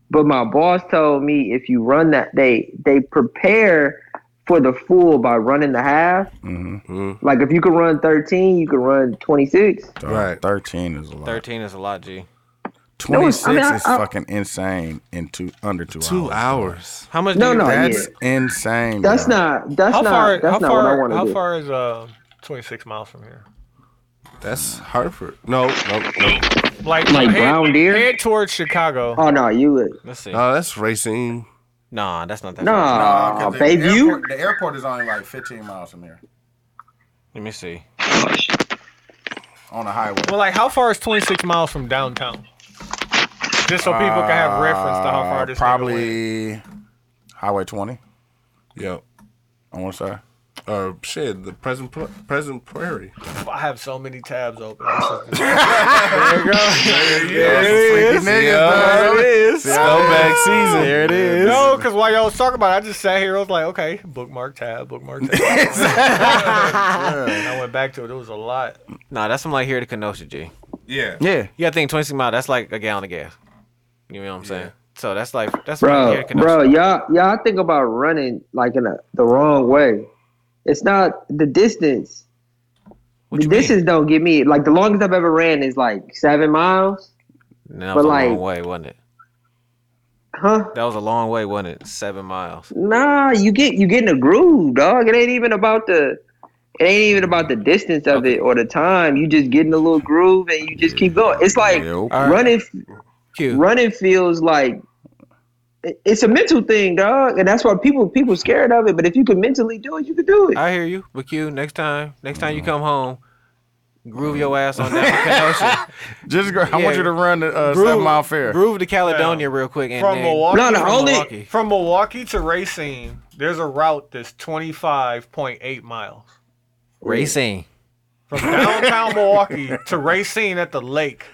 [SPEAKER 9] But my boss told me if you run that, they they prepare for the full by running the half.
[SPEAKER 1] hmm
[SPEAKER 9] Like if you could run 13, you could run 26.
[SPEAKER 1] Right. Thirteen is a lot.
[SPEAKER 2] thirteen is a lot, G.
[SPEAKER 9] No,
[SPEAKER 1] Twenty
[SPEAKER 9] it's-
[SPEAKER 1] six
[SPEAKER 9] I mean, I-
[SPEAKER 1] is
[SPEAKER 9] I-
[SPEAKER 1] fucking insane in two under two,
[SPEAKER 5] Two hours.
[SPEAKER 2] How much?
[SPEAKER 9] No,
[SPEAKER 2] do you
[SPEAKER 9] no,
[SPEAKER 1] That's
[SPEAKER 9] yeah.
[SPEAKER 1] insane.
[SPEAKER 9] That's
[SPEAKER 1] bro.
[SPEAKER 9] not that's
[SPEAKER 4] how
[SPEAKER 9] not
[SPEAKER 4] far?
[SPEAKER 9] that's
[SPEAKER 4] how
[SPEAKER 9] not
[SPEAKER 4] far?
[SPEAKER 9] what I want to
[SPEAKER 4] how
[SPEAKER 9] do.
[SPEAKER 4] far is uh 26 miles from here?
[SPEAKER 5] That's Hartford. No, no, no.
[SPEAKER 4] Like
[SPEAKER 9] Like
[SPEAKER 4] head-
[SPEAKER 9] Brown Deer?
[SPEAKER 4] Head towards Chicago.
[SPEAKER 9] Oh no, you would.
[SPEAKER 2] Let's see.
[SPEAKER 5] No, that's racing.
[SPEAKER 2] Nah, that's not that.
[SPEAKER 9] No,
[SPEAKER 2] far.
[SPEAKER 1] Nah, 'cause the
[SPEAKER 9] Bayview.
[SPEAKER 1] airport- The airport is only like fifteen miles from here
[SPEAKER 2] Let me see.
[SPEAKER 1] on the highway.
[SPEAKER 4] Well, like how far is 26 miles from downtown? Just so people can have reference to how
[SPEAKER 1] Uh,
[SPEAKER 4] far this. nigga went.
[SPEAKER 1] probably Highway twenty.
[SPEAKER 5] Yep.
[SPEAKER 1] On one side.
[SPEAKER 5] Uh, shit, the present pl- present prairie.
[SPEAKER 4] I have so many tabs open. there you go. There you go.
[SPEAKER 1] Sleepy niggas, dog.
[SPEAKER 4] is.
[SPEAKER 5] Scumbag season.
[SPEAKER 1] There it is.
[SPEAKER 4] No, because while y'all was talking about it, I just sat here. I was like, okay, bookmark tab, bookmark tab. And I went back to it. It was a lot.
[SPEAKER 2] Nah, that's from like here to Kenosha, G.
[SPEAKER 5] Yeah.
[SPEAKER 1] Yeah.
[SPEAKER 2] You gotta think twenty six miles. That's like a gallon of gas. You know what I'm saying? So that's like that's from here
[SPEAKER 9] Bro,
[SPEAKER 2] to Kenosha.
[SPEAKER 9] bro, y'all y'all think about running like in a, the wrong way. It's not the distance. the distance don't get me. Like the longest I've ever ran is like seven miles.
[SPEAKER 2] And that was
[SPEAKER 9] but
[SPEAKER 2] a
[SPEAKER 9] like-
[SPEAKER 2] long way, wasn't it?
[SPEAKER 9] Huh?
[SPEAKER 2] That was a long way, wasn't it? Seven miles.
[SPEAKER 9] Nah, you get you get in a groove, dog. It ain't even about the it ain't even about the distance of it or the time. You just get in a little groove and you just keep going. It's like running
[SPEAKER 2] Q.
[SPEAKER 9] running feels like it- it's a mental thing, dog, and that's why people people scared of it. But if you can mentally do it, you can do it.
[SPEAKER 2] I hear you, but Q, next time, next time
[SPEAKER 4] Mm-hmm.
[SPEAKER 2] you come home, groove your ass on down to Kenosha.
[SPEAKER 1] Just go, I
[SPEAKER 2] Yeah.
[SPEAKER 1] want you to run the uh,
[SPEAKER 2] Groove-
[SPEAKER 1] seven mile fair.
[SPEAKER 2] Groove to Caledonia real quick. And
[SPEAKER 4] From
[SPEAKER 2] then-
[SPEAKER 4] Milwaukee,
[SPEAKER 9] No, no,
[SPEAKER 4] from,
[SPEAKER 9] only-
[SPEAKER 4] Milwaukee, from Milwaukee to Racine, there's a route that's 25.8 miles.
[SPEAKER 2] Racing.
[SPEAKER 4] From downtown Milwaukee to Racine at the lake,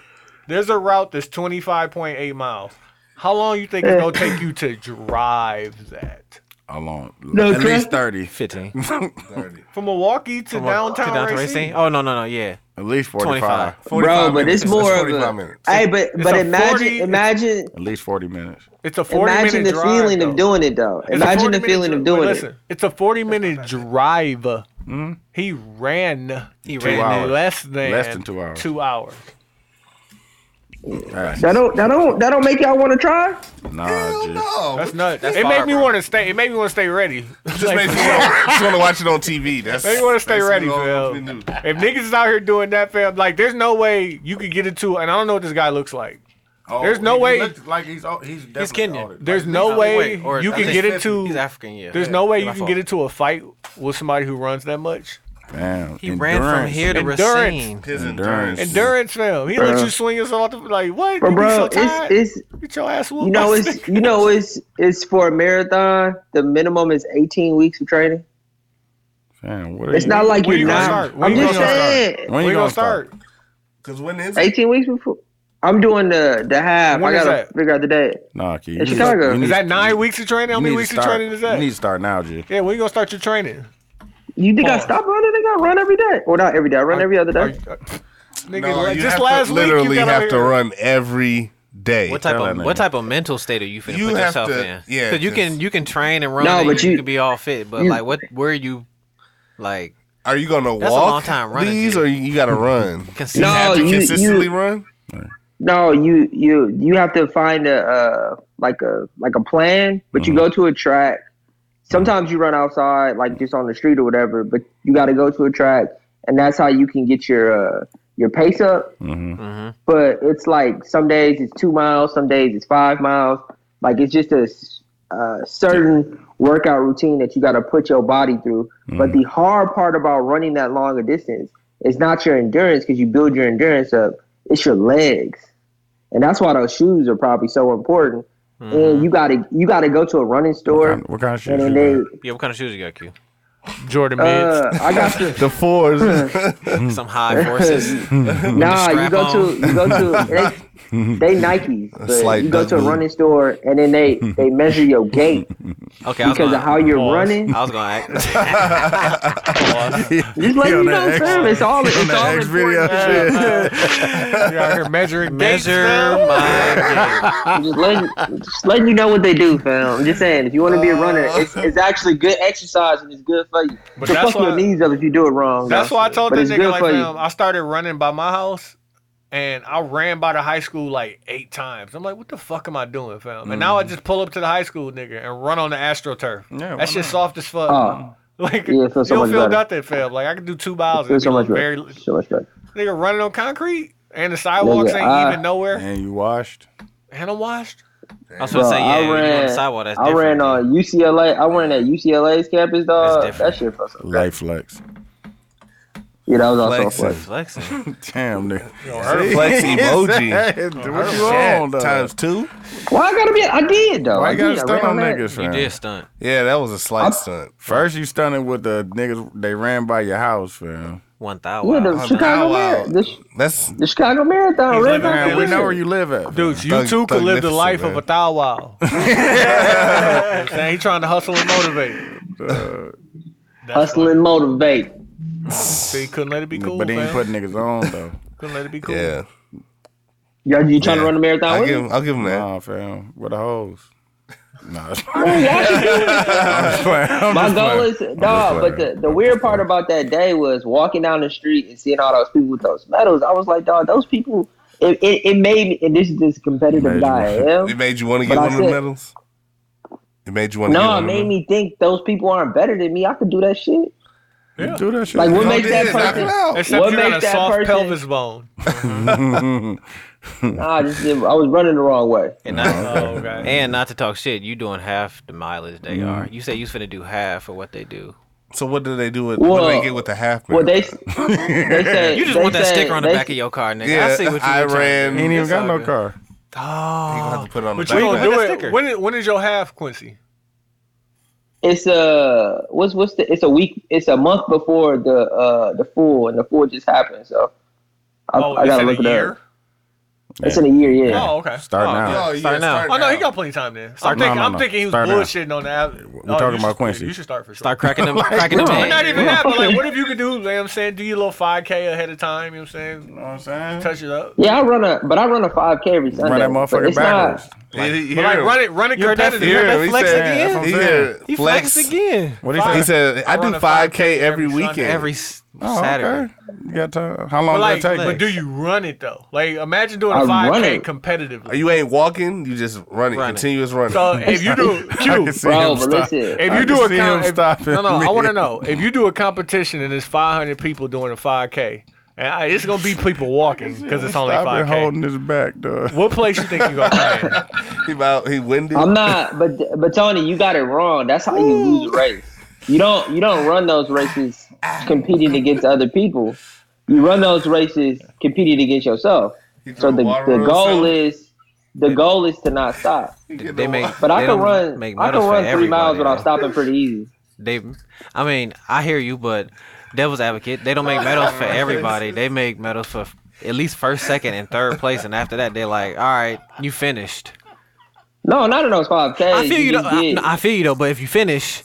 [SPEAKER 4] there's a route that's 25.8 miles. How long you think it's gonna take you to drive that?
[SPEAKER 1] Along
[SPEAKER 9] No,
[SPEAKER 1] at least
[SPEAKER 9] Chris-
[SPEAKER 1] thirty.
[SPEAKER 2] 15.
[SPEAKER 4] From Milwaukee to
[SPEAKER 2] From Milwaukee
[SPEAKER 4] downtown, Racine?
[SPEAKER 2] Oh, no, no, no. Yeah.
[SPEAKER 1] At least forty
[SPEAKER 2] 25.
[SPEAKER 1] five.
[SPEAKER 9] Bro, but it's more of a.
[SPEAKER 5] 45 minutes.
[SPEAKER 9] Hey, but
[SPEAKER 4] It's
[SPEAKER 9] but
[SPEAKER 4] a
[SPEAKER 9] imagine
[SPEAKER 4] 40
[SPEAKER 9] imagine
[SPEAKER 1] At least forty minutes.
[SPEAKER 4] It's a 40
[SPEAKER 9] imagine the
[SPEAKER 4] minute drive.
[SPEAKER 9] feeling of
[SPEAKER 4] though.
[SPEAKER 9] doing it though.
[SPEAKER 4] It's a
[SPEAKER 9] Imagine the
[SPEAKER 4] 40 minute
[SPEAKER 9] feeling of
[SPEAKER 4] dri-
[SPEAKER 9] doing
[SPEAKER 4] wait,
[SPEAKER 9] it.
[SPEAKER 4] listen, It's a 40 minute drive. He ran. He
[SPEAKER 1] Two
[SPEAKER 4] ran
[SPEAKER 1] hours.
[SPEAKER 4] less than
[SPEAKER 1] Less than two hours.
[SPEAKER 4] Two hours.
[SPEAKER 9] That don't that don't that don't make y'all want to try.
[SPEAKER 1] Nah, G.
[SPEAKER 5] Oh,
[SPEAKER 4] that's nuts.
[SPEAKER 1] That's
[SPEAKER 4] it
[SPEAKER 1] fire,
[SPEAKER 4] made me
[SPEAKER 1] bro.
[SPEAKER 4] want to stay. It made me want to stay ready.
[SPEAKER 5] Just makes me wanna- just wanna watch it on TV. That's-
[SPEAKER 4] made me want to stay
[SPEAKER 5] that's
[SPEAKER 4] ready, fam.
[SPEAKER 5] all we knew.
[SPEAKER 4] If niggas is out here doing that, fam, like there's no way you could get into. And I don't know what this guy looks like.
[SPEAKER 5] Oh,
[SPEAKER 4] there's no
[SPEAKER 1] he
[SPEAKER 4] way.
[SPEAKER 1] looked Like he's al- he's
[SPEAKER 4] He's
[SPEAKER 1] definitely
[SPEAKER 4] Kenyan.
[SPEAKER 1] older.
[SPEAKER 4] There's
[SPEAKER 1] Like,
[SPEAKER 4] no
[SPEAKER 1] he's-
[SPEAKER 4] way
[SPEAKER 1] wait, or
[SPEAKER 4] you
[SPEAKER 1] I
[SPEAKER 4] can
[SPEAKER 1] think
[SPEAKER 4] get
[SPEAKER 1] 50.
[SPEAKER 4] into.
[SPEAKER 1] He's African, yeah.
[SPEAKER 4] There's
[SPEAKER 1] Yeah,
[SPEAKER 4] no way
[SPEAKER 1] my
[SPEAKER 4] you can
[SPEAKER 1] fault.
[SPEAKER 4] get into a fight with somebody who runs that much.
[SPEAKER 1] Damn,
[SPEAKER 2] He ran from
[SPEAKER 1] endurance.
[SPEAKER 2] here to
[SPEAKER 4] Endurance.
[SPEAKER 2] Racine.
[SPEAKER 1] His endurance.
[SPEAKER 4] Endurance, fam. He
[SPEAKER 1] Bruh.
[SPEAKER 4] lets you swing yourself out the like what?
[SPEAKER 9] But
[SPEAKER 4] You be
[SPEAKER 9] bro,
[SPEAKER 4] so tired.
[SPEAKER 9] it's it's
[SPEAKER 4] Get your ass whooped.
[SPEAKER 9] you know it's you know it's it's for a marathon. The minimum is eighteen weeks of training.
[SPEAKER 1] Damn, what are
[SPEAKER 9] It's
[SPEAKER 1] you-
[SPEAKER 9] not like
[SPEAKER 1] When you
[SPEAKER 9] you're
[SPEAKER 1] gonna
[SPEAKER 9] not.
[SPEAKER 1] start? When
[SPEAKER 9] I'm
[SPEAKER 1] you
[SPEAKER 9] just
[SPEAKER 1] gonna start?
[SPEAKER 9] saying.
[SPEAKER 1] When you gonna start?
[SPEAKER 5] Because when is it?
[SPEAKER 9] Eighteen weeks before. I'm doing the the half.
[SPEAKER 4] When
[SPEAKER 9] I
[SPEAKER 4] is
[SPEAKER 9] gotta
[SPEAKER 4] that?
[SPEAKER 9] figure out the date.
[SPEAKER 1] Nah, kid. you
[SPEAKER 9] In
[SPEAKER 1] need-
[SPEAKER 9] Chicago.
[SPEAKER 1] you need-
[SPEAKER 4] Is that nine weeks of training? How
[SPEAKER 1] you
[SPEAKER 4] many
[SPEAKER 1] need to
[SPEAKER 4] weeks of
[SPEAKER 1] start-
[SPEAKER 4] training is that?
[SPEAKER 1] You need to start now, G.
[SPEAKER 4] Yeah, when you gonna start your training?
[SPEAKER 9] You think I
[SPEAKER 4] Pause.
[SPEAKER 9] stop running? I gotta run every day. Well, not every day. I run every other day.
[SPEAKER 4] uh, Nigga,
[SPEAKER 5] No,
[SPEAKER 4] like,
[SPEAKER 5] you
[SPEAKER 4] just
[SPEAKER 5] have to
[SPEAKER 4] last week you
[SPEAKER 5] literally
[SPEAKER 4] got out
[SPEAKER 5] have to
[SPEAKER 4] here-
[SPEAKER 5] run every day.
[SPEAKER 2] What type
[SPEAKER 5] Tell
[SPEAKER 2] of
[SPEAKER 5] that
[SPEAKER 2] what
[SPEAKER 5] nigga.
[SPEAKER 2] type of mental state are you finna
[SPEAKER 5] You
[SPEAKER 2] put
[SPEAKER 5] have
[SPEAKER 2] yourself
[SPEAKER 5] to-
[SPEAKER 2] in?
[SPEAKER 5] yeah,
[SPEAKER 2] because you can
[SPEAKER 5] just-
[SPEAKER 2] you can train and run.
[SPEAKER 5] No,
[SPEAKER 2] and
[SPEAKER 5] but
[SPEAKER 2] you,
[SPEAKER 5] you-
[SPEAKER 2] can be all fit, but
[SPEAKER 5] you-
[SPEAKER 2] like what? Where you? Like
[SPEAKER 5] Are you gonna walk
[SPEAKER 2] That's a long time running, Oh,
[SPEAKER 5] these, or you gotta run?
[SPEAKER 2] Consistent.
[SPEAKER 5] You have to
[SPEAKER 9] No, you-
[SPEAKER 5] consistently
[SPEAKER 9] you-
[SPEAKER 5] run.
[SPEAKER 9] No, you you you have to find a uh, like a like a plan, but you go to a track. Sometimes you run outside, like just on the street or whatever, but you got to go to a track, and that's how you can get your uh, your pace up. But it's like some days it's two miles, some days it's five miles. Like it's just a s- uh, certain workout routine that you got to put your body through. But the hard part about running that long a distance is not your endurance because you build your endurance up. It's your legs, and that's why those shoes are probably so important. And you gotta you gotta go to a running store.
[SPEAKER 1] What kind of shit?
[SPEAKER 9] and then
[SPEAKER 1] you
[SPEAKER 9] they,
[SPEAKER 1] wear?
[SPEAKER 2] yeah, what kind of shoes you got, Q?
[SPEAKER 4] Jordan
[SPEAKER 9] uh,
[SPEAKER 4] Mids.
[SPEAKER 9] I got the
[SPEAKER 5] The fours. Mm.
[SPEAKER 2] Some high forces.
[SPEAKER 9] nah. You go to you go to they, they Nikes. but
[SPEAKER 5] slight
[SPEAKER 9] you go to a
[SPEAKER 5] double.
[SPEAKER 9] running store and then they they measure your gait
[SPEAKER 2] Okay, I was
[SPEAKER 9] because
[SPEAKER 2] gonna,
[SPEAKER 9] of how you're running.
[SPEAKER 2] I was gonna act.
[SPEAKER 9] Just let me know, fam. It's all it's
[SPEAKER 5] that
[SPEAKER 9] all
[SPEAKER 5] X video
[SPEAKER 9] important.
[SPEAKER 4] You're out here measuring gates,
[SPEAKER 2] Measure
[SPEAKER 4] fam.
[SPEAKER 2] my
[SPEAKER 9] Just letting, just letting you know what they do, fam. I'm just saying, if you want to be a runner, it's, it's actually good exercise and it's good for you.
[SPEAKER 4] But
[SPEAKER 9] so
[SPEAKER 4] that's
[SPEAKER 9] fuck your
[SPEAKER 4] why-
[SPEAKER 9] knees up if you do it wrong.
[SPEAKER 4] That's
[SPEAKER 9] though.
[SPEAKER 4] why I told
[SPEAKER 9] But
[SPEAKER 4] that
[SPEAKER 9] it's
[SPEAKER 4] nigga
[SPEAKER 9] good
[SPEAKER 4] like,
[SPEAKER 9] for you.
[SPEAKER 4] fam, I started running by my house, and I ran by the high school like eight times. I'm like, what the fuck am I doing, fam? And now I just pull up to the high school nigga and run on the astroturf.
[SPEAKER 1] Yeah, why
[SPEAKER 4] that shit
[SPEAKER 1] not?
[SPEAKER 4] soft as fuck.
[SPEAKER 9] Oh.
[SPEAKER 4] Like
[SPEAKER 9] Yeah, it feels
[SPEAKER 4] you
[SPEAKER 9] so
[SPEAKER 4] don't
[SPEAKER 9] much
[SPEAKER 4] feel
[SPEAKER 9] better.
[SPEAKER 4] nothing, fam. Like I can do two miles.
[SPEAKER 9] Feels
[SPEAKER 4] and
[SPEAKER 9] so
[SPEAKER 4] it'd
[SPEAKER 9] much
[SPEAKER 4] be
[SPEAKER 9] better.
[SPEAKER 4] very
[SPEAKER 9] So much better.
[SPEAKER 4] nigga running on concrete and the sidewalks ain't
[SPEAKER 9] I-
[SPEAKER 4] even nowhere.
[SPEAKER 1] And you washed.
[SPEAKER 4] And I'm washed.
[SPEAKER 2] I was gonna
[SPEAKER 9] Bro,
[SPEAKER 2] say yeah.
[SPEAKER 9] I
[SPEAKER 2] you on the
[SPEAKER 9] ran-
[SPEAKER 2] sidewalk. That's
[SPEAKER 9] I
[SPEAKER 2] different.
[SPEAKER 9] ran uh, on UCLA. I ran at UCLA's campus, dog.
[SPEAKER 2] different.
[SPEAKER 9] That shit felt so
[SPEAKER 1] Life flex.
[SPEAKER 9] Yeah, that was also a
[SPEAKER 5] Flexing.
[SPEAKER 9] flex.
[SPEAKER 2] Flexing.
[SPEAKER 1] Damn, nigga.
[SPEAKER 5] Flex emoji
[SPEAKER 1] what you
[SPEAKER 5] Yeah,
[SPEAKER 1] on, though?
[SPEAKER 5] times two.
[SPEAKER 9] Why I gotta be? I did though.
[SPEAKER 1] Why
[SPEAKER 9] I
[SPEAKER 1] you gotta
[SPEAKER 9] did. I
[SPEAKER 1] stun
[SPEAKER 9] ran
[SPEAKER 1] on
[SPEAKER 9] on that.
[SPEAKER 1] niggas,
[SPEAKER 2] You
[SPEAKER 1] fam?
[SPEAKER 2] did stunt.
[SPEAKER 5] Yeah, that was a slight stunt.
[SPEAKER 1] First, you stunning with the niggas. They ran by your house, fam.
[SPEAKER 2] One thousand.
[SPEAKER 9] Yeah, the Chicago
[SPEAKER 5] Wow, wow.
[SPEAKER 9] Marathon. The,
[SPEAKER 5] That's
[SPEAKER 9] the Chicago Marathon. Red Rock
[SPEAKER 1] Man, we know where
[SPEAKER 9] Marathon.
[SPEAKER 1] you live at. fam.
[SPEAKER 4] Dude, you
[SPEAKER 5] Thug-
[SPEAKER 4] too could live the
[SPEAKER 5] thugnificent,
[SPEAKER 4] life
[SPEAKER 5] man.
[SPEAKER 4] of a thou wow. He trying to hustle and motivate.
[SPEAKER 9] Uh, Hustle and motivate.
[SPEAKER 4] So you couldn't let it be cool,
[SPEAKER 1] but then you
[SPEAKER 4] fam.
[SPEAKER 1] put niggas on though.
[SPEAKER 4] couldn't let it be cool.
[SPEAKER 5] yeah.
[SPEAKER 9] Y'all, you trying
[SPEAKER 5] yeah.
[SPEAKER 9] to run the marathon
[SPEAKER 5] I'll
[SPEAKER 9] with
[SPEAKER 5] give
[SPEAKER 9] me?
[SPEAKER 5] him. I'll give him that.
[SPEAKER 1] Nah, fam. With the hoes. Nah, it's-
[SPEAKER 9] My goal
[SPEAKER 1] playing.
[SPEAKER 9] is dog, but the, the weird part about that day was walking down the street and seeing all those people with those medals. I was like, dog, those people. It, it, it made me, and this is this competitive
[SPEAKER 1] Made
[SPEAKER 9] guy I am.
[SPEAKER 5] It made you want to get
[SPEAKER 9] I
[SPEAKER 5] one of the
[SPEAKER 9] said-
[SPEAKER 5] medals. It made you want to. get
[SPEAKER 9] No, it
[SPEAKER 5] one of
[SPEAKER 9] made
[SPEAKER 5] them?
[SPEAKER 9] me think those people aren't better than me. I could do that shit.
[SPEAKER 1] do that shit.
[SPEAKER 9] Like what
[SPEAKER 5] No,
[SPEAKER 9] makes
[SPEAKER 5] it
[SPEAKER 9] that
[SPEAKER 5] is. Knock
[SPEAKER 9] person?
[SPEAKER 5] it out.
[SPEAKER 4] Except
[SPEAKER 9] what
[SPEAKER 4] you
[SPEAKER 9] makes
[SPEAKER 4] got a
[SPEAKER 9] that
[SPEAKER 4] soft
[SPEAKER 9] person?
[SPEAKER 4] pelvis bone.
[SPEAKER 9] Nah, I just did, I was running the wrong way.
[SPEAKER 2] And not,
[SPEAKER 4] Oh, okay.
[SPEAKER 2] and not to talk shit, you doing half the mileage they
[SPEAKER 5] Mm.
[SPEAKER 2] are. You say you finna do half of what they do.
[SPEAKER 5] So what do they do with? What do
[SPEAKER 9] Well,
[SPEAKER 5] they get with the half?
[SPEAKER 9] Well,
[SPEAKER 5] marathon?
[SPEAKER 9] they they say
[SPEAKER 2] You just
[SPEAKER 9] they
[SPEAKER 2] want that
[SPEAKER 9] say-
[SPEAKER 2] sticker on the
[SPEAKER 9] they-
[SPEAKER 2] back of your car, nigga. I
[SPEAKER 5] Yeah,
[SPEAKER 2] see what you
[SPEAKER 5] I
[SPEAKER 2] were trying
[SPEAKER 1] He
[SPEAKER 2] to
[SPEAKER 5] ran-
[SPEAKER 2] do.
[SPEAKER 1] ain't even
[SPEAKER 2] It's
[SPEAKER 1] got
[SPEAKER 2] all
[SPEAKER 1] no
[SPEAKER 2] good.
[SPEAKER 1] car.
[SPEAKER 5] You gonna have to put it on
[SPEAKER 4] But
[SPEAKER 5] the
[SPEAKER 4] you
[SPEAKER 5] back.
[SPEAKER 4] gonna do
[SPEAKER 5] of that.
[SPEAKER 4] it. When is, when is your half, Quincy?
[SPEAKER 9] It's a what's what's the it's a week it's a month before the uh the full and the full just happened. So I,
[SPEAKER 4] Oh,
[SPEAKER 9] I
[SPEAKER 4] it's
[SPEAKER 9] gotta
[SPEAKER 4] in
[SPEAKER 9] look
[SPEAKER 4] a
[SPEAKER 9] it
[SPEAKER 4] year.
[SPEAKER 9] up. It's in a year, yeah.
[SPEAKER 4] Oh, okay.
[SPEAKER 1] Start
[SPEAKER 4] oh,
[SPEAKER 1] now.
[SPEAKER 4] yeah.
[SPEAKER 5] Oh, yeah,
[SPEAKER 2] Start now.
[SPEAKER 5] start
[SPEAKER 4] Oh no, he got plenty of time then. I'm,
[SPEAKER 1] No,
[SPEAKER 4] thinking,
[SPEAKER 1] no,
[SPEAKER 4] I'm
[SPEAKER 1] no.
[SPEAKER 4] thinking he was
[SPEAKER 1] Start now.
[SPEAKER 4] bullshit bullshitting on that. We're
[SPEAKER 1] talking about Quincy.
[SPEAKER 4] You should start for sure.
[SPEAKER 2] Start cracking them, cracking them
[SPEAKER 1] no.
[SPEAKER 4] Not
[SPEAKER 2] tags.
[SPEAKER 4] even that, but like, what if you could do? You know what I'm saying, do your little 5K ahead of time. You know what I'm saying?
[SPEAKER 1] You know what I'm saying?
[SPEAKER 4] Touch it up.
[SPEAKER 9] Yeah, I run a but I run a five K every Sunday.
[SPEAKER 1] Run that
[SPEAKER 9] but
[SPEAKER 1] motherfucker
[SPEAKER 9] it's not-
[SPEAKER 1] backwards.
[SPEAKER 4] Like,
[SPEAKER 10] He- he
[SPEAKER 4] but like
[SPEAKER 10] hear him.
[SPEAKER 4] run it, run it
[SPEAKER 10] You're
[SPEAKER 4] competitive.
[SPEAKER 10] definitely
[SPEAKER 4] Let
[SPEAKER 10] hear him.
[SPEAKER 4] that
[SPEAKER 10] He said- Yeah, that's what
[SPEAKER 4] flex again.
[SPEAKER 10] I'm saying. He flexed
[SPEAKER 2] again.
[SPEAKER 1] What he say?
[SPEAKER 10] He said, "I do
[SPEAKER 4] a
[SPEAKER 10] 5K every weekend,
[SPEAKER 2] every
[SPEAKER 1] Oh, okay. You got time? How long
[SPEAKER 4] but like,
[SPEAKER 1] did it take?
[SPEAKER 4] but do you run it though? Like, imagine doing
[SPEAKER 10] I
[SPEAKER 4] a
[SPEAKER 10] run
[SPEAKER 4] five k
[SPEAKER 10] it.
[SPEAKER 4] competitively.
[SPEAKER 10] You ain't walking, you just running, continuous running.
[SPEAKER 4] So if you do, Q, if you do a com- if- no, no, I want to know if you do a competition and there's 500 people doing a 5k, and I, it's gonna be people walking because it's only
[SPEAKER 1] I've been
[SPEAKER 4] 5k.
[SPEAKER 1] holding his back, dog.
[SPEAKER 4] What place you think you gonna play? in?
[SPEAKER 10] he about he winded.
[SPEAKER 9] I'm not, but but Tony, you got it wrong. That's how you lose a race. You don't you don't run those races competing against other people. You run those races competing against yourself. So the,
[SPEAKER 2] water
[SPEAKER 9] the
[SPEAKER 2] on
[SPEAKER 9] goal
[SPEAKER 2] himself.
[SPEAKER 9] is the goal is to not stop.
[SPEAKER 2] They make,
[SPEAKER 9] but I
[SPEAKER 2] they
[SPEAKER 9] can
[SPEAKER 2] don't
[SPEAKER 9] run
[SPEAKER 2] make
[SPEAKER 9] I
[SPEAKER 2] medals
[SPEAKER 9] can
[SPEAKER 2] for
[SPEAKER 9] run three miles
[SPEAKER 2] everybody,
[SPEAKER 9] without
[SPEAKER 2] though.
[SPEAKER 9] stopping pretty easy.
[SPEAKER 2] They, I mean, I hear you, but devil's advocate, they don't make medals for everybody. They make medals for at least first, second, and third place, and after that, they're like, all right, you finished.
[SPEAKER 9] No, not in those five K.
[SPEAKER 2] I feel you. Though, I, no, I feel you though, but if you finish,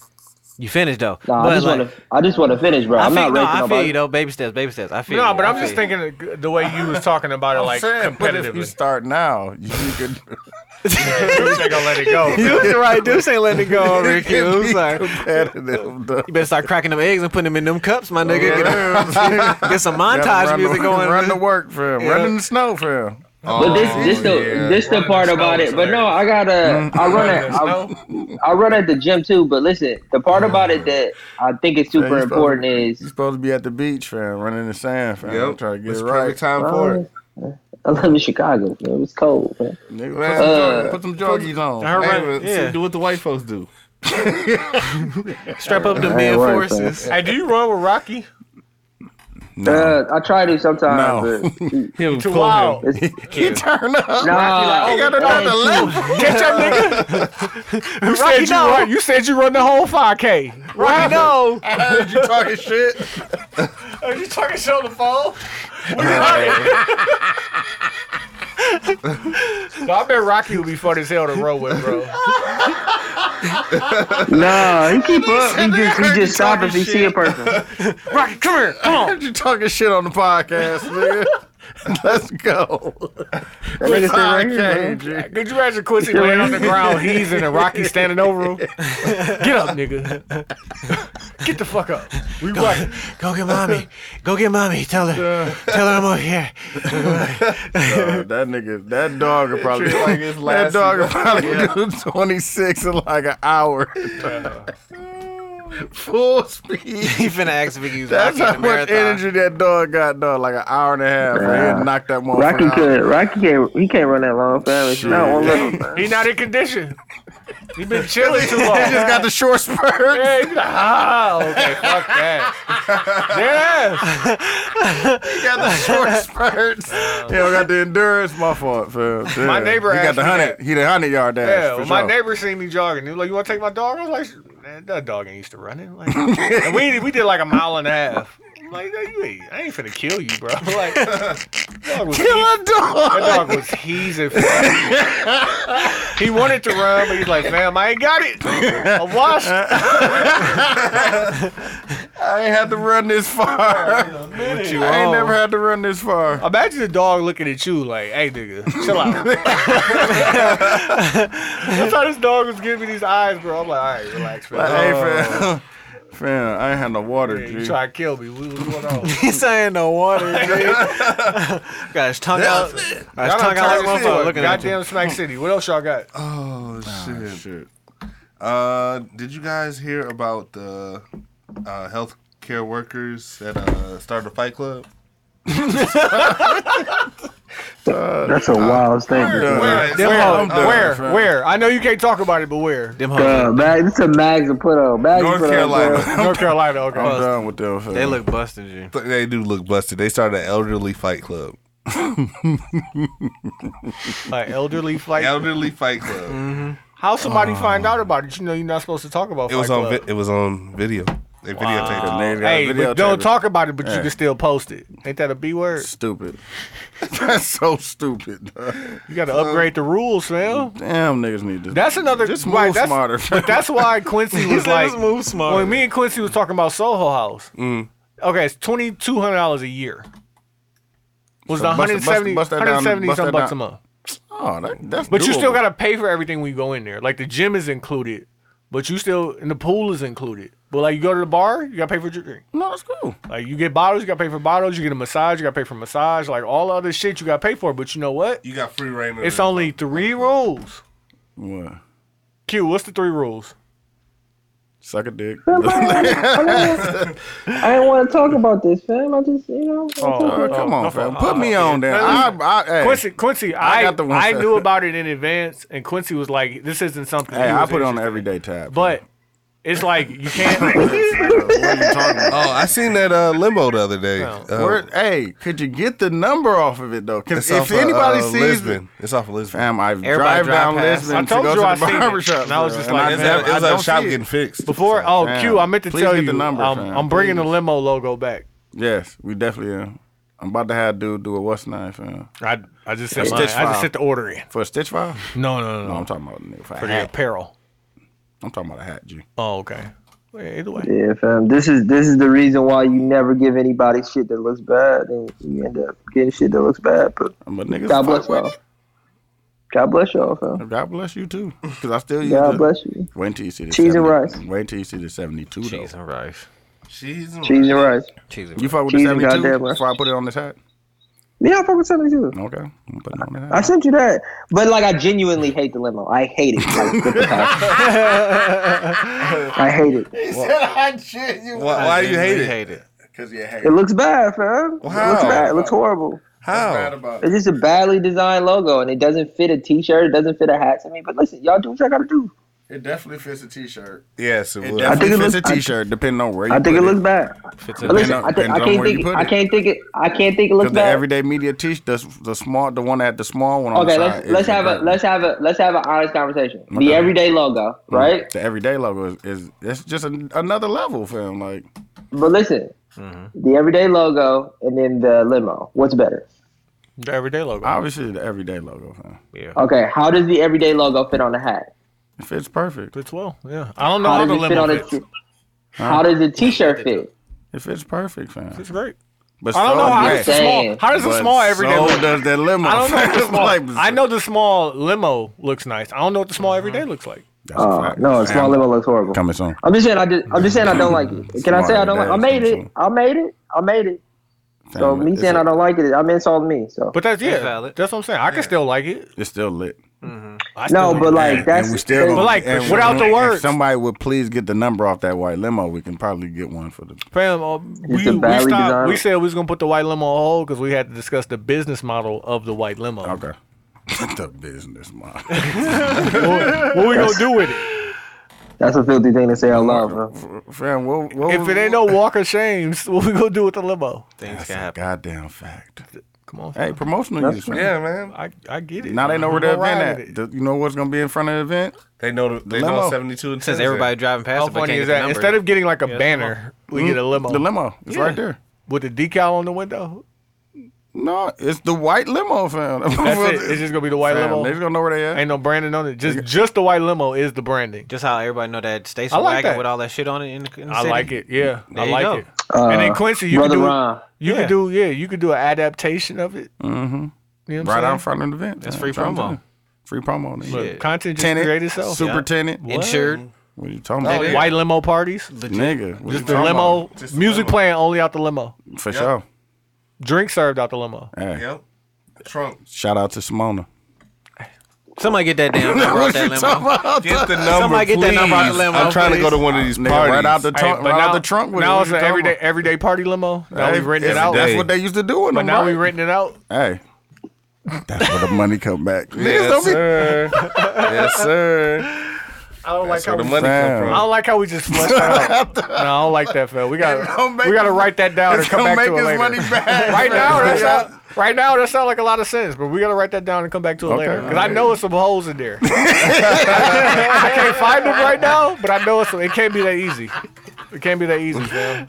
[SPEAKER 2] you finish though.
[SPEAKER 9] Nah, I
[SPEAKER 2] but
[SPEAKER 9] just
[SPEAKER 2] like,
[SPEAKER 9] want to. I just want to finish, bro.
[SPEAKER 2] I
[SPEAKER 9] I'm
[SPEAKER 2] feel,
[SPEAKER 9] not
[SPEAKER 2] no,
[SPEAKER 9] racing
[SPEAKER 2] I feel
[SPEAKER 9] nobody.
[SPEAKER 2] you though. Baby steps, baby steps. I feel.
[SPEAKER 4] No,
[SPEAKER 2] you,
[SPEAKER 4] but
[SPEAKER 2] I
[SPEAKER 4] I'm
[SPEAKER 2] feel
[SPEAKER 4] just
[SPEAKER 2] you.
[SPEAKER 4] thinking of the way you was talking about it,
[SPEAKER 1] I'm
[SPEAKER 4] like
[SPEAKER 1] saying, but if you
[SPEAKER 4] competitively.
[SPEAKER 1] start now, you, you could.
[SPEAKER 4] Dudes ain't gonna let it go.
[SPEAKER 2] Dude's right. Dude's ain't letting it go over here, Q. I'm sorry.
[SPEAKER 1] You
[SPEAKER 2] better start cracking them eggs and putting them in them cups, my nigga. Get, get some
[SPEAKER 1] Gotta
[SPEAKER 2] montage
[SPEAKER 1] run
[SPEAKER 2] music
[SPEAKER 1] the,
[SPEAKER 2] going.
[SPEAKER 1] Run the work for him.
[SPEAKER 2] Yeah.
[SPEAKER 1] Run in the snow for him.
[SPEAKER 9] but this this the this the part about it. But no, I gotta I run at I, I run at the gym too. But listen, the part about it that I think is super important is
[SPEAKER 1] you're supposed to be at the beach, fam, running the sand, fam.
[SPEAKER 9] Yep.
[SPEAKER 1] Try to get
[SPEAKER 9] It's
[SPEAKER 1] it right.
[SPEAKER 9] perfect time for it. uh, I live in Chicago. Man. It was cold. Man.
[SPEAKER 1] Nigga,
[SPEAKER 9] Uh,
[SPEAKER 1] put some jor- put some joggies on.
[SPEAKER 10] Her
[SPEAKER 1] Man,
[SPEAKER 10] run-
[SPEAKER 1] yeah.
[SPEAKER 10] see, do what the white folks do.
[SPEAKER 2] Strap up
[SPEAKER 9] them Ain't worried, reinforcements. fam.
[SPEAKER 4] Hey, do you run with Rocky?
[SPEAKER 9] Uh, I try to sometimes. But
[SPEAKER 10] Him
[SPEAKER 4] Too wild.
[SPEAKER 1] He turned up.
[SPEAKER 9] Nah.
[SPEAKER 1] he got another left.
[SPEAKER 4] Get your nigga. You said
[SPEAKER 1] Rocky,
[SPEAKER 4] you,
[SPEAKER 1] no.
[SPEAKER 4] run, you said you run the whole 5K. Rocky, no.
[SPEAKER 1] I heard you talking shit.
[SPEAKER 4] Are you talking shit on the phone? no, I bet Rocky would be fun as hell to roll with, bro.
[SPEAKER 9] no, he keep up. He just he just stop if he see a person.
[SPEAKER 1] Rocky, come here. Come on. you talking shit on the podcast, nigga. Let's go.
[SPEAKER 9] That nigga sit right here,
[SPEAKER 1] Podcast,
[SPEAKER 9] bro.
[SPEAKER 1] G.
[SPEAKER 4] Could you imagine Quincy laying on the ground, he's in and Rocky standing over him? Get up, nigga. Get the fuck up. We Rocky.
[SPEAKER 2] Go get mommy. Go get mommy. Tell her. Tell her I'm over here.
[SPEAKER 1] Dog, Oh, that nigga, that dog would probably
[SPEAKER 10] Treat it like it's
[SPEAKER 1] that
[SPEAKER 10] last
[SPEAKER 1] dog would
[SPEAKER 10] season.
[SPEAKER 1] probably
[SPEAKER 10] Yeah.
[SPEAKER 1] do twenty six in like an hour. Full speed.
[SPEAKER 2] he finna ask if he can
[SPEAKER 1] That's
[SPEAKER 2] rock
[SPEAKER 1] how
[SPEAKER 2] in the
[SPEAKER 1] much
[SPEAKER 2] marathon.
[SPEAKER 1] energy that dog got, dog. Like an hour and a half. Yeah.
[SPEAKER 9] Yeah.
[SPEAKER 1] He knocked that motherfucker
[SPEAKER 9] Rocky
[SPEAKER 1] out.
[SPEAKER 9] could. Rocky can't. He can't run that long, fam. It's not one little. fam.
[SPEAKER 4] He not in condition. He been chilling too long.
[SPEAKER 1] He just got the short spurt.
[SPEAKER 4] Yeah, he be like, ah, okay, fuck that. Yes.
[SPEAKER 1] He got the short spurts. He don't got the endurance. My fault, fam. Yeah.
[SPEAKER 4] Oh. My neighbor
[SPEAKER 1] he got
[SPEAKER 4] asked
[SPEAKER 1] the
[SPEAKER 4] me
[SPEAKER 1] hundred. He the hundred yard dash.
[SPEAKER 4] Yeah,
[SPEAKER 1] for
[SPEAKER 4] well, my
[SPEAKER 1] sure.
[SPEAKER 4] neighbor seen me jogging. He was like, "You want to take my dog?" I was like, "Man, that dog ain't used to running." Like, and we we did like a mile and a half. I'm like, "Hey, you ain't- I ain't finna kill you, bro. Like, dog was
[SPEAKER 1] Kill a dog.
[SPEAKER 4] That dog was heezing. fam. he wanted to run, but he's like, "Fam, I ain't got it. I washed."
[SPEAKER 1] I ain't had to run this far.
[SPEAKER 4] you
[SPEAKER 1] I ain't
[SPEAKER 4] on?
[SPEAKER 1] never had to run this far.
[SPEAKER 4] Imagine the dog looking at you like, "Hey, nigga, chill out." That's how this dog was giving me these eyes, bro. I'm like, "All right, relax, fam.
[SPEAKER 1] Like, hey, fam. Fam, I ain't had no water,
[SPEAKER 4] Yeah,
[SPEAKER 1] G.
[SPEAKER 4] you try to kill me? What- What's going on?"
[SPEAKER 2] He's ain't no water. dude. got his tongue out. Got his
[SPEAKER 4] Y'all done
[SPEAKER 2] tongue out like
[SPEAKER 4] turned this into
[SPEAKER 2] motherfucker
[SPEAKER 4] a
[SPEAKER 2] looking at you.
[SPEAKER 4] Goddamn Smack City. What else y'all got?
[SPEAKER 10] Oh shit. Uh, did you guys hear about the uh, health care workers that uh, started a fight club?
[SPEAKER 9] That's a wild statement.
[SPEAKER 1] done.
[SPEAKER 9] fam.
[SPEAKER 4] Them
[SPEAKER 1] Where?
[SPEAKER 4] hoes.
[SPEAKER 1] I'm done,
[SPEAKER 4] where?
[SPEAKER 1] fam.
[SPEAKER 4] Where? I know you can't talk about it, but where?
[SPEAKER 2] Them
[SPEAKER 9] Uh,
[SPEAKER 2] hoes.
[SPEAKER 9] mag, this a mags and put on. Mags
[SPEAKER 10] North
[SPEAKER 9] put
[SPEAKER 10] Carolina.
[SPEAKER 9] On,
[SPEAKER 4] North Carolina. Okay.
[SPEAKER 1] I'm done with them, fam.
[SPEAKER 2] They look busted, you.
[SPEAKER 10] Th- They do look busted. They started an elderly fight club.
[SPEAKER 4] Like elderly fight.
[SPEAKER 10] Elderly fight club.
[SPEAKER 1] Mm-hmm.
[SPEAKER 4] How somebody
[SPEAKER 1] Uh,
[SPEAKER 4] find out about it? You know you're not supposed to talk about
[SPEAKER 10] It was
[SPEAKER 4] Fight
[SPEAKER 10] on.
[SPEAKER 4] Club.
[SPEAKER 10] Vi- it was on video. They videotaped it.
[SPEAKER 1] Nigga got
[SPEAKER 4] Hey,
[SPEAKER 1] videotape
[SPEAKER 4] but don't
[SPEAKER 1] it.
[SPEAKER 4] talk about it, but
[SPEAKER 1] Yeah.
[SPEAKER 4] you can still post it. Ain't that a B word?
[SPEAKER 1] Stupid. That's so stupid. dog.
[SPEAKER 4] You got to upgrade the rules, fam.
[SPEAKER 1] Damn, niggas need to.
[SPEAKER 4] That's another.
[SPEAKER 1] Just
[SPEAKER 4] right,
[SPEAKER 1] move
[SPEAKER 4] that's-
[SPEAKER 1] smarter.
[SPEAKER 4] But that's why Quincy was like,
[SPEAKER 2] Just move smarter.
[SPEAKER 4] when me and Quincy was talking about Soho House. Okay, it's twenty two hundred dollars a year. Was
[SPEAKER 1] So
[SPEAKER 4] the
[SPEAKER 1] bust it- bust it-
[SPEAKER 4] 170,
[SPEAKER 1] bust that down,
[SPEAKER 4] 170
[SPEAKER 1] bust
[SPEAKER 4] some
[SPEAKER 1] that
[SPEAKER 4] bucks a
[SPEAKER 1] down.
[SPEAKER 4] month?
[SPEAKER 1] I No, Oh, that, that's
[SPEAKER 4] But you still
[SPEAKER 1] doable.
[SPEAKER 4] gotta pay for everything when you go in there. Like the gym is included, but you still and the pool is included. But like you go to the bar, you gotta pay for your drink.
[SPEAKER 1] No, that's cool.
[SPEAKER 4] Like you get bottles, you gotta pay for bottles. You get a massage, you gotta pay for massage. Like all the other shit you gotta pay for. But you know what?
[SPEAKER 10] You got free reign. of
[SPEAKER 4] It's
[SPEAKER 10] it.
[SPEAKER 4] only three rules.
[SPEAKER 1] What?
[SPEAKER 4] Q, what's the three rules?
[SPEAKER 1] Suck a dick.
[SPEAKER 9] I didn't want to talk about this, fam. I just, you know. I took it.
[SPEAKER 1] Oh, come on, fam. Put me
[SPEAKER 4] oh,
[SPEAKER 1] on there.
[SPEAKER 4] yeah.
[SPEAKER 1] I, I, hey,
[SPEAKER 4] Quincy, Quincy, I I,
[SPEAKER 1] got the one set.
[SPEAKER 4] knew about it in advance, and Quincy was like, "This isn't something."
[SPEAKER 1] hey,
[SPEAKER 4] he
[SPEAKER 1] I
[SPEAKER 4] was
[SPEAKER 1] put it on the
[SPEAKER 4] interested
[SPEAKER 1] everyday tab.
[SPEAKER 4] in." But it's like you can't.
[SPEAKER 5] Oh, I seen that uh, limo the other day. Uh,
[SPEAKER 1] Where- hey, could you get the number off of it though? Because
[SPEAKER 5] it's
[SPEAKER 1] if
[SPEAKER 5] off of,
[SPEAKER 1] anybody
[SPEAKER 5] uh,
[SPEAKER 1] sees
[SPEAKER 5] Lisbon. It's off of Lisbon.
[SPEAKER 1] fam, I
[SPEAKER 2] Everybody
[SPEAKER 1] drive
[SPEAKER 2] drive
[SPEAKER 1] down
[SPEAKER 2] past.
[SPEAKER 1] Lisbon
[SPEAKER 4] I
[SPEAKER 1] to
[SPEAKER 4] told
[SPEAKER 1] go
[SPEAKER 4] you I
[SPEAKER 1] to the
[SPEAKER 4] seen it,
[SPEAKER 1] barbershop.
[SPEAKER 4] and I was
[SPEAKER 1] bro,
[SPEAKER 4] just
[SPEAKER 1] and
[SPEAKER 4] like,
[SPEAKER 5] It's
[SPEAKER 4] man,
[SPEAKER 1] never-
[SPEAKER 5] at- it was at a
[SPEAKER 1] don't
[SPEAKER 5] shop
[SPEAKER 1] see it.
[SPEAKER 5] getting fixed.
[SPEAKER 4] Before, oh,
[SPEAKER 1] Fam,
[SPEAKER 4] Q, I meant to
[SPEAKER 1] please
[SPEAKER 4] tell
[SPEAKER 1] get
[SPEAKER 4] you,
[SPEAKER 1] the number,
[SPEAKER 4] um,
[SPEAKER 1] fam,
[SPEAKER 4] I'm bringing the
[SPEAKER 1] please.
[SPEAKER 4] limo logo back.
[SPEAKER 1] Yes, we definitely am. I'm about to have dude do a what's nine, fam.
[SPEAKER 4] I, I just sent
[SPEAKER 1] It's
[SPEAKER 4] mine. I
[SPEAKER 1] Stitch File.
[SPEAKER 4] just sent the order in.
[SPEAKER 1] For a stitch file?
[SPEAKER 4] No, no,
[SPEAKER 1] No,
[SPEAKER 4] no,
[SPEAKER 1] I'm
[SPEAKER 4] no.
[SPEAKER 1] talking about a nigga for a
[SPEAKER 4] For the
[SPEAKER 1] hat.
[SPEAKER 4] apparel.
[SPEAKER 1] I'm talking about a hat, G.
[SPEAKER 4] Oh, okay. Well, Either way.
[SPEAKER 9] Yeah, fam. This is this is the reason why you never give anybody shit that looks bad, and you end up getting shit that looks bad. But
[SPEAKER 1] I'm a nigga. fuck
[SPEAKER 9] God bless
[SPEAKER 1] with
[SPEAKER 9] y'all. God bless y'all, fam.
[SPEAKER 1] it. God bless you too. Because I still use
[SPEAKER 9] God
[SPEAKER 1] the-
[SPEAKER 9] bless you.
[SPEAKER 1] Wait until you see the
[SPEAKER 9] Cheese and
[SPEAKER 1] 70
[SPEAKER 9] rice.
[SPEAKER 1] Wait until you see the 72
[SPEAKER 2] Cheese
[SPEAKER 1] though.
[SPEAKER 2] and rice.
[SPEAKER 10] She's
[SPEAKER 9] Cheese and rice.
[SPEAKER 2] Cheese and
[SPEAKER 1] You
[SPEAKER 2] rice.
[SPEAKER 1] fuck with
[SPEAKER 9] Cheese
[SPEAKER 1] the 72?
[SPEAKER 9] and goddamn rice.
[SPEAKER 1] That's why I put it on this hat.
[SPEAKER 9] Yeah, I fuck with seventy two.
[SPEAKER 1] Okay. I'm putting it on this
[SPEAKER 9] I
[SPEAKER 1] hat.
[SPEAKER 9] sent you that, but like I genuinely hate the limo. I hate it. Like, with the passion. I hate it.
[SPEAKER 5] Why, why do you hate
[SPEAKER 2] Really
[SPEAKER 5] it?
[SPEAKER 2] Hate it.
[SPEAKER 1] Because you hate
[SPEAKER 9] It looks bad, fam. It looks
[SPEAKER 5] Wow.
[SPEAKER 9] bad. It looks horrible.
[SPEAKER 5] How?
[SPEAKER 1] about
[SPEAKER 9] It's just a badly designed logo, and it doesn't fit a T-shirt. It doesn't fit a hat to me. But listen, y'all do what y'all gotta do.
[SPEAKER 1] It definitely fits a t-shirt.
[SPEAKER 5] Yes, it
[SPEAKER 1] It
[SPEAKER 5] would.
[SPEAKER 1] definitely
[SPEAKER 9] think it
[SPEAKER 1] fits
[SPEAKER 9] looks-
[SPEAKER 1] a
[SPEAKER 9] I-
[SPEAKER 1] t-shirt, depending on where you
[SPEAKER 9] I think it
[SPEAKER 1] put
[SPEAKER 9] looks bad.
[SPEAKER 2] Fits
[SPEAKER 9] But
[SPEAKER 2] in
[SPEAKER 9] listen,
[SPEAKER 1] on-
[SPEAKER 9] I, think
[SPEAKER 1] depends
[SPEAKER 9] I
[SPEAKER 1] on
[SPEAKER 9] can't
[SPEAKER 1] where you
[SPEAKER 9] think. It,
[SPEAKER 1] put
[SPEAKER 9] I
[SPEAKER 1] it.
[SPEAKER 9] can't think it. I can't think it looks
[SPEAKER 1] Because the
[SPEAKER 9] bad.
[SPEAKER 1] everyday media t-shirt, the, the small, the one that had the small one on
[SPEAKER 9] okay,
[SPEAKER 1] the
[SPEAKER 9] let's
[SPEAKER 1] side.
[SPEAKER 9] let's
[SPEAKER 1] is
[SPEAKER 9] have a
[SPEAKER 1] convertible.
[SPEAKER 9] let's have a let's have an honest conversation.
[SPEAKER 1] Okay.
[SPEAKER 9] The everyday logo,
[SPEAKER 1] Mm-hmm.
[SPEAKER 9] right?
[SPEAKER 1] The everyday logo is, is it's just an, another level, fam. Like
[SPEAKER 9] But listen,
[SPEAKER 1] Mm-hmm.
[SPEAKER 9] the everyday logo and then the limo. What's better?
[SPEAKER 4] The everyday logo.
[SPEAKER 1] obviously the everyday logo, fam.
[SPEAKER 9] Okay, how does the everyday logo fit on the hat?
[SPEAKER 1] It fits perfect.
[SPEAKER 4] Fits well. Yeah. I don't know
[SPEAKER 9] How
[SPEAKER 4] how
[SPEAKER 9] does
[SPEAKER 4] the
[SPEAKER 9] it fit
[SPEAKER 4] limo
[SPEAKER 9] on the?
[SPEAKER 4] fits.
[SPEAKER 9] t- How does the T-shirt fit?
[SPEAKER 1] It fits perfect, fam.
[SPEAKER 4] It's great.
[SPEAKER 1] But
[SPEAKER 4] I don't know how
[SPEAKER 1] does
[SPEAKER 4] does the small.
[SPEAKER 9] Damn.
[SPEAKER 4] How does the
[SPEAKER 1] but
[SPEAKER 4] small everyday?
[SPEAKER 1] so
[SPEAKER 4] look?
[SPEAKER 1] does that limo.
[SPEAKER 4] I don't know. What the
[SPEAKER 1] fam.
[SPEAKER 4] small,
[SPEAKER 1] Like,
[SPEAKER 4] I know the small limo looks nice. I don't know what the small everyday looks like.
[SPEAKER 1] That's a
[SPEAKER 9] Oh
[SPEAKER 1] fact.
[SPEAKER 9] no, a small
[SPEAKER 1] Fam,
[SPEAKER 9] limo looks horrible.
[SPEAKER 1] Coming soon.
[SPEAKER 9] I'm just saying. I just. I'm just saying. I don't like it. Can I say I don't? Like, I made it. I made it. I made it. So
[SPEAKER 1] Fam,
[SPEAKER 9] me
[SPEAKER 1] it's
[SPEAKER 9] saying
[SPEAKER 1] a-
[SPEAKER 9] I don't like it, I'm insulting me. So
[SPEAKER 4] But that's yeah.
[SPEAKER 2] That's valid.
[SPEAKER 4] That's what I'm saying. I can still like it.
[SPEAKER 1] It's still lit.
[SPEAKER 4] I still
[SPEAKER 9] no,
[SPEAKER 4] like
[SPEAKER 9] but
[SPEAKER 4] it.
[SPEAKER 9] like that's.
[SPEAKER 1] and we still
[SPEAKER 4] But like,
[SPEAKER 1] and
[SPEAKER 4] without the
[SPEAKER 1] if
[SPEAKER 4] words.
[SPEAKER 1] somebody would please get the number off that white limo. We can probably get one for the.
[SPEAKER 4] Fam, uh, we,
[SPEAKER 9] a
[SPEAKER 4] we,
[SPEAKER 9] badly
[SPEAKER 4] stopped,
[SPEAKER 9] designed-
[SPEAKER 4] we said we was gonna put the white limo on hold because we had to discuss the business model of the white limo.
[SPEAKER 1] Okay. the business model.
[SPEAKER 4] what, what we gonna do with it?
[SPEAKER 9] That's a filthy thing to say out loud, bro.
[SPEAKER 1] Fam, what, what
[SPEAKER 4] If it ain't no Walker Shames, what we gonna do with the limo?
[SPEAKER 2] Things
[SPEAKER 1] That's
[SPEAKER 2] can
[SPEAKER 1] a
[SPEAKER 2] happen.
[SPEAKER 1] goddamn fact.
[SPEAKER 4] Come on,
[SPEAKER 1] Hey, promotional use. Fam.
[SPEAKER 5] Yeah, man.
[SPEAKER 4] I, I get it.
[SPEAKER 1] Now they know where the
[SPEAKER 4] Go ride
[SPEAKER 1] event at.
[SPEAKER 4] with it.
[SPEAKER 1] The- you know what's gonna be in front of the event?
[SPEAKER 5] They know they
[SPEAKER 1] limo.
[SPEAKER 5] know 72 and
[SPEAKER 2] Since
[SPEAKER 5] 10 is
[SPEAKER 2] everybody driving past
[SPEAKER 4] How
[SPEAKER 2] it, but
[SPEAKER 4] funny
[SPEAKER 2] can't get
[SPEAKER 4] is
[SPEAKER 2] the
[SPEAKER 4] that?
[SPEAKER 2] number.
[SPEAKER 4] Instead of getting like a
[SPEAKER 2] it's
[SPEAKER 4] banner, we get a limo.
[SPEAKER 1] The limo. It's right
[SPEAKER 4] Yeah.
[SPEAKER 1] there.
[SPEAKER 4] with the decal on the window.
[SPEAKER 1] No, it's the white limo, fam.
[SPEAKER 4] That's it. It's just gonna be the white
[SPEAKER 1] Fam, They just
[SPEAKER 4] limo.
[SPEAKER 1] gonna know where they at.
[SPEAKER 4] Ain't no branding on it. Just just the white limo is the branding.
[SPEAKER 2] Just how everybody know that Stacy
[SPEAKER 4] I like
[SPEAKER 2] wagon
[SPEAKER 4] that.
[SPEAKER 2] with all that shit on it in the, in the
[SPEAKER 4] I
[SPEAKER 2] city.
[SPEAKER 4] like it. Yeah,
[SPEAKER 2] There
[SPEAKER 4] I
[SPEAKER 2] you
[SPEAKER 4] like
[SPEAKER 2] go.
[SPEAKER 4] it. and then Quincy, you could
[SPEAKER 9] Uh, Brother
[SPEAKER 4] do
[SPEAKER 9] Ron.
[SPEAKER 4] you
[SPEAKER 2] Yeah.
[SPEAKER 4] could do yeah you could do an adaptation of it.
[SPEAKER 1] Mm-hmm.
[SPEAKER 4] You know what I'm
[SPEAKER 1] Right out
[SPEAKER 4] saying?
[SPEAKER 1] in front of the event.
[SPEAKER 2] That's
[SPEAKER 1] fam.
[SPEAKER 2] free
[SPEAKER 1] Trying to
[SPEAKER 2] promo.
[SPEAKER 1] do it. Free promo. nigga.
[SPEAKER 4] Look,
[SPEAKER 2] Yeah.
[SPEAKER 4] Content just
[SPEAKER 1] Tenant,
[SPEAKER 4] create itself.
[SPEAKER 1] Super
[SPEAKER 2] Yeah.
[SPEAKER 1] tenant.
[SPEAKER 2] Insured.
[SPEAKER 1] What are you talking
[SPEAKER 5] Oh,
[SPEAKER 1] about?
[SPEAKER 5] yeah.
[SPEAKER 4] White limo parties.
[SPEAKER 1] Nigga, what
[SPEAKER 4] Just
[SPEAKER 1] you
[SPEAKER 4] the
[SPEAKER 1] talking
[SPEAKER 4] limo.
[SPEAKER 5] about? Just the
[SPEAKER 4] Music
[SPEAKER 5] limo.
[SPEAKER 4] playing only out the limo.
[SPEAKER 1] about? for sure.
[SPEAKER 4] Drink served out the limo.
[SPEAKER 1] Hey,
[SPEAKER 5] Yep. Trump.
[SPEAKER 1] shout out to Simona.
[SPEAKER 2] Somebody get that damn number off that limo.
[SPEAKER 5] Get the number.
[SPEAKER 2] Somebody get that
[SPEAKER 5] please.
[SPEAKER 2] number out the limo,
[SPEAKER 5] I'm trying to
[SPEAKER 2] please.
[SPEAKER 5] go to one of these
[SPEAKER 1] Nigga,
[SPEAKER 5] parties.
[SPEAKER 1] right out the
[SPEAKER 4] Hey,
[SPEAKER 1] trunk,
[SPEAKER 4] but
[SPEAKER 1] right
[SPEAKER 4] now,
[SPEAKER 1] out the trunk. with it.
[SPEAKER 4] now
[SPEAKER 1] What
[SPEAKER 4] it's
[SPEAKER 1] you
[SPEAKER 4] an
[SPEAKER 1] talking
[SPEAKER 4] everyday
[SPEAKER 1] about?
[SPEAKER 4] everyday party limo. Now
[SPEAKER 1] Hey,
[SPEAKER 4] we renting it
[SPEAKER 1] it's-
[SPEAKER 4] out.
[SPEAKER 1] That's
[SPEAKER 5] Hey.
[SPEAKER 1] what they used to do in
[SPEAKER 4] But
[SPEAKER 1] them,
[SPEAKER 4] now
[SPEAKER 1] right?
[SPEAKER 4] we renting it out.
[SPEAKER 1] Hey, that's where the money come back. Niggas
[SPEAKER 5] Yes,
[SPEAKER 1] don't be-
[SPEAKER 5] sir. yes, sir.
[SPEAKER 4] I don't
[SPEAKER 5] That's
[SPEAKER 4] like
[SPEAKER 5] where
[SPEAKER 4] how
[SPEAKER 5] the
[SPEAKER 4] we-
[SPEAKER 5] money
[SPEAKER 1] Fam.
[SPEAKER 5] come
[SPEAKER 4] I
[SPEAKER 5] from.
[SPEAKER 4] don't like how we just flushed that out. No, I don't like that, Phil. We
[SPEAKER 1] gonna
[SPEAKER 4] got
[SPEAKER 1] make
[SPEAKER 4] we got to
[SPEAKER 1] us-
[SPEAKER 4] write that down and
[SPEAKER 1] It's
[SPEAKER 4] come
[SPEAKER 1] gonna
[SPEAKER 4] back
[SPEAKER 1] make
[SPEAKER 4] to it
[SPEAKER 1] his
[SPEAKER 4] later.
[SPEAKER 1] money back.
[SPEAKER 4] Right now, that
[SPEAKER 1] Yeah.
[SPEAKER 4] sound, right now that sounds like a lot of sense, but we gotta write that down and come back to it
[SPEAKER 1] Okay,
[SPEAKER 4] later. Because
[SPEAKER 1] alright.
[SPEAKER 4] I know it's some holes in there. I can't find them right now, but I know it's it can't be that easy. It can't be that easy, fam.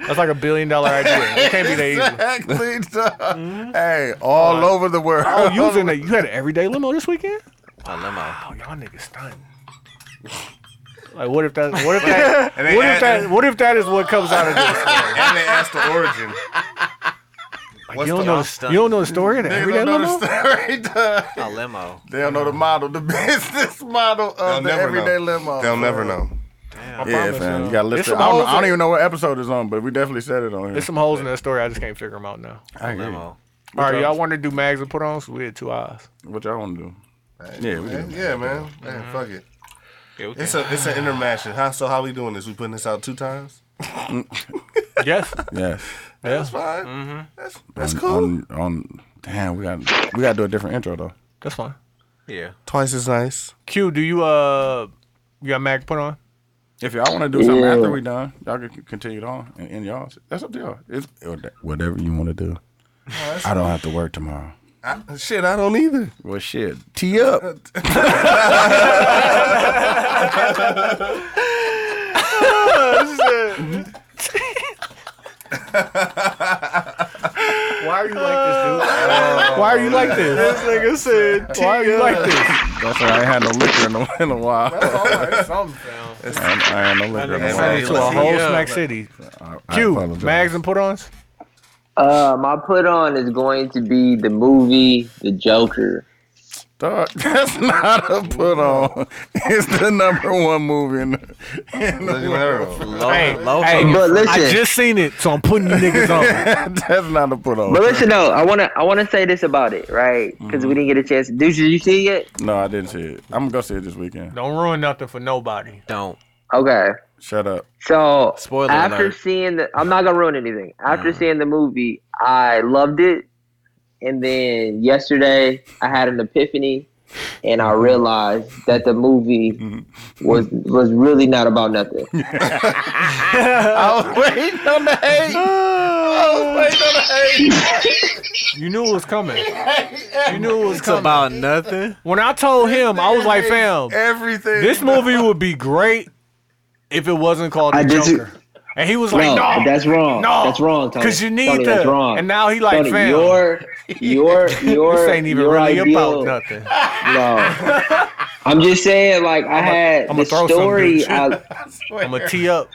[SPEAKER 4] That's like a billion dollar idea. It can't be that easy.
[SPEAKER 1] Exactly. dog. uh, Hey, all over the world.
[SPEAKER 4] Oh, you was in a, you had an everyday limo this weekend?
[SPEAKER 2] A limo.
[SPEAKER 4] Oh, y'all niggas stunned. Like what if that what if that
[SPEAKER 5] And they
[SPEAKER 4] what if
[SPEAKER 5] add-
[SPEAKER 4] that what if that is what comes out of this?
[SPEAKER 5] And they asked the origin.
[SPEAKER 4] you don't know. The, you don't know the story of the
[SPEAKER 5] Niggas
[SPEAKER 4] everyday
[SPEAKER 5] don't know the
[SPEAKER 4] limo.
[SPEAKER 5] story. duh.
[SPEAKER 2] A limo.
[SPEAKER 1] They don't know the model, the business model
[SPEAKER 5] They'll
[SPEAKER 1] of the
[SPEAKER 5] never
[SPEAKER 1] everyday
[SPEAKER 5] know.
[SPEAKER 1] limo.
[SPEAKER 5] They'll never know.
[SPEAKER 1] Yeah, fam. You gotta
[SPEAKER 4] It's
[SPEAKER 1] listen.
[SPEAKER 4] some
[SPEAKER 1] I don't,
[SPEAKER 4] hoes
[SPEAKER 1] I don't
[SPEAKER 4] in-
[SPEAKER 1] even know what episode it's on, but we definitely said it on here.
[SPEAKER 4] There's some holes in that story. I just can't figure them out now.
[SPEAKER 1] I agree.
[SPEAKER 4] All right, y'all want to do mags and put ons? We had two eyes.
[SPEAKER 1] What y'all want to do? Yeah, we can.
[SPEAKER 5] Man, yeah, Mm-hmm. man. Man, fuck it.
[SPEAKER 2] okay.
[SPEAKER 5] It's a it's an intermission. How so? How we doing this? We putting this out two times?
[SPEAKER 4] Yes.
[SPEAKER 1] Yes.
[SPEAKER 5] That's fine. That's that's
[SPEAKER 1] On-
[SPEAKER 5] cool.
[SPEAKER 1] On, on, damn, we got we got to do a different intro though.
[SPEAKER 4] That's fine.
[SPEAKER 2] Yeah.
[SPEAKER 5] Twice as nice.
[SPEAKER 4] Q, do you uh, you got mag put on?
[SPEAKER 1] If y'all want to do something
[SPEAKER 9] Yeah.
[SPEAKER 1] after we done, y'all can c- continue it on and end y'all. That's up to y'all. It's whatever you want to do. I don't have to work tomorrow.
[SPEAKER 5] I, shit, I don't either.
[SPEAKER 1] Well, shit, tee up.
[SPEAKER 4] Why are you like this,
[SPEAKER 1] Uh,
[SPEAKER 4] dude? Why are you like this? This nigga said, Why are you like this?
[SPEAKER 1] That's why I ain't had no liquor in a, in a while. I ain't- I ain't had no liquor in a
[SPEAKER 4] Send it to
[SPEAKER 1] while.
[SPEAKER 4] a whole
[SPEAKER 5] Yeah.
[SPEAKER 4] Smack City.
[SPEAKER 1] I
[SPEAKER 4] Q,
[SPEAKER 1] apologize.
[SPEAKER 4] mags and put ons?
[SPEAKER 9] Uh, my put on is going to be the movie The Joker.
[SPEAKER 1] Dog, that's not a put on. It's the number one movie in the, in the world.
[SPEAKER 2] Low, low
[SPEAKER 9] But listen,
[SPEAKER 4] I just seen it, so I'm putting you niggas on.
[SPEAKER 1] that's not a put on.
[SPEAKER 9] but listen though, I wanna I wanna say this about it, right? Because we didn't get a chance. Dude, did you see it yet?
[SPEAKER 1] No, I didn't see it. I'm gonna go see it this weekend.
[SPEAKER 4] Don't ruin nothing for nobody.
[SPEAKER 2] Don't.
[SPEAKER 9] Okay.
[SPEAKER 1] Shut up.
[SPEAKER 9] So
[SPEAKER 2] Spoiler
[SPEAKER 9] after
[SPEAKER 2] alert.
[SPEAKER 9] seeing the, I'm not gonna ruin anything.
[SPEAKER 4] Mm.
[SPEAKER 9] After seeing the movie, I loved it, and then yesterday I had an epiphany, and I realized that the movie
[SPEAKER 4] Mm-hmm.
[SPEAKER 9] was was really not about nothing.
[SPEAKER 4] Oh,
[SPEAKER 1] Wait on the hate.
[SPEAKER 4] You knew it was coming. You knew it was
[SPEAKER 2] It's
[SPEAKER 4] coming.
[SPEAKER 2] about nothing.
[SPEAKER 4] When I told him, I was like, fam,
[SPEAKER 1] Everything.
[SPEAKER 4] this movie would be great if it wasn't called
[SPEAKER 9] I
[SPEAKER 4] The
[SPEAKER 9] dis-
[SPEAKER 4] Joker. And he was like,
[SPEAKER 9] no,
[SPEAKER 4] no,
[SPEAKER 9] that's wrong.
[SPEAKER 4] no,
[SPEAKER 9] that's wrong, Tony.
[SPEAKER 4] Because you need
[SPEAKER 9] Tony,
[SPEAKER 4] to.
[SPEAKER 9] That's wrong.
[SPEAKER 4] And now he like,
[SPEAKER 9] Tony,
[SPEAKER 4] fam,
[SPEAKER 9] your your your
[SPEAKER 4] this ain't even
[SPEAKER 9] your
[SPEAKER 4] really
[SPEAKER 9] ideal,
[SPEAKER 4] about nothing.
[SPEAKER 9] No, I'm just saying, like I had
[SPEAKER 4] I'ma
[SPEAKER 9] the
[SPEAKER 4] throw some,
[SPEAKER 9] story.
[SPEAKER 4] bitch.
[SPEAKER 9] I,
[SPEAKER 4] I'm going to tee up.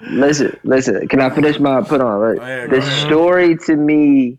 [SPEAKER 9] Listen, listen. Can I finish my put on? Look, the story to me,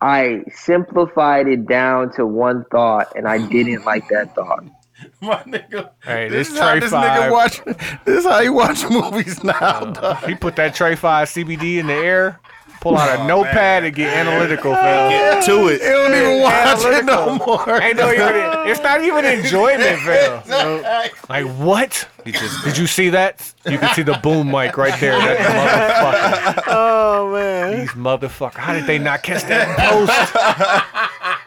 [SPEAKER 9] I simplified it down to one thought, and I didn't like that thought.
[SPEAKER 1] My nigga.
[SPEAKER 4] Hey,
[SPEAKER 1] This,
[SPEAKER 4] this,
[SPEAKER 1] is how
[SPEAKER 4] Trey
[SPEAKER 1] this nigga
[SPEAKER 4] Five.
[SPEAKER 1] watch. This is how he watch movies now. dog.
[SPEAKER 4] he put that Trey Five CBD in the air, pull out a
[SPEAKER 1] Oh,
[SPEAKER 4] notepad, and get analytical, fam.
[SPEAKER 5] Get to
[SPEAKER 1] He
[SPEAKER 5] it.
[SPEAKER 1] don't even watch it no more.
[SPEAKER 4] Ain't no even, it's not even enjoyment, fam. Like what? Did you see that? You can see the boom mic right there. That motherfucker.
[SPEAKER 2] Oh man.
[SPEAKER 4] These motherfucker. How did they not catch that post?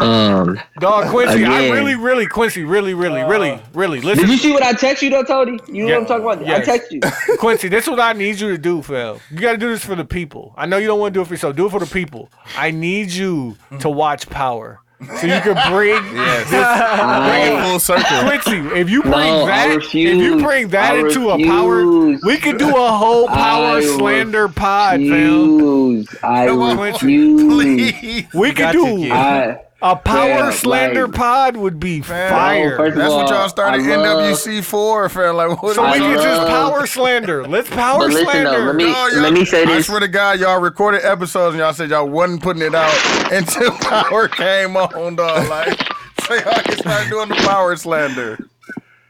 [SPEAKER 9] Um,
[SPEAKER 4] Dog Quincy, I
[SPEAKER 9] Again.
[SPEAKER 4] really, really, Quincy, really, really,
[SPEAKER 2] Uh,
[SPEAKER 4] really, really.
[SPEAKER 9] did you
[SPEAKER 4] Listen,
[SPEAKER 9] see what I text you though, Tony? You know
[SPEAKER 4] Yeah.
[SPEAKER 9] what I'm talking about?
[SPEAKER 4] Yes.
[SPEAKER 9] I text you.
[SPEAKER 4] Quincy, this is what I need you to do, fam. You gotta do this for the people. I know you don't want to do it for yourself. Do it for the people. I need you
[SPEAKER 2] Mm.
[SPEAKER 4] to watch Power. So you can bring
[SPEAKER 9] I-
[SPEAKER 5] Full circle.
[SPEAKER 4] Quincy, if you bring
[SPEAKER 9] No, I
[SPEAKER 4] that, if you
[SPEAKER 9] refuse.
[SPEAKER 4] bring that
[SPEAKER 9] I
[SPEAKER 4] into a power,
[SPEAKER 9] refuse.
[SPEAKER 4] we could do a whole power
[SPEAKER 9] I
[SPEAKER 4] slander pod, fam.
[SPEAKER 9] Refuse. I
[SPEAKER 4] on, Quincy,
[SPEAKER 9] refuse.
[SPEAKER 4] We could
[SPEAKER 2] got to
[SPEAKER 4] do
[SPEAKER 2] get-
[SPEAKER 9] I,
[SPEAKER 4] a power
[SPEAKER 9] Yeah,
[SPEAKER 4] slander
[SPEAKER 9] like-
[SPEAKER 4] pod would be
[SPEAKER 9] Oh,
[SPEAKER 4] fire.
[SPEAKER 9] first of
[SPEAKER 1] That's what
[SPEAKER 9] all,
[SPEAKER 1] y'all started
[SPEAKER 9] I love-
[SPEAKER 1] NWC for, fam. Like, what
[SPEAKER 4] so we
[SPEAKER 9] I
[SPEAKER 4] could just
[SPEAKER 9] love-
[SPEAKER 4] power slander. Let's power
[SPEAKER 9] But listen
[SPEAKER 4] slander.
[SPEAKER 9] though, let me
[SPEAKER 1] No, y'all-
[SPEAKER 9] let me say
[SPEAKER 1] I
[SPEAKER 9] this.
[SPEAKER 1] swear to God, y'all recorded episodes and y'all said y'all wasn't putting it out until power came on, dog. Like, so y'all can start doing the power slander.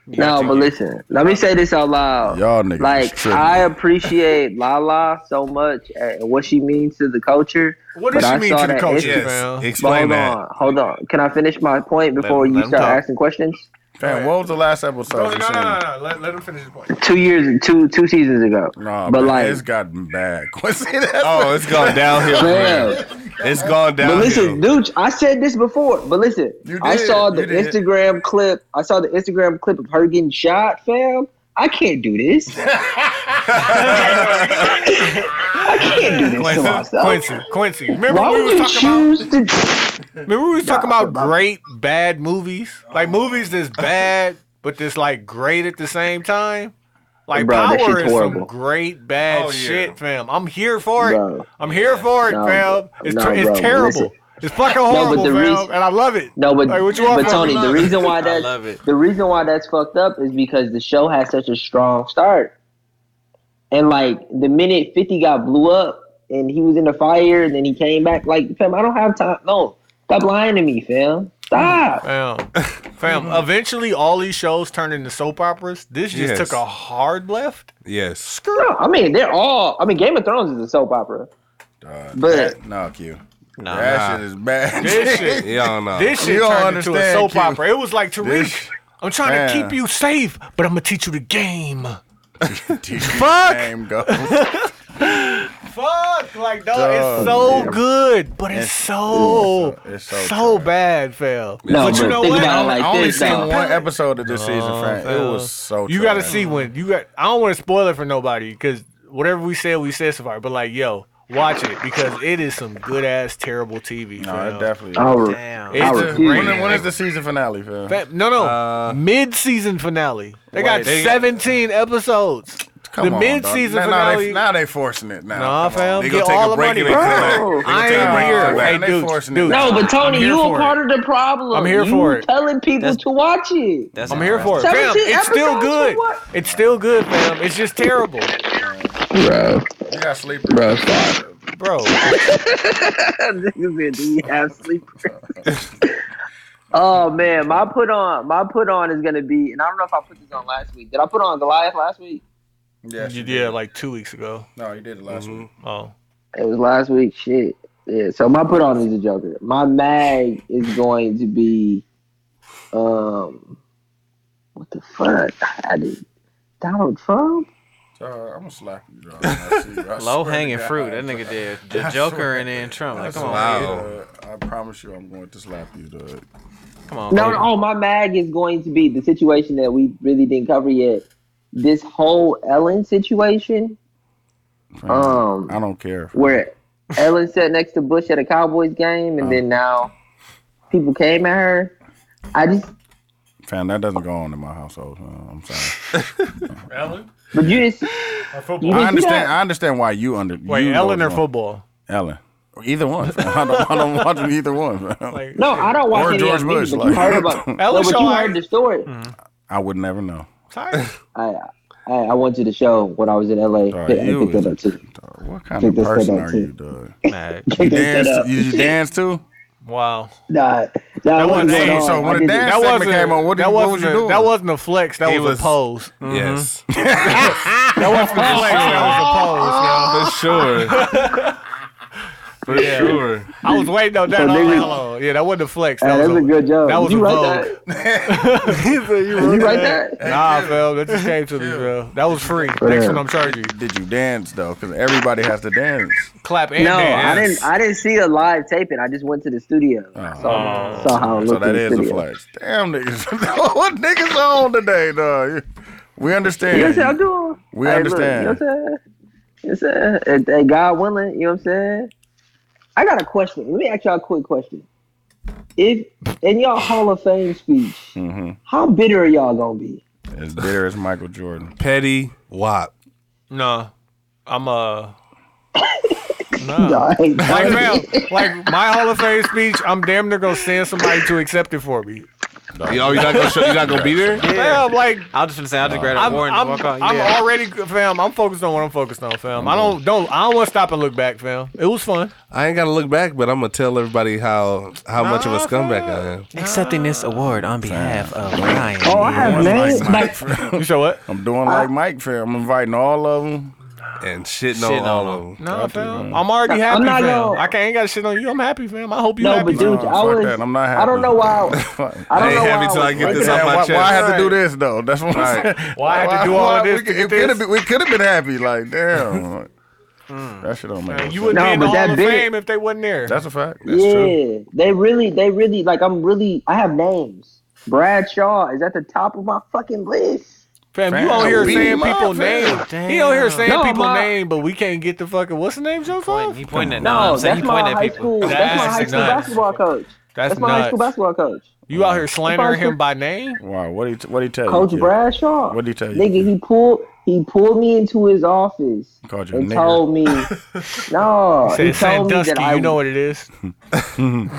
[SPEAKER 9] No, but listen. Let me say this out loud.
[SPEAKER 1] Y'all niggas is
[SPEAKER 9] Like
[SPEAKER 1] tripping.
[SPEAKER 9] I appreciate Lala so much and what she means to the culture.
[SPEAKER 4] what does
[SPEAKER 9] but I
[SPEAKER 4] she mean
[SPEAKER 9] saw
[SPEAKER 4] to the
[SPEAKER 9] that
[SPEAKER 4] culture,
[SPEAKER 9] it's-
[SPEAKER 4] fam?
[SPEAKER 9] But
[SPEAKER 5] Explain
[SPEAKER 9] hold
[SPEAKER 5] that.
[SPEAKER 9] on, hold on. Can I finish my point before
[SPEAKER 2] him-
[SPEAKER 9] you
[SPEAKER 2] let him
[SPEAKER 9] start
[SPEAKER 2] talk.
[SPEAKER 9] asking questions?
[SPEAKER 1] Fam, what was the last episode?
[SPEAKER 4] No, no,
[SPEAKER 1] you
[SPEAKER 4] no,
[SPEAKER 1] seen?
[SPEAKER 4] no, no. Let, let him finish his point.
[SPEAKER 9] Two years, two two seasons ago.
[SPEAKER 1] Nah,
[SPEAKER 9] but
[SPEAKER 1] man,
[SPEAKER 9] like,
[SPEAKER 1] it's gotten bad. Quincy, that's
[SPEAKER 5] Oh, it's gone downhill.
[SPEAKER 9] Damn.
[SPEAKER 5] man. It's gone
[SPEAKER 9] But
[SPEAKER 5] downhill.
[SPEAKER 9] listen, dude, I said this before. But listen,
[SPEAKER 1] You
[SPEAKER 9] I
[SPEAKER 1] did,
[SPEAKER 9] saw the
[SPEAKER 1] you did.
[SPEAKER 9] Instagram clip. I saw the Instagram clip of her getting shot, fam. I can't do this. I can't do this to
[SPEAKER 4] Quincy,
[SPEAKER 9] myself.
[SPEAKER 4] Quincy, Quincy. Remember
[SPEAKER 9] Why
[SPEAKER 4] we
[SPEAKER 9] would
[SPEAKER 4] was
[SPEAKER 9] you
[SPEAKER 4] talking about
[SPEAKER 9] choose to?
[SPEAKER 4] Remember we was talking about great bad movies, like movies that's bad but that's like great at the same time. Like
[SPEAKER 9] Bro, that
[SPEAKER 4] power
[SPEAKER 9] shit's
[SPEAKER 4] is
[SPEAKER 9] horrible.
[SPEAKER 4] some great bad
[SPEAKER 5] Oh, yeah.
[SPEAKER 4] shit, fam. I'm here for it.
[SPEAKER 9] Bro.
[SPEAKER 4] I'm here for it,
[SPEAKER 9] No,
[SPEAKER 4] fam. It's,
[SPEAKER 9] no,
[SPEAKER 4] ter- it's
[SPEAKER 9] bro,
[SPEAKER 4] terrible.
[SPEAKER 9] listen.
[SPEAKER 4] It's fucking horrible,
[SPEAKER 9] the
[SPEAKER 4] fam,
[SPEAKER 9] reason-
[SPEAKER 4] and I love it.
[SPEAKER 9] No, but
[SPEAKER 4] Like, what you want
[SPEAKER 9] but
[SPEAKER 4] from
[SPEAKER 9] Tony,
[SPEAKER 4] me?
[SPEAKER 9] the reason why
[SPEAKER 2] I
[SPEAKER 9] that
[SPEAKER 2] love it.
[SPEAKER 9] the reason why that's fucked up is because the show has such a strong start. And like the minute 50 got blew up and he was in the fire and then he came back, like, fam, I don't have time. No, stop lying to me, fam. Stop.
[SPEAKER 4] Fam, fam.
[SPEAKER 5] Mm-hmm.
[SPEAKER 4] Eventually, all these shows turned into soap operas. This just
[SPEAKER 5] Yes.
[SPEAKER 4] took a hard left.
[SPEAKER 5] Yes.
[SPEAKER 9] No, I mean, they're all, I mean, Game of Thrones is a soap opera. But
[SPEAKER 1] No, Q.
[SPEAKER 5] Nah.
[SPEAKER 1] that shit is bad.
[SPEAKER 4] This shit,
[SPEAKER 5] Y'all know.
[SPEAKER 4] this shit
[SPEAKER 1] You don't
[SPEAKER 4] turned into a
[SPEAKER 1] understand,
[SPEAKER 4] soap
[SPEAKER 1] Q.
[SPEAKER 4] opera. It was like Tariq.
[SPEAKER 1] This-
[SPEAKER 4] I'm trying to
[SPEAKER 1] Man.
[SPEAKER 4] keep you safe, but I'm gonna teach you the game.
[SPEAKER 1] Fuck. Game goes.
[SPEAKER 4] Fuck, like no,
[SPEAKER 1] Dog,
[SPEAKER 4] it's so
[SPEAKER 1] yeah.
[SPEAKER 4] good, but it's, so
[SPEAKER 1] it's so
[SPEAKER 4] so, bad, fam.
[SPEAKER 9] No,
[SPEAKER 4] but you
[SPEAKER 9] but
[SPEAKER 4] know
[SPEAKER 9] think
[SPEAKER 4] what?
[SPEAKER 9] about it
[SPEAKER 1] I only-
[SPEAKER 9] like
[SPEAKER 1] I only
[SPEAKER 9] this,
[SPEAKER 1] seen
[SPEAKER 9] dog.
[SPEAKER 1] one episode of this season, Frank. It
[SPEAKER 4] fam.
[SPEAKER 1] was so.
[SPEAKER 4] You got to
[SPEAKER 1] trash.
[SPEAKER 4] see when you got. I don't want to spoil it for nobody because whatever we said, we said so far. But like, yo, watch it because it is some good ass terrible TV.
[SPEAKER 1] No,
[SPEAKER 4] fam.
[SPEAKER 1] it definitely.
[SPEAKER 9] I, re-
[SPEAKER 2] Damn.
[SPEAKER 9] I
[SPEAKER 4] It's
[SPEAKER 1] When-
[SPEAKER 9] refuse.
[SPEAKER 1] when is the season finale, fam?
[SPEAKER 4] Fam- no, no, mid season finale. They
[SPEAKER 1] Uh,
[SPEAKER 4] got
[SPEAKER 1] Wait, they-
[SPEAKER 4] 17 episodes.
[SPEAKER 1] Come
[SPEAKER 4] the
[SPEAKER 1] on,
[SPEAKER 4] mid
[SPEAKER 1] dog.
[SPEAKER 4] season
[SPEAKER 1] Now- now they-
[SPEAKER 4] finale.
[SPEAKER 1] Now they forcing it. Now,
[SPEAKER 4] Nah,
[SPEAKER 1] Come on.
[SPEAKER 4] fam,
[SPEAKER 5] They
[SPEAKER 4] get
[SPEAKER 5] gonna take
[SPEAKER 4] all
[SPEAKER 5] a
[SPEAKER 4] the
[SPEAKER 5] break
[SPEAKER 4] money,
[SPEAKER 5] and they come back.
[SPEAKER 4] bro.
[SPEAKER 5] They gonna
[SPEAKER 4] I
[SPEAKER 5] take a break and
[SPEAKER 4] am
[SPEAKER 5] come
[SPEAKER 4] here.
[SPEAKER 5] back.
[SPEAKER 4] Hey,
[SPEAKER 1] They
[SPEAKER 4] dude,
[SPEAKER 1] forcing it.
[SPEAKER 4] dude.
[SPEAKER 1] No,
[SPEAKER 9] No, but Tony,
[SPEAKER 4] I'm here
[SPEAKER 9] you
[SPEAKER 4] for
[SPEAKER 9] a
[SPEAKER 4] it.
[SPEAKER 9] part of the problem.
[SPEAKER 4] I'm here
[SPEAKER 9] you
[SPEAKER 4] for it.
[SPEAKER 9] telling people to watch it.
[SPEAKER 2] That's
[SPEAKER 4] I'm here for it.
[SPEAKER 9] Seventeen
[SPEAKER 4] Fam, it's still
[SPEAKER 9] episodes for
[SPEAKER 4] good.
[SPEAKER 9] what?
[SPEAKER 4] It's still good, fam. It's just terrible.
[SPEAKER 9] Bro,
[SPEAKER 1] You got sleepers.
[SPEAKER 9] bro, stop.
[SPEAKER 4] Bro,
[SPEAKER 9] Niggas said, do you have sleepers? oh man, my put on, my put on is gonna be, and I don't know if I put this on last week. Did I put on Goliath last week?
[SPEAKER 1] Yes,
[SPEAKER 4] you
[SPEAKER 1] you
[SPEAKER 4] did like two weeks ago.
[SPEAKER 1] No, you did it last
[SPEAKER 5] Mm-hmm.
[SPEAKER 1] week.
[SPEAKER 4] Oh.
[SPEAKER 9] It was last week. Shit. Yeah. So my put on is a Joker. My mag is going to be, um, what the fuck? I did Donald Trump.
[SPEAKER 1] So, I'm gonna slap you, dog. I see you. I
[SPEAKER 2] Low
[SPEAKER 1] swear to
[SPEAKER 2] hanging
[SPEAKER 1] God.
[SPEAKER 2] fruit. That nigga did the
[SPEAKER 1] I
[SPEAKER 2] Joker
[SPEAKER 1] swear.
[SPEAKER 2] and then Trump. Like, come on,
[SPEAKER 5] Wow.
[SPEAKER 1] Uh, I promise you, I'm going to slap you, dog.
[SPEAKER 2] come on.
[SPEAKER 9] No,
[SPEAKER 2] baby.
[SPEAKER 9] no. Oh, my mag is going to be the situation that we really didn't cover yet. This whole Ellen situation, Um,
[SPEAKER 1] I don't care.
[SPEAKER 9] where Ellen sat next to Bush at a Cowboys game,
[SPEAKER 1] Oh.
[SPEAKER 9] and then now people came at her. I just,
[SPEAKER 1] Fam, that doesn't go on in my household. uh, I'm sorry.
[SPEAKER 9] but you just, you didn't
[SPEAKER 1] I
[SPEAKER 9] see that?
[SPEAKER 1] understand. I understand why you under.
[SPEAKER 4] Wait,
[SPEAKER 1] you
[SPEAKER 4] Ellen
[SPEAKER 1] know
[SPEAKER 4] or
[SPEAKER 1] it's wrong.
[SPEAKER 4] football?
[SPEAKER 1] Ellen. Either one. fam. I don't, I don't watch either one. fam.
[SPEAKER 4] Like,
[SPEAKER 9] No, I don't watch
[SPEAKER 1] Or
[SPEAKER 9] any
[SPEAKER 1] George
[SPEAKER 9] of these,
[SPEAKER 1] Bush,
[SPEAKER 9] but
[SPEAKER 1] like-
[SPEAKER 9] you heard about. no,
[SPEAKER 4] Ellen
[SPEAKER 9] but you
[SPEAKER 4] Shaw,
[SPEAKER 9] heard the story.
[SPEAKER 1] I would never know.
[SPEAKER 4] tired.
[SPEAKER 9] I, I I went to the show when I was in LA.
[SPEAKER 1] Dog,
[SPEAKER 9] I
[SPEAKER 1] Oh, you
[SPEAKER 9] picked
[SPEAKER 1] is
[SPEAKER 9] that
[SPEAKER 1] a-
[SPEAKER 9] up too.
[SPEAKER 1] dog, what kind
[SPEAKER 9] Think
[SPEAKER 1] of
[SPEAKER 9] they said
[SPEAKER 1] person
[SPEAKER 9] that
[SPEAKER 1] are
[SPEAKER 9] too.
[SPEAKER 1] you, dog?
[SPEAKER 2] Nah,
[SPEAKER 1] You
[SPEAKER 9] Picked that
[SPEAKER 1] dance?
[SPEAKER 9] up.
[SPEAKER 1] You, you dance too?
[SPEAKER 4] Wow.
[SPEAKER 9] Nah, nah,
[SPEAKER 4] That
[SPEAKER 9] that
[SPEAKER 4] wasn't-
[SPEAKER 9] wasn't
[SPEAKER 4] hey,
[SPEAKER 9] going
[SPEAKER 1] so
[SPEAKER 9] on.
[SPEAKER 1] when
[SPEAKER 9] I
[SPEAKER 1] a
[SPEAKER 9] didn't-
[SPEAKER 1] dance-
[SPEAKER 4] That
[SPEAKER 1] segment
[SPEAKER 4] wasn't.
[SPEAKER 1] came on, what did-
[SPEAKER 4] that
[SPEAKER 1] what
[SPEAKER 4] wasn't.
[SPEAKER 1] was you
[SPEAKER 4] a,
[SPEAKER 1] doing?
[SPEAKER 4] That wasn't a flex. That
[SPEAKER 5] He
[SPEAKER 4] was,
[SPEAKER 5] was-
[SPEAKER 4] a pose.
[SPEAKER 5] Mm-hmm. Yes.
[SPEAKER 4] That wasn't a flex. That was
[SPEAKER 5] For sure. For sure.
[SPEAKER 4] a pose. I was waiting on that.
[SPEAKER 9] So
[SPEAKER 4] all
[SPEAKER 9] niggas-
[SPEAKER 4] hello. Yeah, that wasn't a flex.
[SPEAKER 9] Hey,
[SPEAKER 4] That
[SPEAKER 9] that's
[SPEAKER 4] was
[SPEAKER 9] a good job.
[SPEAKER 4] that was
[SPEAKER 9] you
[SPEAKER 4] a
[SPEAKER 9] write that? You write that?
[SPEAKER 4] Nah, fam. That just came to me, fam. That was free. Next
[SPEAKER 9] Yeah.
[SPEAKER 4] one, I'm charging you.
[SPEAKER 1] Did you dance though? Because everybody has to dance.
[SPEAKER 4] Clap and
[SPEAKER 9] No, I
[SPEAKER 4] dance.
[SPEAKER 9] didn't. I didn't see a live taping. I just went to the studio. saw, saw how it
[SPEAKER 1] Oh. So
[SPEAKER 9] looked.
[SPEAKER 1] that
[SPEAKER 9] in the
[SPEAKER 1] is a
[SPEAKER 9] studio.
[SPEAKER 1] flex. Damn niggas, what niggas on today, dog? We understand.
[SPEAKER 9] You know what I'm doing?
[SPEAKER 1] We
[SPEAKER 9] Hey, look,
[SPEAKER 1] understand.
[SPEAKER 9] you know what I'm saying? You know what I'm saying? Hey, God willing, you know what I'm saying? I got a question. Let me ask y'all a quick question. If in y'all Hall of Fame speech, how bitter are y'all gonna be?
[SPEAKER 1] As bitter as Michael Jordan.
[SPEAKER 5] Petty Wop.
[SPEAKER 4] No, I'm uh.
[SPEAKER 9] Y'all ain't-
[SPEAKER 4] Like, fam, like my Hall of Fame speech, I'm damn near gonna send somebody to accept it for me.
[SPEAKER 5] Yo, Oh, you not gonna show, you not gonna be there?
[SPEAKER 4] Fam, like
[SPEAKER 2] I was just gonna say I'll just grab a
[SPEAKER 4] I'm,
[SPEAKER 2] warrant
[SPEAKER 4] I'm,
[SPEAKER 2] and walk out.
[SPEAKER 4] I'm
[SPEAKER 2] yeah.
[SPEAKER 4] already fam. I'm focused on what I'm focused on, fam. I don't don't I don't want to stop and look back, fam. It was fun.
[SPEAKER 5] I ain't gotta look back, but I'm gonna tell everybody how how much of a scumbag I am.
[SPEAKER 2] accepting this award on behalf of Ryan.
[SPEAKER 9] oh, I have names.
[SPEAKER 1] Mike, fam.
[SPEAKER 4] You sure what?
[SPEAKER 1] I'm doing like Mike fam. I'm inviting all of them.
[SPEAKER 5] And shitting
[SPEAKER 2] Shitting
[SPEAKER 5] on
[SPEAKER 2] on
[SPEAKER 5] all
[SPEAKER 2] them.
[SPEAKER 5] of them.
[SPEAKER 4] No, fam. I'm already happy,
[SPEAKER 9] I'm not
[SPEAKER 4] fam.
[SPEAKER 9] gonna-
[SPEAKER 4] I can't ain't got shit on you. I'm happy, fam. I hope you
[SPEAKER 9] No,
[SPEAKER 4] happy.
[SPEAKER 9] but dude,
[SPEAKER 1] No,
[SPEAKER 9] I
[SPEAKER 1] Oh, fuck
[SPEAKER 9] was.
[SPEAKER 1] that. I'm not
[SPEAKER 9] I don't
[SPEAKER 1] happy.
[SPEAKER 9] know why. I don't
[SPEAKER 5] ain't
[SPEAKER 9] know
[SPEAKER 5] happy
[SPEAKER 9] why.
[SPEAKER 5] till I
[SPEAKER 9] I was
[SPEAKER 5] get this
[SPEAKER 9] thinking
[SPEAKER 5] off
[SPEAKER 1] Damn,
[SPEAKER 5] my
[SPEAKER 1] why, why I have to
[SPEAKER 5] chest.
[SPEAKER 1] do this though? That's what I'm saying.
[SPEAKER 4] Why I had to do all of this
[SPEAKER 1] We,
[SPEAKER 4] to
[SPEAKER 1] it
[SPEAKER 4] get
[SPEAKER 1] could have
[SPEAKER 4] this?
[SPEAKER 1] been, we could have been happy. Like damn, that shit don't make.
[SPEAKER 4] Man,
[SPEAKER 1] no
[SPEAKER 4] you
[SPEAKER 1] sense.
[SPEAKER 4] wouldn't
[SPEAKER 9] No,
[SPEAKER 4] be in
[SPEAKER 9] but
[SPEAKER 4] the
[SPEAKER 9] that
[SPEAKER 4] Hall of
[SPEAKER 9] big-
[SPEAKER 4] Fame if they wasn't there.
[SPEAKER 1] That's a fact. That's
[SPEAKER 9] yeah,
[SPEAKER 1] true.
[SPEAKER 9] they really, they really like. I'm really. I have names. Brad Shaw is at the top of my fucking list.
[SPEAKER 4] fam,
[SPEAKER 1] Fam,
[SPEAKER 4] you out here
[SPEAKER 1] beat
[SPEAKER 4] saying
[SPEAKER 1] him up,
[SPEAKER 4] people
[SPEAKER 1] fam.
[SPEAKER 4] name. He out here saying
[SPEAKER 9] No,
[SPEAKER 4] people
[SPEAKER 9] my-
[SPEAKER 4] name, but we can't get the fucking what's the name, Joe?
[SPEAKER 2] Point, he pointed at no,
[SPEAKER 9] No,
[SPEAKER 2] I'm saying
[SPEAKER 9] that's
[SPEAKER 2] he
[SPEAKER 9] my
[SPEAKER 2] pointed at
[SPEAKER 9] high
[SPEAKER 2] people.
[SPEAKER 9] school. That's my
[SPEAKER 4] That's
[SPEAKER 9] high school
[SPEAKER 4] nuts.
[SPEAKER 9] basketball coach.
[SPEAKER 4] That's,
[SPEAKER 9] That's my high school
[SPEAKER 4] nuts.
[SPEAKER 9] basketball coach.
[SPEAKER 4] You out here slandering him by name?
[SPEAKER 1] Wow, what did he, what he tell you?
[SPEAKER 9] Coach
[SPEAKER 1] kid?
[SPEAKER 9] Bradshaw.
[SPEAKER 1] What'd he tell you?
[SPEAKER 9] Nigga, he pulled He pulled me into his office
[SPEAKER 1] Called you a
[SPEAKER 9] and
[SPEAKER 1] nigger.
[SPEAKER 9] told me, no,
[SPEAKER 4] He
[SPEAKER 9] he
[SPEAKER 4] said
[SPEAKER 9] told me that
[SPEAKER 4] Sandusky,
[SPEAKER 9] I.
[SPEAKER 4] you know what it is.
[SPEAKER 9] Come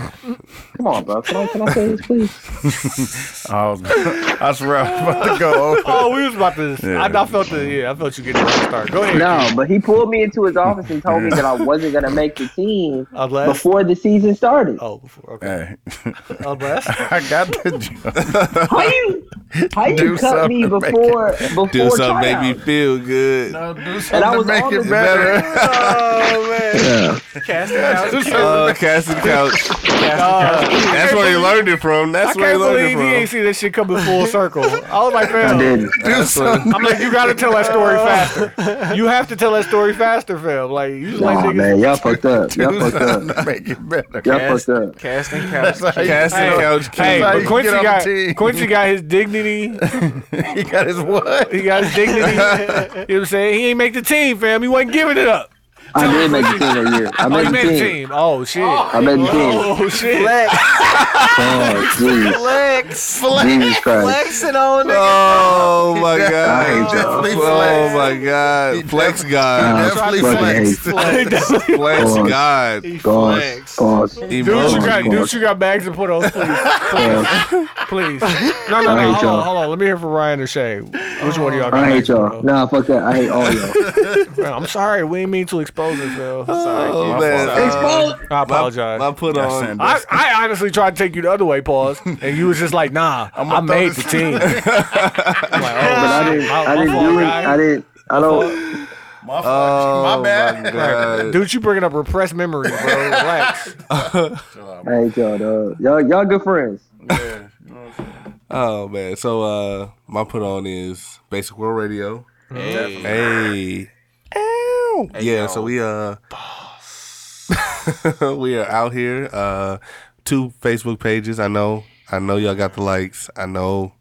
[SPEAKER 9] on, bro. Can I, can I say this, please?
[SPEAKER 1] I, was, I swear I was about to go over.
[SPEAKER 4] Oh, we was about to.
[SPEAKER 1] Yeah.
[SPEAKER 4] I, I felt the. Yeah, I felt you getting ready to start. Go ahead.
[SPEAKER 9] No, but he pulled me into his office and told me that I wasn't gonna make the team
[SPEAKER 4] Unless-
[SPEAKER 9] before the season started.
[SPEAKER 4] Oh, before. Okay.
[SPEAKER 1] Hey,
[SPEAKER 4] Unless.
[SPEAKER 1] I got the job.
[SPEAKER 9] How you how
[SPEAKER 1] Do
[SPEAKER 9] you cut
[SPEAKER 1] something,
[SPEAKER 9] me
[SPEAKER 1] make
[SPEAKER 9] before before
[SPEAKER 5] Do something make me
[SPEAKER 9] tryouts?
[SPEAKER 5] feel good.
[SPEAKER 9] And I was
[SPEAKER 1] make
[SPEAKER 9] on
[SPEAKER 1] it
[SPEAKER 9] the
[SPEAKER 1] better.
[SPEAKER 4] Oh man. Cast it out.
[SPEAKER 5] Uh, cast the couch.
[SPEAKER 4] Uh,
[SPEAKER 5] That's where he learned it from.
[SPEAKER 4] I
[SPEAKER 5] That's where he
[SPEAKER 4] can't
[SPEAKER 5] learned it
[SPEAKER 4] believe he ain't
[SPEAKER 5] from.
[SPEAKER 4] see this shit coming full circle. I was like,
[SPEAKER 9] I
[SPEAKER 4] fam,
[SPEAKER 9] did.
[SPEAKER 1] Do something.
[SPEAKER 4] I'm like, you gotta tell that story faster. You have to tell that story faster, fam. Like, you just like
[SPEAKER 9] Nah,
[SPEAKER 4] niggas.
[SPEAKER 9] man, y'all fucked up. Y'all
[SPEAKER 1] Do
[SPEAKER 9] fucked up.
[SPEAKER 1] something. Make it better.
[SPEAKER 9] Y'all fucked up.
[SPEAKER 2] Casting couch.
[SPEAKER 5] Cast the
[SPEAKER 4] Hey,
[SPEAKER 5] couch.
[SPEAKER 4] Hey,
[SPEAKER 5] Hey,
[SPEAKER 1] That's how
[SPEAKER 4] but
[SPEAKER 1] you
[SPEAKER 4] Quincy
[SPEAKER 1] get on the
[SPEAKER 4] got
[SPEAKER 1] team.
[SPEAKER 4] Quincy got his dignity.
[SPEAKER 1] he got his what?
[SPEAKER 4] He got his dignity. you know what I'm saying? He ain't make the team, fam. He wasn't giving it up.
[SPEAKER 9] I did make the team that year. I
[SPEAKER 4] Oh,
[SPEAKER 9] made
[SPEAKER 4] he made
[SPEAKER 9] the
[SPEAKER 4] the
[SPEAKER 9] team.
[SPEAKER 4] team. Oh shit.
[SPEAKER 9] I made the team.
[SPEAKER 4] Oh shit.
[SPEAKER 9] Oh, jeez.
[SPEAKER 2] Flex.
[SPEAKER 9] Jesus Christ.
[SPEAKER 2] Flexing on niggas.
[SPEAKER 5] Oh my
[SPEAKER 9] I hate
[SPEAKER 5] god.
[SPEAKER 9] y'all.
[SPEAKER 1] definitely
[SPEAKER 5] Oh
[SPEAKER 1] flexed.
[SPEAKER 5] my god. Flex
[SPEAKER 9] I
[SPEAKER 5] God.
[SPEAKER 1] definitely
[SPEAKER 9] fucking
[SPEAKER 1] flexed.
[SPEAKER 9] hate
[SPEAKER 5] Flex
[SPEAKER 9] Pause.
[SPEAKER 5] God.
[SPEAKER 9] Pause. Pause.
[SPEAKER 4] Dude, you
[SPEAKER 9] Oh,
[SPEAKER 4] got,
[SPEAKER 9] God.
[SPEAKER 4] dude, you got bags to put on,
[SPEAKER 9] Pause.
[SPEAKER 4] please. please. No, no,
[SPEAKER 9] I
[SPEAKER 4] no.
[SPEAKER 9] hate
[SPEAKER 4] Hold
[SPEAKER 9] y'all.
[SPEAKER 4] on, hold on. Let me hear from Ryan or Shay. Which one of y'all? got
[SPEAKER 9] I hate
[SPEAKER 4] bags to put
[SPEAKER 9] y'all. Nah, fuck that. I hate all y'all.
[SPEAKER 4] on? I'm sorry. We didn't mean to expose this, though.
[SPEAKER 5] Oh
[SPEAKER 1] My
[SPEAKER 5] man.
[SPEAKER 1] fault.
[SPEAKER 5] Uh,
[SPEAKER 4] I apologize.
[SPEAKER 5] I put
[SPEAKER 1] That's
[SPEAKER 5] on.
[SPEAKER 4] I, I honestly tried to take you the other way, pause, and you was just like, "Nah, I made the team." I'm like,
[SPEAKER 9] But
[SPEAKER 4] oh,
[SPEAKER 9] I didn't.
[SPEAKER 4] My-
[SPEAKER 9] I
[SPEAKER 4] my
[SPEAKER 9] didn't
[SPEAKER 4] fault,
[SPEAKER 9] do it.
[SPEAKER 4] guy.
[SPEAKER 9] I didn't. I don't.
[SPEAKER 1] My,
[SPEAKER 5] Oh, my
[SPEAKER 4] Right.
[SPEAKER 5] God.
[SPEAKER 4] dude, you bringing up repressed memories, bro. Relax.
[SPEAKER 9] I hate y'all, dog. Y'all, y'all good friends.
[SPEAKER 5] Oh man. So uh, my put on is Basic World Radio.
[SPEAKER 2] Hey.
[SPEAKER 5] Hey. Ow. yeah, so we uh we are out here. Uh two Facebook pages. I know I know y'all got the likes. I know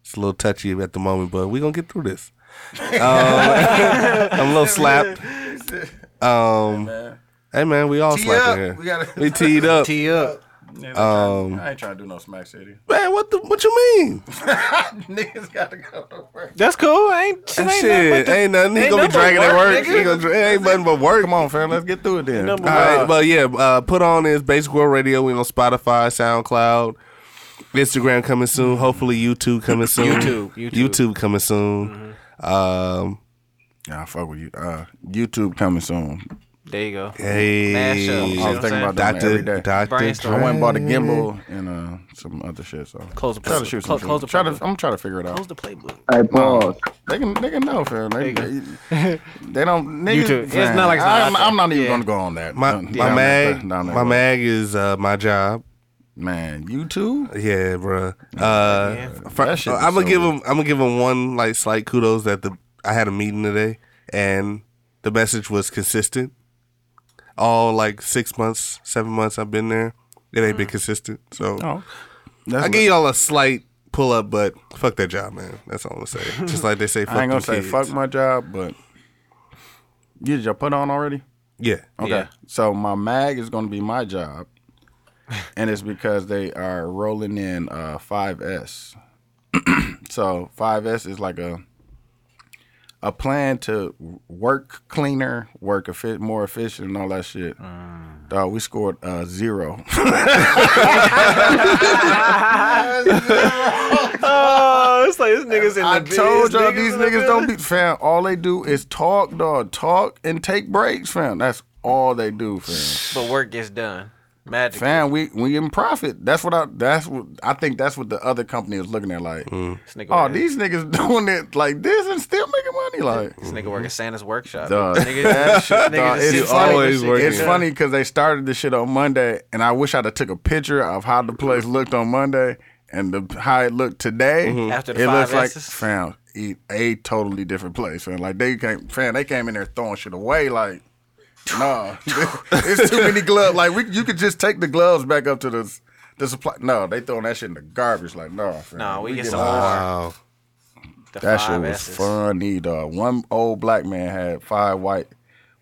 [SPEAKER 5] it's a little touchy at the moment, but we're gonna get through this. Um, I'm a little slapped. Um Hey man, we all slapped in
[SPEAKER 1] We
[SPEAKER 5] here.
[SPEAKER 1] gotta.
[SPEAKER 5] We teed up.
[SPEAKER 2] Tee up.
[SPEAKER 5] Um,
[SPEAKER 1] I ain't trying to do no smack city.
[SPEAKER 5] Man, what the what you mean?
[SPEAKER 1] Niggas gotta go to work.
[SPEAKER 2] That's cool. Ain't shit. Ain't
[SPEAKER 5] Shit,
[SPEAKER 2] nothing
[SPEAKER 5] ain't nothing. He
[SPEAKER 2] ain't
[SPEAKER 5] gonna be
[SPEAKER 2] nothing but
[SPEAKER 5] dragging at
[SPEAKER 2] work,
[SPEAKER 5] work. He
[SPEAKER 2] nigga.
[SPEAKER 5] gonna, dra- it ain't nothing but work.
[SPEAKER 1] Come on, fam. Let's get through it then.
[SPEAKER 2] Number
[SPEAKER 5] All right, but yeah, uh, put on is Basic World Radio. We on Spotify, SoundCloud, Instagram coming soon. Hopefully, YouTube coming soon.
[SPEAKER 2] YouTube, YouTube.
[SPEAKER 5] coming soon. Um,
[SPEAKER 1] Nah, I fuck with you. Uh, YouTube coming soon.
[SPEAKER 2] but- there you go.
[SPEAKER 5] hey,
[SPEAKER 2] Mash up, you know
[SPEAKER 1] I was
[SPEAKER 2] what I'm
[SPEAKER 1] thinking
[SPEAKER 2] saying?
[SPEAKER 1] about that every
[SPEAKER 5] Doctor,
[SPEAKER 1] day.
[SPEAKER 5] Doctor,
[SPEAKER 2] Brainstorm.
[SPEAKER 1] I went and bought a gimbal and uh, some other shit. So
[SPEAKER 2] Close the
[SPEAKER 1] Try to
[SPEAKER 2] playbook.
[SPEAKER 1] shoot some
[SPEAKER 2] Close-
[SPEAKER 1] shit.
[SPEAKER 2] close the
[SPEAKER 1] Try to, I'm
[SPEAKER 2] playbook.
[SPEAKER 1] trying to figure it
[SPEAKER 2] Close
[SPEAKER 1] out.
[SPEAKER 2] the playbook.
[SPEAKER 9] All right, pause.
[SPEAKER 1] They can, they can know, fam. They,
[SPEAKER 2] There
[SPEAKER 1] they,
[SPEAKER 2] you
[SPEAKER 1] they don't. Niggas,
[SPEAKER 2] YouTube. It's
[SPEAKER 1] fam,
[SPEAKER 2] not like it's not
[SPEAKER 1] I'm,
[SPEAKER 2] out there.
[SPEAKER 1] I'm not even
[SPEAKER 2] Yeah.
[SPEAKER 1] gonna go on that.
[SPEAKER 5] my
[SPEAKER 1] Down-
[SPEAKER 5] my
[SPEAKER 1] down that- down
[SPEAKER 5] mag,
[SPEAKER 1] that
[SPEAKER 5] my
[SPEAKER 1] road.
[SPEAKER 5] mag is uh, my job.
[SPEAKER 1] man. YouTube.
[SPEAKER 5] Yeah, bruh. Uh, fir-
[SPEAKER 1] That shit is
[SPEAKER 5] I'm gonna
[SPEAKER 1] so
[SPEAKER 5] give
[SPEAKER 1] good.
[SPEAKER 5] him. I'm gonna give him one like slight kudos that the I had a meeting today and the message was consistent. All like six months, seven months I've been there, it ain't been consistent. So
[SPEAKER 1] Oh,
[SPEAKER 5] I
[SPEAKER 1] that's
[SPEAKER 5] give y'all a slight pull up, but fuck that job, man. That's all I'm gonna say. Just like they say, fuck
[SPEAKER 1] I ain't gonna
[SPEAKER 5] them
[SPEAKER 1] say
[SPEAKER 5] kids.
[SPEAKER 1] fuck my job, but you did your put on already?
[SPEAKER 5] Yeah,
[SPEAKER 1] Okay.
[SPEAKER 2] Yeah.
[SPEAKER 1] So my mag is gonna be my job. and it's because they are rolling in uh 5S. so 5S is like a a plan to work cleaner, work effi- more efficient and all that shit. Dog, we scored uh, zero.
[SPEAKER 2] Oh, it's like this niggas in
[SPEAKER 1] I
[SPEAKER 2] the
[SPEAKER 1] told y'all these niggas don't be fam. All they do is talk, dog, talk and take breaks, fam. That's all they do, fam.
[SPEAKER 2] But work gets done. Magic.
[SPEAKER 1] Fam, we we in profit. That's what I. That's what I think. That's what the other company is looking at. Like,
[SPEAKER 2] This nigga
[SPEAKER 1] oh,
[SPEAKER 2] working-
[SPEAKER 1] these niggas doing it like this and still making money. Like,
[SPEAKER 2] This nigga working Santa's workshop.
[SPEAKER 1] Duh.
[SPEAKER 2] Nigga,
[SPEAKER 1] That shit,
[SPEAKER 2] nigga
[SPEAKER 1] dog,
[SPEAKER 2] just
[SPEAKER 1] it's
[SPEAKER 2] sits
[SPEAKER 1] funny.
[SPEAKER 2] there,
[SPEAKER 5] Always
[SPEAKER 2] shit
[SPEAKER 5] working.
[SPEAKER 2] gets
[SPEAKER 1] it's
[SPEAKER 2] done.
[SPEAKER 1] funny because they started this shit on Monday, and I wish I'd have took a picture of how the place looked on Monday and the how it looked today.
[SPEAKER 2] After the
[SPEAKER 1] it looks
[SPEAKER 2] five
[SPEAKER 1] like
[SPEAKER 2] S's?
[SPEAKER 1] fam, e- a totally different place. And like they came, fam, they came in there throwing shit away. Like, no, it's too many gloves. Like we, you could just take the gloves back up to the the supply. No, they throwing that shit in the garbage. Like, no, fam,
[SPEAKER 2] Nah, we get
[SPEAKER 1] get
[SPEAKER 2] some
[SPEAKER 1] all-
[SPEAKER 2] more.
[SPEAKER 5] wow.
[SPEAKER 2] The
[SPEAKER 1] that
[SPEAKER 2] five
[SPEAKER 1] shit was
[SPEAKER 2] S's.
[SPEAKER 1] funny, dog. One old black man had five white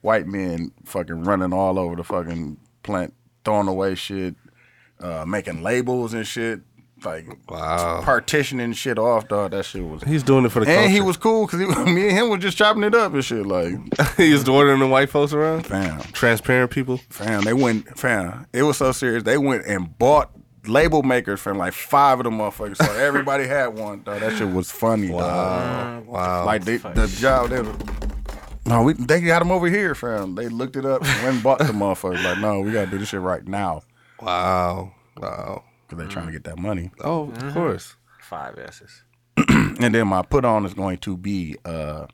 [SPEAKER 1] white men fucking running all over the fucking plant, throwing away shit, uh, making labels and shit. like partitioning shit off, dog. That shit was.
[SPEAKER 10] He's doing it for the
[SPEAKER 1] and he
[SPEAKER 10] culture.
[SPEAKER 1] was cool because me and him were just chopping it up and shit. Like,
[SPEAKER 10] he was ordering the white folks around.
[SPEAKER 1] fam,
[SPEAKER 10] Transparent people.
[SPEAKER 1] fam, they went, fam. It was so serious. They went and bought label makers from like five of them motherfuckers. So everybody had one, dog. That shit was funny, dog.
[SPEAKER 10] Wow.
[SPEAKER 1] Like they, the job they. were- No, we they got them over here, fam. They looked it up and went and bought the motherfuckers. Like, no, we gotta do this shit right now
[SPEAKER 10] Wow. Wow.
[SPEAKER 1] because they trying to get that money.
[SPEAKER 10] Oh,
[SPEAKER 1] Uh-huh.
[SPEAKER 10] of course.
[SPEAKER 2] Five S's.
[SPEAKER 1] And then my put on is going to be uh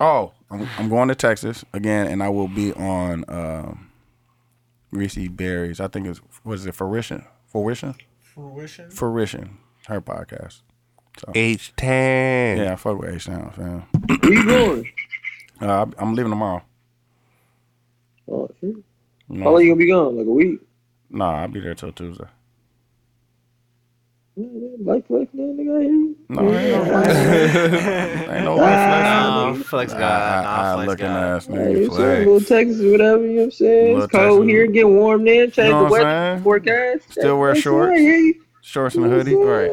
[SPEAKER 1] Oh, I'm, I'm going to Texas again and I will be on um Reese Berry's. I think it's was it Fruition? Fruition?
[SPEAKER 4] Fruition.
[SPEAKER 1] Fruition. Her podcast.
[SPEAKER 10] H ten.
[SPEAKER 1] Yeah, I fuck with H Town, fam.
[SPEAKER 9] Where you going?
[SPEAKER 1] Uh, I'm leaving tomorrow.
[SPEAKER 9] Oh, shit. How long
[SPEAKER 1] No,
[SPEAKER 9] you gonna be gone? Like a week?
[SPEAKER 1] nah, I'll be there till Tuesday.
[SPEAKER 9] Yeah, man, Life, life, man, nigga. I hear you.
[SPEAKER 1] No, ain't no, ain't no white flag.
[SPEAKER 2] Nah, Um, flex
[SPEAKER 1] Uh,
[SPEAKER 2] guy. Nah,
[SPEAKER 1] I, I
[SPEAKER 2] flex
[SPEAKER 1] looking
[SPEAKER 2] guy.
[SPEAKER 1] ass
[SPEAKER 9] Hey,
[SPEAKER 1] nigga
[SPEAKER 9] it's a
[SPEAKER 1] flag.
[SPEAKER 9] little Texas, whatever, you know what I'm saying?
[SPEAKER 1] Little
[SPEAKER 9] It's cold
[SPEAKER 1] Texas.
[SPEAKER 9] here, get warm then, change
[SPEAKER 1] You know
[SPEAKER 9] the
[SPEAKER 1] what I'm
[SPEAKER 9] weather
[SPEAKER 1] saying?
[SPEAKER 9] forecast.
[SPEAKER 1] Still wear
[SPEAKER 9] That's
[SPEAKER 1] shorts.
[SPEAKER 9] right, yeah, you-
[SPEAKER 1] Shorts and a hoodie. Right.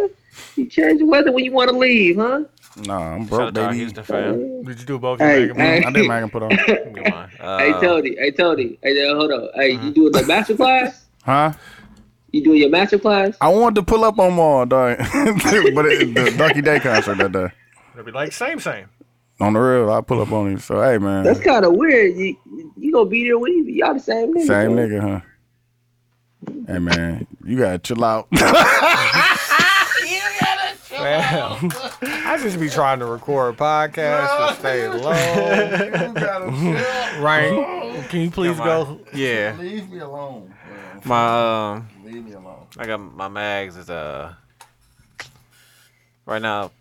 [SPEAKER 9] You change the weather when you want to leave, huh?
[SPEAKER 1] Nah, I'm
[SPEAKER 2] Shout
[SPEAKER 1] broke,
[SPEAKER 2] out to our
[SPEAKER 1] baby.
[SPEAKER 2] Houston fam.
[SPEAKER 4] Did you do both?
[SPEAKER 9] Hey,
[SPEAKER 4] your
[SPEAKER 9] hey.
[SPEAKER 4] hey.
[SPEAKER 1] I didn't mind put on.
[SPEAKER 2] Come on. Uh,
[SPEAKER 9] hey, Tony, hey, Tony, hey, there, hold on. Hey,
[SPEAKER 1] Mm-hmm.
[SPEAKER 9] you doing the master class?
[SPEAKER 1] Huh?
[SPEAKER 9] You doing your master class?
[SPEAKER 1] I wanted to pull up on Maul, dog. but it, the Donkey Day concert that day.
[SPEAKER 4] They'll be like same same.
[SPEAKER 1] On the real, I pull up on him. So hey, man,
[SPEAKER 9] That's kind of weird. You you gonna be there when you y'all the same nigga.
[SPEAKER 1] same
[SPEAKER 9] bro.
[SPEAKER 1] nigga, huh? Hey, man, you gotta chill out.
[SPEAKER 4] Man, I just be trying to record a podcast and stay low. Ryan, can you please go?
[SPEAKER 2] yeah.
[SPEAKER 1] Leave me alone. man.
[SPEAKER 2] My um,
[SPEAKER 1] Leave me alone.
[SPEAKER 2] I got my mags is uh right now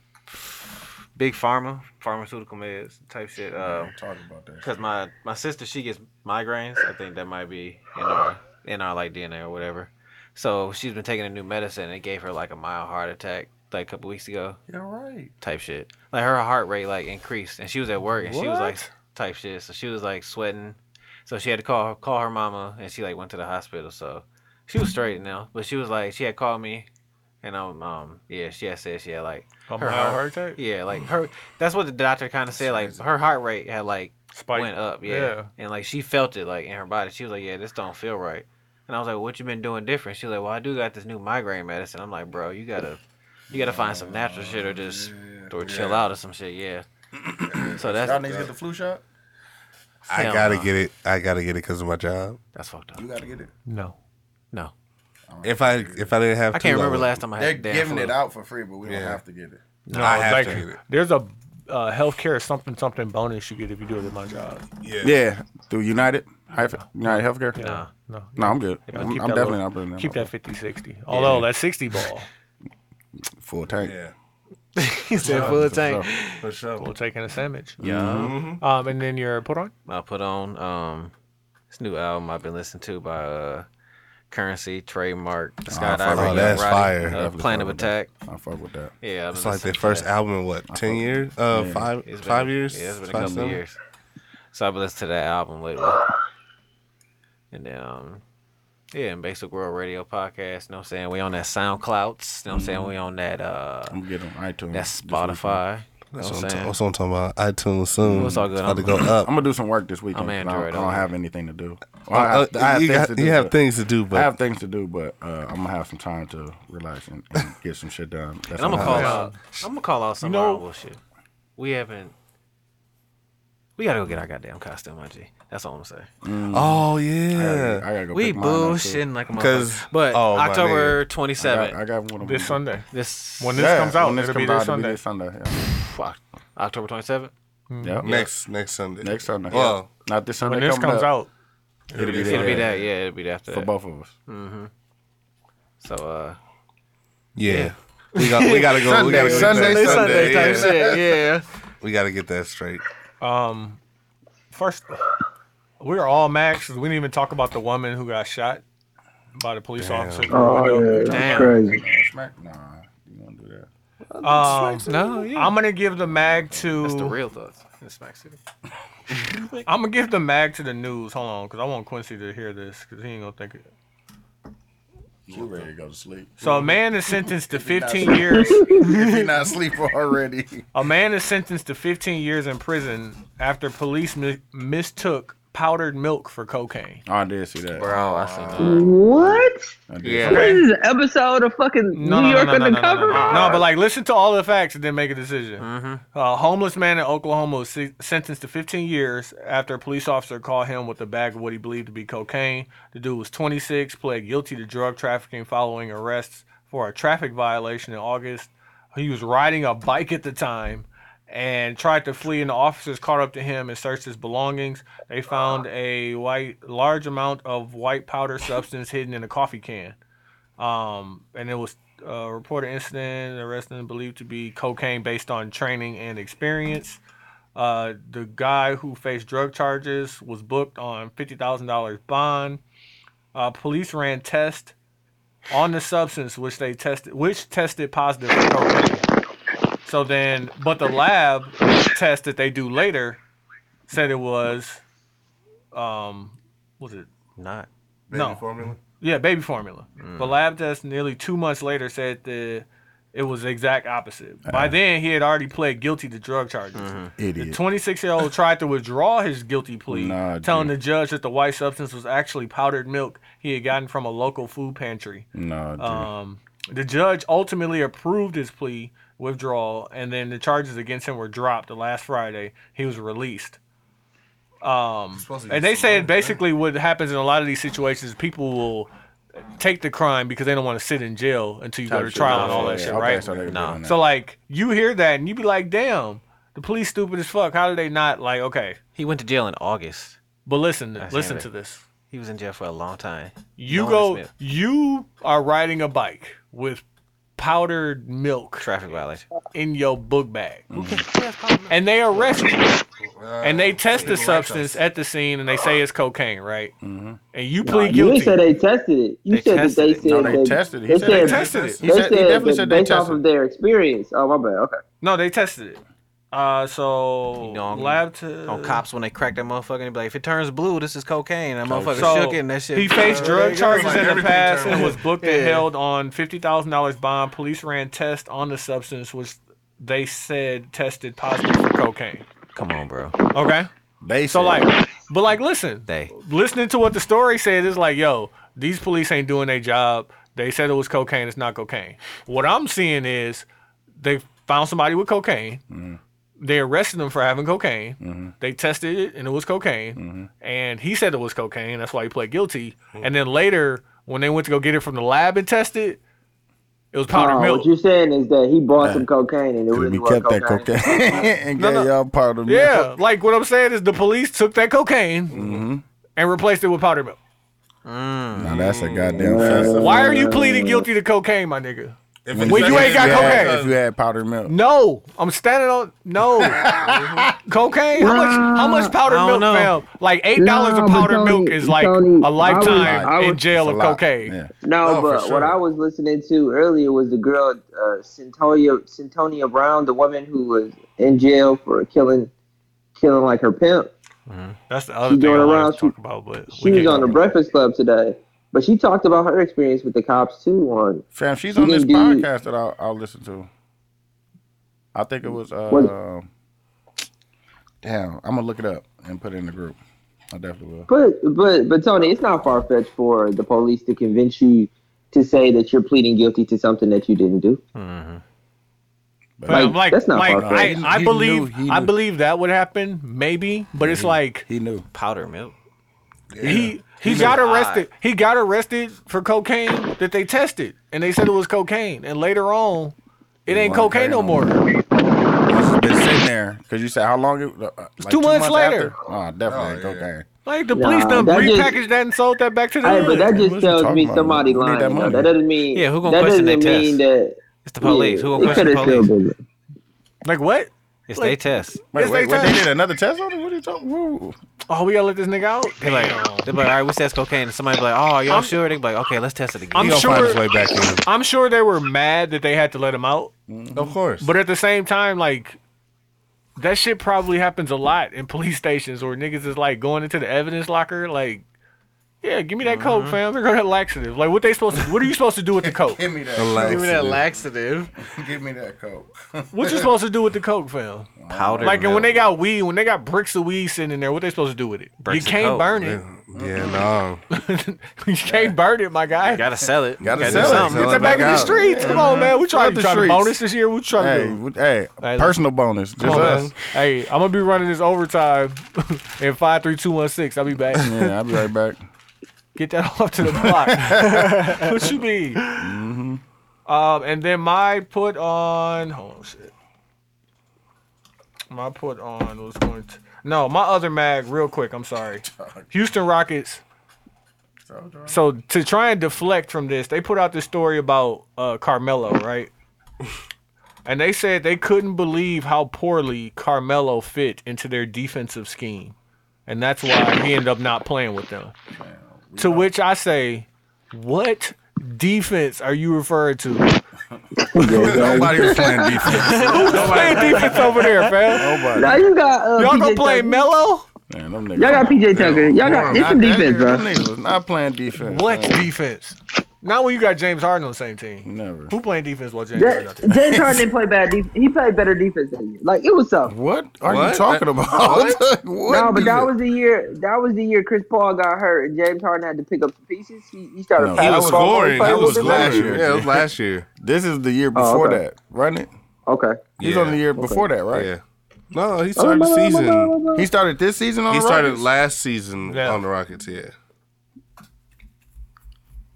[SPEAKER 2] big pharma pharmaceutical meds type shit uh
[SPEAKER 1] Talk about that.
[SPEAKER 2] because my my sister she gets migraines I think that might be in our in our like DNA or whatever so she's been taking a new medicine and it gave her like a mild heart attack like a couple weeks ago
[SPEAKER 4] You're right.
[SPEAKER 2] type shit like her heart rate like increased and she was at work and she was like
[SPEAKER 4] What?
[SPEAKER 2] type shit so she was like sweating so she had to call call her mama and she like went to the hospital so she was straight now, but she was like, she had called me, and um, um yeah, she had said she had like
[SPEAKER 4] A mild heart attack?
[SPEAKER 2] Yeah, like her. That's what the doctor kind of said. Like her heart rate had like
[SPEAKER 4] Spike.
[SPEAKER 2] went up, yeah.
[SPEAKER 4] Yeah.
[SPEAKER 2] and like she felt it like in her body. She was like, yeah, this don't feel right. And I was like, what you been doing different? She was like, well, I do got this new migraine medicine. I'm like, bro, you gotta, you gotta find some natural shit or just or chill out or some shit. Yeah. so that's
[SPEAKER 1] Y'all niggas get the flu shot.
[SPEAKER 5] I
[SPEAKER 2] hell
[SPEAKER 5] gotta
[SPEAKER 2] no.
[SPEAKER 5] get it. I gotta get it because of my job.
[SPEAKER 2] that's fucked up.
[SPEAKER 1] You gotta get it.
[SPEAKER 2] No, no,
[SPEAKER 5] If I if I didn't have,
[SPEAKER 2] I can't
[SPEAKER 5] to,
[SPEAKER 2] remember
[SPEAKER 5] would.
[SPEAKER 2] last time I
[SPEAKER 1] They're
[SPEAKER 2] had damn
[SPEAKER 1] giving
[SPEAKER 2] flu.
[SPEAKER 1] it out for free, but we don't
[SPEAKER 5] Yeah.
[SPEAKER 1] have to get it.
[SPEAKER 4] No,
[SPEAKER 5] I have
[SPEAKER 4] like,
[SPEAKER 5] to get it.
[SPEAKER 4] There's a uh, healthcare something something bonus you get if you do it at my job.
[SPEAKER 5] Yeah.
[SPEAKER 1] Yeah, through United, Hyphen- United Healthcare.
[SPEAKER 4] Yeah. No.
[SPEAKER 1] No, I'm good.
[SPEAKER 4] Yeah,
[SPEAKER 1] I'm,
[SPEAKER 4] keep
[SPEAKER 1] I'm
[SPEAKER 4] that
[SPEAKER 1] definitely
[SPEAKER 4] low.
[SPEAKER 1] not putting that.
[SPEAKER 4] Keep that 50 60. Although that 60 ball
[SPEAKER 1] full tank.
[SPEAKER 5] Yeah.
[SPEAKER 2] He said full tank.
[SPEAKER 5] For sure. Mm-hmm.
[SPEAKER 4] will take in a sandwich.
[SPEAKER 2] Yeah.
[SPEAKER 4] Um, and then your put on?
[SPEAKER 2] I put on um this new album I've been listening to by uh Currency, Trademark,
[SPEAKER 1] fuck
[SPEAKER 2] Skydiver,
[SPEAKER 1] with
[SPEAKER 5] that. That's fire.
[SPEAKER 2] Uh,
[SPEAKER 1] Definitely
[SPEAKER 2] Plan
[SPEAKER 1] fuck
[SPEAKER 2] of
[SPEAKER 1] with
[SPEAKER 2] Attack.
[SPEAKER 1] I fuck with that.
[SPEAKER 2] Yeah, I've
[SPEAKER 5] It's
[SPEAKER 2] been
[SPEAKER 5] like
[SPEAKER 2] listening
[SPEAKER 5] their
[SPEAKER 2] to
[SPEAKER 5] first
[SPEAKER 2] that.
[SPEAKER 5] album in what ten years? Uh, five
[SPEAKER 2] It's been-
[SPEAKER 5] five years?
[SPEAKER 2] Yeah, it's been a
[SPEAKER 5] Five,
[SPEAKER 2] couple
[SPEAKER 5] seven?
[SPEAKER 2] of years. So I've been listening to that album lately. And then um yeah, and Basic World Radio podcast, you know what I'm saying? We on that SoundClouds, you know what I'm
[SPEAKER 5] Mm-hmm.
[SPEAKER 2] saying? We on that uh
[SPEAKER 1] I'm getting on iTunes.
[SPEAKER 2] that
[SPEAKER 1] this weekend.
[SPEAKER 2] Spotify. You know
[SPEAKER 5] That's
[SPEAKER 2] what I'm
[SPEAKER 5] what I'm, ta-
[SPEAKER 2] saying?
[SPEAKER 5] that's what I'm talking about. iTunes soon.
[SPEAKER 2] Well, it's all good.
[SPEAKER 5] about to
[SPEAKER 2] I'm-
[SPEAKER 5] go up.
[SPEAKER 1] I'm gonna Uh, do some work this weekend.
[SPEAKER 2] I'm
[SPEAKER 1] 'cause I don't-
[SPEAKER 2] Android
[SPEAKER 1] I don't
[SPEAKER 2] only.
[SPEAKER 1] have anything to do. Well, I
[SPEAKER 5] Uh,
[SPEAKER 1] have, I have
[SPEAKER 5] you
[SPEAKER 1] things
[SPEAKER 5] got-
[SPEAKER 1] to do,
[SPEAKER 5] you have
[SPEAKER 1] but-
[SPEAKER 5] things to do,
[SPEAKER 1] I
[SPEAKER 5] but
[SPEAKER 1] have things to do, but uh, I'm gonna have some time to relax and, and get some shit done. That's
[SPEAKER 2] And I'm gonna
[SPEAKER 1] what
[SPEAKER 2] call
[SPEAKER 1] have.
[SPEAKER 2] out. I'm gonna call out some
[SPEAKER 4] You know-
[SPEAKER 2] of our bullshit. We haven't. We gotta go get our goddamn costume, my G. That's all I'm saying.
[SPEAKER 5] oh
[SPEAKER 1] I gotta,
[SPEAKER 5] yeah,
[SPEAKER 1] I gotta go.
[SPEAKER 2] We
[SPEAKER 1] pick mine up, too.
[SPEAKER 2] bullshitting like a
[SPEAKER 5] 'Cause-
[SPEAKER 2] motherfucker. But
[SPEAKER 5] oh, my
[SPEAKER 2] October
[SPEAKER 1] I got,
[SPEAKER 2] 27th.
[SPEAKER 1] I got one of
[SPEAKER 4] This
[SPEAKER 1] them.
[SPEAKER 4] Sunday.
[SPEAKER 2] this when
[SPEAKER 4] When this
[SPEAKER 1] Mm-hmm. Yeah,
[SPEAKER 4] comes out,
[SPEAKER 1] when this
[SPEAKER 4] it'll
[SPEAKER 1] comes
[SPEAKER 4] be this
[SPEAKER 1] out, it'll
[SPEAKER 4] Sunday.
[SPEAKER 1] this Sunday. Yeah.
[SPEAKER 2] October 27th.
[SPEAKER 1] Yep.
[SPEAKER 5] next next Sunday.
[SPEAKER 1] next Sunday.
[SPEAKER 5] Well,
[SPEAKER 1] yeah. not this Sunday.
[SPEAKER 4] When this
[SPEAKER 1] coming
[SPEAKER 4] comes
[SPEAKER 1] up.
[SPEAKER 4] out,
[SPEAKER 1] it'll be,
[SPEAKER 2] It'll be
[SPEAKER 1] there
[SPEAKER 2] that. Yeah, it'll be after
[SPEAKER 1] for
[SPEAKER 2] that.
[SPEAKER 1] both of us.
[SPEAKER 2] So uh,
[SPEAKER 5] yeah. We got we gotta go. we gotta
[SPEAKER 1] Sunday,
[SPEAKER 5] get that
[SPEAKER 1] Sunday, Sunday
[SPEAKER 5] yeah.
[SPEAKER 2] shit. Yeah.
[SPEAKER 5] We gotta get that straight.
[SPEAKER 4] um, first, we are all mad 'cause we didn't even talk about the woman who got shot by the police officer.
[SPEAKER 9] Oh yeah, that's
[SPEAKER 2] Damn.
[SPEAKER 9] crazy.
[SPEAKER 1] Smack. Nah, you wanna do that?
[SPEAKER 4] Um,
[SPEAKER 2] No. Yeah.
[SPEAKER 4] I'm gonna give the mag to
[SPEAKER 2] That's the real thoughts. in Smack City.
[SPEAKER 4] I'm gonna give the mag to the news. Hold on, because I want Quincy to hear this, because he ain't gonna think it.
[SPEAKER 1] You ready to go to sleep?
[SPEAKER 4] So a man is sentenced to
[SPEAKER 1] If he not
[SPEAKER 4] 15
[SPEAKER 1] sleep-
[SPEAKER 4] years.
[SPEAKER 1] if he not sleep already,
[SPEAKER 4] A man is sentenced to 15 years in prison after police mi- mistook powdered milk for cocaine.
[SPEAKER 1] oh, I did see that.
[SPEAKER 2] Bro, I seen that.
[SPEAKER 9] What?
[SPEAKER 1] I did.
[SPEAKER 4] Yeah.
[SPEAKER 9] This is an episode of fucking New York Undercover.
[SPEAKER 4] No, no, no. No, but like, listen to all the facts and then make a decision.
[SPEAKER 9] Mm-hmm.
[SPEAKER 4] A homeless man in Oklahoma was se- sentenced to 15 years after a police officer caught him with a bag of what he believed to be cocaine. The dude was 26, pled guilty to drug trafficking following arrests for a traffic violation in August. He was riding a bike at the time and tried to flee, and the officers caught up to him and searched his belongings. They found a white, large amount of white powder substance hidden in a coffee can. Um, and it was a reported incident arrested believed to be cocaine based on training and experience. Uh, the guy who faced drug charges was booked on fifty thousand dollars bond. Uh, police ran tests on the substance, which they tested, which tested positive for cocaine. So then, but the lab test that they do later said it was, um, was it
[SPEAKER 2] Not.
[SPEAKER 5] Baby
[SPEAKER 4] no
[SPEAKER 5] formula.
[SPEAKER 4] yeah, baby formula. But lab test nearly two months later said that it was the exact opposite.
[SPEAKER 1] Ah.
[SPEAKER 4] By then, he had already pled guilty to drug charges. The
[SPEAKER 1] Idiot.
[SPEAKER 4] 26 year old tried to withdraw his guilty plea,
[SPEAKER 1] Nah,
[SPEAKER 4] telling
[SPEAKER 1] dude.
[SPEAKER 4] the judge that the white substance was actually powdered milk he had gotten from a local food pantry.
[SPEAKER 1] No, dude.
[SPEAKER 4] Um, the judge ultimately approved his plea withdrawal, and then the charges against him were dropped. The last Friday, he was released. Um,
[SPEAKER 5] supposed to
[SPEAKER 4] and
[SPEAKER 5] get
[SPEAKER 4] they
[SPEAKER 5] some
[SPEAKER 4] said
[SPEAKER 5] money,
[SPEAKER 4] basically what happens in a lot of these situations, people will take the crime because they don't want to sit in jail until you go to
[SPEAKER 1] Shit,
[SPEAKER 4] trial
[SPEAKER 1] yeah,
[SPEAKER 4] and all that
[SPEAKER 1] yeah.
[SPEAKER 4] shit,
[SPEAKER 1] Okay,
[SPEAKER 4] right?
[SPEAKER 1] So, they
[SPEAKER 2] No.
[SPEAKER 1] no.
[SPEAKER 4] So like you hear that and you be like, damn, the police stupid as fuck. How did they not like? Okay,
[SPEAKER 2] He went to jail in August.
[SPEAKER 4] but listen,
[SPEAKER 2] seen
[SPEAKER 4] listen
[SPEAKER 2] it.
[SPEAKER 4] to this.
[SPEAKER 2] He was in jail for a long time.
[SPEAKER 4] You
[SPEAKER 2] No
[SPEAKER 4] go,
[SPEAKER 2] understand.
[SPEAKER 4] you are riding a bike with powdered milk
[SPEAKER 2] Traffic violation.
[SPEAKER 4] in your book bag. And they arrest you. And they test the substance at the scene and they say it's cocaine, right? And you plead
[SPEAKER 9] You didn't say
[SPEAKER 4] guilty.
[SPEAKER 9] they tested it. You
[SPEAKER 2] They
[SPEAKER 9] said that
[SPEAKER 2] tested
[SPEAKER 9] they
[SPEAKER 2] it.
[SPEAKER 9] said
[SPEAKER 1] No, they tested it. He said they
[SPEAKER 4] tested it.
[SPEAKER 9] They
[SPEAKER 1] He said- he
[SPEAKER 9] said
[SPEAKER 1] definitely
[SPEAKER 9] that
[SPEAKER 1] said they
[SPEAKER 9] based off
[SPEAKER 1] tested
[SPEAKER 9] of their experience. Oh my bad. Okay.
[SPEAKER 4] No, they tested it. Uh, so
[SPEAKER 2] You know, on-
[SPEAKER 4] lab to
[SPEAKER 2] On cops when they crack that motherfucker and be like, if it turns blue, this is cocaine. That motherfucker
[SPEAKER 4] So,
[SPEAKER 2] shook it and that shit.
[SPEAKER 4] He faced drug charges
[SPEAKER 5] Like,
[SPEAKER 4] in the
[SPEAKER 5] everything
[SPEAKER 4] past
[SPEAKER 5] turned
[SPEAKER 4] and was
[SPEAKER 5] red.
[SPEAKER 4] booked and held on fifty thousand dollars bond. Police ran tests on the substance, which they said tested positive for cocaine.
[SPEAKER 2] Come on, bro.
[SPEAKER 4] Okay,
[SPEAKER 1] They
[SPEAKER 4] so
[SPEAKER 1] said-
[SPEAKER 4] like, but like, listen,
[SPEAKER 2] They.
[SPEAKER 4] listening to what the story said is like, yo, these police ain't doing their job. They said it was cocaine. It's not cocaine. What I'm seeing is they found somebody with cocaine. They arrested them for having cocaine. They tested it and it was cocaine. And he said it was cocaine. That's why he pled guilty. And then later, when they went to go get it from the lab and test it, it was powdered
[SPEAKER 9] Oh,
[SPEAKER 4] milk.
[SPEAKER 9] what you're saying is that he bought some cocaine and it
[SPEAKER 1] we
[SPEAKER 9] really was
[SPEAKER 1] kept
[SPEAKER 9] cocaine.
[SPEAKER 1] that cocaine and gave y'all part of the
[SPEAKER 4] Yeah, like what I'm saying is the police took that cocaine and replaced it with powdered milk.
[SPEAKER 1] Now that's a goddamn fact.
[SPEAKER 4] Why are you pleading guilty to cocaine, my nigga?
[SPEAKER 5] If
[SPEAKER 4] When you ain't got
[SPEAKER 1] Mm. If you had-
[SPEAKER 4] cocaine.
[SPEAKER 1] If you had powdered milk,
[SPEAKER 4] No, I'm standing on no cocaine. How much? How much powdered
[SPEAKER 2] I
[SPEAKER 4] milk,
[SPEAKER 2] don't know.
[SPEAKER 4] fam? Like eight dollars
[SPEAKER 9] No,
[SPEAKER 4] of
[SPEAKER 9] but
[SPEAKER 4] powdered
[SPEAKER 9] Tony-
[SPEAKER 4] milk is like
[SPEAKER 9] Tony, I
[SPEAKER 4] a
[SPEAKER 9] would-
[SPEAKER 4] lifetime
[SPEAKER 9] I
[SPEAKER 4] in
[SPEAKER 9] would-
[SPEAKER 4] jail
[SPEAKER 1] It's
[SPEAKER 4] of
[SPEAKER 1] a lot.
[SPEAKER 4] cocaine.
[SPEAKER 1] Yeah.
[SPEAKER 9] No,
[SPEAKER 5] No, for
[SPEAKER 9] but
[SPEAKER 5] sure.
[SPEAKER 9] what I was listening to earlier was the girl, uh, Centonia, Centonia Brown, the woman who was in jail for killing, killing like her pimp.
[SPEAKER 4] That's the other
[SPEAKER 9] She
[SPEAKER 4] thing I
[SPEAKER 9] going
[SPEAKER 4] wanted
[SPEAKER 9] around,
[SPEAKER 4] to
[SPEAKER 9] she-
[SPEAKER 4] talk about. But
[SPEAKER 9] She was on the Breakfast Club today, but she talked about her experience with the cops too. On
[SPEAKER 1] fam, she's
[SPEAKER 9] You
[SPEAKER 1] on this
[SPEAKER 9] didn't do-
[SPEAKER 1] podcast that I'll, I'll listen to. I think it was.
[SPEAKER 9] Was-
[SPEAKER 1] Uh, damn, I'm gonna look it up and put it in the group. I definitely will.
[SPEAKER 9] but but but Tony, it's not far fetched for the police to convince you to say that you're pleading guilty to something that you didn't do.
[SPEAKER 4] But I'm like,
[SPEAKER 9] Like, that's not
[SPEAKER 4] like
[SPEAKER 9] far-fetched.
[SPEAKER 4] I, I
[SPEAKER 1] He knew-
[SPEAKER 4] believe
[SPEAKER 1] he
[SPEAKER 4] I
[SPEAKER 1] knew.
[SPEAKER 4] believe that would happen, maybe. But it's like
[SPEAKER 1] He knew.
[SPEAKER 2] Powder milk.
[SPEAKER 4] he he got
[SPEAKER 2] knew.
[SPEAKER 4] arrested. He got arrested for cocaine that they tested, and they said it was cocaine. And later on, it ain't
[SPEAKER 1] wasn't
[SPEAKER 4] cocaine no
[SPEAKER 1] cocaine no
[SPEAKER 4] more.
[SPEAKER 1] Must have been sitting there because you said how long? It, uh, uh, like
[SPEAKER 4] two months later.
[SPEAKER 1] After? Oh, definitely ain't
[SPEAKER 5] Oh, yeah.
[SPEAKER 1] cocaine.
[SPEAKER 4] Like the
[SPEAKER 9] Nah,
[SPEAKER 4] police done
[SPEAKER 9] that just-
[SPEAKER 4] repackaged that and sold that back to the
[SPEAKER 9] Hey, but
[SPEAKER 4] hood.
[SPEAKER 9] that
[SPEAKER 1] what
[SPEAKER 9] just
[SPEAKER 1] you
[SPEAKER 9] tells
[SPEAKER 1] talking
[SPEAKER 9] me
[SPEAKER 1] about?
[SPEAKER 9] somebody
[SPEAKER 1] We need
[SPEAKER 9] lying.
[SPEAKER 1] that
[SPEAKER 9] That,
[SPEAKER 1] money.
[SPEAKER 9] that doesn't mean.
[SPEAKER 2] Yeah, who gonna
[SPEAKER 9] that
[SPEAKER 2] question
[SPEAKER 9] doesn't
[SPEAKER 2] their test?
[SPEAKER 9] mean that.
[SPEAKER 2] It's the police.
[SPEAKER 9] yeah,
[SPEAKER 2] Who
[SPEAKER 9] it
[SPEAKER 2] will question
[SPEAKER 9] coulda
[SPEAKER 2] the police?
[SPEAKER 9] still been-
[SPEAKER 4] like what?
[SPEAKER 2] It's their test.
[SPEAKER 1] Wait,
[SPEAKER 4] It's
[SPEAKER 1] wait,
[SPEAKER 4] their
[SPEAKER 1] what, they
[SPEAKER 4] time.
[SPEAKER 1] did another test on it? What are you talking? Woo.
[SPEAKER 4] Oh, we gotta let this nigga out.
[SPEAKER 2] They're like, they're like, all right, we said it's cocaine. And somebody be like, oh, y'all
[SPEAKER 4] I'm-
[SPEAKER 2] sure? They be like, okay, let's test it again.
[SPEAKER 4] I'm
[SPEAKER 5] He'll
[SPEAKER 4] sure-
[SPEAKER 5] find his way back in.
[SPEAKER 4] I'm sure they were mad that they had to let him out,
[SPEAKER 5] Of course.
[SPEAKER 4] but at the same time, like that shit probably happens a lot in police stations where niggas is like going into the evidence locker, like, yeah, give me that coke, fam. They're that laxative. Like, what they supposed to? What are you supposed to do with the coke?
[SPEAKER 1] Give me that.
[SPEAKER 2] Give me that laxative.
[SPEAKER 1] Give me that coke.
[SPEAKER 4] What you supposed to do with the coke, fam?
[SPEAKER 2] Powder.
[SPEAKER 4] Like, and when they got weed, when they got bricks of weed sitting in there, what they supposed to do with it?
[SPEAKER 2] Bricks
[SPEAKER 4] you
[SPEAKER 2] of
[SPEAKER 4] can't
[SPEAKER 2] coke,
[SPEAKER 4] burn
[SPEAKER 5] Yeah, no.
[SPEAKER 4] it. you can't burn it, my guy.
[SPEAKER 2] gotta sell it.
[SPEAKER 5] Gotta
[SPEAKER 2] do
[SPEAKER 5] sell it.
[SPEAKER 2] something.
[SPEAKER 4] Get
[SPEAKER 5] Sell
[SPEAKER 4] that back in the
[SPEAKER 5] out.
[SPEAKER 4] streets. Come on, man. We trying
[SPEAKER 1] Out
[SPEAKER 4] to
[SPEAKER 1] the
[SPEAKER 4] try to
[SPEAKER 1] streets.
[SPEAKER 4] bonus this year. We trying to
[SPEAKER 1] Hey,
[SPEAKER 4] do.
[SPEAKER 1] w- hey,
[SPEAKER 4] Hey, look.
[SPEAKER 1] personal bonus. Just
[SPEAKER 4] Come on,
[SPEAKER 1] us.
[SPEAKER 4] man. Hey, I'm gonna be running this overtime in five, three, two, one, six. I'll be back.
[SPEAKER 1] Yeah, I'll be right back.
[SPEAKER 4] Get that off to the block. what you mean? Um, and then my put on. Hold on, shit. My put on was going to. No, my other mag, real quick. I'm sorry. Houston Rockets. So to try and deflect from this, they put out this story about uh, Carmelo, right? And they said they couldn't believe how poorly Carmelo fit into their defensive scheme. And that's why he ended up not playing with them. To which I say, what defense are you referring to?
[SPEAKER 5] Nobody was playing defense.
[SPEAKER 4] Play defense over there, fam.
[SPEAKER 9] Now you got uh,
[SPEAKER 4] Y'all
[SPEAKER 9] PJ
[SPEAKER 4] gonna play
[SPEAKER 9] Tucker.
[SPEAKER 4] Melo?
[SPEAKER 1] Man, them
[SPEAKER 9] Y'all
[SPEAKER 1] niggas.
[SPEAKER 9] got PJ Tucker. Y'all got it's some
[SPEAKER 1] Goddamn,
[SPEAKER 9] defense,
[SPEAKER 1] them
[SPEAKER 9] bro.
[SPEAKER 1] niggas was not playing defense.
[SPEAKER 4] What
[SPEAKER 1] man.
[SPEAKER 4] defense? Not when you got James Harden on the same team.
[SPEAKER 1] Never.
[SPEAKER 4] Who playing defense while James Harden?
[SPEAKER 9] Ja-
[SPEAKER 4] out there?
[SPEAKER 9] James Harden didn't play bad. Def- he played better defense than you. Like it was tough.
[SPEAKER 1] What are
[SPEAKER 5] What?
[SPEAKER 1] you talking about? What?
[SPEAKER 9] no, but that
[SPEAKER 1] defense?
[SPEAKER 9] was the year. That was the year Chris Paul got hurt and James Harden had to pick up the pieces. He, he started.
[SPEAKER 1] No, he
[SPEAKER 9] fouling
[SPEAKER 5] was
[SPEAKER 9] football
[SPEAKER 5] scoring.
[SPEAKER 9] players.
[SPEAKER 5] That was
[SPEAKER 9] Wasn't
[SPEAKER 5] last year.
[SPEAKER 1] year.
[SPEAKER 5] Yeah, it was last year.
[SPEAKER 1] This is the year before
[SPEAKER 9] Oh, okay.
[SPEAKER 1] that, right? Nick?
[SPEAKER 9] Okay.
[SPEAKER 1] He's
[SPEAKER 5] Yeah.
[SPEAKER 1] on the year before that, right?
[SPEAKER 5] Yeah. No, he started the
[SPEAKER 9] Oh, my God,
[SPEAKER 5] season.
[SPEAKER 9] oh, my God.
[SPEAKER 1] He started this season on
[SPEAKER 5] He
[SPEAKER 1] the
[SPEAKER 5] started
[SPEAKER 1] Rockets?
[SPEAKER 5] last season
[SPEAKER 4] Yeah.
[SPEAKER 5] on the Rockets. Yeah.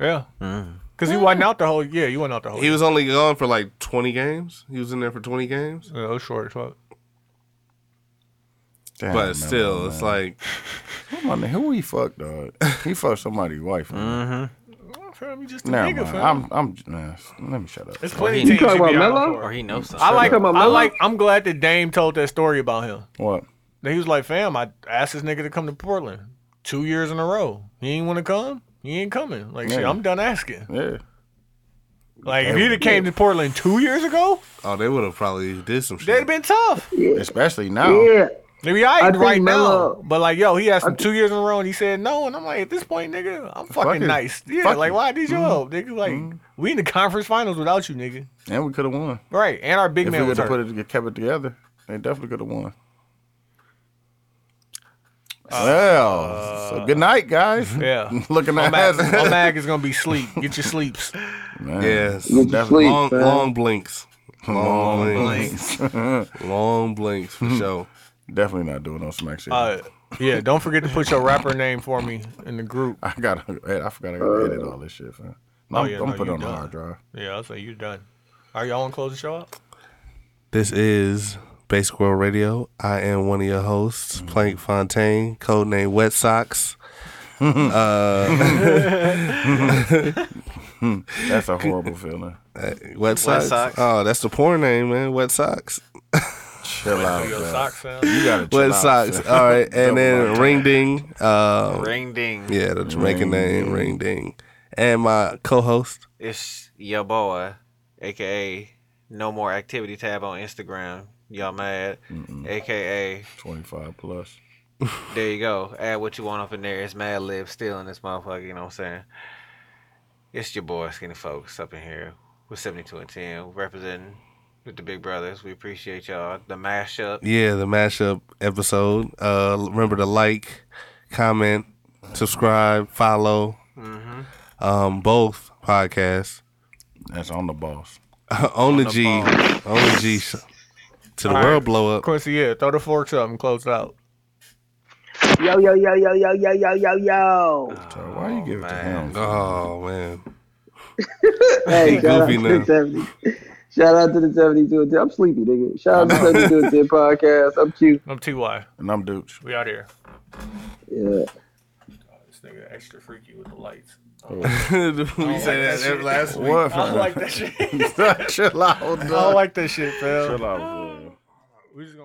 [SPEAKER 4] Yeah. Cause he wasn't out the whole. Yeah, you wasn't out the whole.
[SPEAKER 5] He was only gone for like 20 games. He was in there for 20 games.
[SPEAKER 4] Yeah, it was short as fuck.
[SPEAKER 1] Damn,
[SPEAKER 5] But
[SPEAKER 1] man,
[SPEAKER 5] still, it's
[SPEAKER 1] man.
[SPEAKER 5] like
[SPEAKER 1] Come on, man, who he fucked, dog? He fucked somebody's wife. man.
[SPEAKER 4] Fam, you
[SPEAKER 5] Mm-hmm.
[SPEAKER 4] just a
[SPEAKER 1] Never
[SPEAKER 4] nigga,
[SPEAKER 1] mind.
[SPEAKER 4] fam.
[SPEAKER 1] I'm, I'm, nah, let me shut up.
[SPEAKER 4] There's plenty
[SPEAKER 2] You
[SPEAKER 4] of teams
[SPEAKER 9] talking
[SPEAKER 4] you be
[SPEAKER 9] about
[SPEAKER 4] out
[SPEAKER 9] Melo?
[SPEAKER 4] for.
[SPEAKER 2] Or he knows something.
[SPEAKER 4] I like.
[SPEAKER 9] Talking about
[SPEAKER 4] I
[SPEAKER 9] Melo?
[SPEAKER 4] like. I'm glad that Dame told that story about him.
[SPEAKER 1] What?
[SPEAKER 4] Then he was like, fam, I asked this nigga to come to Portland two years in a row. He ain't want to come. He ain't coming. Like, shit,
[SPEAKER 1] Yeah.
[SPEAKER 4] I'm done asking.
[SPEAKER 1] Yeah.
[SPEAKER 4] Like, if he'd have came to Portland two years ago,
[SPEAKER 5] oh, they would have probably did some
[SPEAKER 4] that'd have
[SPEAKER 5] shit.
[SPEAKER 4] been tough.
[SPEAKER 1] Especially now.
[SPEAKER 9] Yeah.
[SPEAKER 4] Maybe I
[SPEAKER 9] I
[SPEAKER 4] ain't
[SPEAKER 9] think
[SPEAKER 4] right
[SPEAKER 9] Melo-
[SPEAKER 4] now. But, like, yo, he asked him two years in a row and he said no. And I'm like, at this point, nigga, I'm fucking
[SPEAKER 1] it.
[SPEAKER 4] nice. Yeah,
[SPEAKER 1] Fuck
[SPEAKER 4] like,
[SPEAKER 1] it. Mm-hmm.
[SPEAKER 4] why I need your help, nigga? Like, we in the conference finals without you, nigga.
[SPEAKER 1] And we could have won.
[SPEAKER 4] Right. And our big
[SPEAKER 1] If we
[SPEAKER 4] man
[SPEAKER 1] would
[SPEAKER 4] was
[SPEAKER 1] have
[SPEAKER 4] hurt.
[SPEAKER 1] put it, kept it together, they definitely could have won. well, so good night, guys.
[SPEAKER 4] Uh, yeah.
[SPEAKER 1] Looking
[SPEAKER 4] My
[SPEAKER 1] at
[SPEAKER 4] mag,
[SPEAKER 1] us.
[SPEAKER 4] my mag is going to be sleep. Get your sleeps.
[SPEAKER 1] Man,
[SPEAKER 5] Yes.
[SPEAKER 1] That's
[SPEAKER 9] Sleep,
[SPEAKER 5] long,
[SPEAKER 9] fam.
[SPEAKER 5] long blinks. Long,
[SPEAKER 1] Long
[SPEAKER 5] blinks. long blinks for sure.
[SPEAKER 1] Definitely not doing no smack shit.
[SPEAKER 4] Uh, yeah, don't forget to put your rapper name for me in the group.
[SPEAKER 1] I got. to I forgot I got to edit all this shit, man. I'm,
[SPEAKER 4] Oh, yeah,
[SPEAKER 1] I'm
[SPEAKER 4] no,
[SPEAKER 1] putting
[SPEAKER 4] you
[SPEAKER 1] on the
[SPEAKER 4] done.
[SPEAKER 1] hard drive.
[SPEAKER 4] Yeah, I'll say you're done. Are y'all want to close the show up?
[SPEAKER 5] This is Base Squirrel Radio. I am one of your hosts, Plank Fontaine, codename Wet Socks.
[SPEAKER 1] That's a horrible feeling.
[SPEAKER 5] Wet, Socks.
[SPEAKER 2] Socks.
[SPEAKER 5] Oh, that's the porn name, man. Wet Socks.
[SPEAKER 1] Chill out,
[SPEAKER 4] Yo,
[SPEAKER 1] bro.
[SPEAKER 4] sock sound.
[SPEAKER 1] You gotta chill
[SPEAKER 5] Wet
[SPEAKER 1] out,
[SPEAKER 5] Socks.
[SPEAKER 1] son.
[SPEAKER 5] All right. And then
[SPEAKER 1] Double
[SPEAKER 5] Ring Ding. Uh,
[SPEAKER 2] Ring ding.
[SPEAKER 5] yeah, the
[SPEAKER 1] Ring
[SPEAKER 5] Jamaican name,
[SPEAKER 1] Ding.
[SPEAKER 5] Ring Ding. And my co host.
[SPEAKER 2] It's your boy, aka No More Activity tab on Instagram. Y'all mad? AKA,
[SPEAKER 1] 25 plus.
[SPEAKER 2] there you go. Add what you want up in there. It's Mad Lib still in this motherfucker. You know what I'm saying? It's your boy, Skinny Folks, up in here with 72 and 10, representing with the Big Brothers. We appreciate y'all. The mashup.
[SPEAKER 5] Yeah, the mashup episode. Uh, remember to like, comment, subscribe, follow um, both podcasts.
[SPEAKER 1] That's on the boss.
[SPEAKER 5] on the G, on the G, sh- to the
[SPEAKER 4] All
[SPEAKER 5] world
[SPEAKER 4] right.
[SPEAKER 5] blow up.
[SPEAKER 4] Quincy, yeah, throw the forks up and close it out.
[SPEAKER 9] Yo yo yo yo yo yo yo yo yo.
[SPEAKER 1] So why you give it to
[SPEAKER 2] man.
[SPEAKER 1] him?
[SPEAKER 5] Oh man,
[SPEAKER 9] Hey, shout out
[SPEAKER 5] Ah, goofy
[SPEAKER 9] to the
[SPEAKER 5] now.
[SPEAKER 9] 70. Shout out to the 72 and 10. I'm sleepy, nigga. Shout out to the 72 and 10 podcast. I'm cute.
[SPEAKER 4] I'm TY.
[SPEAKER 1] And I'm Dooch.
[SPEAKER 4] We out here.
[SPEAKER 9] Yeah.
[SPEAKER 4] This nigga extra freaky with the lights.
[SPEAKER 5] we say that every last week.
[SPEAKER 1] What?
[SPEAKER 4] I don't like that shit. I
[SPEAKER 1] chill out, dog.
[SPEAKER 4] Oh, don't like that shit, fam.
[SPEAKER 1] Chill out, bro.
[SPEAKER 4] We just gonna-